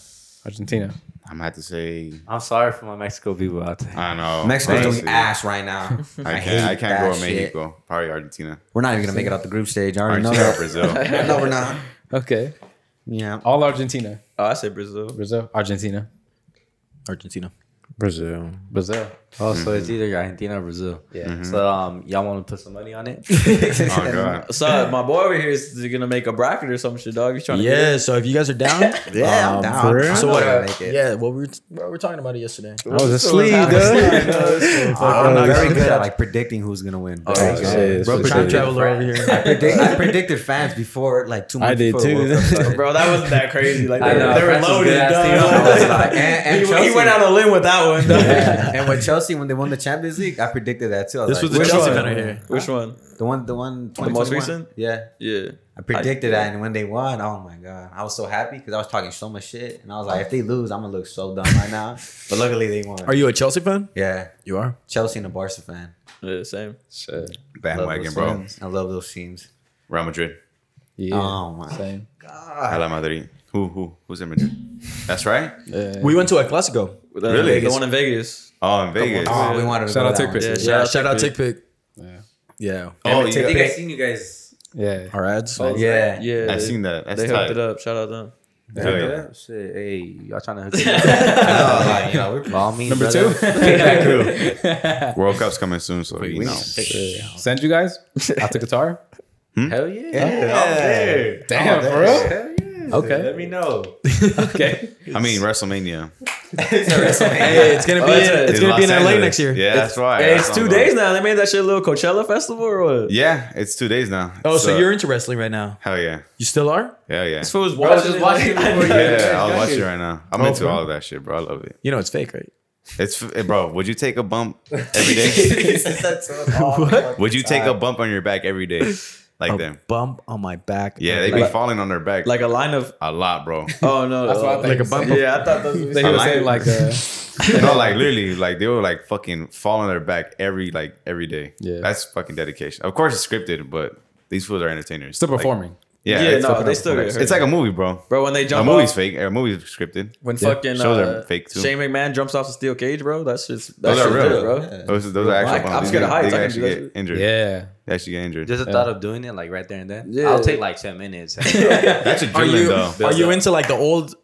Speaker 1: Argentina.
Speaker 2: I'm gonna have to say
Speaker 4: I'm sorry for my Mexico people out there.
Speaker 2: I don't know.
Speaker 5: Mexico's
Speaker 2: honestly.
Speaker 5: doing ass right now.
Speaker 2: Oh, [laughs] I
Speaker 5: I
Speaker 2: can't I
Speaker 5: hate
Speaker 2: can't go
Speaker 5: that
Speaker 2: with
Speaker 5: shit.
Speaker 2: Mexico. Probably Argentina.
Speaker 5: We're not even gonna make it out the group stage. I already know
Speaker 2: Argentina or
Speaker 5: that. [laughs]
Speaker 2: Brazil.
Speaker 5: no, we're not.
Speaker 1: Okay.
Speaker 5: Yeah.
Speaker 1: All Argentina.
Speaker 3: Oh, I said Brazil.
Speaker 1: Brazil. Argentina.
Speaker 6: Argentina.
Speaker 9: Brazil.
Speaker 1: Brazil.
Speaker 4: Oh, so it's either Argentina or Brazil. Yeah. So um, y'all want to put some money on it?
Speaker 2: Oh god.
Speaker 3: So my boy over here is gonna make a bracket or some shit, dog. You trying to
Speaker 6: Yeah. So if you guys are down,
Speaker 5: Yeah, I'm
Speaker 6: um,
Speaker 5: down.
Speaker 9: for real?
Speaker 5: I
Speaker 6: So
Speaker 5: know
Speaker 6: what?
Speaker 5: they're gonna make it.
Speaker 6: Yeah. What we were what we were talking about it yesterday.
Speaker 9: I was
Speaker 5: [laughs]
Speaker 9: asleep, dude.
Speaker 5: I'm
Speaker 9: Oh,
Speaker 5: very
Speaker 9: yeah.
Speaker 5: good at like predicting who's gonna win.
Speaker 9: Oh, shit,
Speaker 6: Bro,
Speaker 9: shit,
Speaker 6: time
Speaker 9: shit.
Speaker 6: traveler over
Speaker 5: I,
Speaker 6: here.
Speaker 5: predict, I predicted fans before, like two months
Speaker 9: I did
Speaker 5: before the World
Speaker 9: too.
Speaker 5: Cup started.
Speaker 3: Bro, that wasn't that crazy. Like
Speaker 4: I
Speaker 3: they,
Speaker 4: know,
Speaker 3: they were
Speaker 4: France's
Speaker 3: loaded.
Speaker 4: good-ass
Speaker 3: dog.
Speaker 4: team.
Speaker 5: [laughs]
Speaker 3: [laughs]
Speaker 5: I was like, and, and
Speaker 3: he, he
Speaker 5: Chelsea,
Speaker 3: went out on a limb with that one. dog.
Speaker 5: Yeah. And with Chelsea, when they won the Champions League, I predicted that too. I
Speaker 6: This
Speaker 5: like,
Speaker 6: was the
Speaker 5: "Which
Speaker 6: Chelsea
Speaker 5: one?"
Speaker 6: fan right here.
Speaker 3: Which one?
Speaker 5: The one, the one,
Speaker 3: The most
Speaker 5: 2021.
Speaker 3: recent?
Speaker 5: Yeah,
Speaker 3: Yeah.
Speaker 5: I predicted that, and when they won, oh my god, I was so happy because I was talking so much shit, and I was like, if they lose, I'm gonna look so dumb right now. But luckily, they won.
Speaker 6: Are you a Chelsea fan?
Speaker 5: yeah,
Speaker 6: You are.
Speaker 5: Chelsea and a Barca fan.
Speaker 3: Yeah, same.
Speaker 1: Shit.
Speaker 2: Bandwagon,
Speaker 5: Those
Speaker 2: bro.
Speaker 5: teams. I love those teams.
Speaker 2: Real Madrid.
Speaker 1: Yeah.
Speaker 5: Oh my
Speaker 1: Um, Same.
Speaker 5: god.
Speaker 2: Real Madrid. Who who who's in Madrid? That's right.
Speaker 6: We went to a Clasico.
Speaker 3: The,
Speaker 2: Really?
Speaker 3: The one in Vegas.
Speaker 2: Oh, in Vegas.
Speaker 5: Oh, we wanted to
Speaker 1: Shout
Speaker 5: go that
Speaker 1: out to
Speaker 5: one.
Speaker 1: Chris.
Speaker 3: Yeah,
Speaker 1: Yeah.
Speaker 3: shout out
Speaker 6: Shout out
Speaker 3: Tick
Speaker 6: Tick Pick. Yeah.
Speaker 2: Oh, you
Speaker 4: I
Speaker 2: got-
Speaker 4: think I seen you guys.
Speaker 6: Our ads.
Speaker 5: Oh, Yeah.
Speaker 3: Yeah.
Speaker 2: I seen that. That's
Speaker 3: They hooked
Speaker 2: tight.
Speaker 3: it up. Shout out them.
Speaker 2: Hell yeah.
Speaker 4: Yeah. Shit. Hey, y'all trying to
Speaker 3: [laughs]
Speaker 4: hook it up?
Speaker 5: I know, like, you know, we're-
Speaker 4: By all means,
Speaker 1: Number
Speaker 4: brother.
Speaker 1: two.
Speaker 2: [laughs] World Cup's coming soon, so you know.
Speaker 1: Send you guys out to Qatar. Hmm? Oh,
Speaker 4: Hell yeah.
Speaker 1: Damn, for real? Okay.
Speaker 4: Let me know.
Speaker 1: Okay.
Speaker 2: I mean WrestleMania.
Speaker 6: Hey, it's gonna be
Speaker 3: that's
Speaker 6: in,
Speaker 3: it.
Speaker 6: it's
Speaker 2: In
Speaker 6: gonna be in
Speaker 2: Los
Speaker 6: LA
Speaker 2: Angeles.
Speaker 6: next year.
Speaker 2: Yeah, that's right.
Speaker 3: Hey, it's
Speaker 2: That's
Speaker 3: two
Speaker 2: what I'm
Speaker 3: days
Speaker 2: going.
Speaker 3: now. They made that shit a little Coachella festival or what?
Speaker 2: Yeah, it's two days now.
Speaker 6: Oh, so you're into wrestling right now?
Speaker 2: hell yeah,
Speaker 6: You still are?
Speaker 2: hell yeah.
Speaker 3: This fool's
Speaker 4: I was
Speaker 3: watching.
Speaker 4: just watching before you.
Speaker 2: Yeah, I'll watch it right now. I'm into all of that shit, bro. I love it.
Speaker 6: You know it's fake, right?
Speaker 2: It's f- bro. Would you take a bump
Speaker 3: [laughs]
Speaker 2: every day? [laughs]
Speaker 5: That's all fucking
Speaker 2: would you take
Speaker 5: time.
Speaker 2: a bump on your back every day, like them?
Speaker 6: Bump on my back.
Speaker 2: Yeah, they be falling on their back like
Speaker 3: Like a line of.
Speaker 2: a lot, bro.
Speaker 3: Oh no.
Speaker 1: That's what I
Speaker 3: no.
Speaker 1: think. Like a bump.
Speaker 3: Yeah, I thought that was.
Speaker 1: They would
Speaker 2: like
Speaker 1: say
Speaker 2: it.
Speaker 1: like uh,
Speaker 2: [laughs] no, like literally, like they were like fucking falling on their back every like every day.
Speaker 1: Yeah.
Speaker 2: that's fucking dedication. Of course, it's scripted, but these fools are entertainers.
Speaker 1: still
Speaker 2: Like,
Speaker 1: performing.
Speaker 2: yeah,
Speaker 3: Yeah,
Speaker 2: it's,
Speaker 3: no, they still get hurt.
Speaker 2: it's like a movie, bro.
Speaker 3: Bro, when they
Speaker 2: A
Speaker 3: jump
Speaker 2: movie's
Speaker 3: off-
Speaker 2: fake. A movie's scripted.
Speaker 3: when fucking
Speaker 2: Shows are
Speaker 3: uh,
Speaker 2: fake, too.
Speaker 3: Shane McMahon jumps off the steel cage, bro. That's just
Speaker 2: Those
Speaker 3: that's
Speaker 2: are real,
Speaker 3: bro.
Speaker 2: Those, those are actually.
Speaker 3: I'm scared of heights. I
Speaker 2: They
Speaker 3: can
Speaker 2: actually
Speaker 3: do that
Speaker 2: get
Speaker 3: shit.
Speaker 2: injured.
Speaker 1: Yeah.
Speaker 2: They actually get injured.
Speaker 4: Just the thought of doing it like right there and then.
Speaker 3: Yeah.
Speaker 4: I'll take like 10 minutes. [laughs]
Speaker 2: That's
Speaker 6: Are
Speaker 2: adrenaline,
Speaker 6: you
Speaker 2: though.
Speaker 6: are you into like the old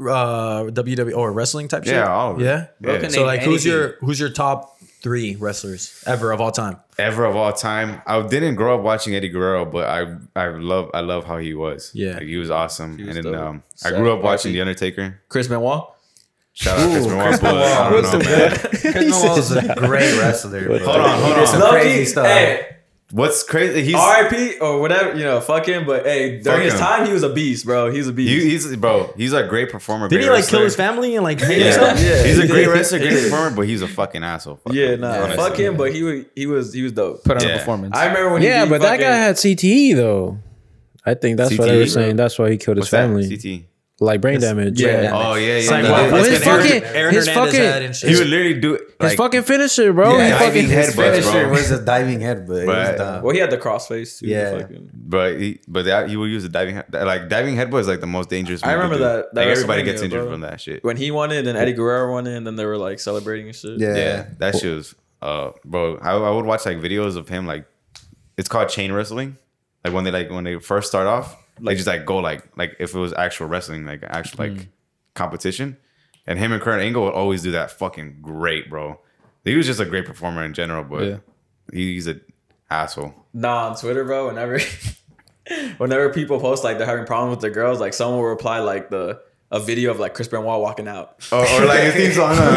Speaker 6: uh WWE or wrestling type shit?
Speaker 2: Yeah, all of it.
Speaker 6: Yeah.
Speaker 2: Yeah.
Speaker 4: Broken
Speaker 6: So like who's
Speaker 4: anything.
Speaker 6: your who's your top three wrestlers ever of all time?
Speaker 2: ever of all time. I didn't grow up watching Eddie Guerrero, but I I love I love how he was.
Speaker 6: Yeah.
Speaker 2: like, he was awesome. and then
Speaker 3: dope.
Speaker 2: um, I grew up watching The Undertaker.
Speaker 3: Chris Benoit.
Speaker 2: Shout out Chris Benoit. but I don't know, man.
Speaker 5: Chris Noel is a great wrestler. bro.
Speaker 2: Hold on, hold
Speaker 5: He did some
Speaker 2: on.
Speaker 5: crazy stuff.
Speaker 3: Hey,
Speaker 2: What's crazy? He's
Speaker 3: RIP or whatever, you know, fuck him. But hey, during
Speaker 2: Fuck
Speaker 3: his
Speaker 2: him.
Speaker 3: time, he was a beast, bro. He was a beast.
Speaker 2: he, he's bro. He's a great performer.
Speaker 6: Did
Speaker 2: great
Speaker 6: he like
Speaker 2: wrestler.
Speaker 6: kill his family and like hate
Speaker 2: Yeah.
Speaker 6: himself?
Speaker 2: he's a great wrestler, great performer, but he's a fucking asshole. Fuck
Speaker 3: yeah,
Speaker 2: him,
Speaker 3: nah,
Speaker 2: honestly.
Speaker 3: fuck him. But he was, he was, he was dope.
Speaker 1: Put on
Speaker 2: Yeah.
Speaker 1: a performance.
Speaker 3: I remember when. he
Speaker 9: Yeah,
Speaker 3: beat
Speaker 9: but that
Speaker 3: fucking-
Speaker 9: guy had CTE though. I think that's what they
Speaker 2: CTE?
Speaker 9: were saying. That's why he killed his
Speaker 2: What's that?
Speaker 9: family,
Speaker 2: CT.
Speaker 9: like brain damage.
Speaker 3: Yeah.
Speaker 2: Oh yeah, yeah.
Speaker 6: Like,
Speaker 2: yeah.
Speaker 6: what-
Speaker 9: Well,
Speaker 6: what's
Speaker 9: his
Speaker 6: gonna happen?
Speaker 9: fucking- his fucking-
Speaker 6: had and
Speaker 2: he
Speaker 6: shit.
Speaker 2: would literally do it.
Speaker 9: His
Speaker 2: Like,
Speaker 9: fucking finisher, bro.
Speaker 2: Yeah,
Speaker 9: he
Speaker 2: I
Speaker 9: fucking
Speaker 2: mean,
Speaker 5: His
Speaker 2: Headbutts, bro.
Speaker 5: finisher was a diving headbutt. It
Speaker 2: But-
Speaker 5: was dumb.
Speaker 3: Well, he had the crossface too.
Speaker 5: Yeah.
Speaker 3: fucking-
Speaker 2: but he, but that, he would use the diving head. Like diving headbutt is like the most dangerous.
Speaker 3: I
Speaker 2: one you can
Speaker 3: remember
Speaker 2: do.
Speaker 3: that- that
Speaker 2: like, everybody
Speaker 3: WrestleMania,
Speaker 2: gets injured
Speaker 3: bro.
Speaker 2: from that shit.
Speaker 3: When he won it, and Eddie Guerrero won it, and then they were like celebrating and shit.
Speaker 5: Yeah.
Speaker 2: Yeah, that shit was, uh, bro. I, I would watch like videos of him like, it's called chain wrestling. Like when they like when they first start
Speaker 3: Mm.
Speaker 2: off, they just like go like like if it was actual wrestling, like actual like competition, And him and Kurt Angle would always do that fucking great, bro. He was just a great performer in general, but
Speaker 1: Yeah.
Speaker 2: he- he's an asshole.
Speaker 10: Nah, on Twitter, bro.
Speaker 3: [laughs]
Speaker 10: Whenever, whenever people post like they're having problems with their girls, like someone will reply like the a video of like Chris Benoit walking out.
Speaker 2: Or, Oh, or like his theme song. huh? [laughs]
Speaker 3: [laughs]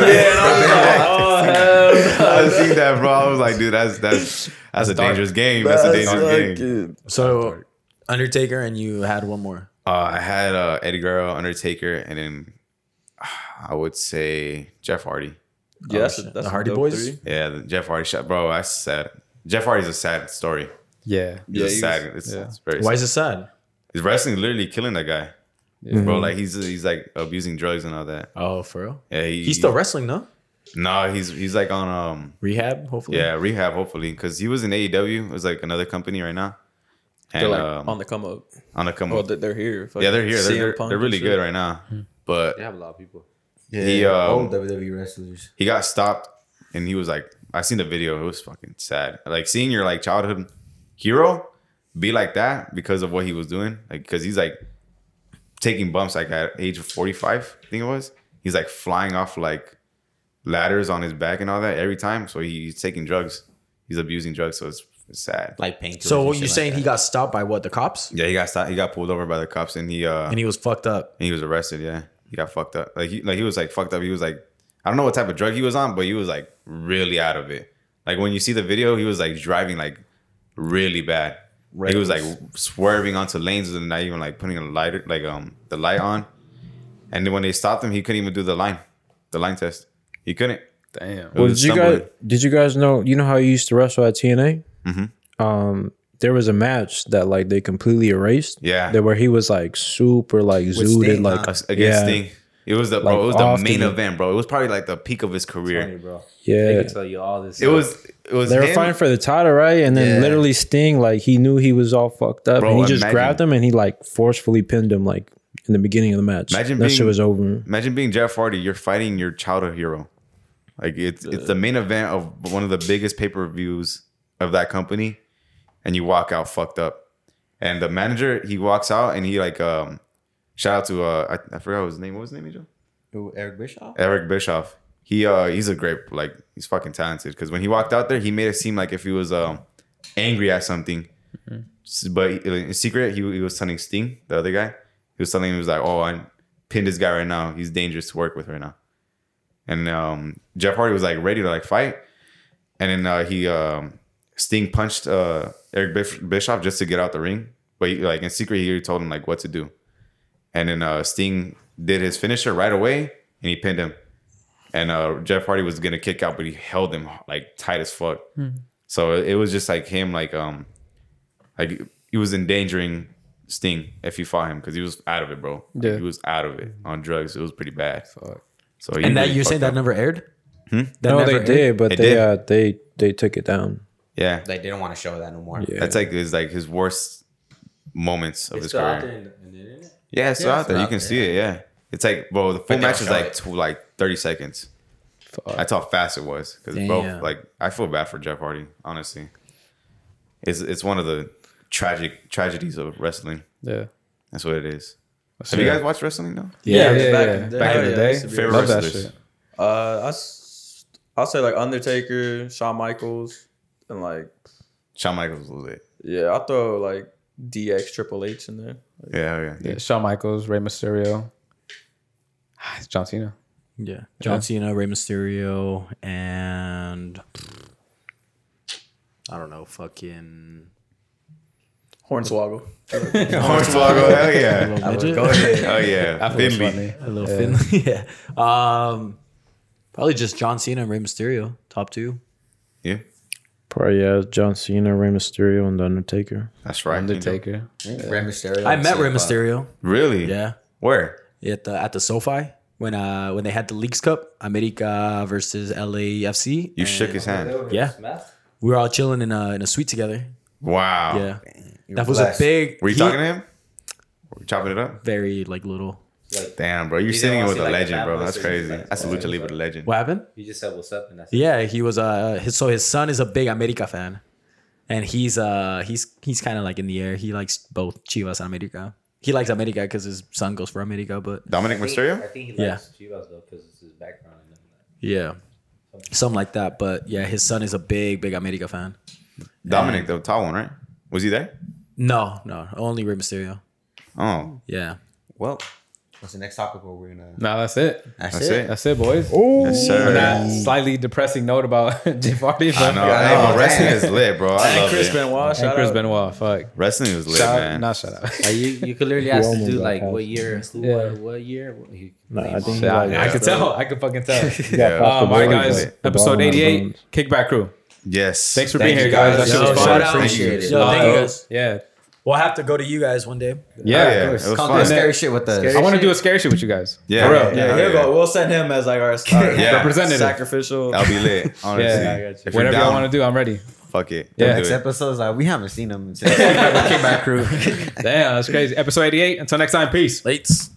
Speaker 10: oh hell
Speaker 2: I seen that, bro. I was like, dude, that's that's that's a dangerous game. That's a dangerous game.
Speaker 6: So Undertaker and you had one more.
Speaker 2: Uh, I had uh, Eddie Guerrero, Undertaker, and then [sighs] I would say Jeff Hardy.
Speaker 10: Yeah, that's, that's
Speaker 6: the Hardy
Speaker 10: dope
Speaker 6: Boys?
Speaker 10: three.
Speaker 2: Yeah, the Jeff Hardy shot, bro. That's sad. Jeff Hardy's a sad story.
Speaker 1: Yeah.
Speaker 2: It's a sad. it's,
Speaker 1: yeah.
Speaker 2: it's very
Speaker 6: Why
Speaker 2: sad.
Speaker 6: is it sad?
Speaker 2: Is wrestling literally killing that guy, bro? Like he's he's like abusing drugs and all that.
Speaker 6: Oh, for real?
Speaker 2: Yeah, he,
Speaker 6: He's still wrestling, no?
Speaker 2: No, he's he's like on um
Speaker 6: Rehab, hopefully.
Speaker 2: yeah rehab hopefully because he was in AEW. It was like another company right now.
Speaker 10: They're
Speaker 2: And
Speaker 10: like
Speaker 2: um,
Speaker 10: on the come up.
Speaker 2: on a come
Speaker 6: Oh,
Speaker 10: Well, Oh, they're, they're here.
Speaker 2: Yeah, they're here. They're,
Speaker 10: CM
Speaker 2: they're,
Speaker 10: Punk
Speaker 2: they're
Speaker 10: and
Speaker 2: really
Speaker 10: shit.
Speaker 2: good right now. But
Speaker 4: They have a lot of people.
Speaker 5: Yeah,
Speaker 2: He, um,
Speaker 5: old WWE E wrestlers.
Speaker 2: he got stopped, and he was like, "I seen the video. It was fucking sad. Like seeing your like childhood hero be like that because of what he was doing. Like because he's like taking bumps like at age forty five. I think it was. He's like flying off like ladders on his back and all that every time. So he, he's taking drugs. He's abusing drugs. So it's, it's sad.
Speaker 5: Like painkillers.
Speaker 6: So
Speaker 5: and
Speaker 6: what
Speaker 5: shit
Speaker 6: you
Speaker 5: like
Speaker 6: saying
Speaker 5: that.
Speaker 6: he got stopped by what, the cops?
Speaker 2: Yeah, he got stopped. He got pulled over by the cops, and he uh
Speaker 6: And he was fucked up.
Speaker 2: and he was arrested. Yeah, he got fucked up. Like he, like he was like fucked up. He was like, I don't know what type of drug he was on, but he was like really out of it. Like when you see the video, he was like driving like really bad. Like, he was like swerving onto lanes and not even like putting a lighter, like um the light on. And then when they stopped him, he couldn't even do the line, the line test. He couldn't.
Speaker 1: Damn.
Speaker 2: It
Speaker 9: Well,
Speaker 2: was
Speaker 9: did you guys
Speaker 2: stumbling.
Speaker 9: did you guys know you know how you used to wrestle at TNA?
Speaker 2: Mhm.
Speaker 9: Um, there was a match that like they completely erased.
Speaker 2: Yeah.
Speaker 9: that where he was like super like zooted
Speaker 5: Sting,
Speaker 9: like
Speaker 5: huh?
Speaker 2: against
Speaker 9: Yeah.
Speaker 2: Sting? It was the bro.
Speaker 9: Like,
Speaker 2: It was the
Speaker 9: off
Speaker 2: main
Speaker 9: the-
Speaker 2: event, bro. It was probably like the peak of his career.
Speaker 4: bro. They
Speaker 9: yeah.
Speaker 4: can tell you all this.
Speaker 2: It was. It was.
Speaker 9: They were
Speaker 2: him.
Speaker 9: fighting for the title, right? And then
Speaker 5: Yeah.
Speaker 9: literally Sting, like he knew he was all fucked up,
Speaker 2: Bro,
Speaker 9: and he just
Speaker 2: imagine-
Speaker 9: grabbed him and he like forcefully pinned him like in the beginning of the match.
Speaker 2: Imagine
Speaker 9: that
Speaker 2: being-
Speaker 9: shit was over.
Speaker 2: Imagine being Jeff Hardy. You're fighting your childhood hero. Like it's it's the main event of one of the biggest pay per views of that company, and you walk out fucked up. And the manager he walks out and he like um shout out to uh I, I forgot his name. What was his name, Angel?
Speaker 5: Who, Eric Bischoff?
Speaker 2: Eric Bischoff. He uh he's a great like he's fucking talented because when he walked out there he made it seem like if he was um angry at something, S- but uh, in secret he, he was telling Sting the other guy he was telling him he was like oh I pinned this guy right now he's dangerous to work with right now, and um Jeff Hardy was like ready to like fight, and then uh, he um Sting punched uh Eric Bish- Bischoff just to get out the ring, but he, like in secret he told him like what to do, and then uh Sting did his finisher right away and he pinned him and uh, Jeff Hardy was gonna kick out, but he held him like tight as fuck.
Speaker 1: Hmm.
Speaker 2: So it, it was just like him, like um, like he was endangering Sting if he fought him because he was out of it, bro. Like,
Speaker 1: Yeah.
Speaker 2: he was out of it on drugs. It was pretty bad.
Speaker 1: Fuck.
Speaker 2: So
Speaker 6: And that you're saying that never aired? That
Speaker 9: no, they
Speaker 6: never aired?
Speaker 9: did, but
Speaker 2: They
Speaker 9: they,
Speaker 2: did.
Speaker 9: uh they they took it down.
Speaker 2: yeah,
Speaker 5: Like they don't want to show that no more.
Speaker 9: Yeah.
Speaker 2: that's like his like his worst moments of his
Speaker 4: still out
Speaker 2: career.
Speaker 4: there in the- in the internet.
Speaker 2: Yeah, it's still out there. You can see it. Yeah, it's like bro, the full
Speaker 5: they don't
Speaker 2: match is
Speaker 5: show
Speaker 2: like
Speaker 5: it.
Speaker 2: tw- like thirty seconds. That's how fast it was. Because both like I feel bad for Jeff Hardy. Honestly, it's it's one of the tragic tragedies of wrestling.
Speaker 1: Yeah.
Speaker 2: That's what it is. Have you guys watched wrestling though?
Speaker 1: Yeah, yeah, yeah.
Speaker 10: back in the day.
Speaker 1: Back, in the
Speaker 10: Yeah,
Speaker 1: day.
Speaker 10: used to be
Speaker 2: Favorite
Speaker 1: Love that
Speaker 2: wrestlers.
Speaker 1: shit.
Speaker 10: Uh, I s- I'll say like Undertaker, Shawn Michaels, and like
Speaker 2: Shawn Michaels was it.
Speaker 10: yeah, I'll throw like DX Triple H in there.
Speaker 2: Yeah, hell yeah.
Speaker 1: Yeah. Shawn Michaels, Rey Mysterio. It's John Cena.
Speaker 6: Yeah. John Cena, Rey Mysterio, and I don't know, fucking
Speaker 10: Hornswoggle.
Speaker 2: [laughs] Hornswoggle, oh, hell yeah.
Speaker 6: Midget?
Speaker 2: Oh yeah. Finley.
Speaker 1: Funny.
Speaker 6: A little Finley. [laughs] yeah. Um, probably just John Cena and Rey Mysterio, top two.
Speaker 2: Yeah.
Speaker 9: Probably yeah, John Cena, Rey Mysterio, and The Undertaker.
Speaker 2: That's right.
Speaker 1: Undertaker.
Speaker 5: Rey Mysterio.
Speaker 6: I met
Speaker 5: Sofa.
Speaker 6: Rey Mysterio.
Speaker 2: Really?
Speaker 6: Yeah,
Speaker 2: Where?
Speaker 6: at the at the SoFi when uh when they had the Leagues Cup, America versus LAFC.
Speaker 2: You shook his hand.
Speaker 6: Yeah, we were all chilling in a in a suite together.
Speaker 2: Wow.
Speaker 6: Yeah,
Speaker 5: You're
Speaker 6: that was
Speaker 5: blessed.
Speaker 6: a big.
Speaker 2: Were you
Speaker 6: he-
Speaker 2: talking to him? Were you chopping it up?
Speaker 6: Very like little.
Speaker 2: Damn, bro. You're sitting
Speaker 4: wanna
Speaker 2: with
Speaker 4: see,
Speaker 2: a
Speaker 4: like, the
Speaker 2: legend,
Speaker 4: bad
Speaker 2: bro.
Speaker 4: boys,
Speaker 2: That's
Speaker 4: so you
Speaker 2: crazy.
Speaker 4: just, like,
Speaker 2: That's a lucha libre legend.
Speaker 6: What happened?
Speaker 4: You just said what's up, and that's it.
Speaker 6: Yeah, he was uh his so his son is a big America fan, and he's uh he's he's kind of like in the air. He likes both Chivas and America. He likes America because his son goes for America, but
Speaker 2: Dominic
Speaker 4: I
Speaker 2: Mysterio?
Speaker 4: think he likes
Speaker 6: Yeah.
Speaker 4: Chivas though because it's his background. And everything.
Speaker 6: yeah, something like that. But yeah, his son is a big, big America fan.
Speaker 2: Dominic, the tall one, right? Was he there?
Speaker 6: No, no, only Rey Mysterio.
Speaker 2: Oh,
Speaker 6: Yeah,
Speaker 5: Well, what's the next topic where we're gonna?
Speaker 1: Nah, that's it.
Speaker 5: That's,
Speaker 2: that's
Speaker 5: it.
Speaker 2: it.
Speaker 1: That's it, boys.
Speaker 2: Yes,
Speaker 1: On
Speaker 2: sir.
Speaker 1: that slightly depressing note about [laughs] Jeff Hardy.
Speaker 2: I know. Hey,
Speaker 5: know,
Speaker 2: but wrestling
Speaker 5: man.
Speaker 2: is lit, bro. I love
Speaker 11: Chris
Speaker 2: it.
Speaker 11: Benoit,
Speaker 1: And
Speaker 11: shout
Speaker 1: Oh, Chris
Speaker 11: out.
Speaker 1: Benoit. Fuck.
Speaker 2: Wrestling is lit,
Speaker 1: Shout out.
Speaker 2: man.
Speaker 1: Not [laughs] shout out.
Speaker 4: Like, you you could literally ask
Speaker 9: Roman
Speaker 4: to do
Speaker 9: got
Speaker 4: like
Speaker 9: passed.
Speaker 4: what year, who,
Speaker 1: Yeah.
Speaker 4: what, what year. What, he,
Speaker 9: No, I
Speaker 4: blames
Speaker 9: think
Speaker 4: him.
Speaker 1: Yeah,
Speaker 9: like,
Speaker 1: I could tell. I could fucking tell.
Speaker 9: yeah,
Speaker 2: Yeah.
Speaker 9: that's
Speaker 1: Um, all right,
Speaker 9: the
Speaker 1: guys.
Speaker 9: bones, the bone
Speaker 1: Episode
Speaker 9: and the
Speaker 1: 88,
Speaker 9: bones.
Speaker 1: Kickback Crew.
Speaker 2: Yes.
Speaker 1: Thanks for
Speaker 5: Thank
Speaker 1: being
Speaker 5: you,
Speaker 1: here, guys. That
Speaker 5: guys.
Speaker 1: shit
Speaker 5: Yo,
Speaker 1: was
Speaker 5: shout
Speaker 1: fun.
Speaker 5: out. Appreciate it.
Speaker 6: Yo, thank you
Speaker 1: Uh,
Speaker 6: guys.
Speaker 1: Yeah.
Speaker 6: We'll have to go to you guys one day.
Speaker 1: Yeah.
Speaker 2: Yeah, yeah. It was
Speaker 5: Come do
Speaker 2: fun.
Speaker 5: scary shit with us.
Speaker 1: I want to do a scary shit with you guys.
Speaker 2: Yeah,
Speaker 1: For real.
Speaker 2: yeah,
Speaker 11: Here we go. We'll send him as like our,
Speaker 4: [laughs]
Speaker 11: our
Speaker 2: Yeah.
Speaker 1: Representative.
Speaker 11: sacrificial.
Speaker 2: I'll be lit. Honestly,
Speaker 1: [laughs] Yeah,
Speaker 2: yeah, if you're
Speaker 1: Whatever
Speaker 2: down,
Speaker 1: y'all want to do, I'm ready.
Speaker 2: fuck it.
Speaker 1: Yeah.
Speaker 2: Do
Speaker 5: Next
Speaker 2: it.
Speaker 5: episode's like we haven't seen them since Kickback Crew.
Speaker 1: Damn, that's crazy. Episode 88. Until next time, peace.
Speaker 6: Lates.